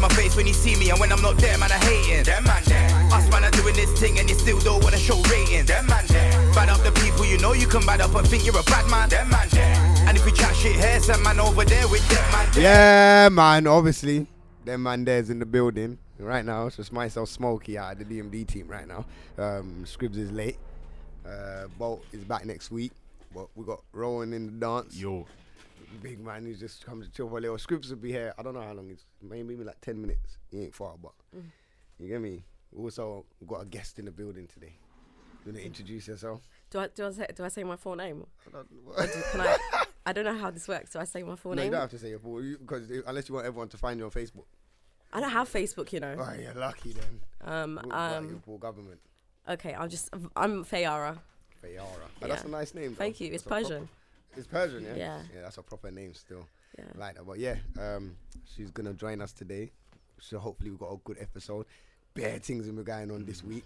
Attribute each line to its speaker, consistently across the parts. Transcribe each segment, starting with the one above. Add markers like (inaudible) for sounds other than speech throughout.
Speaker 1: my face when you see me, and when I'm not there, man, I hating. Them man there. Us man are doing this thing, and you still don't wanna show ratings. Them man there. Bad up the people you know you can bad up and think you're a bad man. Them man there. And if you chat shit here, some man over there with them man there.
Speaker 2: Yeah, man, obviously. Them man there's in the building right now. It's just myself, Smokey, out of the DMD team right now. Um, Scribs is late. Uh, Bolt is back next week. But we got Rowan in the dance.
Speaker 3: Yo,
Speaker 2: Big man who's just come to chill for a little. Scribs will be here. I don't know how long it's. Maybe maybe like 10 minutes. He ain't far, but. You get me? We also got a guest in the building today. You want to introduce yourself?
Speaker 4: Do I do I say, do I say my full name? Or
Speaker 2: (laughs)
Speaker 4: do- can I? I don't know how this works. Do I say my full
Speaker 2: No, you
Speaker 4: name?
Speaker 2: don't have to say it, but you- because unless you want everyone to find you on Facebook.
Speaker 4: I don't have Facebook, you know.
Speaker 2: Oh, you're lucky then.
Speaker 4: Um,
Speaker 2: What about your
Speaker 4: um,
Speaker 2: poor government.
Speaker 4: okay, I'll just. I'm Fayara.
Speaker 2: Fayara. But That's a
Speaker 4: yeah.
Speaker 2: nice name. though.
Speaker 4: Thank you. It's
Speaker 2: That's a prop-
Speaker 4: Persian.
Speaker 2: it's Persian, yeah?
Speaker 4: Yeah.
Speaker 2: that's a proper name still.
Speaker 4: Yeah.
Speaker 2: Like that. But yeah, um, she's going to join us today. So hopefully we've got a good episode. Bare things have been going on this week.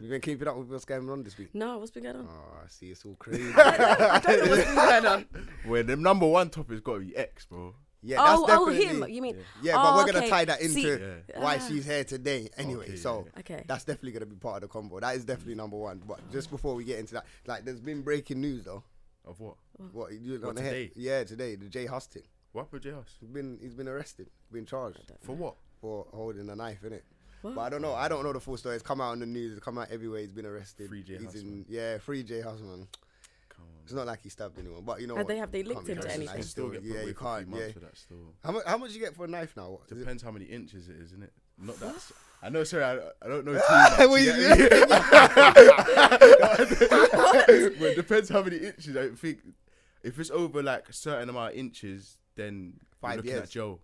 Speaker 2: You've been keeping up with what's going on this week?
Speaker 4: No, what's been going on?
Speaker 2: Oh, I see. It's all
Speaker 4: (laughs)
Speaker 2: crazy.
Speaker 4: I don't know what's been going on.
Speaker 3: where the number one topic's got to be X, bro.
Speaker 2: Yeah,
Speaker 4: Oh,
Speaker 2: that's
Speaker 4: oh,
Speaker 2: definitely,
Speaker 4: him, you mean-
Speaker 2: Yeah,
Speaker 4: Oh,
Speaker 2: but we're gonna
Speaker 4: okay.
Speaker 2: tie that
Speaker 4: See-
Speaker 2: into why she's here today. Anyway,
Speaker 3: Okay,
Speaker 2: so
Speaker 4: yeah. Okay. Mm.
Speaker 2: that's definitely gonna be part of the combo. That is definitely number one. But just before we get into that, like, there's been breaking news though.
Speaker 3: Of what?
Speaker 2: What you
Speaker 3: What,
Speaker 2: on the head-
Speaker 3: today?
Speaker 2: Yeah, today the Jay Huston.
Speaker 3: What happened to J-Hus?
Speaker 2: He's been he's been arrested, been charged
Speaker 3: For what?
Speaker 2: for holding a knife, innit?
Speaker 4: What?
Speaker 2: But I don't know. I don't know the full story. It's come out on the news. It's come out everywhere. He's been arrested.
Speaker 3: Free Jay
Speaker 2: He's in-
Speaker 3: Husman.
Speaker 2: Yeah, free Jay Husman.
Speaker 3: Come on.
Speaker 2: It's not like he stabbed anyone, but you know.
Speaker 4: Have
Speaker 2: what?
Speaker 4: they- have they
Speaker 2: Can't
Speaker 4: linked
Speaker 2: be
Speaker 4: him to
Speaker 2: arrested.
Speaker 4: anything?
Speaker 2: Like,
Speaker 4: Still
Speaker 2: still- Yeah, you can't. Yeah.
Speaker 3: For that still.
Speaker 2: How much, how much you get for a knife now? What, is it-
Speaker 3: Depends how many inches it is, isn't it? Not that. s- I know, sorry, I, I don't know too much.
Speaker 2: (laughs) What
Speaker 3: you
Speaker 2: you
Speaker 3: get me? (laughs) but it depends how many inches. I think if it's over like a certain amount of inches, then
Speaker 2: Five
Speaker 3: you're looking
Speaker 2: years.
Speaker 3: at Joe.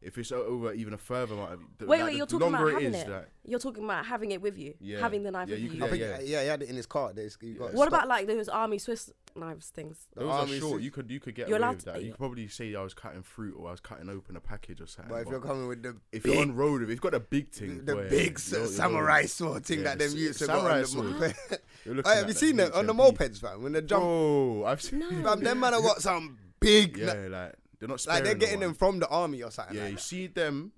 Speaker 3: If it's o- over even a further amount, of, the,
Speaker 4: Wait,
Speaker 3: like,
Speaker 4: wait.
Speaker 3: the
Speaker 4: You're talking
Speaker 3: longer
Speaker 4: about having
Speaker 3: is,
Speaker 4: it.
Speaker 3: like,
Speaker 4: You're talking about having it with you.
Speaker 3: Yeah.
Speaker 4: Having the knife
Speaker 3: Yeah,
Speaker 4: with
Speaker 3: you
Speaker 4: you.
Speaker 3: can
Speaker 2: I
Speaker 3: Yeah,
Speaker 2: think
Speaker 3: yeah.
Speaker 2: yeah. he had it in his car. that it's- you got
Speaker 3: Yeah.
Speaker 2: stopped.
Speaker 4: what about like those army Swiss knives things?
Speaker 3: those
Speaker 2: army
Speaker 3: are short.
Speaker 2: suits.
Speaker 3: You could you could get
Speaker 4: You're
Speaker 3: away
Speaker 4: allowed
Speaker 3: with
Speaker 4: to
Speaker 3: that.
Speaker 4: eat.
Speaker 3: You could probably say I was cutting fruit or I was cutting open a package or something.
Speaker 2: But if you're coming with the
Speaker 3: if
Speaker 2: big,
Speaker 3: you're on road, if you've got a big thing,
Speaker 2: the
Speaker 3: boy,
Speaker 2: big s-
Speaker 3: you're- you're
Speaker 2: samurai
Speaker 3: going-
Speaker 2: sword thing
Speaker 3: Yeah,
Speaker 2: that them
Speaker 3: s-
Speaker 2: used to
Speaker 3: samurai
Speaker 2: got on the
Speaker 3: sword.
Speaker 4: (laughs)
Speaker 2: moped.
Speaker 3: You're
Speaker 2: oh,
Speaker 3: looking
Speaker 2: have
Speaker 3: at
Speaker 2: you
Speaker 3: that
Speaker 2: seen them on the
Speaker 3: HMP.
Speaker 2: mopeds, fam? When they jump,
Speaker 3: Oh, I've seen.
Speaker 2: (laughs) fam, them man have got some big.
Speaker 3: Yeah,
Speaker 2: kni-
Speaker 3: like they're not.
Speaker 2: like
Speaker 3: sparing
Speaker 2: they're
Speaker 3: no
Speaker 2: getting
Speaker 3: one.
Speaker 2: them from the army or something.
Speaker 3: Yeah,
Speaker 2: like
Speaker 3: you
Speaker 2: that.
Speaker 3: see them,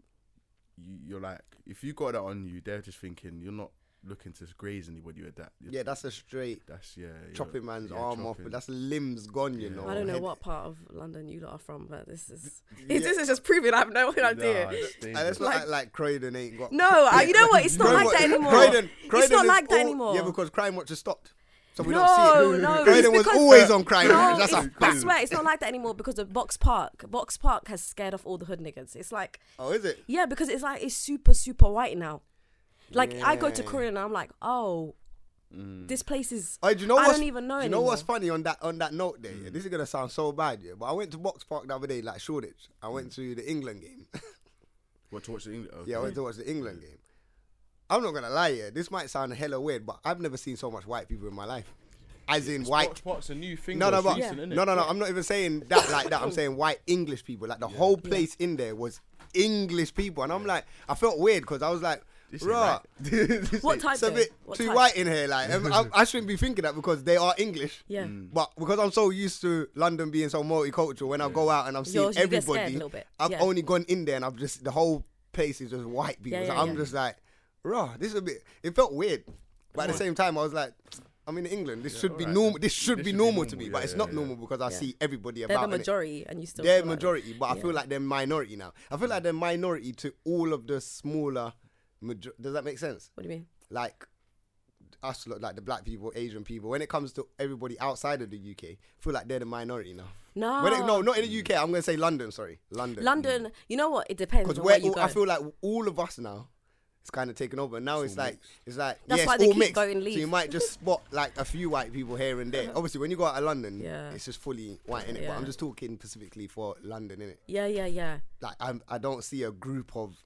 Speaker 3: you, you're like, if you got that on you, they're just thinking you're not looking to graze anybody with that. You're-
Speaker 2: yeah, that's a straight
Speaker 3: that's yeah. you're-
Speaker 2: chopping man's
Speaker 3: yeah,
Speaker 2: arm off.
Speaker 3: chopping.
Speaker 2: But that's limbs gone, you
Speaker 3: Yeah.
Speaker 2: know.
Speaker 4: I don't know
Speaker 2: Head- (laughs)
Speaker 4: what part of London you lot are from, but this is
Speaker 2: Oh,
Speaker 4: (laughs)
Speaker 2: Yeah.
Speaker 4: this is just proving I have no
Speaker 3: Nah,
Speaker 4: idea.
Speaker 2: And
Speaker 3: it's
Speaker 2: let's
Speaker 3: dangerous.
Speaker 2: not
Speaker 4: Like-
Speaker 2: act like Croydon ain't got.
Speaker 4: No, I- you know what? It's not
Speaker 2: Crime
Speaker 4: like
Speaker 2: Watch-
Speaker 4: that anymore.
Speaker 2: Croydon-
Speaker 4: it's
Speaker 2: Croydon
Speaker 4: not
Speaker 2: is
Speaker 4: like that
Speaker 2: all-
Speaker 4: anymore.
Speaker 2: Yeah, because Crime Watch has stopped. So we
Speaker 4: no,
Speaker 2: don't (laughs) see it.
Speaker 4: no, it's
Speaker 2: Croydon was
Speaker 4: because-
Speaker 2: always on Crime Watch.
Speaker 4: No,
Speaker 2: That's a
Speaker 4: it's- I
Speaker 2: fact.
Speaker 4: swear it's not like that anymore because of Box Park. Box Park has scared off all the hood niggas. It's like,
Speaker 2: Oh, is it?
Speaker 4: yeah, because it's like it's super super white now. Like I go to
Speaker 2: Yeah.
Speaker 4: Korea and I'm like, oh, this place is.
Speaker 2: Oh, do you know
Speaker 4: I
Speaker 2: what's,
Speaker 4: don't even know
Speaker 2: do you know what's
Speaker 4: anymore.
Speaker 2: funny on that on that note there? yeah? This is gonna sound so bad, yeah. But I went to Box Park the other day, like Shoreditch. I went to the England game. (laughs)
Speaker 3: What to watch the English? Okay.
Speaker 2: yeah, I went to watch the England game. I'm not gonna lie, yeah. This might sound hella weird, but I've never seen so much white people in my life. As in white.
Speaker 3: Watch what's a new thing.
Speaker 2: No, no, but,
Speaker 4: Yeah.
Speaker 2: no, no, no. I'm not even saying that like that. I'm saying white English people. Like the whole place in there was English people, and I'm like, I felt weird because I was like, bruh,
Speaker 4: What type?
Speaker 2: it's a
Speaker 4: though?
Speaker 2: bit
Speaker 4: What
Speaker 2: too
Speaker 4: type?
Speaker 2: white in here. Like, um, I, I shouldn't be thinking that because they are English.
Speaker 4: Yeah. Mm.
Speaker 2: But because I'm so used to London being so multicultural, when I
Speaker 4: Mm.
Speaker 2: go out and I'm seeing
Speaker 4: Yours, you get scared a
Speaker 2: everybody,
Speaker 4: little bit.
Speaker 2: I've
Speaker 4: Yeah.
Speaker 2: only gone in there and I've just the whole place is just white people.
Speaker 4: Yeah,
Speaker 2: so
Speaker 4: yeah,
Speaker 2: I'm
Speaker 4: yeah.
Speaker 2: just like, raw. This is a bit. It felt weird, but at the same time, I was like. I'm in England. This should be
Speaker 3: alright.
Speaker 2: normal. This should
Speaker 3: This
Speaker 2: be
Speaker 3: should be
Speaker 2: normal
Speaker 3: normal,
Speaker 2: to me,
Speaker 3: yeah,
Speaker 2: but it's
Speaker 3: yeah,
Speaker 2: not
Speaker 3: yeah.
Speaker 2: normal because I
Speaker 4: Yeah.
Speaker 2: see everybody
Speaker 4: They're the
Speaker 2: about. innit?
Speaker 4: majority, and you still.
Speaker 2: They're
Speaker 4: feel like that.
Speaker 2: majority, but I
Speaker 4: Yeah.
Speaker 2: feel like they're minority now. I feel like they're minority to all of the smaller. Major- Does that make sense?
Speaker 4: What do you mean?
Speaker 2: like us look like the black people, Asian people. When it comes to everybody outside of the UK, I feel like they're the minority now.
Speaker 4: No.
Speaker 2: When it- no, not in the UK. I'm gonna say London. Sorry, London.
Speaker 4: London, you know what? It depends
Speaker 2: Because
Speaker 4: on where
Speaker 2: we're
Speaker 4: you
Speaker 2: all,
Speaker 4: go.
Speaker 2: I feel like all of us now. It's kind of taken over now. It's, like it's like
Speaker 4: That's
Speaker 2: yeah, it's
Speaker 4: why they
Speaker 2: all
Speaker 4: keep
Speaker 2: mixed.
Speaker 4: going
Speaker 2: So you
Speaker 4: leave.
Speaker 2: might
Speaker 4: (laughs)
Speaker 2: just spot like a few white people here and there. Obviously, when you go out of London,
Speaker 4: Yeah.
Speaker 2: it's just fully white in it. But I'm
Speaker 4: Yeah.
Speaker 2: just talking specifically for London in it.
Speaker 4: yeah, yeah, yeah.
Speaker 2: Like I'm, I don't see a group of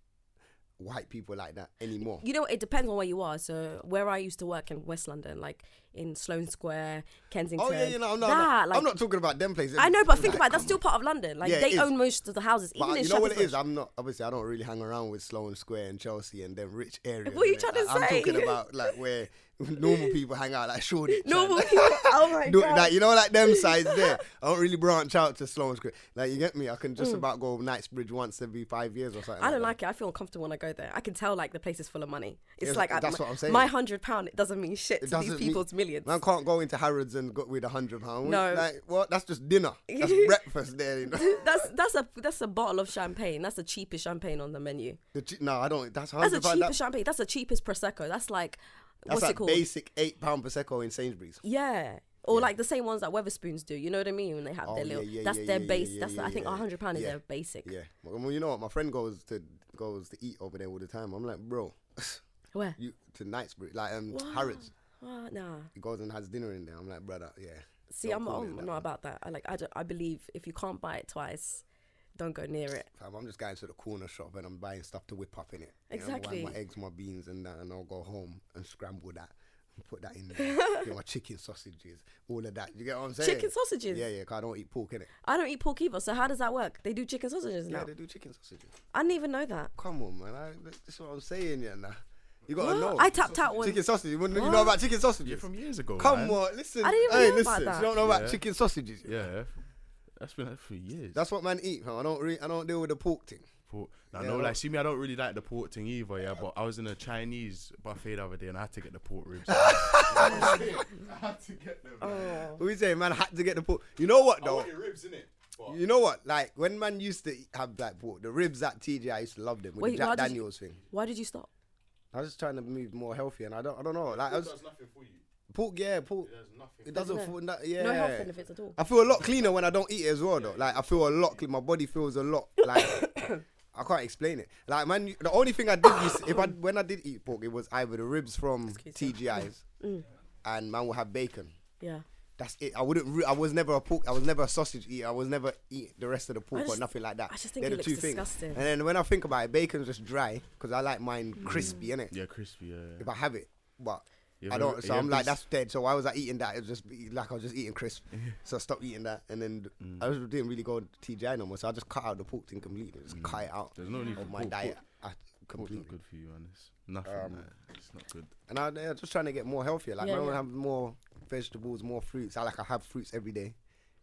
Speaker 2: white people like that anymore.
Speaker 4: you know, it depends on where you are. So where I used to work in West London, like in Sloan Square, Kensington.
Speaker 2: Oh yeah, you know, no,
Speaker 4: that,
Speaker 2: no,
Speaker 4: like,
Speaker 2: I'm not talking about them places.
Speaker 4: I know, but
Speaker 2: Like,
Speaker 4: think about it, that's
Speaker 2: come
Speaker 4: still part of London. Like
Speaker 2: Yeah, it
Speaker 4: they
Speaker 2: is.
Speaker 4: own most of the houses, even
Speaker 2: But
Speaker 4: in
Speaker 2: you know what it
Speaker 4: Shepherd's
Speaker 2: is? I'm not obviously I don't really hang around with Sloan Square and Chelsea and them rich areas.
Speaker 4: What are you
Speaker 2: innit?
Speaker 4: trying to
Speaker 2: Like, I'm
Speaker 4: say?
Speaker 2: talking
Speaker 4: (laughs)
Speaker 2: about like where normal people hang out, like Shoreditch. (laughs)
Speaker 4: Bush. Normal
Speaker 2: and-
Speaker 4: people. (laughs) Oh my
Speaker 2: Do,
Speaker 4: god.
Speaker 2: like you know, like them sides there. I don't really branch out to Sloan Square. Like you get me? I can just about go Knightsbridge once every five years or something.
Speaker 4: Mm. I don't
Speaker 2: that.
Speaker 4: like it. I feel uncomfortable when I go there. I can tell like the place is full of money. It's
Speaker 2: Yes,
Speaker 4: like I-
Speaker 2: that's
Speaker 4: my,
Speaker 2: what I'm saying.
Speaker 4: My hundred pound it doesn't mean shit to these
Speaker 2: doesn't mean-
Speaker 4: people's millions.
Speaker 2: Man can't go into Harrods and go with a hundred pound.
Speaker 4: No.
Speaker 2: like what? That's just
Speaker 4: (laughs)
Speaker 2: dinner. That's breakfast there. You know?
Speaker 4: (laughs) that's that's a that's a bottle of champagne. That's the cheapest champagne on the menu.
Speaker 2: the che- no, I don't. That's
Speaker 4: That's the
Speaker 2: hundred pound.
Speaker 4: cheapest
Speaker 2: That,
Speaker 4: champagne. That's the cheapest prosecco. That's like
Speaker 2: that's
Speaker 4: what's
Speaker 2: like
Speaker 4: it called?
Speaker 2: basic eight pound prosecco in Sainsbury's.
Speaker 4: Yeah. Or like the same ones that Weatherspoons do, you know what I mean? When they have
Speaker 2: Oh,
Speaker 4: their
Speaker 2: yeah,
Speaker 4: little,
Speaker 2: yeah,
Speaker 4: that's
Speaker 2: yeah,
Speaker 4: their
Speaker 2: yeah, yeah,
Speaker 4: base.
Speaker 2: yeah,
Speaker 4: that's
Speaker 2: yeah,
Speaker 4: I think
Speaker 2: yeah,
Speaker 4: a hundred pound is
Speaker 2: yeah.
Speaker 4: their basic.
Speaker 2: Yeah. Well, you know what? My friend goes to goes to eat over there all the time. I'm like, bro, (laughs)
Speaker 4: Where?
Speaker 2: you to Knightsbridge, like um, Harrods.
Speaker 4: Oh, nah.
Speaker 2: He goes and has dinner in there. I'm like, brother, yeah.
Speaker 4: See,
Speaker 2: don't
Speaker 4: I'm,
Speaker 2: call me
Speaker 4: I'm
Speaker 2: on
Speaker 4: not
Speaker 2: that one.
Speaker 4: about that. I like I, don't, I believe if you can't buy it twice, don't go near it.
Speaker 2: Fam, I'm just going to the corner shop and I'm buying stuff to whip up in it.
Speaker 4: Exactly.
Speaker 2: my eggs, my beans, and that, and I'll go home and scramble that, and put that in
Speaker 4: (laughs)
Speaker 2: there. Get my chicken sausages, all of that. You get what I'm saying?
Speaker 4: Chicken sausages?
Speaker 2: Yeah, yeah. 'cause I don't eat pork in it.
Speaker 4: I don't eat pork either, so how does that work? They do chicken sausages
Speaker 2: Yeah,
Speaker 4: now.
Speaker 2: they do chicken sausages.
Speaker 4: I didn't even know that.
Speaker 2: Come on, man. I, that's what I'm saying, yeah. Nah. You gotta
Speaker 4: What?
Speaker 2: know.
Speaker 4: I tapped out one.
Speaker 2: Chicken sausage. You wouldn't- you
Speaker 4: What?
Speaker 2: know about chicken sausages?
Speaker 3: You're from years ago.
Speaker 2: Come
Speaker 3: man.
Speaker 2: on, listen.
Speaker 4: I didn't even
Speaker 2: hey,
Speaker 4: know about
Speaker 2: listen.
Speaker 4: that.
Speaker 2: You don't know
Speaker 3: Yeah.
Speaker 2: about chicken sausages.
Speaker 3: Yeah, that's been like for years.
Speaker 2: That's what man eat. fam. I don't. Re- I don't deal with the pork thing.
Speaker 3: Port. I
Speaker 2: Yeah,
Speaker 3: know,
Speaker 2: well-
Speaker 3: like, see me, I don't really like the port thing either, yeah, but I was in a Chinese buffet the other day and I had to get the port (laughs) ribs.
Speaker 2: What we saying, man? Had to get the pork. You know what though?
Speaker 3: ribs, innit? But
Speaker 2: You know what? Like when man used to have black pork, the ribs at TJ, I used to love them with
Speaker 4: Wait,
Speaker 2: the
Speaker 4: why
Speaker 2: Jack
Speaker 4: did you-
Speaker 2: Daniels thing.
Speaker 4: Why did you stop?
Speaker 2: I was just trying to move more healthy, and I don't, I don't know. Like I was,
Speaker 3: nothing for you.
Speaker 2: pork, yeah, pork. It doesn't,
Speaker 4: Doesn't
Speaker 2: feel, no, yeah.
Speaker 4: No health benefits at all.
Speaker 2: I feel a lot cleaner when I don't eat it as well, though. Like I feel a lot. Cle- my body feels a lot. Like (coughs) I can't explain it. Like man, the only thing I did is if I (coughs) when I did eat pork, it was either the ribs from
Speaker 4: me.
Speaker 2: TGI's,
Speaker 4: Mm.
Speaker 2: and man will have bacon.
Speaker 4: Yeah.
Speaker 2: That's it. I wouldn't. Re- I was never a pork. I was never a sausage eater. I was never eat the rest of the pork
Speaker 4: just-
Speaker 2: or nothing like that.
Speaker 4: I just think
Speaker 2: They're
Speaker 4: it
Speaker 2: the
Speaker 4: looks
Speaker 2: two
Speaker 4: disgusting.
Speaker 2: things. And then when I think about it, bacon's just dry because I like mine crispy,
Speaker 4: Mm.
Speaker 2: innit?
Speaker 3: Yeah, crispy, yeah. yeah.
Speaker 2: If I have it, but
Speaker 3: You
Speaker 2: I
Speaker 3: have
Speaker 2: don't.
Speaker 3: a-
Speaker 2: So
Speaker 3: you
Speaker 2: I'm
Speaker 3: have
Speaker 2: like,
Speaker 3: this-
Speaker 2: that's dead. So why was I eating that? It was just be- like I was just eating crisp. so I stopped eating that, and then
Speaker 3: Mm.
Speaker 2: I just didn't really go to TGI no more. So I just cut out the pork thing completely. Just cut it out
Speaker 3: Mm. There's no need for
Speaker 2: of my
Speaker 3: pork.
Speaker 2: diet. I,
Speaker 3: Port's not
Speaker 2: completely.
Speaker 3: good for you, man. It's nothing.
Speaker 2: Um,
Speaker 3: man. It's not good.
Speaker 2: And I, I'm just trying to get more healthier. Like
Speaker 4: Yeah,
Speaker 2: I want
Speaker 4: yeah.
Speaker 2: to have more vegetables, more fruits. I like I have fruits every day.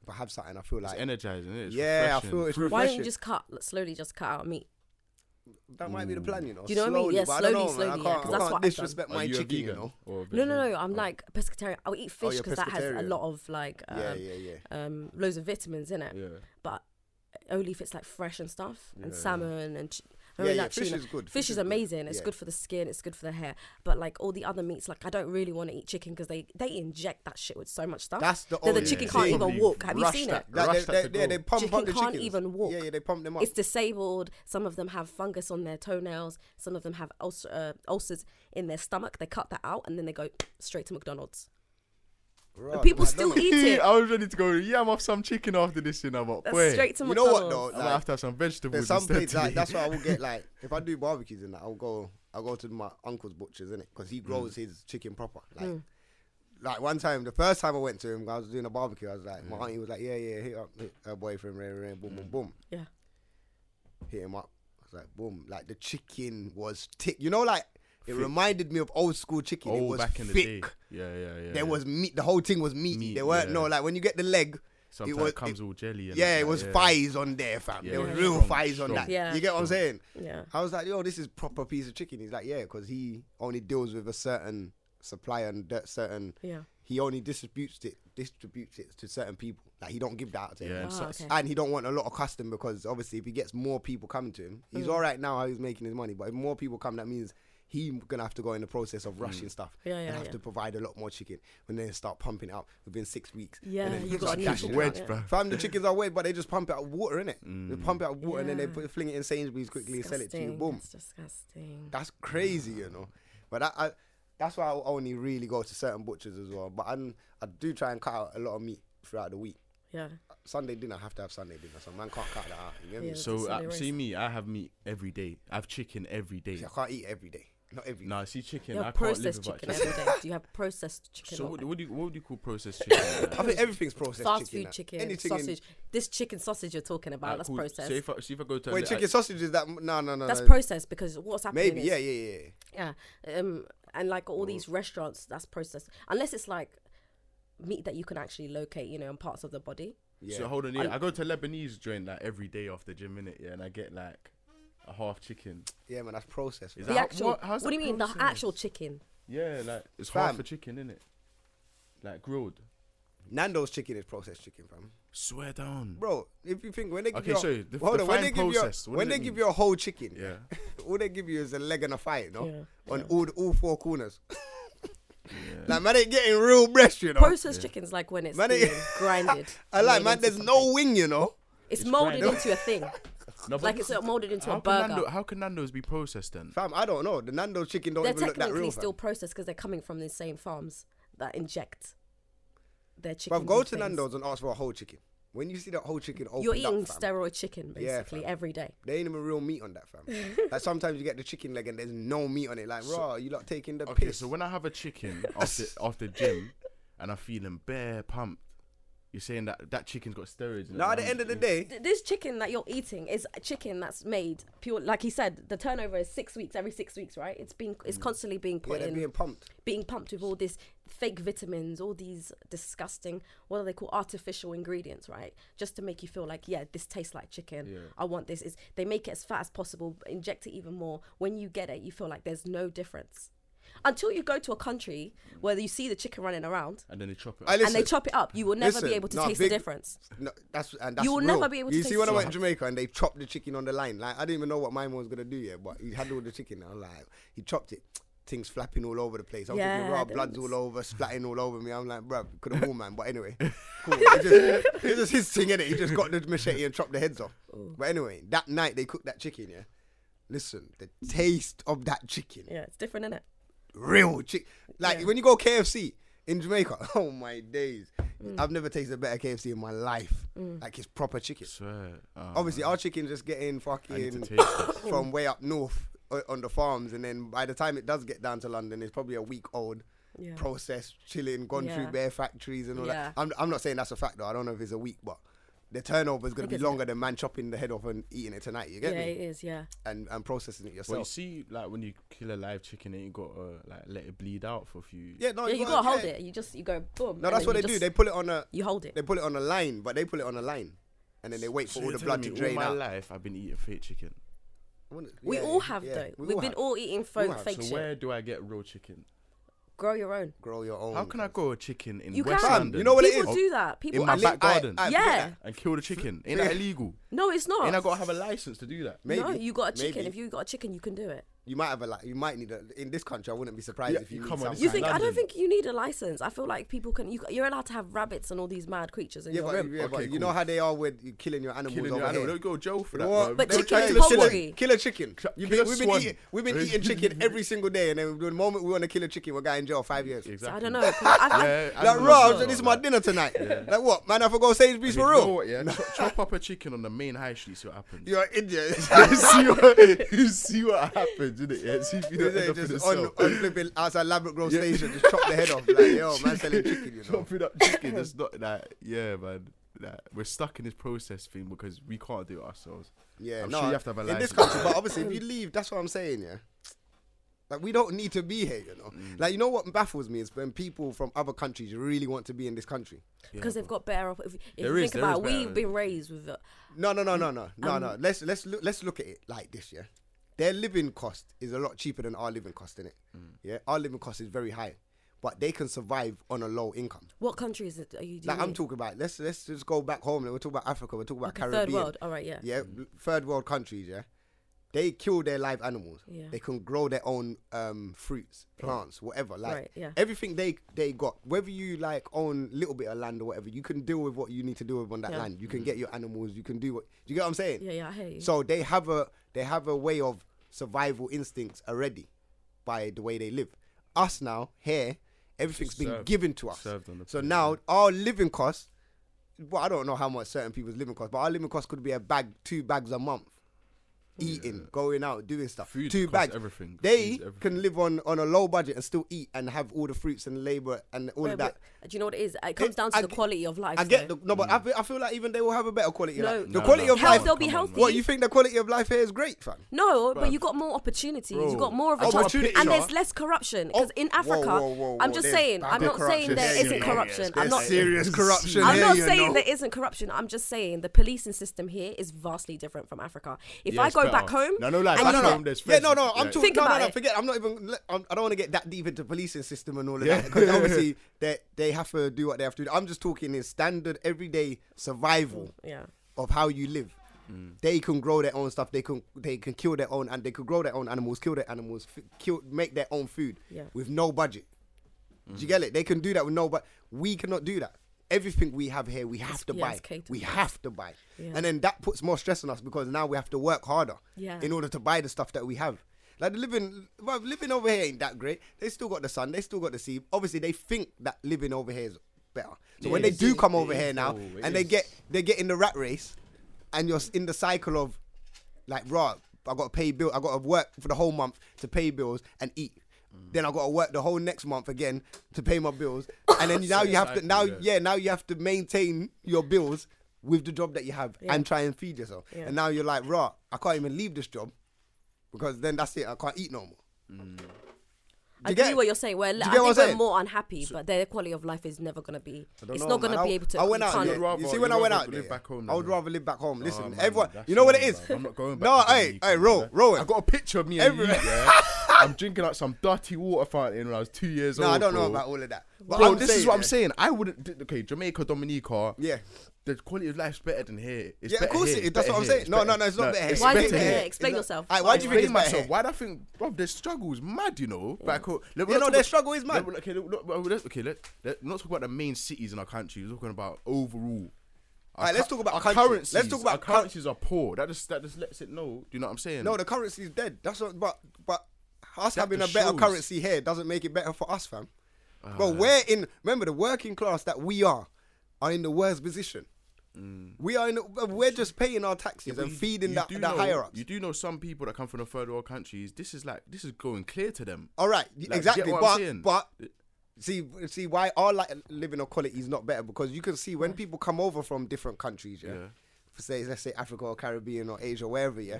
Speaker 2: If I have something, I feel
Speaker 3: It's
Speaker 2: like
Speaker 3: energizing, innit? It's
Speaker 2: Yeah, I
Speaker 3: refreshing.
Speaker 2: feel it's
Speaker 4: Why don't you
Speaker 2: refreshing.
Speaker 4: just cut slowly just cut out meat?
Speaker 2: That might be
Speaker 3: Mm.
Speaker 2: the plan, you know.
Speaker 4: Do you know what I mean?
Speaker 2: slowly,
Speaker 4: Yeah,
Speaker 2: but I don't
Speaker 4: slowly,
Speaker 2: know, man.
Speaker 4: slowly,
Speaker 2: I
Speaker 4: yeah,
Speaker 2: can't,
Speaker 4: 'cause
Speaker 2: I
Speaker 4: that's
Speaker 2: can't
Speaker 4: what I've done.
Speaker 2: disrespect
Speaker 3: Are
Speaker 2: my
Speaker 3: you a
Speaker 2: chicken, you
Speaker 3: vegan
Speaker 2: know.
Speaker 3: or a
Speaker 4: No,
Speaker 3: vegetarian?
Speaker 4: no, no. I'm like a pescatarian. I'll eat fish
Speaker 2: Mm-hmm. Oh. you're
Speaker 4: because that has a
Speaker 2: pescatarian.
Speaker 4: lot of like um,
Speaker 2: Yeah, yeah, yeah.
Speaker 4: um loads of vitamins in it.
Speaker 3: Oh, Yeah.
Speaker 4: But only if it's like fresh and stuff, and
Speaker 3: Yeah.
Speaker 4: salmon and. Ch- I
Speaker 2: Yeah,
Speaker 4: really
Speaker 2: yeah,
Speaker 4: like
Speaker 2: fish
Speaker 4: tuna.
Speaker 2: is good,
Speaker 4: Fish,
Speaker 2: fish
Speaker 4: is,
Speaker 2: is good,
Speaker 4: amazing. It's
Speaker 2: yeah.
Speaker 4: good for the skin. It's good for the hair. But like all the other meats, like I don't really want to eat chicken because they they inject that shit with so much stuff.
Speaker 2: That's oh, the
Speaker 4: that the
Speaker 2: only
Speaker 4: chicken can't
Speaker 2: thing.
Speaker 4: even walk. Have you
Speaker 3: Rush
Speaker 4: seen
Speaker 3: that-
Speaker 4: it?
Speaker 2: Like,
Speaker 3: Rush
Speaker 2: they,
Speaker 3: that
Speaker 2: they,
Speaker 3: to
Speaker 2: they,
Speaker 3: go.
Speaker 2: they pump up the
Speaker 4: Chicken can't
Speaker 2: chickens.
Speaker 4: even walk.
Speaker 2: Yeah, yeah, they pump them up.
Speaker 4: It's disabled. Some of them have fungus on their toenails. Some of them have ulcer, uh, ulcers in their stomach. They cut that out and then they go straight to McDonald's.
Speaker 2: Right,
Speaker 4: people
Speaker 2: like,
Speaker 4: still
Speaker 2: don't-
Speaker 4: (laughs)
Speaker 3: (laughs)
Speaker 4: eat it.
Speaker 3: I was ready to go. Yeah, I'm off some chicken after this, you know, but
Speaker 4: That's
Speaker 3: boy,
Speaker 4: straight to
Speaker 2: You know
Speaker 4: McDonald's.
Speaker 2: what, though?
Speaker 3: I'm gonna
Speaker 2: Like,
Speaker 3: have to have some
Speaker 2: There's
Speaker 3: vegetables.
Speaker 2: some
Speaker 3: instead
Speaker 2: places like
Speaker 3: today. (laughs)
Speaker 2: that's what I will get. Like if I do barbecues and that, I'll go. I'll go to my uncle's butcher's in it because
Speaker 3: Mm.
Speaker 2: he grows his chicken proper. Like,
Speaker 4: Mm.
Speaker 2: like one time, the first time I went to him, I was doing a barbecue. I was like,
Speaker 3: Mm.
Speaker 2: my auntie was like, yeah, yeah, hit up hit her boyfriend, rah, rah, rah, boom, boom, boom.
Speaker 4: Yeah.
Speaker 2: hit him up. I was like, boom, like the chicken was thick. You know, like it reminded me of old school chicken. it
Speaker 3: Oh,
Speaker 2: was
Speaker 3: back
Speaker 2: thick.
Speaker 3: in the day. Yeah, yeah, yeah. yeah.
Speaker 2: There was meat. The whole thing was meaty.
Speaker 3: Meat,
Speaker 2: there weren't no
Speaker 3: yeah.
Speaker 2: like when you get the leg.
Speaker 3: Sometimes
Speaker 2: it was
Speaker 3: comes
Speaker 2: it-
Speaker 3: all jelly. And
Speaker 2: yeah,
Speaker 3: that,
Speaker 2: it was
Speaker 3: yeah.
Speaker 2: thighs on there, fam.
Speaker 3: Yeah,
Speaker 2: there was
Speaker 3: yeah.
Speaker 2: real
Speaker 3: Strong,
Speaker 2: thighs on
Speaker 3: strong.
Speaker 2: that.
Speaker 4: Yeah.
Speaker 2: You get what I'm saying?
Speaker 4: Yeah.
Speaker 2: I was like, yo, this is proper piece of chicken. He's like, yeah, because he only deals with a certain supplier and that certain.
Speaker 4: Yeah.
Speaker 2: He only distributes it, distributes it to certain people. Like he don't give that out to
Speaker 3: Yeah,
Speaker 2: everyone.
Speaker 3: and
Speaker 4: Ah,
Speaker 3: so-
Speaker 4: okay.
Speaker 2: And he don't want a lot of custom because obviously if he gets more people coming to him,
Speaker 4: Mm.
Speaker 2: he's all right now how he's making his money. But if more people come, that means he gonna have to go in the process
Speaker 3: Mm.
Speaker 2: of rushing stuff
Speaker 4: Yeah,
Speaker 2: and
Speaker 4: yeah,
Speaker 2: have
Speaker 4: yeah.
Speaker 2: to provide a lot more chicken and then start pumping it out within six weeks.
Speaker 4: Yeah,
Speaker 2: and then
Speaker 4: you
Speaker 2: people start
Speaker 4: gotta need
Speaker 2: dashing
Speaker 4: to
Speaker 2: it
Speaker 4: wedge,
Speaker 2: out.
Speaker 3: bruh.
Speaker 2: Fam, the chickens are weird, but they just pump it out of water, innit? They pump it out of water and then they
Speaker 4: Yeah.
Speaker 2: put, fling it in Sainsbury's quickly and sell it to you.
Speaker 4: Disgusting.
Speaker 2: Boom.
Speaker 4: It's disgusting.
Speaker 2: That's crazy, you know. But that, I, that's why I only really go to certain butchers as well. But I'm, I do try and cut out a lot of meat throughout the week.
Speaker 4: Yeah.
Speaker 2: Sunday dinner, I have to have Sunday dinner. So man can't cut that out. You get me?
Speaker 4: Yeah.
Speaker 3: So
Speaker 4: Sunday
Speaker 3: uh, see
Speaker 4: roast.
Speaker 3: me, I have meat every day. I have chicken every day.
Speaker 2: I can't eat every day. Not every.
Speaker 3: Nah, see chicken.
Speaker 4: You
Speaker 3: I
Speaker 4: have
Speaker 3: can't live
Speaker 4: processed
Speaker 3: without
Speaker 4: chicken
Speaker 3: chicken.
Speaker 4: (laughs) every day. Do you
Speaker 3: (laughs)
Speaker 4: have processed chicken?
Speaker 3: So
Speaker 4: or
Speaker 3: what, what do you what would you call
Speaker 4: (laughs)
Speaker 3: processed chicken?
Speaker 2: I think everything's processed.
Speaker 4: fast
Speaker 2: chicken,
Speaker 4: food
Speaker 2: that.
Speaker 4: chicken,
Speaker 2: Any
Speaker 4: sausage. This chicken sausage you're talking about,
Speaker 3: Like,
Speaker 4: that's
Speaker 3: Uh, cool.
Speaker 4: processed.
Speaker 3: So if I, so if I go to a
Speaker 2: Wait,
Speaker 3: li-
Speaker 2: chicken sausage is that? No, no, no.
Speaker 4: that's
Speaker 2: no.
Speaker 4: processed because what's happening
Speaker 2: uh, Maybe.
Speaker 4: is,
Speaker 2: Yeah, yeah, yeah.
Speaker 4: Yeah, um, and like all these restaurants, that's processed. Unless it's like meat that you can actually locate, you know, in parts of the body.
Speaker 2: Yeah.
Speaker 3: So hold on, yeah. I, go to Lebanese joint like every day after gym minute, yeah, and I get like a half chicken.
Speaker 2: yeah, man, that's processed.
Speaker 3: Is
Speaker 2: man.
Speaker 4: The
Speaker 3: How-
Speaker 4: actual.
Speaker 3: what-
Speaker 4: What,
Speaker 3: how's
Speaker 4: do you
Speaker 3: that
Speaker 4: mean? The
Speaker 3: processed?
Speaker 4: actual chicken.
Speaker 3: Yeah, like it's half
Speaker 2: Fam.
Speaker 3: a chicken in it, like grilled.
Speaker 2: Nando's chicken is processed chicken, fam.
Speaker 3: Swear down.
Speaker 2: Bro, if you think when they give
Speaker 3: Okay,
Speaker 2: you, a-
Speaker 3: so the-
Speaker 2: hold on, when
Speaker 3: define
Speaker 2: they give
Speaker 3: processed,
Speaker 2: you,
Speaker 3: what
Speaker 2: a-
Speaker 3: does
Speaker 2: when
Speaker 3: it
Speaker 2: they
Speaker 3: mean?
Speaker 2: give you a whole chicken,
Speaker 3: Yeah.
Speaker 2: (laughs) all they give you is a leg and a fight, no,
Speaker 4: Yeah.
Speaker 2: on all all four corners. (laughs) like man, ain't getting real breast, you know.
Speaker 4: Processed chicken's like when it's
Speaker 2: Man, it-
Speaker 4: being grinded.
Speaker 2: I like
Speaker 4: made
Speaker 2: man,
Speaker 4: into
Speaker 2: there's
Speaker 4: something.
Speaker 2: no wing, you know.
Speaker 4: It's molded
Speaker 3: grinded.
Speaker 4: into a thing.
Speaker 3: No,
Speaker 4: Like it's uh, molded into
Speaker 3: how
Speaker 4: a
Speaker 3: can
Speaker 4: burger.
Speaker 3: Nando, how can Nando's be processed then?
Speaker 2: Fam, I don't know. The Nando's chicken don't
Speaker 4: they're
Speaker 2: even look that
Speaker 4: technically
Speaker 2: real.
Speaker 4: still
Speaker 2: Still
Speaker 4: processed because they're coming from the same farms that inject their chicken.
Speaker 2: fam, go to Nando's and ask for a whole chicken. When you see that whole chicken open,
Speaker 4: You're eating
Speaker 2: up, fam,
Speaker 4: steroid chicken
Speaker 2: Yeah,
Speaker 4: basically
Speaker 2: fam.
Speaker 4: every day.
Speaker 2: There ain't even real meat on
Speaker 4: (laughs)
Speaker 2: that, fam. like sometimes you get the chicken leg and there's no meat on it. Like, raw, you lot taking the
Speaker 3: Okay,
Speaker 2: piss.
Speaker 3: so when I have a
Speaker 2: (laughs)
Speaker 3: chicken after after gym, and I'm feeling bare pumped, you're saying that that chicken's got steroids. in it,
Speaker 2: now, at the
Speaker 3: man.
Speaker 2: end of the day,
Speaker 4: Th- This chicken that you're eating is a chicken that's made pure. Like he said, the turnover is six weeks every six weeks, right? It's being it's constantly being
Speaker 2: Mm. yeah,
Speaker 4: put
Speaker 2: they're
Speaker 4: in,
Speaker 2: being pumped.
Speaker 4: being pumped with all this fake vitamins, all these disgusting what are they called artificial ingredients, right? Just to make you feel like yeah, this tastes like chicken. I want this. Is they make it as fat as possible, inject it even more. When you get it, you feel like there's no difference. Until you go to a country where you see the chicken running around
Speaker 3: and then they chop it.
Speaker 2: I
Speaker 3: up.
Speaker 2: listen,
Speaker 4: and they chop it up, you will never
Speaker 2: listen,
Speaker 4: be able to
Speaker 2: nah,
Speaker 4: taste
Speaker 2: big-
Speaker 4: the difference.
Speaker 2: No, that's and that's
Speaker 4: You will
Speaker 2: real.
Speaker 4: never be able to
Speaker 2: You see
Speaker 4: taste
Speaker 2: when I
Speaker 4: it.
Speaker 2: went to Jamaica and they chopped the chicken on the line. Like I didn't even know what mine was gonna do yet, but he had all the chicken. I was like, he chopped it. Things flapping all over the place. I'm thinking
Speaker 4: Yeah,
Speaker 2: raw
Speaker 4: there
Speaker 2: blood's
Speaker 4: was-
Speaker 2: all over, splatting all over me. I'm like, bruv, could have worn man. But
Speaker 4: (laughs)
Speaker 2: anyway, cool. It's just, it's just his thing, innit? He just got the machete and chopped the heads off.
Speaker 4: Oh.
Speaker 2: But anyway, that night they cooked that chicken, yeah. Listen, the taste of that chicken
Speaker 4: Yeah, it's different, isn't it?
Speaker 2: real chick. Like
Speaker 4: Yeah.
Speaker 2: when you go KFC in Jamaica, (laughs) oh my days!
Speaker 4: Mm.
Speaker 2: I've never tasted better KFC in my life. Like it's proper chicken.
Speaker 3: swear. Oh,
Speaker 2: Obviously, our chicken's just getting
Speaker 3: need to
Speaker 2: fucking
Speaker 3: taste this.
Speaker 2: (coughs) from way up north o- on the farms, and then by the time it does get down to London, it's probably a week old.
Speaker 4: Yeah.
Speaker 2: Processed, chilling, gone
Speaker 4: Yeah.
Speaker 2: through bear factories and all
Speaker 4: Yeah.
Speaker 2: that. I'm, I'm not saying that's a fact though. I don't know if it's a week, but the turnover is going to be
Speaker 4: it's-
Speaker 2: longer than man chopping the head off and eating it tonight. You
Speaker 4: Yeah,
Speaker 2: get me?
Speaker 4: it is. Yeah.
Speaker 2: And and processing it
Speaker 3: Well, you
Speaker 2: yourself.
Speaker 3: see, like when you kill a live chicken, ain't you got to like let it bleed out for a few.
Speaker 2: yeah, no,
Speaker 4: yeah, you
Speaker 2: gotta-
Speaker 4: gotta hold
Speaker 2: yeah.
Speaker 4: it. You just you go boom.
Speaker 2: No,
Speaker 4: and
Speaker 2: that's
Speaker 4: then
Speaker 2: what they
Speaker 4: you
Speaker 2: do.
Speaker 4: just-
Speaker 2: They put it on a
Speaker 4: you hold it.
Speaker 2: They put it on a line, but they put it on a line, and then they wait
Speaker 3: So
Speaker 2: for all
Speaker 3: you're
Speaker 2: the blood to
Speaker 3: telling me
Speaker 2: drain
Speaker 3: all my
Speaker 2: out.
Speaker 3: life, I've been eating fake chicken.
Speaker 2: I wonder-
Speaker 4: We
Speaker 2: yeah,
Speaker 4: all have
Speaker 2: yeah,
Speaker 4: though.
Speaker 2: we
Speaker 4: We've
Speaker 2: all
Speaker 4: been
Speaker 2: have.
Speaker 4: all eating folk,
Speaker 2: have.
Speaker 4: fake
Speaker 3: so
Speaker 4: shit.
Speaker 3: where do I get real chicken?
Speaker 4: Grow your own.
Speaker 2: grow your own.
Speaker 3: How can I grow a chicken in
Speaker 4: You
Speaker 3: West
Speaker 4: can.
Speaker 3: London?
Speaker 2: You know what it
Speaker 4: People
Speaker 2: is?
Speaker 4: do that. People
Speaker 3: my
Speaker 4: actually-
Speaker 3: back garden.
Speaker 2: I- I-
Speaker 4: Yeah.
Speaker 2: forget that.
Speaker 3: And kill the chicken. Ain't
Speaker 2: (laughs)
Speaker 3: that illegal?
Speaker 4: No, it's not.
Speaker 3: Ain't I gotta have a license to do that?
Speaker 2: Maybe.
Speaker 4: no, you got a chicken.
Speaker 2: Maybe.
Speaker 4: If you got a chicken, you can do it.
Speaker 2: You might have a like. You might need a. In this country, I wouldn't be surprised
Speaker 3: Yeah,
Speaker 2: if you
Speaker 3: you
Speaker 2: need
Speaker 3: come on,
Speaker 2: something.
Speaker 4: You
Speaker 3: Like
Speaker 4: think I don't
Speaker 3: London.
Speaker 4: think you need a license. I feel like people can. You, you're allowed to have rabbits and all these mad creatures in
Speaker 2: Yeah,
Speaker 4: your
Speaker 2: but,
Speaker 4: room.
Speaker 2: yeah, but
Speaker 3: Okay,
Speaker 2: you know
Speaker 3: cool.
Speaker 2: how they are with you killing your animals
Speaker 3: Killing your
Speaker 2: over
Speaker 3: animal.
Speaker 2: here.
Speaker 3: Don't go to jail for that.
Speaker 2: What?
Speaker 3: bro.
Speaker 4: But
Speaker 2: They
Speaker 3: Don't
Speaker 4: chicken
Speaker 2: try
Speaker 4: is
Speaker 2: to kill a-
Speaker 4: poultry.
Speaker 2: Kill a chicken.
Speaker 3: Kill
Speaker 2: You've
Speaker 3: a
Speaker 2: been, we've, been
Speaker 3: swan.
Speaker 2: eating, we've been eating chicken every single day, and then the moment we want to kill a chicken, we're going in jail five years.
Speaker 3: Exactly.
Speaker 4: So I don't know. 'cause I- I-
Speaker 3: Yeah, I
Speaker 2: Like,
Speaker 3: don't
Speaker 2: raw,
Speaker 3: know.
Speaker 2: so this is my dinner tonight. Like, what? Man, I forgot Sainsbury's
Speaker 3: You
Speaker 2: for
Speaker 3: know
Speaker 2: real.
Speaker 3: what, yeah? Chop- Chop up a chicken on the main high street, see what (laughs) happens.
Speaker 2: You're an idiot. (laughs)
Speaker 3: see, what, (laughs) you see what happens, innit? Yeah? See if you don't end
Speaker 2: Yeah,
Speaker 3: up in the
Speaker 2: just on,
Speaker 3: cell.
Speaker 2: on flipping outside Ladbroke Grove
Speaker 3: Yeah.
Speaker 2: Station, just chop the head off. Like, yo,
Speaker 3: (laughs)
Speaker 2: man, selling chicken, you know.
Speaker 3: Chopping up chicken, it's not that. Yeah, man. That we're stuck in this process thing because we can't do it ourselves.
Speaker 2: Yeah,
Speaker 3: I'm
Speaker 2: no,
Speaker 3: sure you have to have a
Speaker 2: in this
Speaker 3: license.
Speaker 2: country. But um, obviously, if you leave, that's what I'm saying. Yeah, like we don't need to be here, you know.
Speaker 3: Mm.
Speaker 2: Like you know what baffles me is when people from other countries really want to be in this country.
Speaker 4: because they've got better. Off, if if you
Speaker 3: There is-
Speaker 4: think
Speaker 3: there
Speaker 4: about, it,
Speaker 3: is better
Speaker 4: we've been raised with. A,
Speaker 2: No, no, no, no, no, no, no.
Speaker 3: Um,
Speaker 2: Let's let's look, let's look at it like this. Yeah, their living cost is a lot cheaper than our living cost, isn't it?
Speaker 3: Mm.
Speaker 2: Yeah, our living cost is very high, but they can survive on a low income.
Speaker 4: what country is it? Are you? do you
Speaker 2: Like I'm
Speaker 4: mean?
Speaker 2: talking about let's let's just go back home. We're talking about Africa. We're talking about
Speaker 4: Okay, third
Speaker 2: Caribbean.
Speaker 4: world, all right, yeah.
Speaker 2: Yeah, third world countries. Yeah, they kill their live animals.
Speaker 4: Yeah.
Speaker 2: They can grow their own um, fruits, plants, whatever. Like
Speaker 4: Right, yeah.
Speaker 2: everything they they got. Whether you like own little bit of land or whatever, you can deal with what you need to deal with on that
Speaker 4: Yeah.
Speaker 2: land. You can get your animals. You can do what. Do you get what I'm saying?
Speaker 4: Yeah, yeah, I hear you.
Speaker 2: So they have a they have a way of survival instincts already by the way they live. Us now here, everything's been
Speaker 3: served-
Speaker 2: given to us.
Speaker 3: served on the
Speaker 2: so
Speaker 3: plate,
Speaker 2: now our living costs. Well, I don't know how much certain people's living costs, but our living costs could be a bag, two bags a month. eating, going out, doing stuff.
Speaker 3: Food
Speaker 2: Two
Speaker 3: costs
Speaker 2: bags.
Speaker 3: everything.
Speaker 2: They
Speaker 3: Food's everything.
Speaker 2: can live on on a low budget and still eat and have all the fruits and labor and all
Speaker 4: No,
Speaker 2: of that.
Speaker 4: but Uh, do you know what it is? It comes down to
Speaker 2: I
Speaker 4: the
Speaker 2: get-
Speaker 4: quality of life.
Speaker 2: I get
Speaker 4: though.
Speaker 2: the, no, but I, feel, I feel like even they will have a better quality. of
Speaker 4: No.
Speaker 2: life. the
Speaker 4: No,
Speaker 2: quality
Speaker 3: Mm. no.
Speaker 2: of
Speaker 4: Health,
Speaker 2: life.
Speaker 4: they'll be
Speaker 3: Come on, man.
Speaker 4: healthy.
Speaker 2: What you think the quality of life here is great, fam?
Speaker 4: No, but
Speaker 3: Bruv.
Speaker 4: you got more opportunities.
Speaker 3: Bro,
Speaker 4: You got more of a
Speaker 2: I've got
Speaker 4: chance,
Speaker 2: a picture.
Speaker 4: and there's less corruption. Because in
Speaker 2: Oh, whoa,
Speaker 4: Africa,
Speaker 2: whoa, whoa,
Speaker 4: I'm
Speaker 2: whoa,
Speaker 4: just
Speaker 2: there's
Speaker 4: saying. I'm
Speaker 2: bad
Speaker 4: not saying
Speaker 2: corruption.
Speaker 4: there
Speaker 2: Yeah,
Speaker 4: isn't
Speaker 2: yeah,
Speaker 4: corruption.
Speaker 2: yeah.
Speaker 4: I'm not.
Speaker 2: There's serious corruption
Speaker 4: I'm
Speaker 2: here,
Speaker 4: not
Speaker 2: you
Speaker 4: saying
Speaker 2: know.
Speaker 4: there isn't corruption. I'm just saying the policing system here is vastly different from Africa. If I
Speaker 3: it's
Speaker 4: go
Speaker 3: better.
Speaker 4: back home,
Speaker 3: No, no, like,
Speaker 4: and
Speaker 3: back
Speaker 4: you
Speaker 3: home
Speaker 4: get-
Speaker 3: there's
Speaker 2: Yeah,
Speaker 3: friends.
Speaker 2: no, no. I'm
Speaker 3: Yeah.
Speaker 2: talking.
Speaker 4: Think
Speaker 2: No, no,
Speaker 4: about
Speaker 2: no.
Speaker 4: it.
Speaker 2: Forget. I'm not even. le- I'm, I don't want to get that deep into policing system and all of
Speaker 3: Yeah.
Speaker 2: that
Speaker 3: (laughs)
Speaker 2: because obviously they they have to do what they have to do. I'm just talking in standard everyday survival
Speaker 4: yeah.
Speaker 2: of how you live.
Speaker 3: Mm.
Speaker 2: They can grow their own stuff. They can they can kill their own and they can grow their own animals, kill their animals, f- kill make their own food
Speaker 4: Yeah.
Speaker 2: with no budget. Do
Speaker 3: Mm.
Speaker 2: you get it? They can do that with no, but we cannot do that. Everything we have here, we have to
Speaker 4: yeah,
Speaker 2: buy.
Speaker 4: it's catered.
Speaker 2: We have to buy,
Speaker 4: Yeah.
Speaker 2: and then that puts more stress on us because now we have to work harder
Speaker 4: Yeah.
Speaker 2: in order to buy the stuff that we have. Like the living, well, living over here ain't that great. They still got the sun. They still got the sea. Obviously, they think that living over here is better. So when they do come over here now,
Speaker 3: Oh, it
Speaker 2: and they
Speaker 3: is.
Speaker 2: get they get in the rat race, and you're s- in the cycle of like, raw, I got to pay bill. I got to work for the whole month to pay bills and eat. Then I got to work the whole next month again to pay my
Speaker 4: (coughs)
Speaker 2: bills, and then now you have to
Speaker 3: cycle,
Speaker 2: now
Speaker 3: yeah.
Speaker 2: yeah now you have to maintain your bills with the job that you have and try and feed yourself. And now you're like, raw, I can't even leave this job because then that's it. I can't eat no more.
Speaker 4: I
Speaker 2: you
Speaker 4: agree
Speaker 2: get-
Speaker 4: what you're saying. We're, li-
Speaker 2: you
Speaker 4: I
Speaker 2: get what I'm
Speaker 4: think we're
Speaker 2: saying?
Speaker 4: more unhappy, but their quality of life is never gonna be.
Speaker 2: don't
Speaker 4: It's
Speaker 2: know,
Speaker 4: not gonna
Speaker 2: man.
Speaker 4: be able to.
Speaker 2: I went
Speaker 4: you
Speaker 2: out.
Speaker 4: can't-
Speaker 2: there.
Speaker 3: You'd rather-
Speaker 2: you see,
Speaker 3: you'd
Speaker 2: when I went
Speaker 3: rather
Speaker 2: out,
Speaker 3: live
Speaker 2: there,
Speaker 3: back home
Speaker 2: I
Speaker 3: than
Speaker 2: would
Speaker 3: here.
Speaker 2: rather live back home. Listen,
Speaker 3: man,
Speaker 2: everyone,
Speaker 3: that's
Speaker 2: you know what it
Speaker 3: wrong,
Speaker 2: is.
Speaker 3: bruv. I'm not going
Speaker 2: (laughs)
Speaker 3: back
Speaker 2: No,
Speaker 3: to the
Speaker 2: hey,
Speaker 3: UK,
Speaker 2: hey, roll,
Speaker 3: bruh.
Speaker 2: roll.
Speaker 3: I got a picture of me and you,
Speaker 2: Everywhere. (laughs)
Speaker 3: yeah. I'm drinking out some dirty water fountain when I was two years
Speaker 2: No,
Speaker 3: old.
Speaker 2: I don't know
Speaker 3: bro.
Speaker 2: about all of that. But
Speaker 3: Bro,
Speaker 2: I'm
Speaker 3: this
Speaker 2: saying,
Speaker 3: is what
Speaker 2: yeah.
Speaker 3: I'm saying. I wouldn't. d- Okay, Jamaica, Dominica.
Speaker 2: Yeah.
Speaker 3: The quality of life's better than here. It's
Speaker 2: Yeah, of
Speaker 3: better
Speaker 2: course
Speaker 3: here.
Speaker 2: it is.
Speaker 3: It's
Speaker 2: That's
Speaker 3: better
Speaker 2: what I'm
Speaker 3: here.
Speaker 2: saying.
Speaker 3: It's
Speaker 2: No,
Speaker 3: better-
Speaker 2: no, no, it's not better here.
Speaker 4: Why do you
Speaker 2: It's
Speaker 4: think-
Speaker 2: better
Speaker 4: yeah,
Speaker 2: here.
Speaker 4: explain
Speaker 2: It's not-
Speaker 4: yourself.
Speaker 2: Aye, Why do you think
Speaker 3: Explain
Speaker 2: it's better
Speaker 3: myself.
Speaker 2: here?
Speaker 3: Why do I think, bro, their struggle is mad, you know? Back home. Let,
Speaker 2: Yeah,
Speaker 3: let's
Speaker 2: no,
Speaker 3: talk
Speaker 2: their
Speaker 3: about-
Speaker 2: struggle is mad.
Speaker 3: Let, okay, let, let, well, let's, okay let, let, not talk about the main cities in our country. We're talking about overall. Our
Speaker 2: Alright, let's
Speaker 3: cu-
Speaker 2: talk about
Speaker 3: our
Speaker 2: country.
Speaker 3: currencies.
Speaker 2: Let's talk about
Speaker 3: our
Speaker 2: cur-
Speaker 3: currencies are poor. That just that just lets it know. Do you know what I'm saying?
Speaker 2: No, the currency's dead. That's what. But but us having a
Speaker 3: just
Speaker 2: better
Speaker 3: shows.
Speaker 2: currency here doesn't make it better for us, fam.
Speaker 3: Ah.
Speaker 2: but we're in. Remember, the working class that we are are in the worst position. We are in. The, we're just paying our taxes
Speaker 3: Mm. But
Speaker 2: and
Speaker 3: you-
Speaker 2: feeding
Speaker 3: you
Speaker 2: that
Speaker 3: do
Speaker 2: the
Speaker 3: know-
Speaker 2: higher ups.
Speaker 3: You do know some people that come from the third world countries. This is like this is going clear to them.
Speaker 2: All right, y-
Speaker 3: Like, get
Speaker 2: exactly.
Speaker 3: what I'm
Speaker 2: But
Speaker 3: saying?
Speaker 2: but see see why our like living or quality is not better because you can see when people come over from different countries, yeah,
Speaker 3: Yeah.
Speaker 2: For say let's say Africa or Caribbean or Asia, wherever, yeah,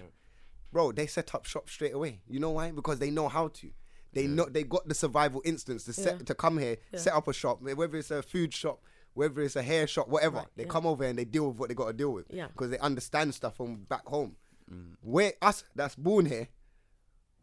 Speaker 2: bro, they set up shop straight away. You know why? Because they know how to. They know they got the survival instincts to set
Speaker 4: Yeah.
Speaker 2: to come here,
Speaker 4: Yeah.
Speaker 2: set up a shop, whether it's a food shop. Whether it's a hair shop, whatever, they come over and they deal with what they got to deal with,
Speaker 4: Yeah.
Speaker 2: because they understand stuff from back home.
Speaker 3: Mm.
Speaker 2: Where us that's born here,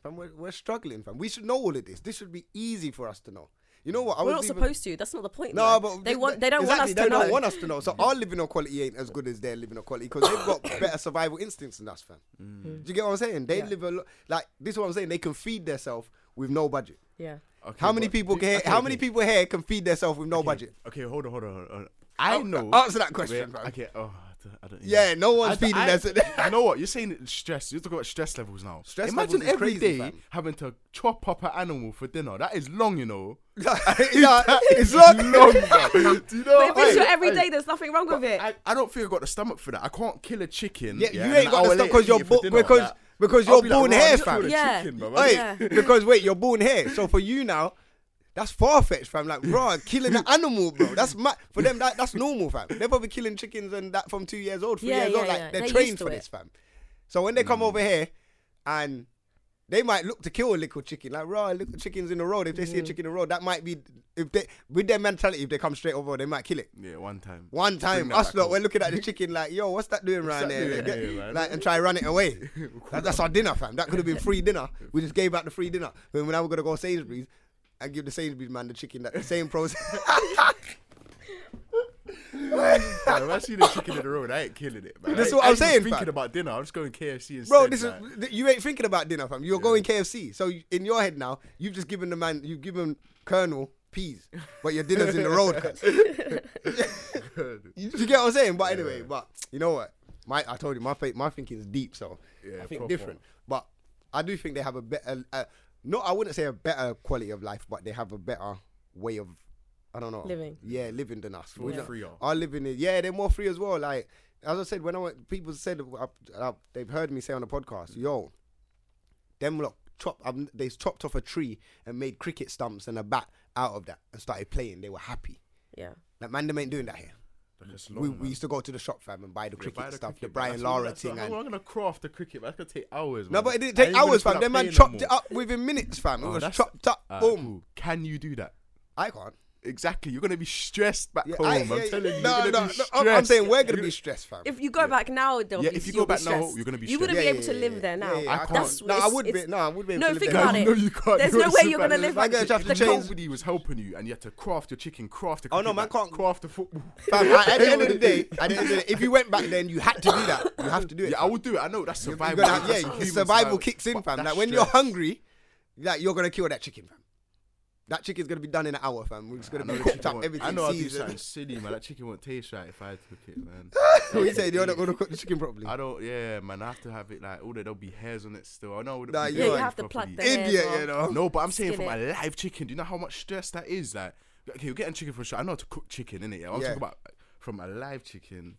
Speaker 2: Fam, we're, we're struggling, fam. We should know all of this. This should be easy for us to know. You know what? I
Speaker 4: We're
Speaker 2: was
Speaker 4: not
Speaker 2: even-
Speaker 4: supposed to. That's not the point.
Speaker 2: No,
Speaker 4: though.
Speaker 2: but
Speaker 4: they want. They don't want
Speaker 2: exactly,
Speaker 4: us
Speaker 2: they
Speaker 4: to
Speaker 2: don't
Speaker 4: know.
Speaker 2: want us to know. So our living quality ain't as good as their living quality because they've got
Speaker 3: Mm.
Speaker 2: better survival instincts than us, fam. Do
Speaker 4: Mm.
Speaker 2: you get what I'm saying? They live a lot. Like this is what I'm saying. They can feed themselves with no budget.
Speaker 4: Yeah.
Speaker 3: Okay,
Speaker 2: how many
Speaker 3: but
Speaker 2: people
Speaker 3: do-
Speaker 2: here?
Speaker 3: okay,
Speaker 2: how many
Speaker 3: okay.
Speaker 2: people here can feed themselves with no budget? (laughs)
Speaker 3: Okay, hold on, hold on. Hold on. I know.
Speaker 2: answer that question,
Speaker 3: Wait,
Speaker 2: bro.
Speaker 3: Okay. Oh, I don't- I don't.
Speaker 2: Yeah, no one's feeding
Speaker 3: I,
Speaker 2: us.
Speaker 3: (laughs) You know what? You're saying it's stress. You're talking about stress levels now.
Speaker 2: Stress
Speaker 3: Imagine
Speaker 2: levels is
Speaker 3: every
Speaker 2: crazy,
Speaker 3: day
Speaker 2: fam.
Speaker 3: having to chop up an animal for dinner. That is long, you know. (laughs)
Speaker 2: yeah, (laughs) it's
Speaker 3: Long,
Speaker 2: not.
Speaker 3: bro. (laughs) Do you know?
Speaker 4: But if it's
Speaker 3: Hey,
Speaker 4: your everyday,
Speaker 3: hey,
Speaker 4: there's nothing wrong with it.
Speaker 3: I, I don't think I got the stomach for that. I can't kill a chicken.
Speaker 2: Yeah, you
Speaker 3: and
Speaker 2: ain't
Speaker 3: an
Speaker 2: got the
Speaker 3: hour
Speaker 2: stomach
Speaker 3: later
Speaker 2: 'cause you're
Speaker 3: eat it for
Speaker 2: bo-
Speaker 3: dinner.
Speaker 2: because-
Speaker 3: Like,
Speaker 2: because
Speaker 3: I'll
Speaker 2: you're
Speaker 3: be like,
Speaker 2: born
Speaker 3: "Raw,
Speaker 2: here,
Speaker 3: look
Speaker 2: fam."
Speaker 3: at the
Speaker 4: Yeah.
Speaker 3: chicken, bro.
Speaker 2: Oi,
Speaker 4: Yeah.
Speaker 2: because wait, you're born here. So for you now, that's far fetched, fam. Like, bro, killing an animal, bro. That's mad. For them, that, that's normal, fam. They're probably killing chickens and that from two years old, three
Speaker 4: Yeah,
Speaker 2: years old.
Speaker 4: yeah,
Speaker 2: Like,
Speaker 4: yeah.
Speaker 2: they're,
Speaker 4: They're
Speaker 2: trained
Speaker 4: used to
Speaker 2: for
Speaker 4: it.
Speaker 2: this, fam. So when they come over here and they might look to kill a little chicken, like, raw, little chickens in the road. If they
Speaker 4: Mm.
Speaker 2: see a chicken in the road, that might be, if they, with their mentality, if they come straight over, they might kill it.
Speaker 3: Yeah, one time.
Speaker 2: One time,
Speaker 3: that
Speaker 2: us
Speaker 3: back
Speaker 2: lot,
Speaker 3: home.
Speaker 2: we're looking at
Speaker 3: (laughs)
Speaker 2: the chicken like, yo, what's that doing around
Speaker 3: that
Speaker 2: there?
Speaker 3: doing
Speaker 2: Like,
Speaker 3: here,
Speaker 2: get-
Speaker 3: man?
Speaker 2: like, and try run it away.
Speaker 3: (laughs)
Speaker 2: That- that's our dinner, fam. That could have been free dinner. We just gave out the free dinner. But now we're gonna go Sainsbury's and give the Sainsbury's man the chicken. That the same process.
Speaker 3: Bro, if I see the chicken in the road, I ain't killing it. Man.
Speaker 2: That's
Speaker 3: I-
Speaker 2: what
Speaker 3: I
Speaker 2: I'm
Speaker 3: ain't even
Speaker 2: saying,
Speaker 3: Thinking
Speaker 2: fam.
Speaker 3: about dinner, I'm just going KFC instead.
Speaker 2: Bro, this is
Speaker 3: like.
Speaker 2: th- you ain't thinking about dinner, fam. You're going KFC. So you- in your head now, you've just given the man, you've given Colonel peas, but your dinner's in the
Speaker 3: (laughs)
Speaker 2: road. cuz. you, you get what I'm saying? But anyway, but you know what? My I told you my fa- my thinking is deep, so
Speaker 3: Yeah,
Speaker 2: I think
Speaker 3: proper.
Speaker 2: different. But I do think they have a better, uh, no, I wouldn't say a better quality of life, but they have a better way of I don't know.
Speaker 4: Living.
Speaker 2: Yeah, living than us.
Speaker 3: More
Speaker 2: We don't-
Speaker 3: freer.
Speaker 2: Our living is yeah, they're more free as well. Like as I said, when I went, people said I, I, they've heard me say on the podcast, yo, them look chop. Um, they chopped off a tree and made cricket stumps and a bat out of that and started playing. They were happy.
Speaker 4: Yeah.
Speaker 2: Like man, them ain't doing that here.
Speaker 3: That's
Speaker 2: we,
Speaker 3: long,
Speaker 2: we
Speaker 3: man.
Speaker 2: used to go to the shop fam and buy the
Speaker 3: Yeah,
Speaker 2: cricket
Speaker 3: buy the
Speaker 2: stuff, the
Speaker 3: cricket, but
Speaker 2: Brian
Speaker 3: that's-
Speaker 2: Lara
Speaker 3: that's-
Speaker 2: thing,
Speaker 3: that's-
Speaker 2: and
Speaker 3: I'm gonna craft the cricket. but That's gonna take hours.
Speaker 2: no,
Speaker 3: man.
Speaker 2: but it didn't
Speaker 3: I
Speaker 2: take
Speaker 3: ain't even
Speaker 2: hours, fam.
Speaker 3: feel like
Speaker 2: Them man
Speaker 3: playing no
Speaker 2: chopped
Speaker 3: more.
Speaker 2: it up within minutes, fam. It
Speaker 3: Oh,
Speaker 2: was
Speaker 3: that's-
Speaker 2: chopped up,
Speaker 3: Alright,
Speaker 2: boom.
Speaker 3: cool. Can you do that?
Speaker 2: I can't.
Speaker 3: Exactly. You're gonna be stressed back home.
Speaker 2: I-
Speaker 3: I, am
Speaker 2: yeah,
Speaker 3: telling you.
Speaker 2: no,
Speaker 3: you're
Speaker 2: no, no,
Speaker 3: gonna be
Speaker 2: I'm- I'm
Speaker 3: stressed.
Speaker 2: saying we're gonna
Speaker 3: You're
Speaker 2: be stressed, fam.
Speaker 4: If you go back now, they'll
Speaker 3: Yeah,
Speaker 4: be-
Speaker 3: if you
Speaker 4: you'll
Speaker 3: go
Speaker 4: be
Speaker 3: back now,
Speaker 4: stressed.
Speaker 3: you're gonna be
Speaker 4: You wouldn't
Speaker 2: stressed.
Speaker 4: be able
Speaker 2: Yeah,
Speaker 4: to
Speaker 2: yeah,
Speaker 4: live there
Speaker 2: yeah,
Speaker 4: now.
Speaker 2: yeah, I
Speaker 4: That's
Speaker 2: can't. No, I
Speaker 4: it's-
Speaker 2: would be-
Speaker 4: it's-
Speaker 2: no, I would be able
Speaker 4: No,
Speaker 2: to live
Speaker 4: think
Speaker 2: there.
Speaker 4: about
Speaker 2: No,
Speaker 4: it.
Speaker 3: no, you can't.
Speaker 4: There's
Speaker 3: You're
Speaker 4: no
Speaker 3: a
Speaker 4: way you're
Speaker 3: super-
Speaker 4: gonna live
Speaker 2: Like,
Speaker 4: like
Speaker 2: uh, just
Speaker 4: the
Speaker 2: change-
Speaker 4: cult-
Speaker 3: Nobody was helping you, and you had to craft your chicken, craft the
Speaker 2: Oh,
Speaker 3: cricket,
Speaker 2: no, man, can't-
Speaker 3: craft the football.
Speaker 2: Fam, at, at the end of
Speaker 3: (laughs)
Speaker 2: the day, at the end of the day, if you went back then, you had to do that. You have to do it.
Speaker 3: Yeah, I would do it. I know that's
Speaker 2: You're gonna
Speaker 3: survival.
Speaker 2: have- yeah,
Speaker 3: that's
Speaker 2: your
Speaker 3: human
Speaker 2: survival kicks in,
Speaker 3: but
Speaker 2: fam.
Speaker 3: that's
Speaker 2: Like when you're
Speaker 3: stress.
Speaker 2: hungry, like you're gonna kill that chicken, fam. That chicken's gonna be done in an hour, fam. We're just
Speaker 3: I
Speaker 2: gonna
Speaker 3: know
Speaker 2: be
Speaker 3: the
Speaker 2: cooked
Speaker 3: chicken
Speaker 2: up
Speaker 3: won't-
Speaker 2: everything.
Speaker 3: I know I'd do
Speaker 2: seasoned. (laughs)
Speaker 3: something silly, man. That chicken won't taste right if I cook it, man.
Speaker 2: we said you're not gonna cook the chicken properly.
Speaker 3: I don't. Yeah, man. I have to have it like. Oh, there'll be hairs on it still. I know. I wouldn't
Speaker 2: Nah,
Speaker 3: be
Speaker 2: you
Speaker 3: doing
Speaker 2: Yeah, you
Speaker 3: it
Speaker 2: have
Speaker 4: to pluck
Speaker 3: properly.
Speaker 4: the hair.
Speaker 2: Idiot,
Speaker 4: bro.
Speaker 2: you know.
Speaker 3: No, but I'm saying
Speaker 4: Skin
Speaker 3: from a
Speaker 4: it.
Speaker 3: live chicken, do you know how much stress that is? Like, okay, you're getting chicken for sure. I know how to cook chicken, innit? Yeah? I'm
Speaker 2: Yeah.
Speaker 3: talking about from a live chicken.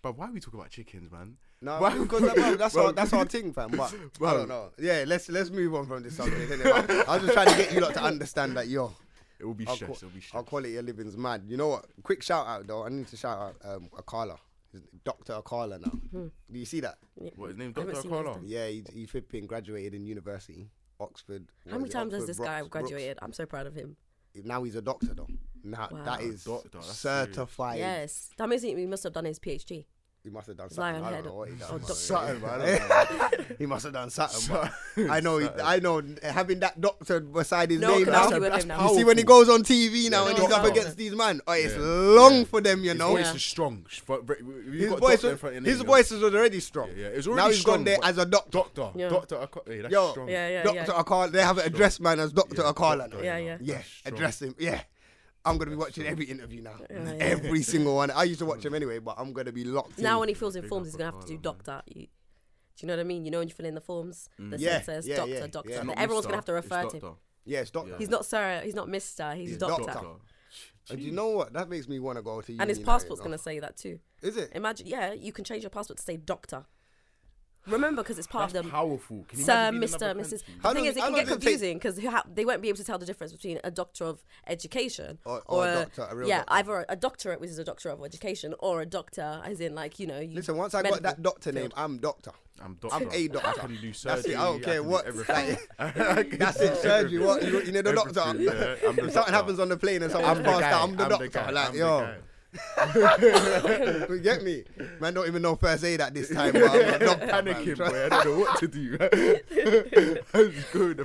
Speaker 3: But why are we talking about chickens, man? (laughs)
Speaker 2: No,
Speaker 3: Why-
Speaker 2: because like, bro, that's our
Speaker 3: Bro.
Speaker 2: that's our thing, fam. But I
Speaker 3: Bro.
Speaker 2: don't know. Yeah, let's let's move on from this subject. Anyway. I was just trying to get you lot to understand that yo,
Speaker 3: (laughs) It will be
Speaker 2: our,
Speaker 3: stress.
Speaker 2: qua-
Speaker 3: It'll be
Speaker 2: our
Speaker 3: stress.
Speaker 2: quality of living's mad. You know what? Quick shout out though. I need to shout out um, Akala, Doctor Akala now.
Speaker 4: Hmm.
Speaker 2: Do you see that?
Speaker 3: What his name?
Speaker 4: haven't
Speaker 3: Doctor
Speaker 4: seen what he's
Speaker 3: Carla.
Speaker 4: done.
Speaker 2: Yeah, he, he flipping graduated in university, Oxford. what
Speaker 4: How
Speaker 2: is
Speaker 4: many
Speaker 2: it,
Speaker 4: times has
Speaker 2: Oxford,
Speaker 4: this
Speaker 2: Brox-
Speaker 4: guy
Speaker 2: Brooks.
Speaker 4: graduated? I'm so proud of him.
Speaker 2: Now he's a doctor though. Now
Speaker 4: Wow.
Speaker 2: that is
Speaker 3: Doctor, that's
Speaker 2: certified.
Speaker 4: Yes. That means he he must have done his PhD.
Speaker 2: He must have done something.
Speaker 4: Lion
Speaker 2: I don't
Speaker 4: head.
Speaker 2: know what he done.
Speaker 4: Oh,
Speaker 2: man.
Speaker 4: doctor.
Speaker 3: Sutton, man. I don't know.
Speaker 2: (laughs) he must have done something. man. I know. He,
Speaker 3: Sutton.
Speaker 2: I know. Having that doctor beside his
Speaker 4: No one
Speaker 2: name
Speaker 4: can
Speaker 2: now.
Speaker 4: argue with him now.
Speaker 2: You see when he goes on TV now
Speaker 4: Yeah,
Speaker 2: and
Speaker 4: no
Speaker 2: he's up
Speaker 4: one.
Speaker 2: against these man. Oh, it's
Speaker 3: Yeah.
Speaker 2: long for them, you
Speaker 3: His
Speaker 2: know.
Speaker 3: voice is strong. Sh- but- but you
Speaker 2: His
Speaker 3: got a
Speaker 2: voice,
Speaker 3: doctor in
Speaker 2: was,
Speaker 3: front of your
Speaker 2: his
Speaker 3: name,
Speaker 2: voice was already strong.
Speaker 3: Yeah, yeah, it's already
Speaker 2: now he's
Speaker 3: strong,
Speaker 2: gone there
Speaker 3: but-
Speaker 2: as a doctor.
Speaker 3: Doctor.
Speaker 4: Yeah.
Speaker 3: Doctor. Aco- Hey, that's
Speaker 2: Yo,
Speaker 3: strong.
Speaker 4: Yeah, yeah, yeah.
Speaker 2: Doctor Akala. They have an address man as Doctor
Speaker 3: Yeah,
Speaker 2: Akala.
Speaker 3: doctor,
Speaker 2: now.
Speaker 4: Yeah, yeah.
Speaker 2: Yeah,
Speaker 3: That's strong.
Speaker 2: address him. Yeah. I'm gonna be watching every interview now,
Speaker 4: Yeah, yeah. (laughs)
Speaker 2: every single one. I used to watch him anyway, but I'm gonna be locked in.
Speaker 4: Now when he fills in
Speaker 3: Big up
Speaker 4: forms, he's gonna have to do
Speaker 3: Akala, man.
Speaker 4: doctor. You, do you know what I mean? You know when you fill in the forms, the
Speaker 2: Yeah,
Speaker 4: says
Speaker 2: yeah,
Speaker 4: doctor,
Speaker 2: yeah,
Speaker 4: doctor.
Speaker 2: yeah.
Speaker 4: and
Speaker 3: Not
Speaker 4: Everyone's gonna have to
Speaker 3: Mr., it's
Speaker 4: refer to him.
Speaker 3: Doctor.
Speaker 2: yeah, it's doctor.
Speaker 3: Yeah.
Speaker 4: He's not sir. He's not Mister. He's,
Speaker 2: He's
Speaker 4: doctor.
Speaker 2: doctor.
Speaker 3: Doctor.
Speaker 2: And you know what? That makes me want to go to uni.
Speaker 4: And his
Speaker 2: now, you
Speaker 4: passport's
Speaker 2: know.
Speaker 4: gonna say that too.
Speaker 2: Is it?
Speaker 4: Imagine, yeah, you can change your passport to say doctor. Remember, because it's part
Speaker 3: That's
Speaker 4: of them.
Speaker 3: powerful. Can you
Speaker 4: Sir,
Speaker 3: imagine being
Speaker 4: Mister,
Speaker 3: another
Speaker 4: Mrs.
Speaker 3: country?
Speaker 2: How
Speaker 4: The thing
Speaker 2: does-
Speaker 4: is, it
Speaker 2: how
Speaker 4: can
Speaker 2: does it
Speaker 4: get
Speaker 2: take-
Speaker 4: confusing because they won't be able to tell the difference between a doctor of education
Speaker 2: Or- or a doctor, a real
Speaker 4: yeah,
Speaker 2: doctor.
Speaker 4: either a doctorate, which is a doctor of education, or a doctor, as in like you know. You
Speaker 2: Listen, once I got
Speaker 4: medical
Speaker 2: that doctor name,
Speaker 4: field.
Speaker 2: I'm doctor.
Speaker 3: I'm doctor.
Speaker 2: I'm a doctor.
Speaker 3: I can do surgery.
Speaker 2: That's it. I don't care
Speaker 3: can do
Speaker 2: what. (laughs)
Speaker 3: everything. (laughs)
Speaker 2: That's it. Surgery. What? You, you know the doctor.
Speaker 3: Everything, yeah, I'm
Speaker 2: (laughs) if
Speaker 3: the doctor.
Speaker 2: something happens on the plane and
Speaker 3: I'm
Speaker 2: someone's
Speaker 3: the
Speaker 2: passed
Speaker 3: guy.
Speaker 2: out, I'm the
Speaker 3: I'm
Speaker 2: doctor.
Speaker 3: the guy.
Speaker 2: Like
Speaker 3: I'm the
Speaker 2: yo, (laughs)
Speaker 3: guy.
Speaker 2: you get me? Man, don't even know first aid at this time. But I'm a
Speaker 3: (laughs)
Speaker 2: doctor. man.
Speaker 3: panicking,
Speaker 2: Trust-
Speaker 3: boy. I don't know what to do. (laughs) I'm just going with the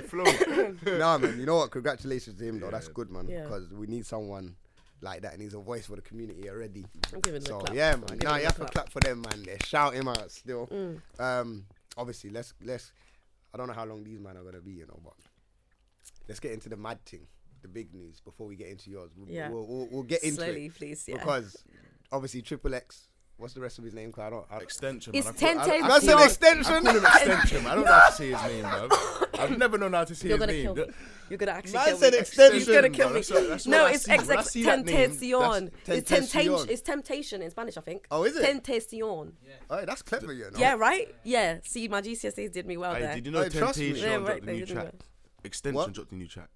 Speaker 2: (laughs)
Speaker 3: flow.
Speaker 2: nah, man. You know what? Congratulations to him though. That's good, man.
Speaker 4: Yeah.
Speaker 2: Because we need someone like that, and he's a voice for the community already.
Speaker 4: I'm giving him a
Speaker 2: So
Speaker 4: clap. Mm.
Speaker 2: yeah,
Speaker 4: I'm
Speaker 2: man.
Speaker 4: giving
Speaker 2: Nah,
Speaker 4: him
Speaker 2: you
Speaker 4: a
Speaker 2: have to clap for them, man. They shout him out still. Um, obviously, let's let's. I don't know how long these men are gonna be, you know, but let's get into the mad thing, the big news before we get into yours. We'll,
Speaker 4: Yeah.
Speaker 2: we'll, we'll, we'll get into
Speaker 4: Slowly,
Speaker 2: it
Speaker 4: please. Yeah.
Speaker 2: because obviously Triple X. What's the rest of his name? 'Cause I don't. I don't
Speaker 3: (laughs) Extension.
Speaker 4: It's
Speaker 3: man. I call- I-
Speaker 4: Tente
Speaker 3: I
Speaker 2: That's
Speaker 3: call
Speaker 2: an
Speaker 3: him-
Speaker 2: extension.
Speaker 3: I call him extension. man. I don't know how to say his name, man. I've never known how to say
Speaker 4: You're
Speaker 3: his
Speaker 4: gonna
Speaker 3: name.
Speaker 4: kill me. You're gonna actually
Speaker 2: Man
Speaker 4: kill
Speaker 2: said
Speaker 4: me.
Speaker 2: extension,
Speaker 4: You're gonna kill
Speaker 3: bro.
Speaker 4: me.
Speaker 3: That's what- that's
Speaker 4: no,
Speaker 3: what I
Speaker 4: it's
Speaker 3: see. When I see that name, that's
Speaker 4: tentacion. It's
Speaker 2: tentacion.
Speaker 4: temptation. It's temptation in Spanish, I think.
Speaker 2: Oh, is it?
Speaker 4: Tentacion.
Speaker 2: Oh, that's clever, you know.
Speaker 4: Yeah, right. Yeah. See, my GCSEs did me well
Speaker 3: Hey,
Speaker 4: there.
Speaker 3: did you know
Speaker 2: Hey, trust me.
Speaker 4: Yeah,
Speaker 3: Temptation
Speaker 4: right,
Speaker 3: dropped the
Speaker 4: they
Speaker 3: new
Speaker 4: didn't
Speaker 3: track?
Speaker 4: know.
Speaker 3: Extension
Speaker 2: What?
Speaker 3: dropped the new track.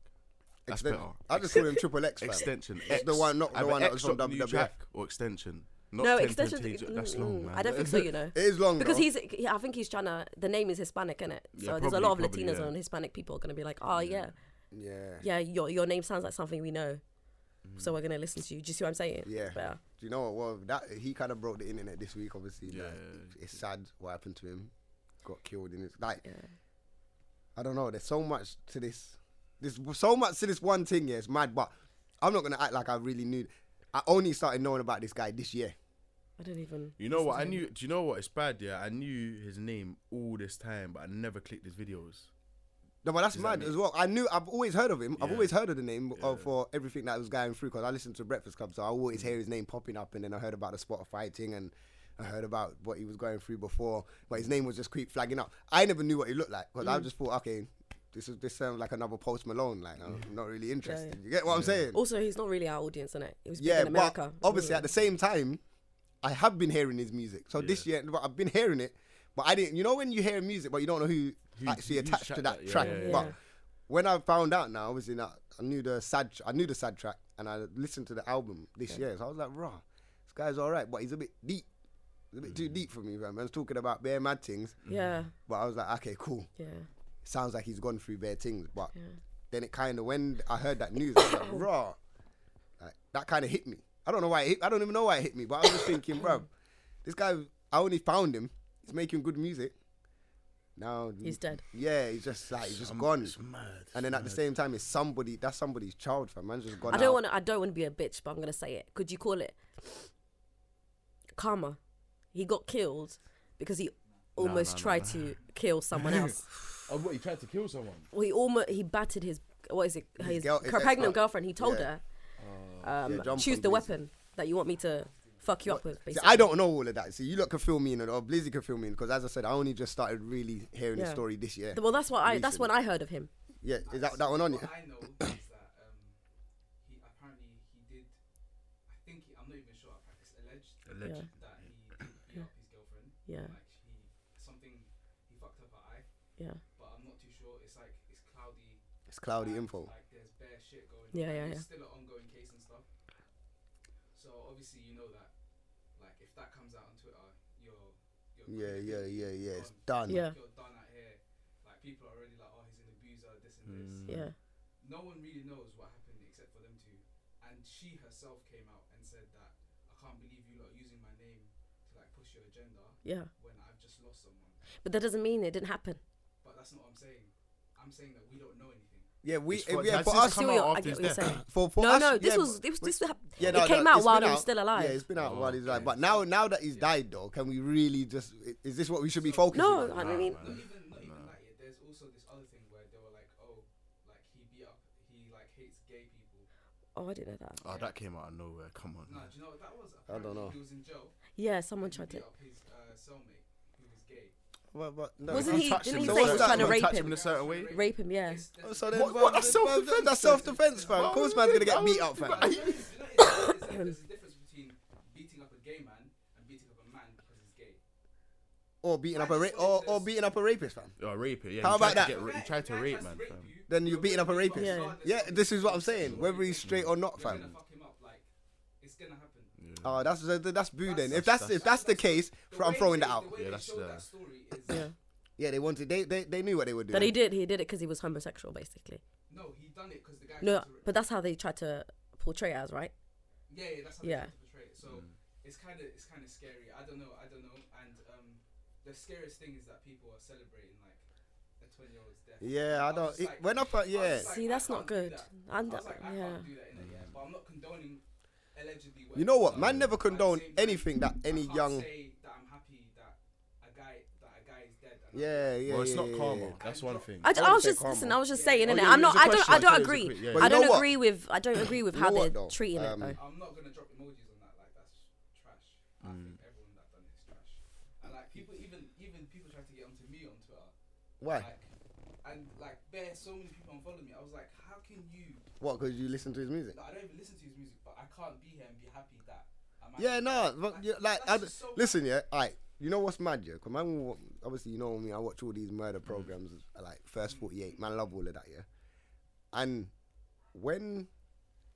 Speaker 3: That's
Speaker 2: Extension.
Speaker 3: better.
Speaker 2: I just call him Triple X. fam.
Speaker 3: Extension.
Speaker 2: It's the
Speaker 3: X.
Speaker 2: one, not the
Speaker 3: Either
Speaker 2: one that
Speaker 3: X
Speaker 2: was from
Speaker 3: dropped the new
Speaker 2: WWF.
Speaker 3: track Or extension. Not
Speaker 4: No,
Speaker 3: Temp
Speaker 4: extension.
Speaker 3: Temptation. That's long,
Speaker 4: mm,
Speaker 3: man.
Speaker 4: I don't think
Speaker 2: (laughs)
Speaker 4: so. You know.
Speaker 2: It is long
Speaker 4: Because
Speaker 2: though.
Speaker 4: he's, I think he's trying to. The name is Hispanic, is it? So
Speaker 3: Yeah,
Speaker 4: there's a
Speaker 3: probably,
Speaker 4: lot of
Speaker 3: probably,
Speaker 4: Latinos
Speaker 3: yeah.
Speaker 4: and Hispanic people are going to be like, oh yeah,
Speaker 2: Yeah.
Speaker 4: yeah, your your name sounds like something we know, so we're going to listen to you. Do you see what I'm saying?
Speaker 2: Yeah.
Speaker 4: But,
Speaker 2: Do you know what? Well, that he kind of broke the internet this week. Obviously,
Speaker 3: Yeah,
Speaker 2: like,
Speaker 3: yeah,
Speaker 2: it- it's sad what happened to him. Got killed in his like.
Speaker 4: Yeah.
Speaker 2: I don't know. There's so much to this. There's so much to this one thing. Yeah, it's mad. But I'm not gonna act like I really knew. I only started knowing about this guy this year.
Speaker 4: I don't even.
Speaker 3: You know what? I
Speaker 4: listen to him.
Speaker 3: knew. Do you know what? It's bad. Yeah, I knew his name all this time, but I never clicked his videos.
Speaker 2: No, but that's
Speaker 3: Does that
Speaker 2: mad
Speaker 3: mean-
Speaker 2: as well. I knew. I've always heard of him. I've
Speaker 3: Yeah.
Speaker 2: always heard of the name uh,
Speaker 3: Yeah. Mm.
Speaker 2: for everything that was going through because I listened to Breakfast Club, so I always hear his name popping up. And then I heard about the Spotify thing, and I heard about what
Speaker 3: Mm.
Speaker 2: he was going through before. But his name was just keep flagging up. I never knew what he looked like because I just thought, okay, this is this sounds like another Post Malone. Like I'm not really interested. You get what I'm saying?
Speaker 4: Also, he's not really our audience, innit? It was big
Speaker 2: yeah,
Speaker 4: in America. Mm.
Speaker 2: but obviously at the same time, I have been hearing his music. So this year, but I've been hearing it, but I didn't. You know when you hear music, but you don't know who
Speaker 3: Who-
Speaker 2: actually
Speaker 3: who
Speaker 2: attached to
Speaker 3: tracked
Speaker 2: that
Speaker 3: that, yeah,
Speaker 2: track.
Speaker 3: yeah, yeah.
Speaker 2: But
Speaker 4: Yeah.
Speaker 2: when I found out now, obviously now I knew the sad. tr- I knew the sad track, and I listened to the album this year. So I was like, "Raw, this guy's all right, but he's a bit deep." He's A bit
Speaker 3: Mm.
Speaker 2: too deep for me, man. I was talking about bare mad things,
Speaker 4: yeah,
Speaker 2: but I was like, okay, cool
Speaker 4: yeah.
Speaker 2: sounds like he's gone through bare things. But then it kind of when I heard that news, I was like,
Speaker 4: (coughs)
Speaker 2: raw, like, that kind of hit me. I don't know why. It hit, I don't even know why it hit me. But I was just thinking, bruv, this guy. I only found him. He's making good music. Now
Speaker 4: He's dead.
Speaker 2: Yeah, he's just like he's just
Speaker 3: I'm-
Speaker 2: gone.
Speaker 3: It's mad.
Speaker 2: And then at the same time, it's somebody. That's somebody's child, fam. Man's just gone.
Speaker 4: I don't
Speaker 2: out.
Speaker 4: want to. I don't want to be a bitch, but I'm gonna say it. Could you call it karma? He got killed because he almost
Speaker 3: no,
Speaker 4: tried to
Speaker 3: (laughs)
Speaker 4: kill someone else.
Speaker 5: Oh, what, he tried to kill someone?
Speaker 4: well, he almost he battered his what is it? His,
Speaker 2: girl- his
Speaker 4: cur- pregnant
Speaker 2: ex-wife.
Speaker 4: girlfriend. He told
Speaker 2: Yeah.
Speaker 3: Oh.
Speaker 4: her, um,
Speaker 2: Yeah, jump
Speaker 4: choose
Speaker 2: on
Speaker 4: the
Speaker 2: Blizzy.
Speaker 4: weapon that you want me to fuck you up with.
Speaker 2: See,
Speaker 4: Basically.
Speaker 2: I don't know all of that. See, you lot can fill me in, or Blizzy can fill me in, because as I said, I only just started really hearing the
Speaker 4: Yeah.
Speaker 2: story this year.
Speaker 4: Well, that's what I. That's when I heard of him.
Speaker 2: yeah, is that that one on you?
Speaker 6: What I know is that um, he apparently he did. I think he, I'm not even sure. It's alleged
Speaker 3: Alleged.
Speaker 6: that he did beat up his girlfriend.
Speaker 4: Yeah,
Speaker 6: Like he something he fucked up her eye,
Speaker 4: yeah,
Speaker 6: but I'm not too sure. It's like it's cloudy.
Speaker 2: It's cloudy
Speaker 6: and,
Speaker 2: info.
Speaker 6: Like there's bare shit going.
Speaker 4: Yeah,
Speaker 6: on.
Speaker 4: yeah,
Speaker 6: and
Speaker 4: yeah.
Speaker 6: It's still an ongoing case and stuff. So obviously you know that, like if that comes out on Twitter, you're. you're
Speaker 2: Yeah, yeah,
Speaker 6: credibility
Speaker 2: yeah,
Speaker 6: is
Speaker 2: yeah.
Speaker 3: um,
Speaker 2: It's
Speaker 6: gone.
Speaker 2: done.
Speaker 4: Yeah.
Speaker 6: You're done out here. Like people are already like, oh, he's an abuser, this and this
Speaker 3: Mm.
Speaker 4: yeah.
Speaker 6: no one really knows what happened except for them two. And she herself came out and said that I can't believe you lot are using my name to like push your agenda
Speaker 4: Yeah,
Speaker 6: when I've just lost someone.
Speaker 4: but that doesn't mean it didn't happen.
Speaker 6: But that's not what I'm saying. I'm saying that we don't know anything.
Speaker 2: Yeah, we
Speaker 3: It's for-
Speaker 2: yeah
Speaker 3: that's
Speaker 2: for us
Speaker 3: just
Speaker 4: I see
Speaker 3: come
Speaker 4: what
Speaker 3: out
Speaker 4: you're- I
Speaker 3: after
Speaker 4: get
Speaker 3: his
Speaker 4: what you're
Speaker 3: death.
Speaker 4: saying.
Speaker 2: for, for
Speaker 4: no,
Speaker 2: us,
Speaker 4: no, this
Speaker 2: yeah,
Speaker 4: was
Speaker 2: but-
Speaker 4: this, this hap-
Speaker 2: yeah,
Speaker 4: it
Speaker 2: no, no,
Speaker 4: came out
Speaker 2: it's
Speaker 4: while
Speaker 2: been
Speaker 4: he was
Speaker 2: out.
Speaker 4: still alive.
Speaker 2: Yeah, it's been out
Speaker 3: Oh,
Speaker 2: while he's alive. But now, now that he's died, though, can we really just? i- Is this what we should be focusing? on?
Speaker 4: no, I mean,
Speaker 6: Not even not even that yet. There's also this other thing where they were like, oh, like he beat up, he like hates gay people.
Speaker 4: oh, I didn't know that.
Speaker 3: Oh, that came out of nowhere. Come on.
Speaker 6: No, do you know what that was?
Speaker 2: I don't
Speaker 6: Apparently
Speaker 2: know.
Speaker 6: He was in jail.
Speaker 4: Yeah, someone
Speaker 6: and He
Speaker 4: tried to.
Speaker 6: beat up his uh, cellmate who was
Speaker 4: (coughs)
Speaker 6: gay.
Speaker 2: Well, but no.
Speaker 4: Wasn't
Speaker 3: You
Speaker 4: he-
Speaker 3: touched
Speaker 4: didn't
Speaker 3: him in
Speaker 4: he
Speaker 3: a
Speaker 2: say he was
Speaker 3: certain-
Speaker 4: trying to
Speaker 3: you
Speaker 4: rape
Speaker 3: touched
Speaker 4: him?
Speaker 3: in a certain way.
Speaker 4: Rape him, yeah.
Speaker 6: It's-
Speaker 2: Oh,
Speaker 6: there's-
Speaker 2: so then,
Speaker 3: What-
Speaker 2: well,
Speaker 3: what? That's
Speaker 2: then-
Speaker 3: self-defense.
Speaker 2: well, That's self defense, fam. Of course, man's gonna get beat up,
Speaker 6: But
Speaker 2: fam.
Speaker 6: you know, it's- you know, it's- it's- there's a difference between beating up a gay man and beating up a man because he's gay.
Speaker 2: Or beating up a ra- or or beating up a rapist, fam.
Speaker 3: Oh, rape it. Yeah,
Speaker 2: How
Speaker 3: you
Speaker 2: about
Speaker 3: tried
Speaker 2: that?
Speaker 3: to get ra- you tried to
Speaker 6: If a guy
Speaker 3: rape,
Speaker 6: tries
Speaker 3: man.
Speaker 6: rape
Speaker 3: fam.
Speaker 6: you,
Speaker 2: Then you're beating up a
Speaker 6: raping
Speaker 2: rapist.
Speaker 6: him,
Speaker 4: Yeah.
Speaker 6: regardless
Speaker 2: Yeah,
Speaker 6: of-
Speaker 2: this is what I'm saying. Whether he's straight or not,
Speaker 6: You're
Speaker 2: fam.
Speaker 6: gonna fuck him up, like, it's gonna happen.
Speaker 2: Oh, that's that's boo then. If
Speaker 3: That's-
Speaker 2: that's if that's the case,
Speaker 6: The
Speaker 2: I'm
Speaker 6: way
Speaker 2: throwing
Speaker 6: they-
Speaker 2: that out.
Speaker 6: The way
Speaker 3: Yeah,
Speaker 6: they
Speaker 3: that's uh,
Speaker 6: showed
Speaker 3: the-
Speaker 6: that story is
Speaker 4: Yeah.
Speaker 2: Yeah, they wanted. They they they knew what they were doing.
Speaker 4: That he did, he did it because he was homosexual, basically.
Speaker 6: no, he done it because the guy.
Speaker 4: No,
Speaker 6: tried to rape-
Speaker 4: but that's how they tried to portray it as, right?
Speaker 6: yeah, yeah, that's how
Speaker 4: Yeah.
Speaker 6: they tried to portray it. So
Speaker 3: Mm.
Speaker 6: it's kind of it's kind of scary. I don't know, I don't know. And um, the scariest thing is that people are celebrating like a twenty-year-old's death.
Speaker 2: Yeah, I
Speaker 6: was
Speaker 2: don't.
Speaker 6: just
Speaker 2: It,
Speaker 6: like-
Speaker 2: when I thought,
Speaker 6: I
Speaker 2: yeah.
Speaker 6: was just like,
Speaker 4: See,
Speaker 6: I
Speaker 4: that's not
Speaker 6: can't do
Speaker 4: good.
Speaker 6: that.
Speaker 4: I
Speaker 6: I was like, I
Speaker 4: yeah.
Speaker 6: can't do that in yeah,
Speaker 3: Mm.
Speaker 6: but I'm not condoning allegedly.
Speaker 2: You know what?
Speaker 6: whatever.
Speaker 2: Man never
Speaker 6: But at the
Speaker 2: condone
Speaker 6: same time,
Speaker 2: anything that any
Speaker 6: I can't
Speaker 2: young.
Speaker 6: Say that I'm happy that a guy that a guy is dead. and I'm
Speaker 2: Yeah, yeah.
Speaker 5: well, it's
Speaker 2: yeah,
Speaker 5: not
Speaker 2: yeah,
Speaker 5: karma.
Speaker 2: yeah.
Speaker 5: That's one thing.
Speaker 4: I, d- I was
Speaker 2: say
Speaker 4: just
Speaker 2: karma. Oh,
Speaker 4: listen. I was just saying, innit?
Speaker 5: yeah,
Speaker 4: I'm
Speaker 5: it was
Speaker 4: not.
Speaker 5: a
Speaker 4: I don't.
Speaker 5: question.
Speaker 4: I
Speaker 5: I
Speaker 4: don't
Speaker 5: said it was a
Speaker 4: agree.
Speaker 5: quick- yeah,
Speaker 2: But
Speaker 4: I
Speaker 2: you
Speaker 4: don't
Speaker 2: know what?
Speaker 4: agree with. I
Speaker 2: (clears throat)
Speaker 4: don't agree with
Speaker 2: You know
Speaker 4: how
Speaker 2: what,
Speaker 4: they're
Speaker 2: though?
Speaker 4: treating
Speaker 2: Um,
Speaker 4: it. Though.
Speaker 6: I'm not gonna drop emojis on that. Like that's trash. I
Speaker 2: Mm.
Speaker 6: think everyone that done it is trash. And like people, even even people try to get onto me on Twitter.
Speaker 2: Why?
Speaker 6: Like, and like, there so many people unfollow me. I was like, how can you?
Speaker 2: What? Because you listen to his music.
Speaker 6: Like, I don't even listen to his music, but I can't be here and be happy that. I'm happy.
Speaker 2: Yeah, no. But you, like,
Speaker 6: That's
Speaker 2: I,
Speaker 6: just so
Speaker 2: listen, yeah. All right. You know what's mad, yeah? Because man, wa- obviously, you know me. I watch all these
Speaker 5: Mm.
Speaker 2: murder programs, like First Forty Eight. Man, I love all of that, yeah. And when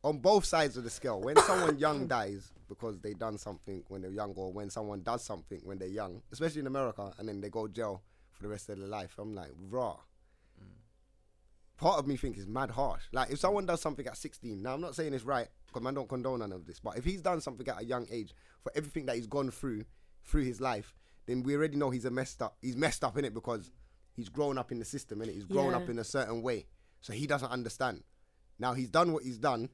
Speaker 2: on both sides of the scale, when someone young (coughs) dies because they done something when they're young, or when someone does something when they're young, especially in America, and then they go jail for the rest of their life, I'm like, raw. Part of me think it's mad harsh. Like if someone does something at 16, now I'm not saying it's right because man don't condone none of this, but if he's done something at a young age for everything that he's gone through through his life, then we already know he's a messed up. He's messed up in it because he's grown up in the system and he's grown
Speaker 4: Yeah.
Speaker 2: up in a certain way, so he doesn't understand. Now he's done what he's done,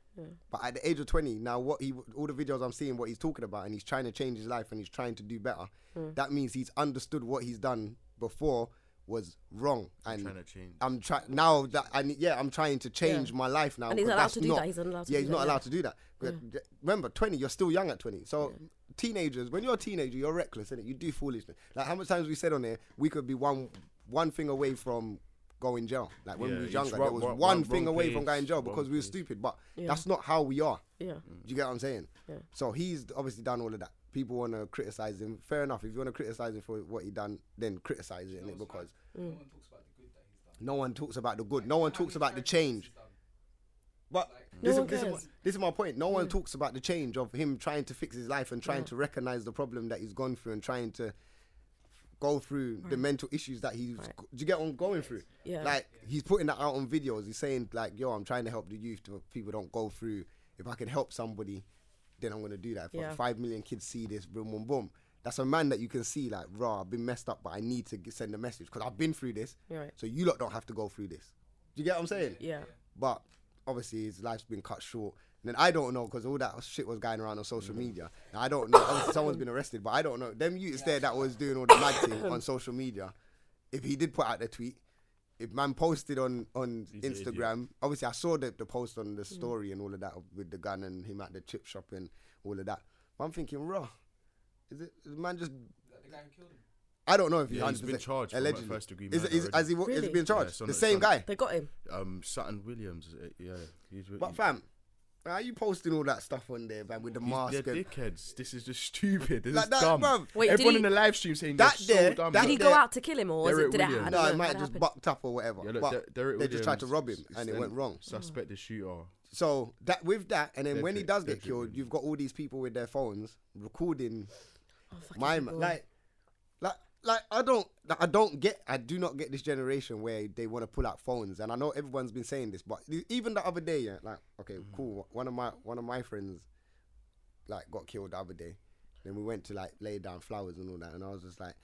Speaker 2: but at the age of twenty, now what he all the videos I'm seeing, what he's talking about, and he's trying to change his life and he's trying to do better. That means he's understood what he's done before was wrong, and
Speaker 3: trying to change.
Speaker 2: I'm trying now that I need, yeah, I'm trying to change my life now.
Speaker 4: And he's
Speaker 2: 'cause
Speaker 4: allowed
Speaker 2: that's
Speaker 4: to do
Speaker 2: not-
Speaker 4: that, he's allowed to
Speaker 2: yeah,
Speaker 4: do
Speaker 2: he's
Speaker 4: that,
Speaker 2: not
Speaker 4: yeah.
Speaker 2: allowed to do that. But d- Remember, twenty, you're still young at twenty. So teenagers, when you're a teenager, you're reckless, innit? You do foolishness. Like how much times we said on there, we could be one one thing away from go in jail. Like when
Speaker 3: Yeah,
Speaker 2: we was
Speaker 3: it's
Speaker 2: younger,
Speaker 3: wrong-
Speaker 2: there was
Speaker 3: wrong-
Speaker 2: one
Speaker 3: wrong-
Speaker 2: thing
Speaker 3: wrong
Speaker 2: away from
Speaker 3: place,
Speaker 2: going in jail
Speaker 3: wrong
Speaker 2: because we were
Speaker 3: place.
Speaker 2: stupid, but
Speaker 4: Yeah.
Speaker 2: that's not how we are.
Speaker 4: yeah,
Speaker 2: Do you get what I'm saying?
Speaker 4: Mm. Yeah.
Speaker 2: So he's obviously done all of that. People want to criticize him. Fair enough. If you want to criticize him for what he done, then criticize it, innit? because
Speaker 6: No one talks about the good that he's done.
Speaker 2: no one talks about the good. No one
Speaker 6: How
Speaker 2: talks
Speaker 6: many
Speaker 2: about the
Speaker 6: characters
Speaker 2: change.
Speaker 6: he's done?
Speaker 2: But
Speaker 6: Like-
Speaker 2: this,
Speaker 4: No
Speaker 2: is,
Speaker 4: one
Speaker 2: this, is my,
Speaker 4: cares. Mm.
Speaker 2: this is my point. No one talks about the change of him trying to fix his life and trying to recognize the problem that he's gone through and trying to go through the mental issues that he's.
Speaker 4: Right.
Speaker 2: Do you get on going through?
Speaker 4: Yeah.
Speaker 2: Like he's putting that out on videos. He's saying like, "Yo, I'm trying to help the youth. To, people don't go through. If I can help somebody, then I'm gonna do that. If
Speaker 4: Yeah.
Speaker 2: five million kids see this, boom, boom, boom." That's a man that you can see like, "Raw, I've been messed up, but I need to g- send a message because I've been through this.
Speaker 4: You're right.
Speaker 2: So you lot don't have to go through this." Do you get what I'm saying?
Speaker 4: yeah,
Speaker 2: But obviously, his life's been cut short. And then I don't know because all that shit was going around on social
Speaker 3: Mm.
Speaker 2: media. And I don't know. Obviously, someone's been arrested, but I don't know. Them youths there that was doing all the mad
Speaker 4: (coughs)
Speaker 2: thing on social media, if he did put out the tweet, if man posted on, on
Speaker 3: an idiot.
Speaker 2: Instagram, obviously, I saw the, the post on
Speaker 4: Mm.
Speaker 2: the story and all of that with the gun and him at the chip shop and all of that. But I'm thinking, raw, is it, is the man just.
Speaker 6: Like the guy who killed him.
Speaker 2: I don't know if
Speaker 3: Yeah, he's been
Speaker 2: 100%
Speaker 3: charged for, like,
Speaker 2: allegedly.
Speaker 3: first-degree
Speaker 2: Is,
Speaker 3: murder
Speaker 2: is, has
Speaker 3: already.
Speaker 2: he, wa- has he
Speaker 4: Really?
Speaker 2: been
Speaker 3: Yeah,
Speaker 2: charged?
Speaker 3: it's on
Speaker 2: the
Speaker 3: it, it's
Speaker 2: same
Speaker 3: on
Speaker 2: guy.
Speaker 3: it.
Speaker 4: they got him.
Speaker 3: Um, Sutton Williams. uh, Yeah, he's,
Speaker 2: But
Speaker 3: he-
Speaker 2: fam, how you posting all that stuff on there, man, with the
Speaker 3: he's-
Speaker 2: mask
Speaker 3: They're
Speaker 2: and
Speaker 3: dickheads. This is just stupid. This
Speaker 2: Like
Speaker 3: is
Speaker 2: that,
Speaker 3: dumb.
Speaker 2: bruv.
Speaker 4: Wait, did
Speaker 3: Everyone
Speaker 4: he-
Speaker 3: in the live stream saying
Speaker 2: That
Speaker 3: they're
Speaker 2: there-
Speaker 3: so dumb.
Speaker 2: that
Speaker 4: Did he
Speaker 3: bruv.
Speaker 2: there-
Speaker 4: go out to kill him, or was
Speaker 3: Derek
Speaker 4: it, did it? I
Speaker 3: Williams.
Speaker 4: don't
Speaker 2: No,
Speaker 4: know,
Speaker 2: it might
Speaker 4: that
Speaker 2: have just
Speaker 4: happened.
Speaker 2: bucked up or whatever.
Speaker 3: Yeah,
Speaker 2: but
Speaker 3: look, Der- Derek
Speaker 2: they just tried to rob
Speaker 3: Williams
Speaker 2: him
Speaker 3: s-
Speaker 2: and it
Speaker 3: sent
Speaker 2: went wrong.
Speaker 3: Suspect the shooter.
Speaker 2: So that with that, and then
Speaker 3: They're
Speaker 2: when he
Speaker 3: dri-
Speaker 2: does
Speaker 3: they're
Speaker 2: get killed,
Speaker 3: dribbling.
Speaker 2: you've got all these people with their phones recording
Speaker 4: Oh, fucking
Speaker 2: my
Speaker 4: people.
Speaker 2: man. Like, like, like I don't, like, I don't get, I do not get this generation where they want to pull out phones. And I know everyone's been saying this, but e- even the other day, yeah, like, okay, cool. One of my one of my friends, like, got killed the other day. Then we went to like lay down flowers and all that, and I was just like,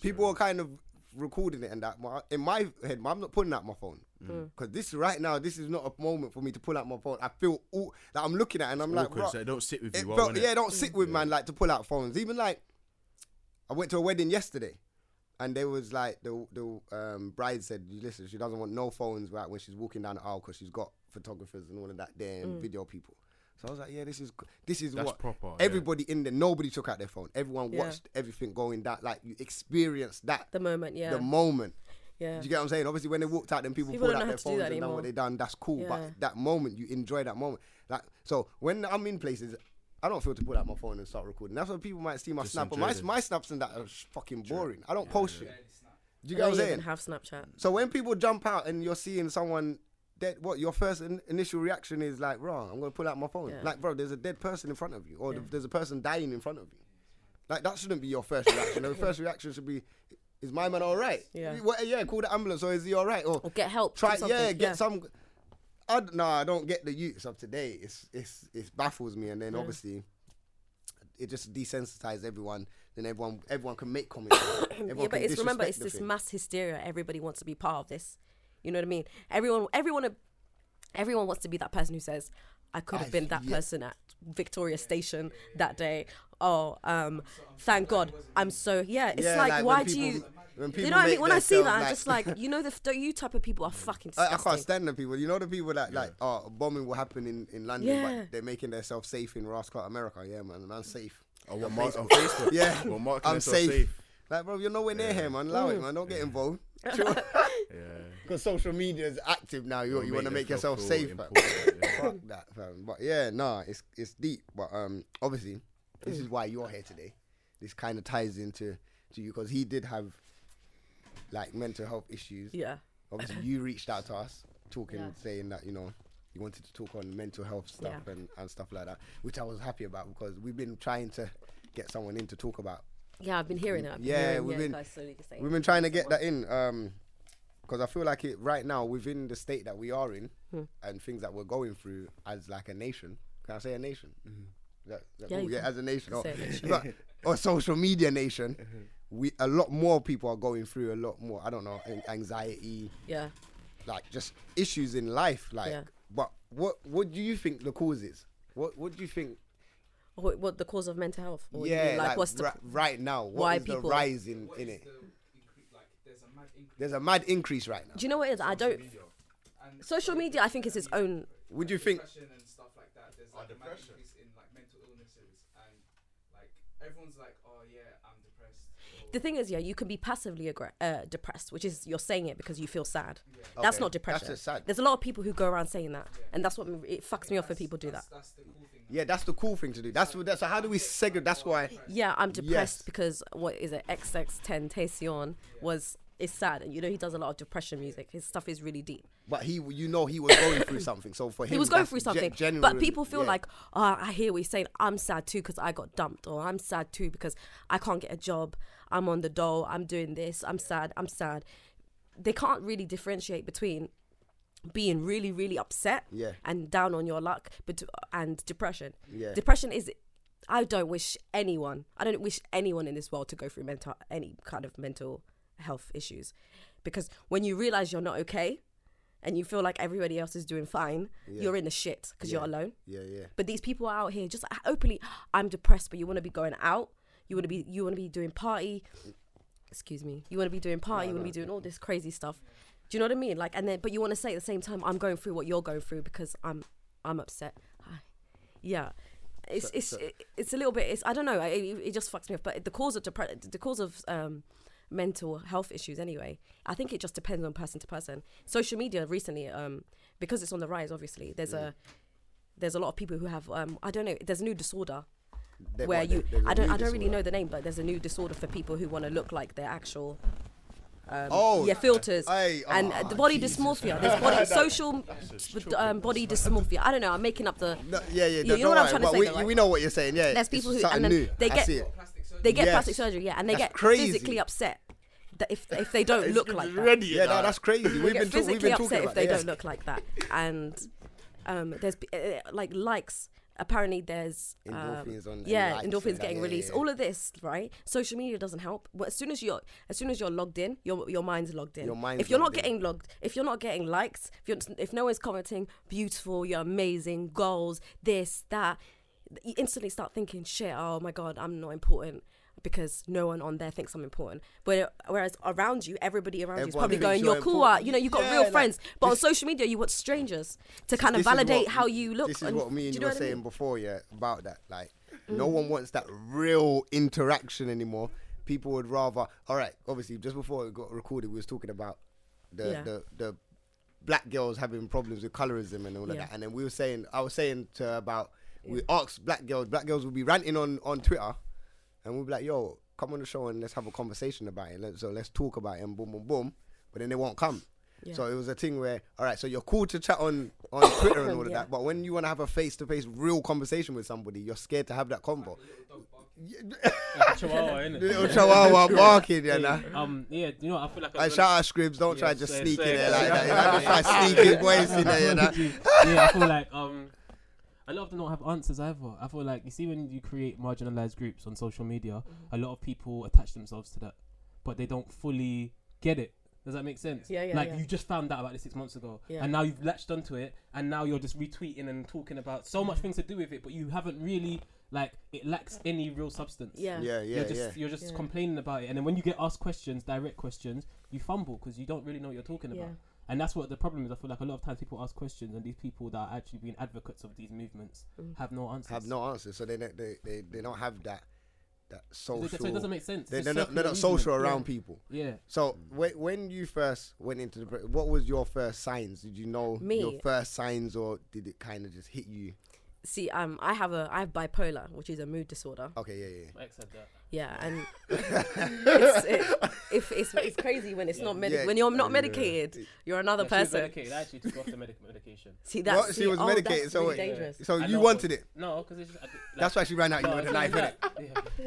Speaker 2: people were kind of recording it and that. My, in my head, I'm not pulling out my phone. Mm. Cause this right now, this is not a moment for me to pull out my phone. I feel all that I'm looking at, it and I'm like,
Speaker 3: Awkward,
Speaker 2: "Bruh,
Speaker 3: so it don't sit with
Speaker 2: it
Speaker 3: you. well,
Speaker 2: felt-
Speaker 3: innit?
Speaker 2: yeah, don't sit with man like to pull out phones. Even like, I went to a wedding yesterday, and there was like the the um, bride said, "Listen, she doesn't want no phones right when she's walking down the aisle because she's got photographers and all of that there
Speaker 4: Mm.
Speaker 2: and video people." So I was like, "Yeah, this is this is
Speaker 3: That's
Speaker 2: what
Speaker 3: proper, yeah.
Speaker 2: Everybody in there, nobody took out their phone. Everyone
Speaker 4: Yeah.
Speaker 2: watched everything going down. Like you experienced that
Speaker 4: the moment, yeah,
Speaker 2: the moment."
Speaker 4: yeah,
Speaker 2: Do you get what I'm saying? Obviously, when they walked out, then people,
Speaker 4: People
Speaker 2: pulled
Speaker 4: don't
Speaker 2: out their
Speaker 4: know how to do
Speaker 2: phones
Speaker 4: that
Speaker 2: and done
Speaker 4: anymore.
Speaker 2: what they done. That's cool,
Speaker 4: Yeah.
Speaker 2: but that moment you enjoy that moment. Like so, when I'm in places, I don't feel to pull out my phone and start recording. That's what people might see my
Speaker 3: Just
Speaker 2: snap. But
Speaker 3: enjoy
Speaker 2: my,
Speaker 3: the-
Speaker 2: my snaps and that are sh- fucking boring. I don't post shit.
Speaker 6: Barely snapped.
Speaker 2: Do you get
Speaker 4: I don't
Speaker 2: what I'm
Speaker 4: even
Speaker 2: saying?
Speaker 4: have Snapchat.
Speaker 2: so when people jump out and you're seeing someone dead, what your first in- initial reaction is like, "Wrong, I'm gonna pull out my phone."
Speaker 4: Yeah.
Speaker 2: Like, bro, there's a dead person in front of you, or
Speaker 4: Yeah.
Speaker 2: there's a person dying in front of you. Like that shouldn't be your first reaction.
Speaker 4: (laughs)
Speaker 2: Your first reaction should be, "Is my man all right?"
Speaker 4: Yeah.
Speaker 2: What- yeah. Call the ambulance, or is he all right? Or
Speaker 4: Or get help. do
Speaker 2: try
Speaker 4: something,
Speaker 2: yeah get some I, d- no i don't get the youths of today it's it's it baffles me and then obviously it just desensitizes everyone then everyone everyone can make comments (coughs) everyone
Speaker 4: (coughs) Yeah, but
Speaker 2: can
Speaker 4: it's remember,
Speaker 2: disrespect
Speaker 4: it's
Speaker 2: the
Speaker 4: this
Speaker 2: thing.
Speaker 4: mass hysteria. Everybody wants to be part of this. You know what I mean? Everyone, everyone, everyone wants to be that person who says, "I could have
Speaker 2: I-
Speaker 4: been that
Speaker 2: yeah.
Speaker 4: person at Victoria Station that day." Oh, um, thank God, I'm so yeah. It's
Speaker 2: Yeah,
Speaker 4: like,
Speaker 2: when
Speaker 4: why do
Speaker 2: people-
Speaker 4: you?
Speaker 2: when
Speaker 4: You
Speaker 2: people
Speaker 4: know what I mean?
Speaker 2: make
Speaker 4: When I see that,
Speaker 2: themselves
Speaker 4: I'm just like, you know, the f- you type of people are fucking
Speaker 2: (laughs) I, I
Speaker 4: disgusting.
Speaker 2: can't stand the people. You know the people that like, oh, a bombing will happen in, in London,
Speaker 4: Yeah.
Speaker 2: but they're making themselves safe in Rascal America. Yeah, man, and I'm safe.
Speaker 3: Oh, what, Mark on
Speaker 2: (laughs)
Speaker 3: Facebook?
Speaker 2: Yeah,
Speaker 3: Well, Mark
Speaker 2: I'm
Speaker 3: Nestor safe.
Speaker 2: safe. Like, bro, you're nowhere near here, man. Allow
Speaker 4: Mm.
Speaker 2: it, man. Don't get involved.
Speaker 3: Yeah.
Speaker 2: Because social media is active now. You, you want to
Speaker 3: them
Speaker 2: make
Speaker 3: feel
Speaker 2: yourself
Speaker 3: feel
Speaker 2: safe. fam.
Speaker 3: important, yeah.
Speaker 2: Fuck that, fam. But yeah, nah, it's it's deep. But um, obviously, this is why you're here today. This kind of ties into to you because he did have like mental health issues.
Speaker 4: Yeah,
Speaker 2: Obviously, you reached out to us talking,
Speaker 7: Yeah.
Speaker 2: saying that you know you wanted to talk on mental health stuff
Speaker 4: Yeah.
Speaker 2: and, and stuff like that, which I was happy about because we've been trying to get someone in to talk about
Speaker 4: yeah. I've been hearing it. I've been
Speaker 2: Yeah,
Speaker 4: hearing,
Speaker 2: we've
Speaker 4: yeah,
Speaker 2: been-
Speaker 4: guys slowly saying
Speaker 2: We've been trying to get that in, um, because I feel like it right now within the state that we are in,
Speaker 4: Hmm.
Speaker 2: and things that we're going through as like a nation. Can I say a nation? Is that- is that
Speaker 4: Yeah,
Speaker 2: cool?
Speaker 4: you
Speaker 2: yeah,
Speaker 4: can
Speaker 2: as a nation, or,
Speaker 4: say a
Speaker 2: (laughs)
Speaker 4: nation.
Speaker 2: but- or social media nation. We a lot more people are going through a lot more. I don't know an- anxiety,
Speaker 4: Yeah.
Speaker 2: like just issues in life. Like,
Speaker 4: Yeah.
Speaker 2: but what what do you think the cause is? What what do you think?
Speaker 4: What, what the cause of mental health? Or you
Speaker 2: yeah,
Speaker 4: mean,
Speaker 2: like,
Speaker 4: what's the?
Speaker 2: ri- right now, what
Speaker 4: why
Speaker 2: is the
Speaker 4: people-
Speaker 2: rise in,
Speaker 6: What
Speaker 2: in
Speaker 6: is
Speaker 2: it?
Speaker 6: the incre- like, there's a mad increase.
Speaker 2: There's a mad increase right now.
Speaker 4: Do you know what it is? I don't.
Speaker 6: and
Speaker 4: Social media, I think, is its own.
Speaker 2: Would you think?
Speaker 6: depression and stuff like that. There's like a mad increase in like mental illnesses and like everyone's like, oh yeah, I'm depressed. or
Speaker 4: the thing is, yeah, you can be passively aggra- uh, depressed, which is you're saying it because you feel sad. That's
Speaker 2: Okay.
Speaker 4: not depression.
Speaker 2: That's just sad.
Speaker 4: There's a lot of people who go around saying that, and that's what m- it fucks me off when people do that.
Speaker 6: That's, that's the cool thing.
Speaker 2: Yeah, that's the cool thing to do. That's what. That's, so how do we segregate? That's why.
Speaker 4: Yeah, I'm depressed
Speaker 2: Yes.
Speaker 4: because what is it? XX10 Tacion was is sad, and you know he does a lot of depression music. His stuff is really deep.
Speaker 2: But he, you know, he was going through something. So for him,
Speaker 4: he was going
Speaker 2: that's
Speaker 4: through
Speaker 2: ge-
Speaker 4: something. but
Speaker 2: generally-
Speaker 4: people feel
Speaker 2: yeah.
Speaker 4: like, oh, I hear what he's saying. I'm sad too because I got dumped, or I'm sad too because I can't get a job. I'm on the dole. I'm doing this. I'm sad. I'm sad. They can't really differentiate between being really, really upset
Speaker 2: Yeah.
Speaker 4: and down on your luck, but and depression.
Speaker 2: Yeah.
Speaker 4: Depression is. I don't wish anyone. I don't wish anyone in this world to go through mental any kind of mental health issues, because when you realize you're not okay, and you feel like everybody else is doing fine, you're in the shit because you're alone.
Speaker 2: Yeah, yeah.
Speaker 4: But these people are out here just openly. I'm depressed, but you want to be going out. You want to be you want to be doing party. Excuse me. You want to be doing party. you want to be doing all this crazy stuff. Do you know what I mean? Like, and then but you want to say at the same time, I'm going through what you're going through because I'm I'm upset. Hi. Yeah. It's it's it- it's a little bit. It's I don't know. It, it it just fucks me up. But the cause of depre- the cause of um, mental health issues anyway. I think it just depends on person to person. Social media recently, um, because it's on the rise. Obviously, there's a there's a lot of people who have um, I don't know. There's a new disorder
Speaker 2: They-
Speaker 4: where
Speaker 2: what, they-
Speaker 4: you
Speaker 2: there's a
Speaker 4: I don't
Speaker 2: new
Speaker 4: I don't really
Speaker 2: disorder.
Speaker 4: know the name, but there's a new disorder for people who want to look like their actual. Um,
Speaker 2: Oh,
Speaker 4: yeah, filters
Speaker 2: aye,
Speaker 4: and
Speaker 2: ah,
Speaker 4: uh, the
Speaker 2: (laughs)
Speaker 4: body dysmorphia. There's body social um, body dysmorphia. I don't know. I'm making up the.
Speaker 2: No, yeah, yeah.
Speaker 4: You-
Speaker 2: no,
Speaker 4: you know
Speaker 2: don't
Speaker 4: what I'm
Speaker 2: worry,
Speaker 4: trying to
Speaker 2: but
Speaker 4: say,
Speaker 2: We,
Speaker 4: though, right?
Speaker 2: we know what you're saying. Yeah.
Speaker 4: There's
Speaker 2: It's
Speaker 4: people who-
Speaker 2: something
Speaker 4: and then
Speaker 2: new.
Speaker 4: they
Speaker 2: I
Speaker 4: get-
Speaker 2: see it.
Speaker 6: Plastic surgery.
Speaker 4: They get
Speaker 2: Yes.
Speaker 4: plastic surgery, yeah, and they
Speaker 2: That's
Speaker 4: get
Speaker 2: crazy.
Speaker 4: physically upset that if if they don't look like that.
Speaker 2: Yeah, no, that's crazy. We've
Speaker 4: They
Speaker 2: been
Speaker 4: get
Speaker 2: talk-
Speaker 4: physically
Speaker 2: we've been talking
Speaker 4: upset
Speaker 2: about
Speaker 4: if they
Speaker 2: that, yeah.
Speaker 4: don't look like that. And um, there's uh, uh, like likes. Apparently, there's um,
Speaker 2: Endorphins on- and
Speaker 4: yeah,
Speaker 2: likes and
Speaker 4: endorphins
Speaker 2: that,
Speaker 4: getting
Speaker 2: yeah, yeah,
Speaker 4: released.
Speaker 2: yeah.
Speaker 4: All of this, right? Social media doesn't help. Well, as soon as you're as soon as you're logged in, your your mind's logged in.
Speaker 2: Your mind's
Speaker 4: if you're not
Speaker 2: logged in.
Speaker 4: getting logged, if you're not getting likes, if you're, if no one's commenting, beautiful, you're amazing, goals, this that, you instantly start thinking, shit, oh my god, I'm not important. Because no one on there thinks I'm important, but whereas around you, everybody around you is
Speaker 2: Everyone
Speaker 4: probably
Speaker 2: thinks
Speaker 4: going,
Speaker 2: you're
Speaker 4: "You're cool,
Speaker 2: important."
Speaker 4: ah, you know, you got
Speaker 2: Yeah,
Speaker 4: real
Speaker 2: like,
Speaker 4: friends." But on
Speaker 2: this-
Speaker 4: social media, you want strangers to kind
Speaker 2: This
Speaker 4: of
Speaker 2: is
Speaker 4: validate
Speaker 2: what-
Speaker 4: how you look.
Speaker 2: This is
Speaker 4: and-
Speaker 2: what me and
Speaker 4: do
Speaker 2: you,
Speaker 4: know
Speaker 2: were
Speaker 4: what I mean? Mm.
Speaker 2: saying before, yeah, about that. Like, no one wants that real interaction anymore. People would rather. All right, obviously, just before it got recorded, we was talking about the
Speaker 4: Yeah.
Speaker 2: the, the black girls having problems with colorism and all of
Speaker 4: Yeah.
Speaker 2: that. And then we were saying, I was saying to her about we asked black girls. Black girls would be ranting on on Twitter, and we'd be like, "Yo, come on the show and let's have a conversation about it. Let, so let's talk about it and boom, boom, boom." But then they won't come.
Speaker 4: Yeah.
Speaker 2: So it was a thing where, all right, so you're cool to chat on
Speaker 4: (coughs)
Speaker 2: on Twitter and all of
Speaker 4: Yeah.
Speaker 2: that, but when you want to have a face to face, real conversation with somebody, you're scared to have that
Speaker 7: (laughs)
Speaker 2: convo.
Speaker 7: Chihuahua, innit?
Speaker 2: Little chihuahua barking, you know.
Speaker 7: Um, yeah, you know, I feel like
Speaker 2: I
Speaker 7: I'm
Speaker 2: shout out Scribs, don't try
Speaker 7: Yeah,
Speaker 2: just
Speaker 7: say-
Speaker 2: sneak
Speaker 7: say-
Speaker 2: in there like that. You
Speaker 7: (laughs)
Speaker 2: know, just try sneak his voice in there, you know.
Speaker 7: yeah, I feel like um, a lot of them don't have answers either. I feel like you see when you create marginalized groups on social media,
Speaker 4: Mm-hmm.
Speaker 7: a lot of people attach themselves to that, but they don't fully get it. Does that make sense?
Speaker 4: Yeah, yeah,
Speaker 7: Like
Speaker 4: yeah.
Speaker 7: you just found out about this six months ago,
Speaker 4: Yeah.
Speaker 7: and now you've latched onto it, and now you're just retweeting and talking about so
Speaker 4: Mm-hmm.
Speaker 7: much things to do with it, but you haven't really like it lacks any real substance.
Speaker 4: Yeah.
Speaker 2: Yeah, yeah,
Speaker 7: you're just
Speaker 2: yeah.
Speaker 7: you're just
Speaker 4: Yeah.
Speaker 7: complaining about it, and then when you get asked questions, direct questions, you fumble because you don't really know what you're talking about.
Speaker 4: Yeah.
Speaker 7: And that's what the problem is. I feel like a lot of times people ask questions, and these people that are actually being advocates of these movements
Speaker 4: Mm.
Speaker 7: have no answers.
Speaker 2: Have no answer, so they don't- they they, they don't have that that
Speaker 7: So
Speaker 2: social.
Speaker 7: it- so it doesn't make sense.
Speaker 2: They,
Speaker 7: It's
Speaker 2: they're,
Speaker 7: a
Speaker 2: not, they're
Speaker 7: circular
Speaker 2: not social
Speaker 7: movement.
Speaker 2: around people.
Speaker 7: Yeah. Mm.
Speaker 2: So when when you first went into the, pre- what was your first signs? Did you know your
Speaker 4: Me?
Speaker 2: first signs, or did it kind of just hit you?
Speaker 4: See, um, I have a I have bipolar, which is a mood disorder.
Speaker 2: Okay, yeah, yeah.
Speaker 7: Like I said that.
Speaker 4: Yeah,
Speaker 2: (laughs)
Speaker 4: and it's, it, if it's, it's crazy when it's not medi-
Speaker 2: Yeah,
Speaker 4: when you're not
Speaker 2: yeah.
Speaker 4: medicated, you're another
Speaker 7: Yeah, she was
Speaker 4: person.
Speaker 7: medicated. I actually took off the medic- medication.
Speaker 4: See that?
Speaker 2: Well, she was medicated, so
Speaker 4: really
Speaker 2: wait.
Speaker 4: dangerous.
Speaker 2: So
Speaker 7: I
Speaker 2: you
Speaker 7: know,
Speaker 2: wanted it.
Speaker 7: No, because it's just, I did- like,
Speaker 2: That's why she ran out. You
Speaker 7: No,
Speaker 2: know the
Speaker 7: it's
Speaker 2: knife,
Speaker 7: not
Speaker 2: innit?
Speaker 7: that. (laughs) Yeah, No,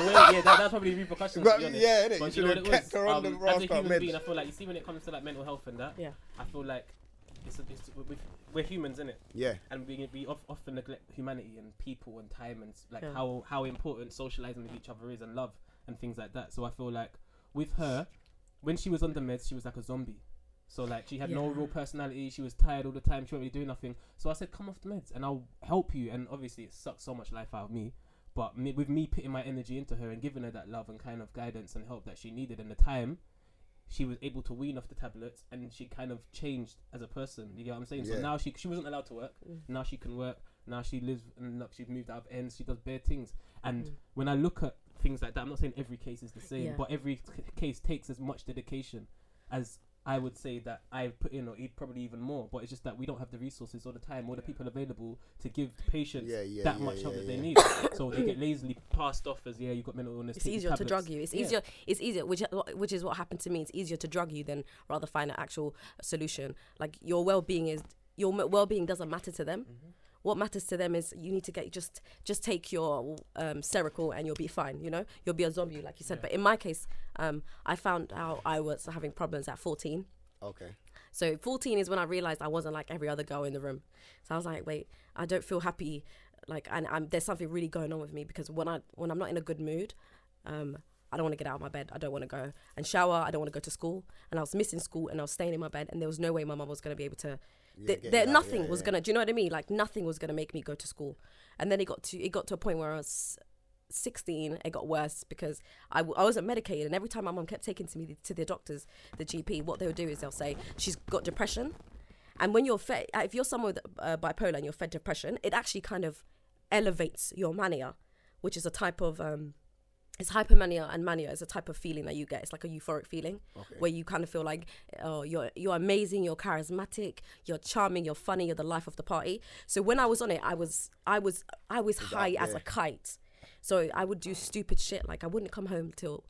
Speaker 7: the way- yeah that, that's probably repercussions.
Speaker 2: But,
Speaker 7: to be honest.
Speaker 2: yeah, innit? You
Speaker 7: But
Speaker 2: should
Speaker 7: you know
Speaker 2: have
Speaker 7: what it was?
Speaker 2: kept her on the
Speaker 7: Um, as a
Speaker 2: raspberry
Speaker 7: human
Speaker 2: meds.
Speaker 7: being, I feel like you see when it comes to like mental health and that.
Speaker 4: Yeah.
Speaker 7: I feel like it's, a, it's we- we- we're humans, innit?
Speaker 2: Yeah.
Speaker 7: And we we of, often neglect humanity and people and time and s- like
Speaker 4: Yeah.
Speaker 7: how how important socializing with each other is and love and things like that. So I feel like with her, when she was on the meds, she was like a zombie. So like she had no
Speaker 4: Yeah.
Speaker 7: real personality. She was tired all the time. She wasn't really doing nothing. So I said, "Come off the meds, and I'll help you." And obviously, it sucked so much life out of me. But me, with me putting my energy into her and giving her that love and kind of guidance and help that she needed and the time, she was able to wean off the tablets and she kind of changed as a person. You get what I'm saying?
Speaker 2: Yeah.
Speaker 7: So now she she wasn't allowed to work. Now she can work. Now she lives and like, she's moved out of ends. She does bare things. And when I look at things like that. I'm not saying every case is the same,
Speaker 4: Yeah.
Speaker 7: but every c- case takes as much dedication as I would say that I put in, or e- probably even more. But it's just that we don't have the resources or the time or the people available to give patients
Speaker 2: Yeah, yeah,
Speaker 7: that
Speaker 2: yeah,
Speaker 7: much help
Speaker 2: yeah,
Speaker 7: that they
Speaker 2: yeah.
Speaker 7: need. so they get lazily passed off as yeah, you've got mental illness.
Speaker 4: It's
Speaker 7: take these
Speaker 4: easier to
Speaker 7: tablets."
Speaker 4: drug you. It's
Speaker 7: Yeah.
Speaker 4: easier. It's easier, which which is what happened to me. It's easier to drug you than rather find an actual solution. Like your well being is your well being doesn't matter to them. What matters to them is you need to get just just take your um, Seroquel and you'll be fine. You know, you'll be a zombie like you said. But in my case, um, I found out I was having problems at 14.
Speaker 2: Okay.
Speaker 4: So 14 is when I realized I wasn't like every other girl in the room. So I was like, wait, I don't feel happy. Like, and I'm, there's something really going on with me because when I when I'm not in a good mood, um, I don't want to get out of my bed. I don't want to go and shower. I don't want to go to school. And I was missing school and I was staying in my bed. And there was no way my mum was going to be able to. th-
Speaker 2: get
Speaker 4: there,
Speaker 2: you out,
Speaker 4: nothing
Speaker 2: yeah,
Speaker 4: was
Speaker 2: yeah.
Speaker 4: gonna. Do you know what I mean? Like nothing was gonna make me go to school. And then it got to it got to a point where I was 16 it got worse because I, w- I wasn't medicated and every time my mum kept taking to me to the doctors the gp what they'll do is they'll say she's got depression and when you're fed if you're someone with uh, bipolar and you're fed depression it actually kind of elevates your mania which is a type of um it's hypermania and mania is a type of feeling that you get. It's like a euphoric feeling where you kind of feel like, oh, you're you're amazing, you're charismatic, you're charming, you're funny, you're the life of the party. So when I was on it, I was I was I was high as a kite. So I would do stupid shit. Like I wouldn't come home till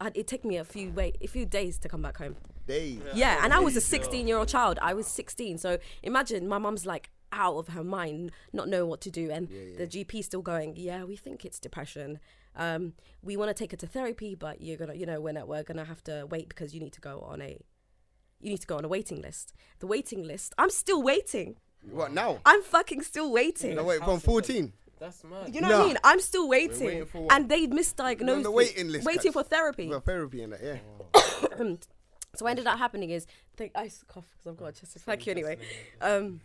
Speaker 4: I'd, it'd take me a few wait a few days to come back home.
Speaker 2: Days.
Speaker 4: Yeah, and I was a 16 year old child. I was 16. So imagine my mum's like out of her mind, not knowing what to do. And the GP still going, yeah, we think it's depression. Um, we want to take her to therapy, but you're going to, you know, we're, not, we're going to have to wait because you need to go on a, you need to go on a waiting list. The waiting list, I'm still waiting.
Speaker 2: What now?
Speaker 4: I'm fucking still waiting.
Speaker 2: No, wait, from
Speaker 7: How's it
Speaker 2: 14.
Speaker 7: That's mad.
Speaker 4: You know what I
Speaker 2: No.
Speaker 4: mean? I'm still
Speaker 2: waiting
Speaker 4: waiting.
Speaker 2: for what?
Speaker 4: And they misdiagnosed
Speaker 2: On the
Speaker 4: me.
Speaker 2: waiting list.
Speaker 4: Waiting for therapy.
Speaker 2: Well, therapy and that, yeah.
Speaker 7: Oh.
Speaker 4: (coughs) So what ended up happening is they, I s- cough because I've got a chest Oh, Thank you anyway. Um,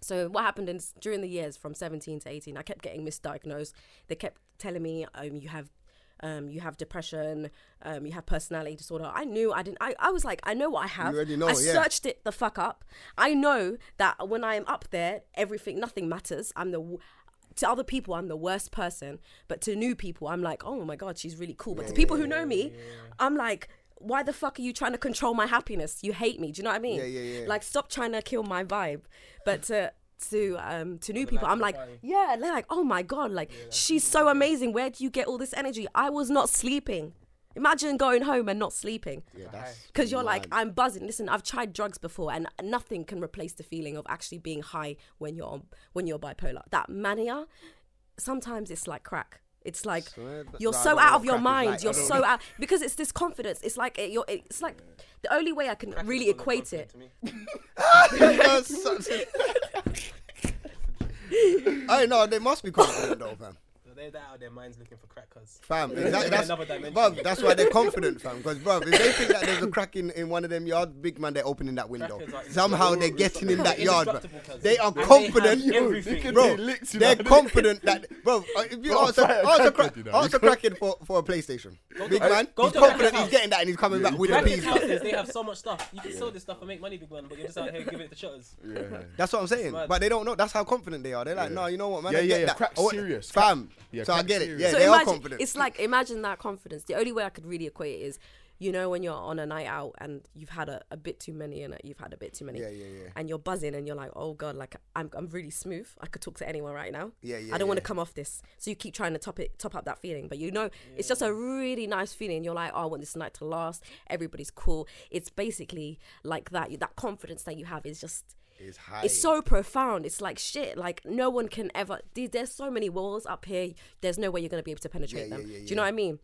Speaker 4: so what happened is during the years from 17 to 18, I kept getting misdiagnosed. They kept telling me, um, you have, um, you have depression, um, you have personality disorder. I knew I didn't. I, I was like, I know what I have.
Speaker 2: already know,
Speaker 4: I
Speaker 2: yeah.
Speaker 4: searched it the fuck up. I know that when I am up there, everything, nothing matters. I'm the w- to other people, I'm the worst person, but to new people, I'm like, oh my god, she's really cool. But to people who know me, I'm like, why the fuck are you trying to control my happiness? You hate me. Do you know what I mean?
Speaker 2: Yeah, yeah, yeah.
Speaker 4: Like, stop trying to kill my vibe. But to to um to new people, I'm like, yeah, and they're like, oh my god, like she's so amazing. Where do you get all this energy? I was not sleeping. Imagine going home and not sleeping.
Speaker 2: Yeah, that's.
Speaker 4: Because you're like,
Speaker 2: mad.
Speaker 4: I'm buzzing. Listen, I've tried drugs before, and nothing can replace the feeling of actually being high when you're on, when you're bipolar. That mania, sometimes it's like crack. It's like
Speaker 2: Swear to-
Speaker 4: you're
Speaker 2: No, eh, I
Speaker 4: so
Speaker 2: don't
Speaker 4: out
Speaker 2: know
Speaker 4: of your
Speaker 2: what crack is
Speaker 4: mind.
Speaker 2: like. I
Speaker 4: You're
Speaker 2: don't
Speaker 4: so
Speaker 2: know.
Speaker 4: out because it's this confidence. It's like it, you're, eh, it's like the only way I can really equate it.
Speaker 2: (laughs) You're such a- I know they must be confident though, fam.
Speaker 7: They're out of their minds looking for crackers.
Speaker 2: Fam, exactly. That's,
Speaker 7: Another dimension.
Speaker 2: bruv, that's why they're confident, fam. Because, bruv, if they think that there's a crack in, in one of them yards, big man, they're opening that window.
Speaker 7: Crackers are
Speaker 2: Somehow they're getting in that yard,
Speaker 7: Indestructible,
Speaker 2: bruv.
Speaker 7: cuz.
Speaker 2: They are
Speaker 7: And they have
Speaker 2: confident,
Speaker 7: everything. They
Speaker 2: bro.
Speaker 3: could be licked, you
Speaker 2: They're
Speaker 3: know.
Speaker 2: confident that, bro. uh, If you
Speaker 3: Bro,
Speaker 2: ask a
Speaker 3: fire
Speaker 2: ask a
Speaker 3: crackhead,
Speaker 2: crack-
Speaker 3: you know.
Speaker 2: ask a crackhead for for a PlayStation, big man,
Speaker 7: go
Speaker 2: he's
Speaker 7: to a crackhead
Speaker 2: confident he's
Speaker 7: house.
Speaker 2: getting that and he's coming back with a
Speaker 7: Crackers
Speaker 2: piece. bruv.
Speaker 7: houses, they have so much stuff. You can sell this stuff and make money, big man, but you're just out here giving it to shutters.
Speaker 3: Yeah.
Speaker 2: That's what I'm saying.
Speaker 7: mad.
Speaker 2: But they don't know. That's how confident they are. They're like,
Speaker 3: Yeah.
Speaker 2: no, you know what, man.
Speaker 3: Yeah,
Speaker 2: I
Speaker 3: yeah,
Speaker 2: get
Speaker 3: yeah,
Speaker 2: that.
Speaker 3: crack's
Speaker 2: I want-
Speaker 3: serious.
Speaker 2: Fam.
Speaker 3: Yeah,
Speaker 2: so I
Speaker 3: crack's
Speaker 2: get it.
Speaker 3: serious.
Speaker 2: Yeah,
Speaker 4: so
Speaker 2: they
Speaker 4: imagine,
Speaker 2: are confident.
Speaker 4: It's like imagine that confidence. The only way I could really equate it is, you know, when you're on a night out and you've had a, a bit too many and you've had a bit too many.
Speaker 2: Yeah, yeah, yeah.
Speaker 4: And you're buzzing and you're like, oh god, like I'm I'm really smooth. I could talk to anyone right now.
Speaker 2: Yeah, yeah,
Speaker 4: I don't want to
Speaker 2: yeah.
Speaker 4: come off this. So you keep trying to top it, top up that feeling, but you know, it's just a really nice feeling. You're like, oh, I want this night to last. Everybody's cool. It's basically like that. That confidence that you have is just
Speaker 2: It's high.
Speaker 4: it's so profound. It's like shit. Like no one can ever. there- There's so many walls up here. There's no way you're gonna be able to penetrate
Speaker 2: Yeah,
Speaker 4: them.
Speaker 2: yeah, yeah,
Speaker 4: Do
Speaker 2: yeah.
Speaker 4: you know what I mean?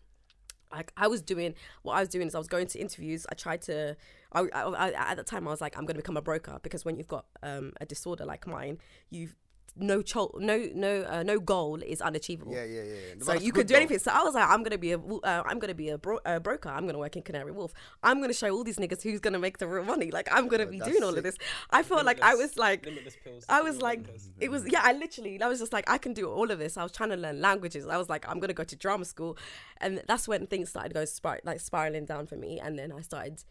Speaker 4: Like I was doing what I was doing is I was going to interviews. I tried to. I, I, I at the time I was like I'm gonna become a broker because when you've got um, a disorder like mine, you've no cho- no no uh, no goal is unachievable.
Speaker 2: Yeah, yeah, yeah.
Speaker 4: So
Speaker 2: That's
Speaker 4: you
Speaker 2: good
Speaker 4: could do
Speaker 2: though.
Speaker 4: anything. So I was like, I'm gonna be a, wo- uh, I'm gonna be a, bro- a broker. I'm gonna work in Canary Wolf. I'm gonna show all these niggas who's gonna make the real money. Like I'm gonna be
Speaker 2: that's
Speaker 4: doing all
Speaker 2: sick.
Speaker 4: of this. I felt like I was like,
Speaker 7: Limitless pills.
Speaker 4: I was like, it was yeah. I literally, I was just like, I can do all of this. I was trying to learn languages. I was like, I'm gonna go to drama school, and that's when things started going spir- like spiraling down for me. And then I started,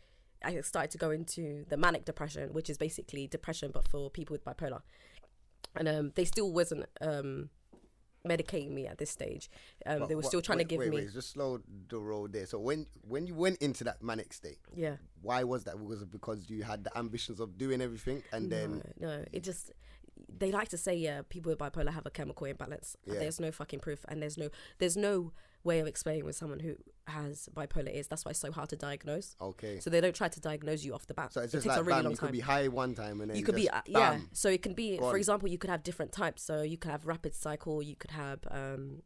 Speaker 4: I started to go into the manic depression, which is basically depression but for people with bipolar. And um, they still wasn't um, medicating me at this stage. Um,
Speaker 2: But
Speaker 4: they were
Speaker 2: what-
Speaker 4: still trying
Speaker 2: wait,
Speaker 4: to give
Speaker 2: wait,
Speaker 4: me.
Speaker 2: Wait, just slow the road there. So when when you went into that manic state,
Speaker 4: Yeah.
Speaker 2: why was that? Was it because you had the ambitions of doing everything, and then
Speaker 4: no, no, it just they like to say yeah, people with bipolar have a chemical imbalance.
Speaker 2: Yeah.
Speaker 4: There's no fucking proof, and there's no there's no way of explaining with someone who has bipolar is. That's why it's so hard to diagnose.
Speaker 2: okay, so,
Speaker 4: So they don't try to diagnose you off the bat.
Speaker 2: it's
Speaker 4: it
Speaker 2: just
Speaker 4: takes
Speaker 2: like
Speaker 4: a really
Speaker 2: bam,
Speaker 4: long
Speaker 2: you
Speaker 4: time.
Speaker 2: could be high one time, and then
Speaker 4: you could be
Speaker 2: just
Speaker 4: uh, yeah.
Speaker 2: bam.
Speaker 4: So it can be,
Speaker 2: Gone.
Speaker 4: for example, you could have different types. So you could have rapid cycle. You could have um,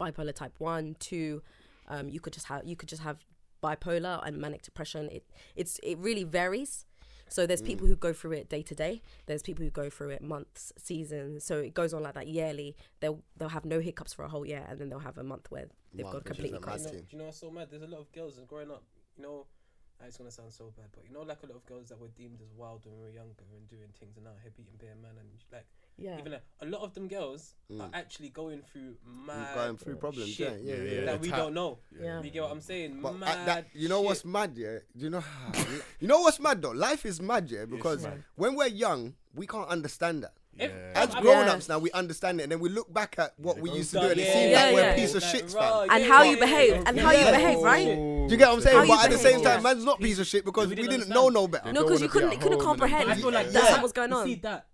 Speaker 4: bipolar type one, two. Um, you could just have you could just have bipolar and manic depression. It it's it really varies. So
Speaker 2: Mm.
Speaker 4: there's people who go through it day to day. There's people who go through it months, seasons. So it goes on like that yearly. They'll they'll have no hiccups for a whole year, and then they'll have a month where they've
Speaker 2: Month,
Speaker 4: gone
Speaker 2: which is
Speaker 4: completely
Speaker 2: a
Speaker 4: crazy.
Speaker 7: You know,
Speaker 2: Asking.
Speaker 7: do you know what's so mad? There's a lot of girls and growing up, you know, ah, it's gonna sound so bad, but you know, like a lot of girls that were deemed as wild when we were younger and doing things and out here beating bare man and like
Speaker 4: Yeah.
Speaker 7: even like, a lot of them girls are actually going through mad
Speaker 2: Mm. going through problems,
Speaker 7: shit
Speaker 2: yeah, yeah, yeah, yeah.
Speaker 7: that we
Speaker 2: Attack.
Speaker 7: don't know.
Speaker 4: Yeah.
Speaker 7: You get what I'm saying?
Speaker 2: But
Speaker 7: mad
Speaker 2: at that, you know
Speaker 7: shit.
Speaker 2: what's mad, yeah. You know, (sighs) you know what's mad though. Life is mad, yeah, because
Speaker 3: mad.
Speaker 2: when we're young, we can't understand that.
Speaker 7: If-
Speaker 3: Yeah.
Speaker 2: As
Speaker 7: I'm-
Speaker 2: grown-ups now, we understand it, and then we look back at what we
Speaker 3: goes
Speaker 2: used to do, and it
Speaker 7: yeah,
Speaker 2: seems
Speaker 4: yeah,
Speaker 2: like we're
Speaker 4: yeah.
Speaker 2: a piece of
Speaker 7: Like,
Speaker 2: shit,
Speaker 7: raw,
Speaker 2: fam.
Speaker 4: And
Speaker 7: yeah,
Speaker 4: how
Speaker 7: yeah,
Speaker 4: you
Speaker 7: yeah,
Speaker 4: behave,
Speaker 7: yeah.
Speaker 4: and how you
Speaker 2: Yeah.
Speaker 4: behave, right?
Speaker 2: Do you get what I'm saying?
Speaker 4: How you
Speaker 2: But at the same
Speaker 4: behave,
Speaker 2: time,
Speaker 4: yeah.
Speaker 2: man's not a piece of shit because we
Speaker 7: didn't
Speaker 2: didn't, know
Speaker 7: understand.
Speaker 2: no better.
Speaker 4: No, because you couldn't you couldn't comprehend
Speaker 7: I feel like
Speaker 4: that
Speaker 7: that,
Speaker 4: something's going
Speaker 7: you
Speaker 4: on.
Speaker 7: See that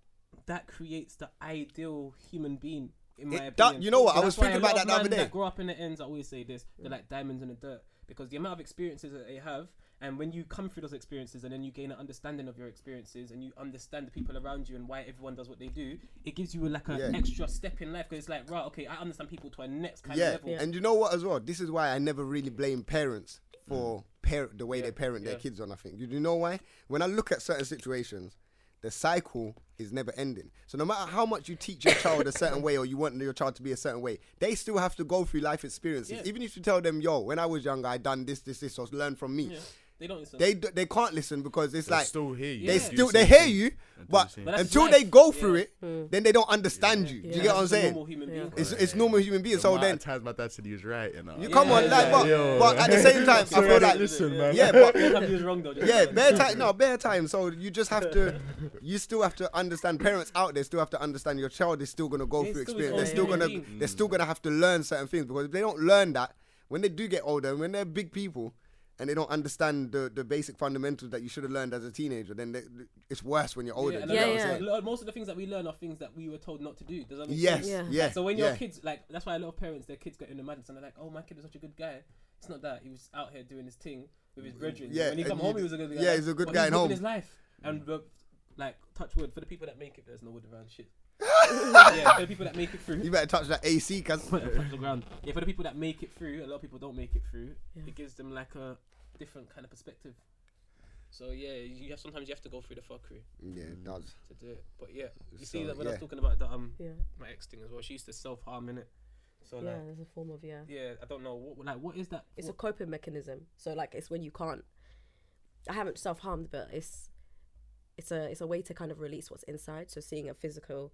Speaker 7: that creates the ideal human being. In my
Speaker 2: It- that-
Speaker 7: opinion,
Speaker 2: you know what, I
Speaker 7: that's
Speaker 2: was
Speaker 7: why
Speaker 2: thinking
Speaker 7: a lot
Speaker 2: about that
Speaker 7: of
Speaker 2: the
Speaker 7: man
Speaker 2: other day.
Speaker 7: That grow up in the ends. I always say this: they're like diamonds in the dirt because the amount of experiences that they have, and when you come through those experiences, and then you gain an understanding of your experiences, and you understand the people around you and why everyone does what they do, it gives you like an
Speaker 2: Yeah.
Speaker 7: extra step in life because it's like, right, okay, I understand people to a next kind
Speaker 2: yeah.
Speaker 7: of level.
Speaker 2: and you know what as well? This is why I never really blame parents for par- the way they parent their
Speaker 7: Mm. yeah.
Speaker 2: kids on. I think you do know why. When I look at certain situations, the cycle is never ending. So no matter how much you teach your child a certain way or you want your child to be a certain way, they still have to go through life experiences.
Speaker 7: Yeah.
Speaker 2: Even if you tell them, "Yo, when I was younger, I done this, this, this," or learn from me.
Speaker 7: Yeah. They don't listen.
Speaker 2: They d- they can't listen because it's
Speaker 3: They
Speaker 2: like
Speaker 3: still hear you.
Speaker 2: They
Speaker 7: Yeah.
Speaker 2: still
Speaker 3: Do
Speaker 2: they
Speaker 3: the
Speaker 2: hear
Speaker 3: same
Speaker 2: you,
Speaker 3: thing and do
Speaker 2: but
Speaker 3: the same
Speaker 7: But that's
Speaker 2: until
Speaker 7: life.
Speaker 2: they go
Speaker 7: Yeah.
Speaker 2: through it, then they don't understand you. Do you
Speaker 4: Yeah.
Speaker 2: get what I'm
Speaker 7: That's the
Speaker 2: saying?
Speaker 7: normal human being.
Speaker 2: It's, it's normal human beings.
Speaker 3: The
Speaker 2: So
Speaker 3: amount
Speaker 2: then
Speaker 3: of times my dad said he was right, and
Speaker 2: You come on,
Speaker 7: Yeah,
Speaker 2: like,
Speaker 7: yeah,
Speaker 2: but,
Speaker 3: yeah.
Speaker 2: but at the same time,
Speaker 3: (laughs)
Speaker 2: I feel like,
Speaker 3: listen, man.
Speaker 2: yeah,
Speaker 7: (laughs)
Speaker 2: but
Speaker 7: Both of you is wrong though. just
Speaker 2: yeah,
Speaker 7: like-
Speaker 2: bare time, no, bare time. So you just have to, you still have to understand. Parents out there still have to understand your child is still gonna go
Speaker 7: It's
Speaker 2: through
Speaker 7: still
Speaker 2: experience.
Speaker 7: his
Speaker 2: They're
Speaker 7: own
Speaker 2: still gonna,
Speaker 7: thing.
Speaker 2: they're still gonna have to learn certain things because if they don't learn that, when they do get older and when they're big people. And they don't understand the, the basic fundamentals that you should have learned as a teenager. Then they, it's worse when you're older.
Speaker 7: and
Speaker 2: do you
Speaker 7: a
Speaker 2: know
Speaker 7: lot-
Speaker 2: what
Speaker 4: yeah.
Speaker 2: I'm
Speaker 7: like,
Speaker 2: saying?
Speaker 7: a lot of- most of the things that we learn are things that we were told not to do. Does that make
Speaker 2: Yes,
Speaker 7: sense?
Speaker 2: yeah.
Speaker 4: Yeah.
Speaker 7: So when your
Speaker 2: yeah.
Speaker 7: kids like that's why a lot of parents their kids get in the madness and they're like, Oh my kid was such a good guy. It's not that he was out here doing his thing with his brethren.
Speaker 2: Mm, yeah,
Speaker 7: When he
Speaker 2: and
Speaker 7: come
Speaker 2: you-
Speaker 7: home he was a good guy.
Speaker 2: yeah, he's a good
Speaker 7: but
Speaker 2: guy
Speaker 7: he's
Speaker 2: at
Speaker 7: living
Speaker 2: home. Mm.
Speaker 7: his life. And the, like touch wood, for the people that make it there's no wood
Speaker 2: (laughs)
Speaker 7: around shit. yeah, for the people that make it through
Speaker 2: You better touch that AC, cause
Speaker 7: (laughs) put it on the ground. Yeah, for the people that make it through, a lot of people don't make it through. It gives them like a different kind of perspective. So yeah, you have sometimes you have to go through the fuckery
Speaker 2: yeah, it does.
Speaker 7: to do it. But yeah, you
Speaker 2: So,
Speaker 7: see that when I
Speaker 2: yeah.
Speaker 7: was talking about that um
Speaker 4: Yeah.
Speaker 7: my ex thing as well, she used to self harm in it. So
Speaker 4: Yeah,
Speaker 7: like
Speaker 4: there's a form of yeah.
Speaker 7: yeah, I don't know what like what is that?
Speaker 4: It's a
Speaker 7: what-
Speaker 4: coping mechanism. So like it's when you can't. I haven't self harmed, but it's it's a it's a way to kind of release what's inside. So seeing a physical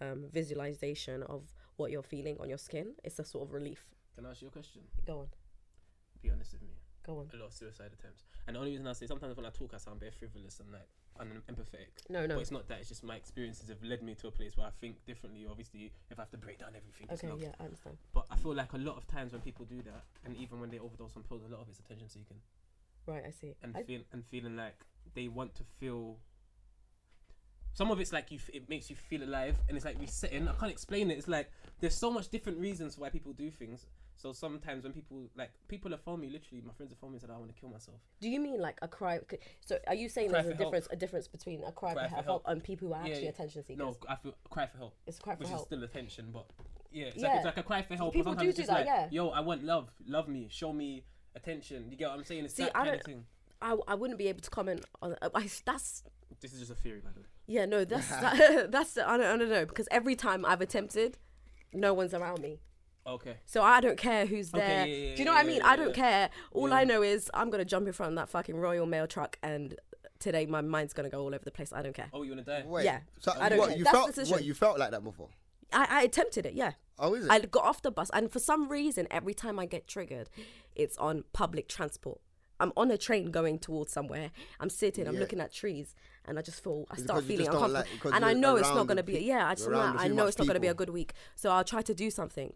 Speaker 4: um, visualization of what you're feeling on your skin, it's a sort of relief.
Speaker 7: can I ask you a question?
Speaker 4: Go on,
Speaker 7: Be honest with me.
Speaker 4: go on.
Speaker 7: A lot of suicide attempts, and the only reason I say sometimes when I talk I sound very frivolous and like unempathetic.
Speaker 4: No, no.
Speaker 7: But it's not that. It's just my experiences have led me to a place where I think differently. Obviously, if I have to break down everything, it's
Speaker 4: Okay,
Speaker 7: not
Speaker 4: yeah, I understand.
Speaker 7: But I feel like a lot of times when people do that, and even when they overdose on pills, a lot of it's attention seeking
Speaker 4: Right, I see.
Speaker 7: and
Speaker 4: I,
Speaker 7: feel and feeling like they want to feel. Some of it's like you, f- it makes you feel alive, and it's like resetting. I can't explain it. It's like there's so much different reasons why people do things. So sometimes when people like people have phoned me, literally, my friends have phoned me and said "Oh, I want to kill myself.
Speaker 4: do you mean like a cry? c- So are you saying
Speaker 7: Cry
Speaker 4: there's a
Speaker 7: for help.
Speaker 4: difference a difference between a cry, for, help, and people who are actually attention seekers?
Speaker 7: No, I feel cry for help.
Speaker 4: It's a cry for
Speaker 7: which
Speaker 4: help.
Speaker 7: is still attention, but yeah, it's,
Speaker 4: Yeah.
Speaker 7: Like, it's like a cry for help. but
Speaker 4: People
Speaker 7: sometimes
Speaker 4: do
Speaker 7: it's
Speaker 4: do
Speaker 7: just
Speaker 4: that,
Speaker 7: like,
Speaker 4: yeah.
Speaker 7: Yo, I want love, love me, show me attention. You get what I'm saying? It's
Speaker 4: See,
Speaker 7: that
Speaker 4: I
Speaker 7: kind of
Speaker 4: don't-
Speaker 7: thing.
Speaker 4: I, I wouldn't be able to comment on. uh, (laughs) I, that's
Speaker 7: This is just a theory, by the way.
Speaker 4: Yeah, no,
Speaker 7: (laughs)
Speaker 4: that's that, (laughs) that's I don't, I don't know because every time I've attempted, no one's around me,
Speaker 7: Okay.
Speaker 4: so I don't care who's
Speaker 7: Okay,
Speaker 4: there.
Speaker 7: yeah, yeah,
Speaker 4: Do you know
Speaker 7: yeah,
Speaker 4: what I
Speaker 7: yeah,
Speaker 4: mean?
Speaker 7: yeah,
Speaker 4: I don't
Speaker 7: yeah.
Speaker 4: care. All
Speaker 7: Yeah.
Speaker 4: I know is I'm gonna jump in front of that fucking Royal Mail truck, and today my mind's gonna go all over the place. I don't care.
Speaker 7: Oh, you wanna die?
Speaker 2: Wait,
Speaker 4: Yeah,
Speaker 2: So
Speaker 4: I don't
Speaker 2: what
Speaker 4: care.
Speaker 2: you
Speaker 4: That's
Speaker 2: felt?
Speaker 4: the
Speaker 2: What
Speaker 4: decision.
Speaker 2: you felt like that before?
Speaker 4: I, I attempted it. Yeah,
Speaker 2: Oh, is it?
Speaker 4: I got off the bus, and for some reason, every time I get triggered, it's on public transport. I'm on a train going towards somewhere. I'm sitting. I'm
Speaker 2: Yeah.
Speaker 4: looking at trees, and I just feel I
Speaker 2: It's
Speaker 4: start
Speaker 2: because you
Speaker 4: feeling
Speaker 2: just don't
Speaker 4: uncomfortable.
Speaker 2: like- because
Speaker 4: and I
Speaker 2: you're
Speaker 4: know it's
Speaker 2: around
Speaker 4: not
Speaker 2: the
Speaker 4: gonna be.
Speaker 2: pe-
Speaker 4: yeah, I just know
Speaker 2: around
Speaker 4: I
Speaker 2: too
Speaker 4: know
Speaker 2: much
Speaker 4: it's not gonna be a
Speaker 2: people. Mm.
Speaker 4: good week. So I'll try to do something.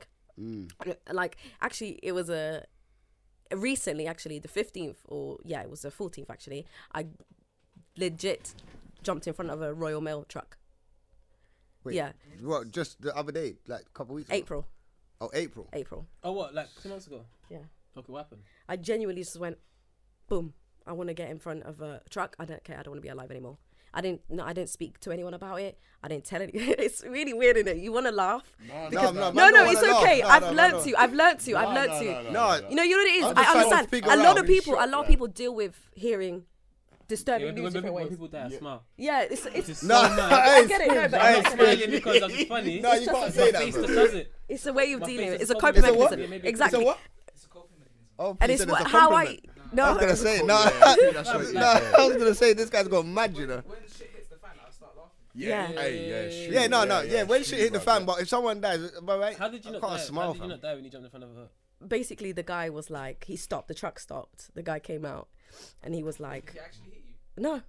Speaker 4: Like actually, it was a recently actually the 15th or yeah it was the 14th actually i legit jumped in front of a royal mail truck
Speaker 2: Wait,
Speaker 4: Yeah.
Speaker 2: What? Just the other day, like a couple weeks. ago?
Speaker 4: april
Speaker 2: Oh, April.
Speaker 4: april
Speaker 7: Oh, what? Like two months ago?
Speaker 4: yeah
Speaker 7: Okay, what happened?
Speaker 4: i genuinely just went boom i want to get in front of a truck i don't care i don't want to be alive anymore I didn't. No, I didn't speak to anyone about it. I didn't tell any. (laughs) it's really weird, isn't it? You want to laugh?
Speaker 2: No, no,
Speaker 4: No,
Speaker 2: man,
Speaker 4: no,
Speaker 2: don't
Speaker 4: it's
Speaker 2: wanna laugh.
Speaker 4: okay.
Speaker 2: No,
Speaker 4: I've
Speaker 2: no, no,
Speaker 4: learnt
Speaker 2: no.
Speaker 4: to. I've learnt to. I've learnt to.
Speaker 2: No,
Speaker 4: You know, you know what it is.
Speaker 2: I'm just
Speaker 4: I
Speaker 2: trying to
Speaker 4: understand.
Speaker 2: figure
Speaker 4: A lot
Speaker 2: out.
Speaker 4: of people. A lot of people deal with hearing disturbing
Speaker 7: when,
Speaker 4: news
Speaker 7: when-
Speaker 4: different
Speaker 7: when
Speaker 4: ways.
Speaker 7: people die, I smile.
Speaker 4: Yeah, it's
Speaker 7: Which
Speaker 4: it's
Speaker 7: is
Speaker 2: No,
Speaker 7: so mad.
Speaker 4: I get it, no, but I'm
Speaker 7: I'm
Speaker 4: not
Speaker 7: smiling because that's funny.
Speaker 2: No, you can't say
Speaker 7: My face
Speaker 2: that.
Speaker 7: just
Speaker 2: bro.
Speaker 7: does it.
Speaker 4: It's the way you're
Speaker 7: My
Speaker 4: dealing
Speaker 7: face
Speaker 4: with it. It's
Speaker 7: is
Speaker 4: a
Speaker 7: a
Speaker 4: coping
Speaker 7: coping
Speaker 4: mechanism.
Speaker 7: mechanism. It's a
Speaker 4: Exactly.
Speaker 2: what?
Speaker 6: It's a coping mechanism.
Speaker 2: Oh,
Speaker 4: And
Speaker 2: he
Speaker 4: it's
Speaker 2: said a
Speaker 4: what, how I.
Speaker 2: compliment.
Speaker 4: No,
Speaker 2: I was gonna say no. (laughs)
Speaker 3: Yeah, I think that's what it is,
Speaker 2: no,
Speaker 3: yeah.
Speaker 2: I was gonna say this guy's gone mad, you know.
Speaker 6: When shit hits the fan, I'll start laughing.
Speaker 4: Yeah.
Speaker 3: Hey, yeah, it's true,
Speaker 2: Yeah, no, no, yeah. When
Speaker 3: it's
Speaker 2: shit
Speaker 3: true,
Speaker 2: hit the
Speaker 3: bruv.
Speaker 2: fan, but if someone dies, but right,
Speaker 7: How did you
Speaker 2: I
Speaker 7: not
Speaker 2: can't
Speaker 7: die?
Speaker 2: smile,
Speaker 7: How did you
Speaker 2: fam.
Speaker 7: not die when you jumped in front of her?
Speaker 4: Basically, the guy was like, he stopped. The truck stopped. The guy came out, and he was like,
Speaker 6: He actually hit you. Oh.
Speaker 4: no.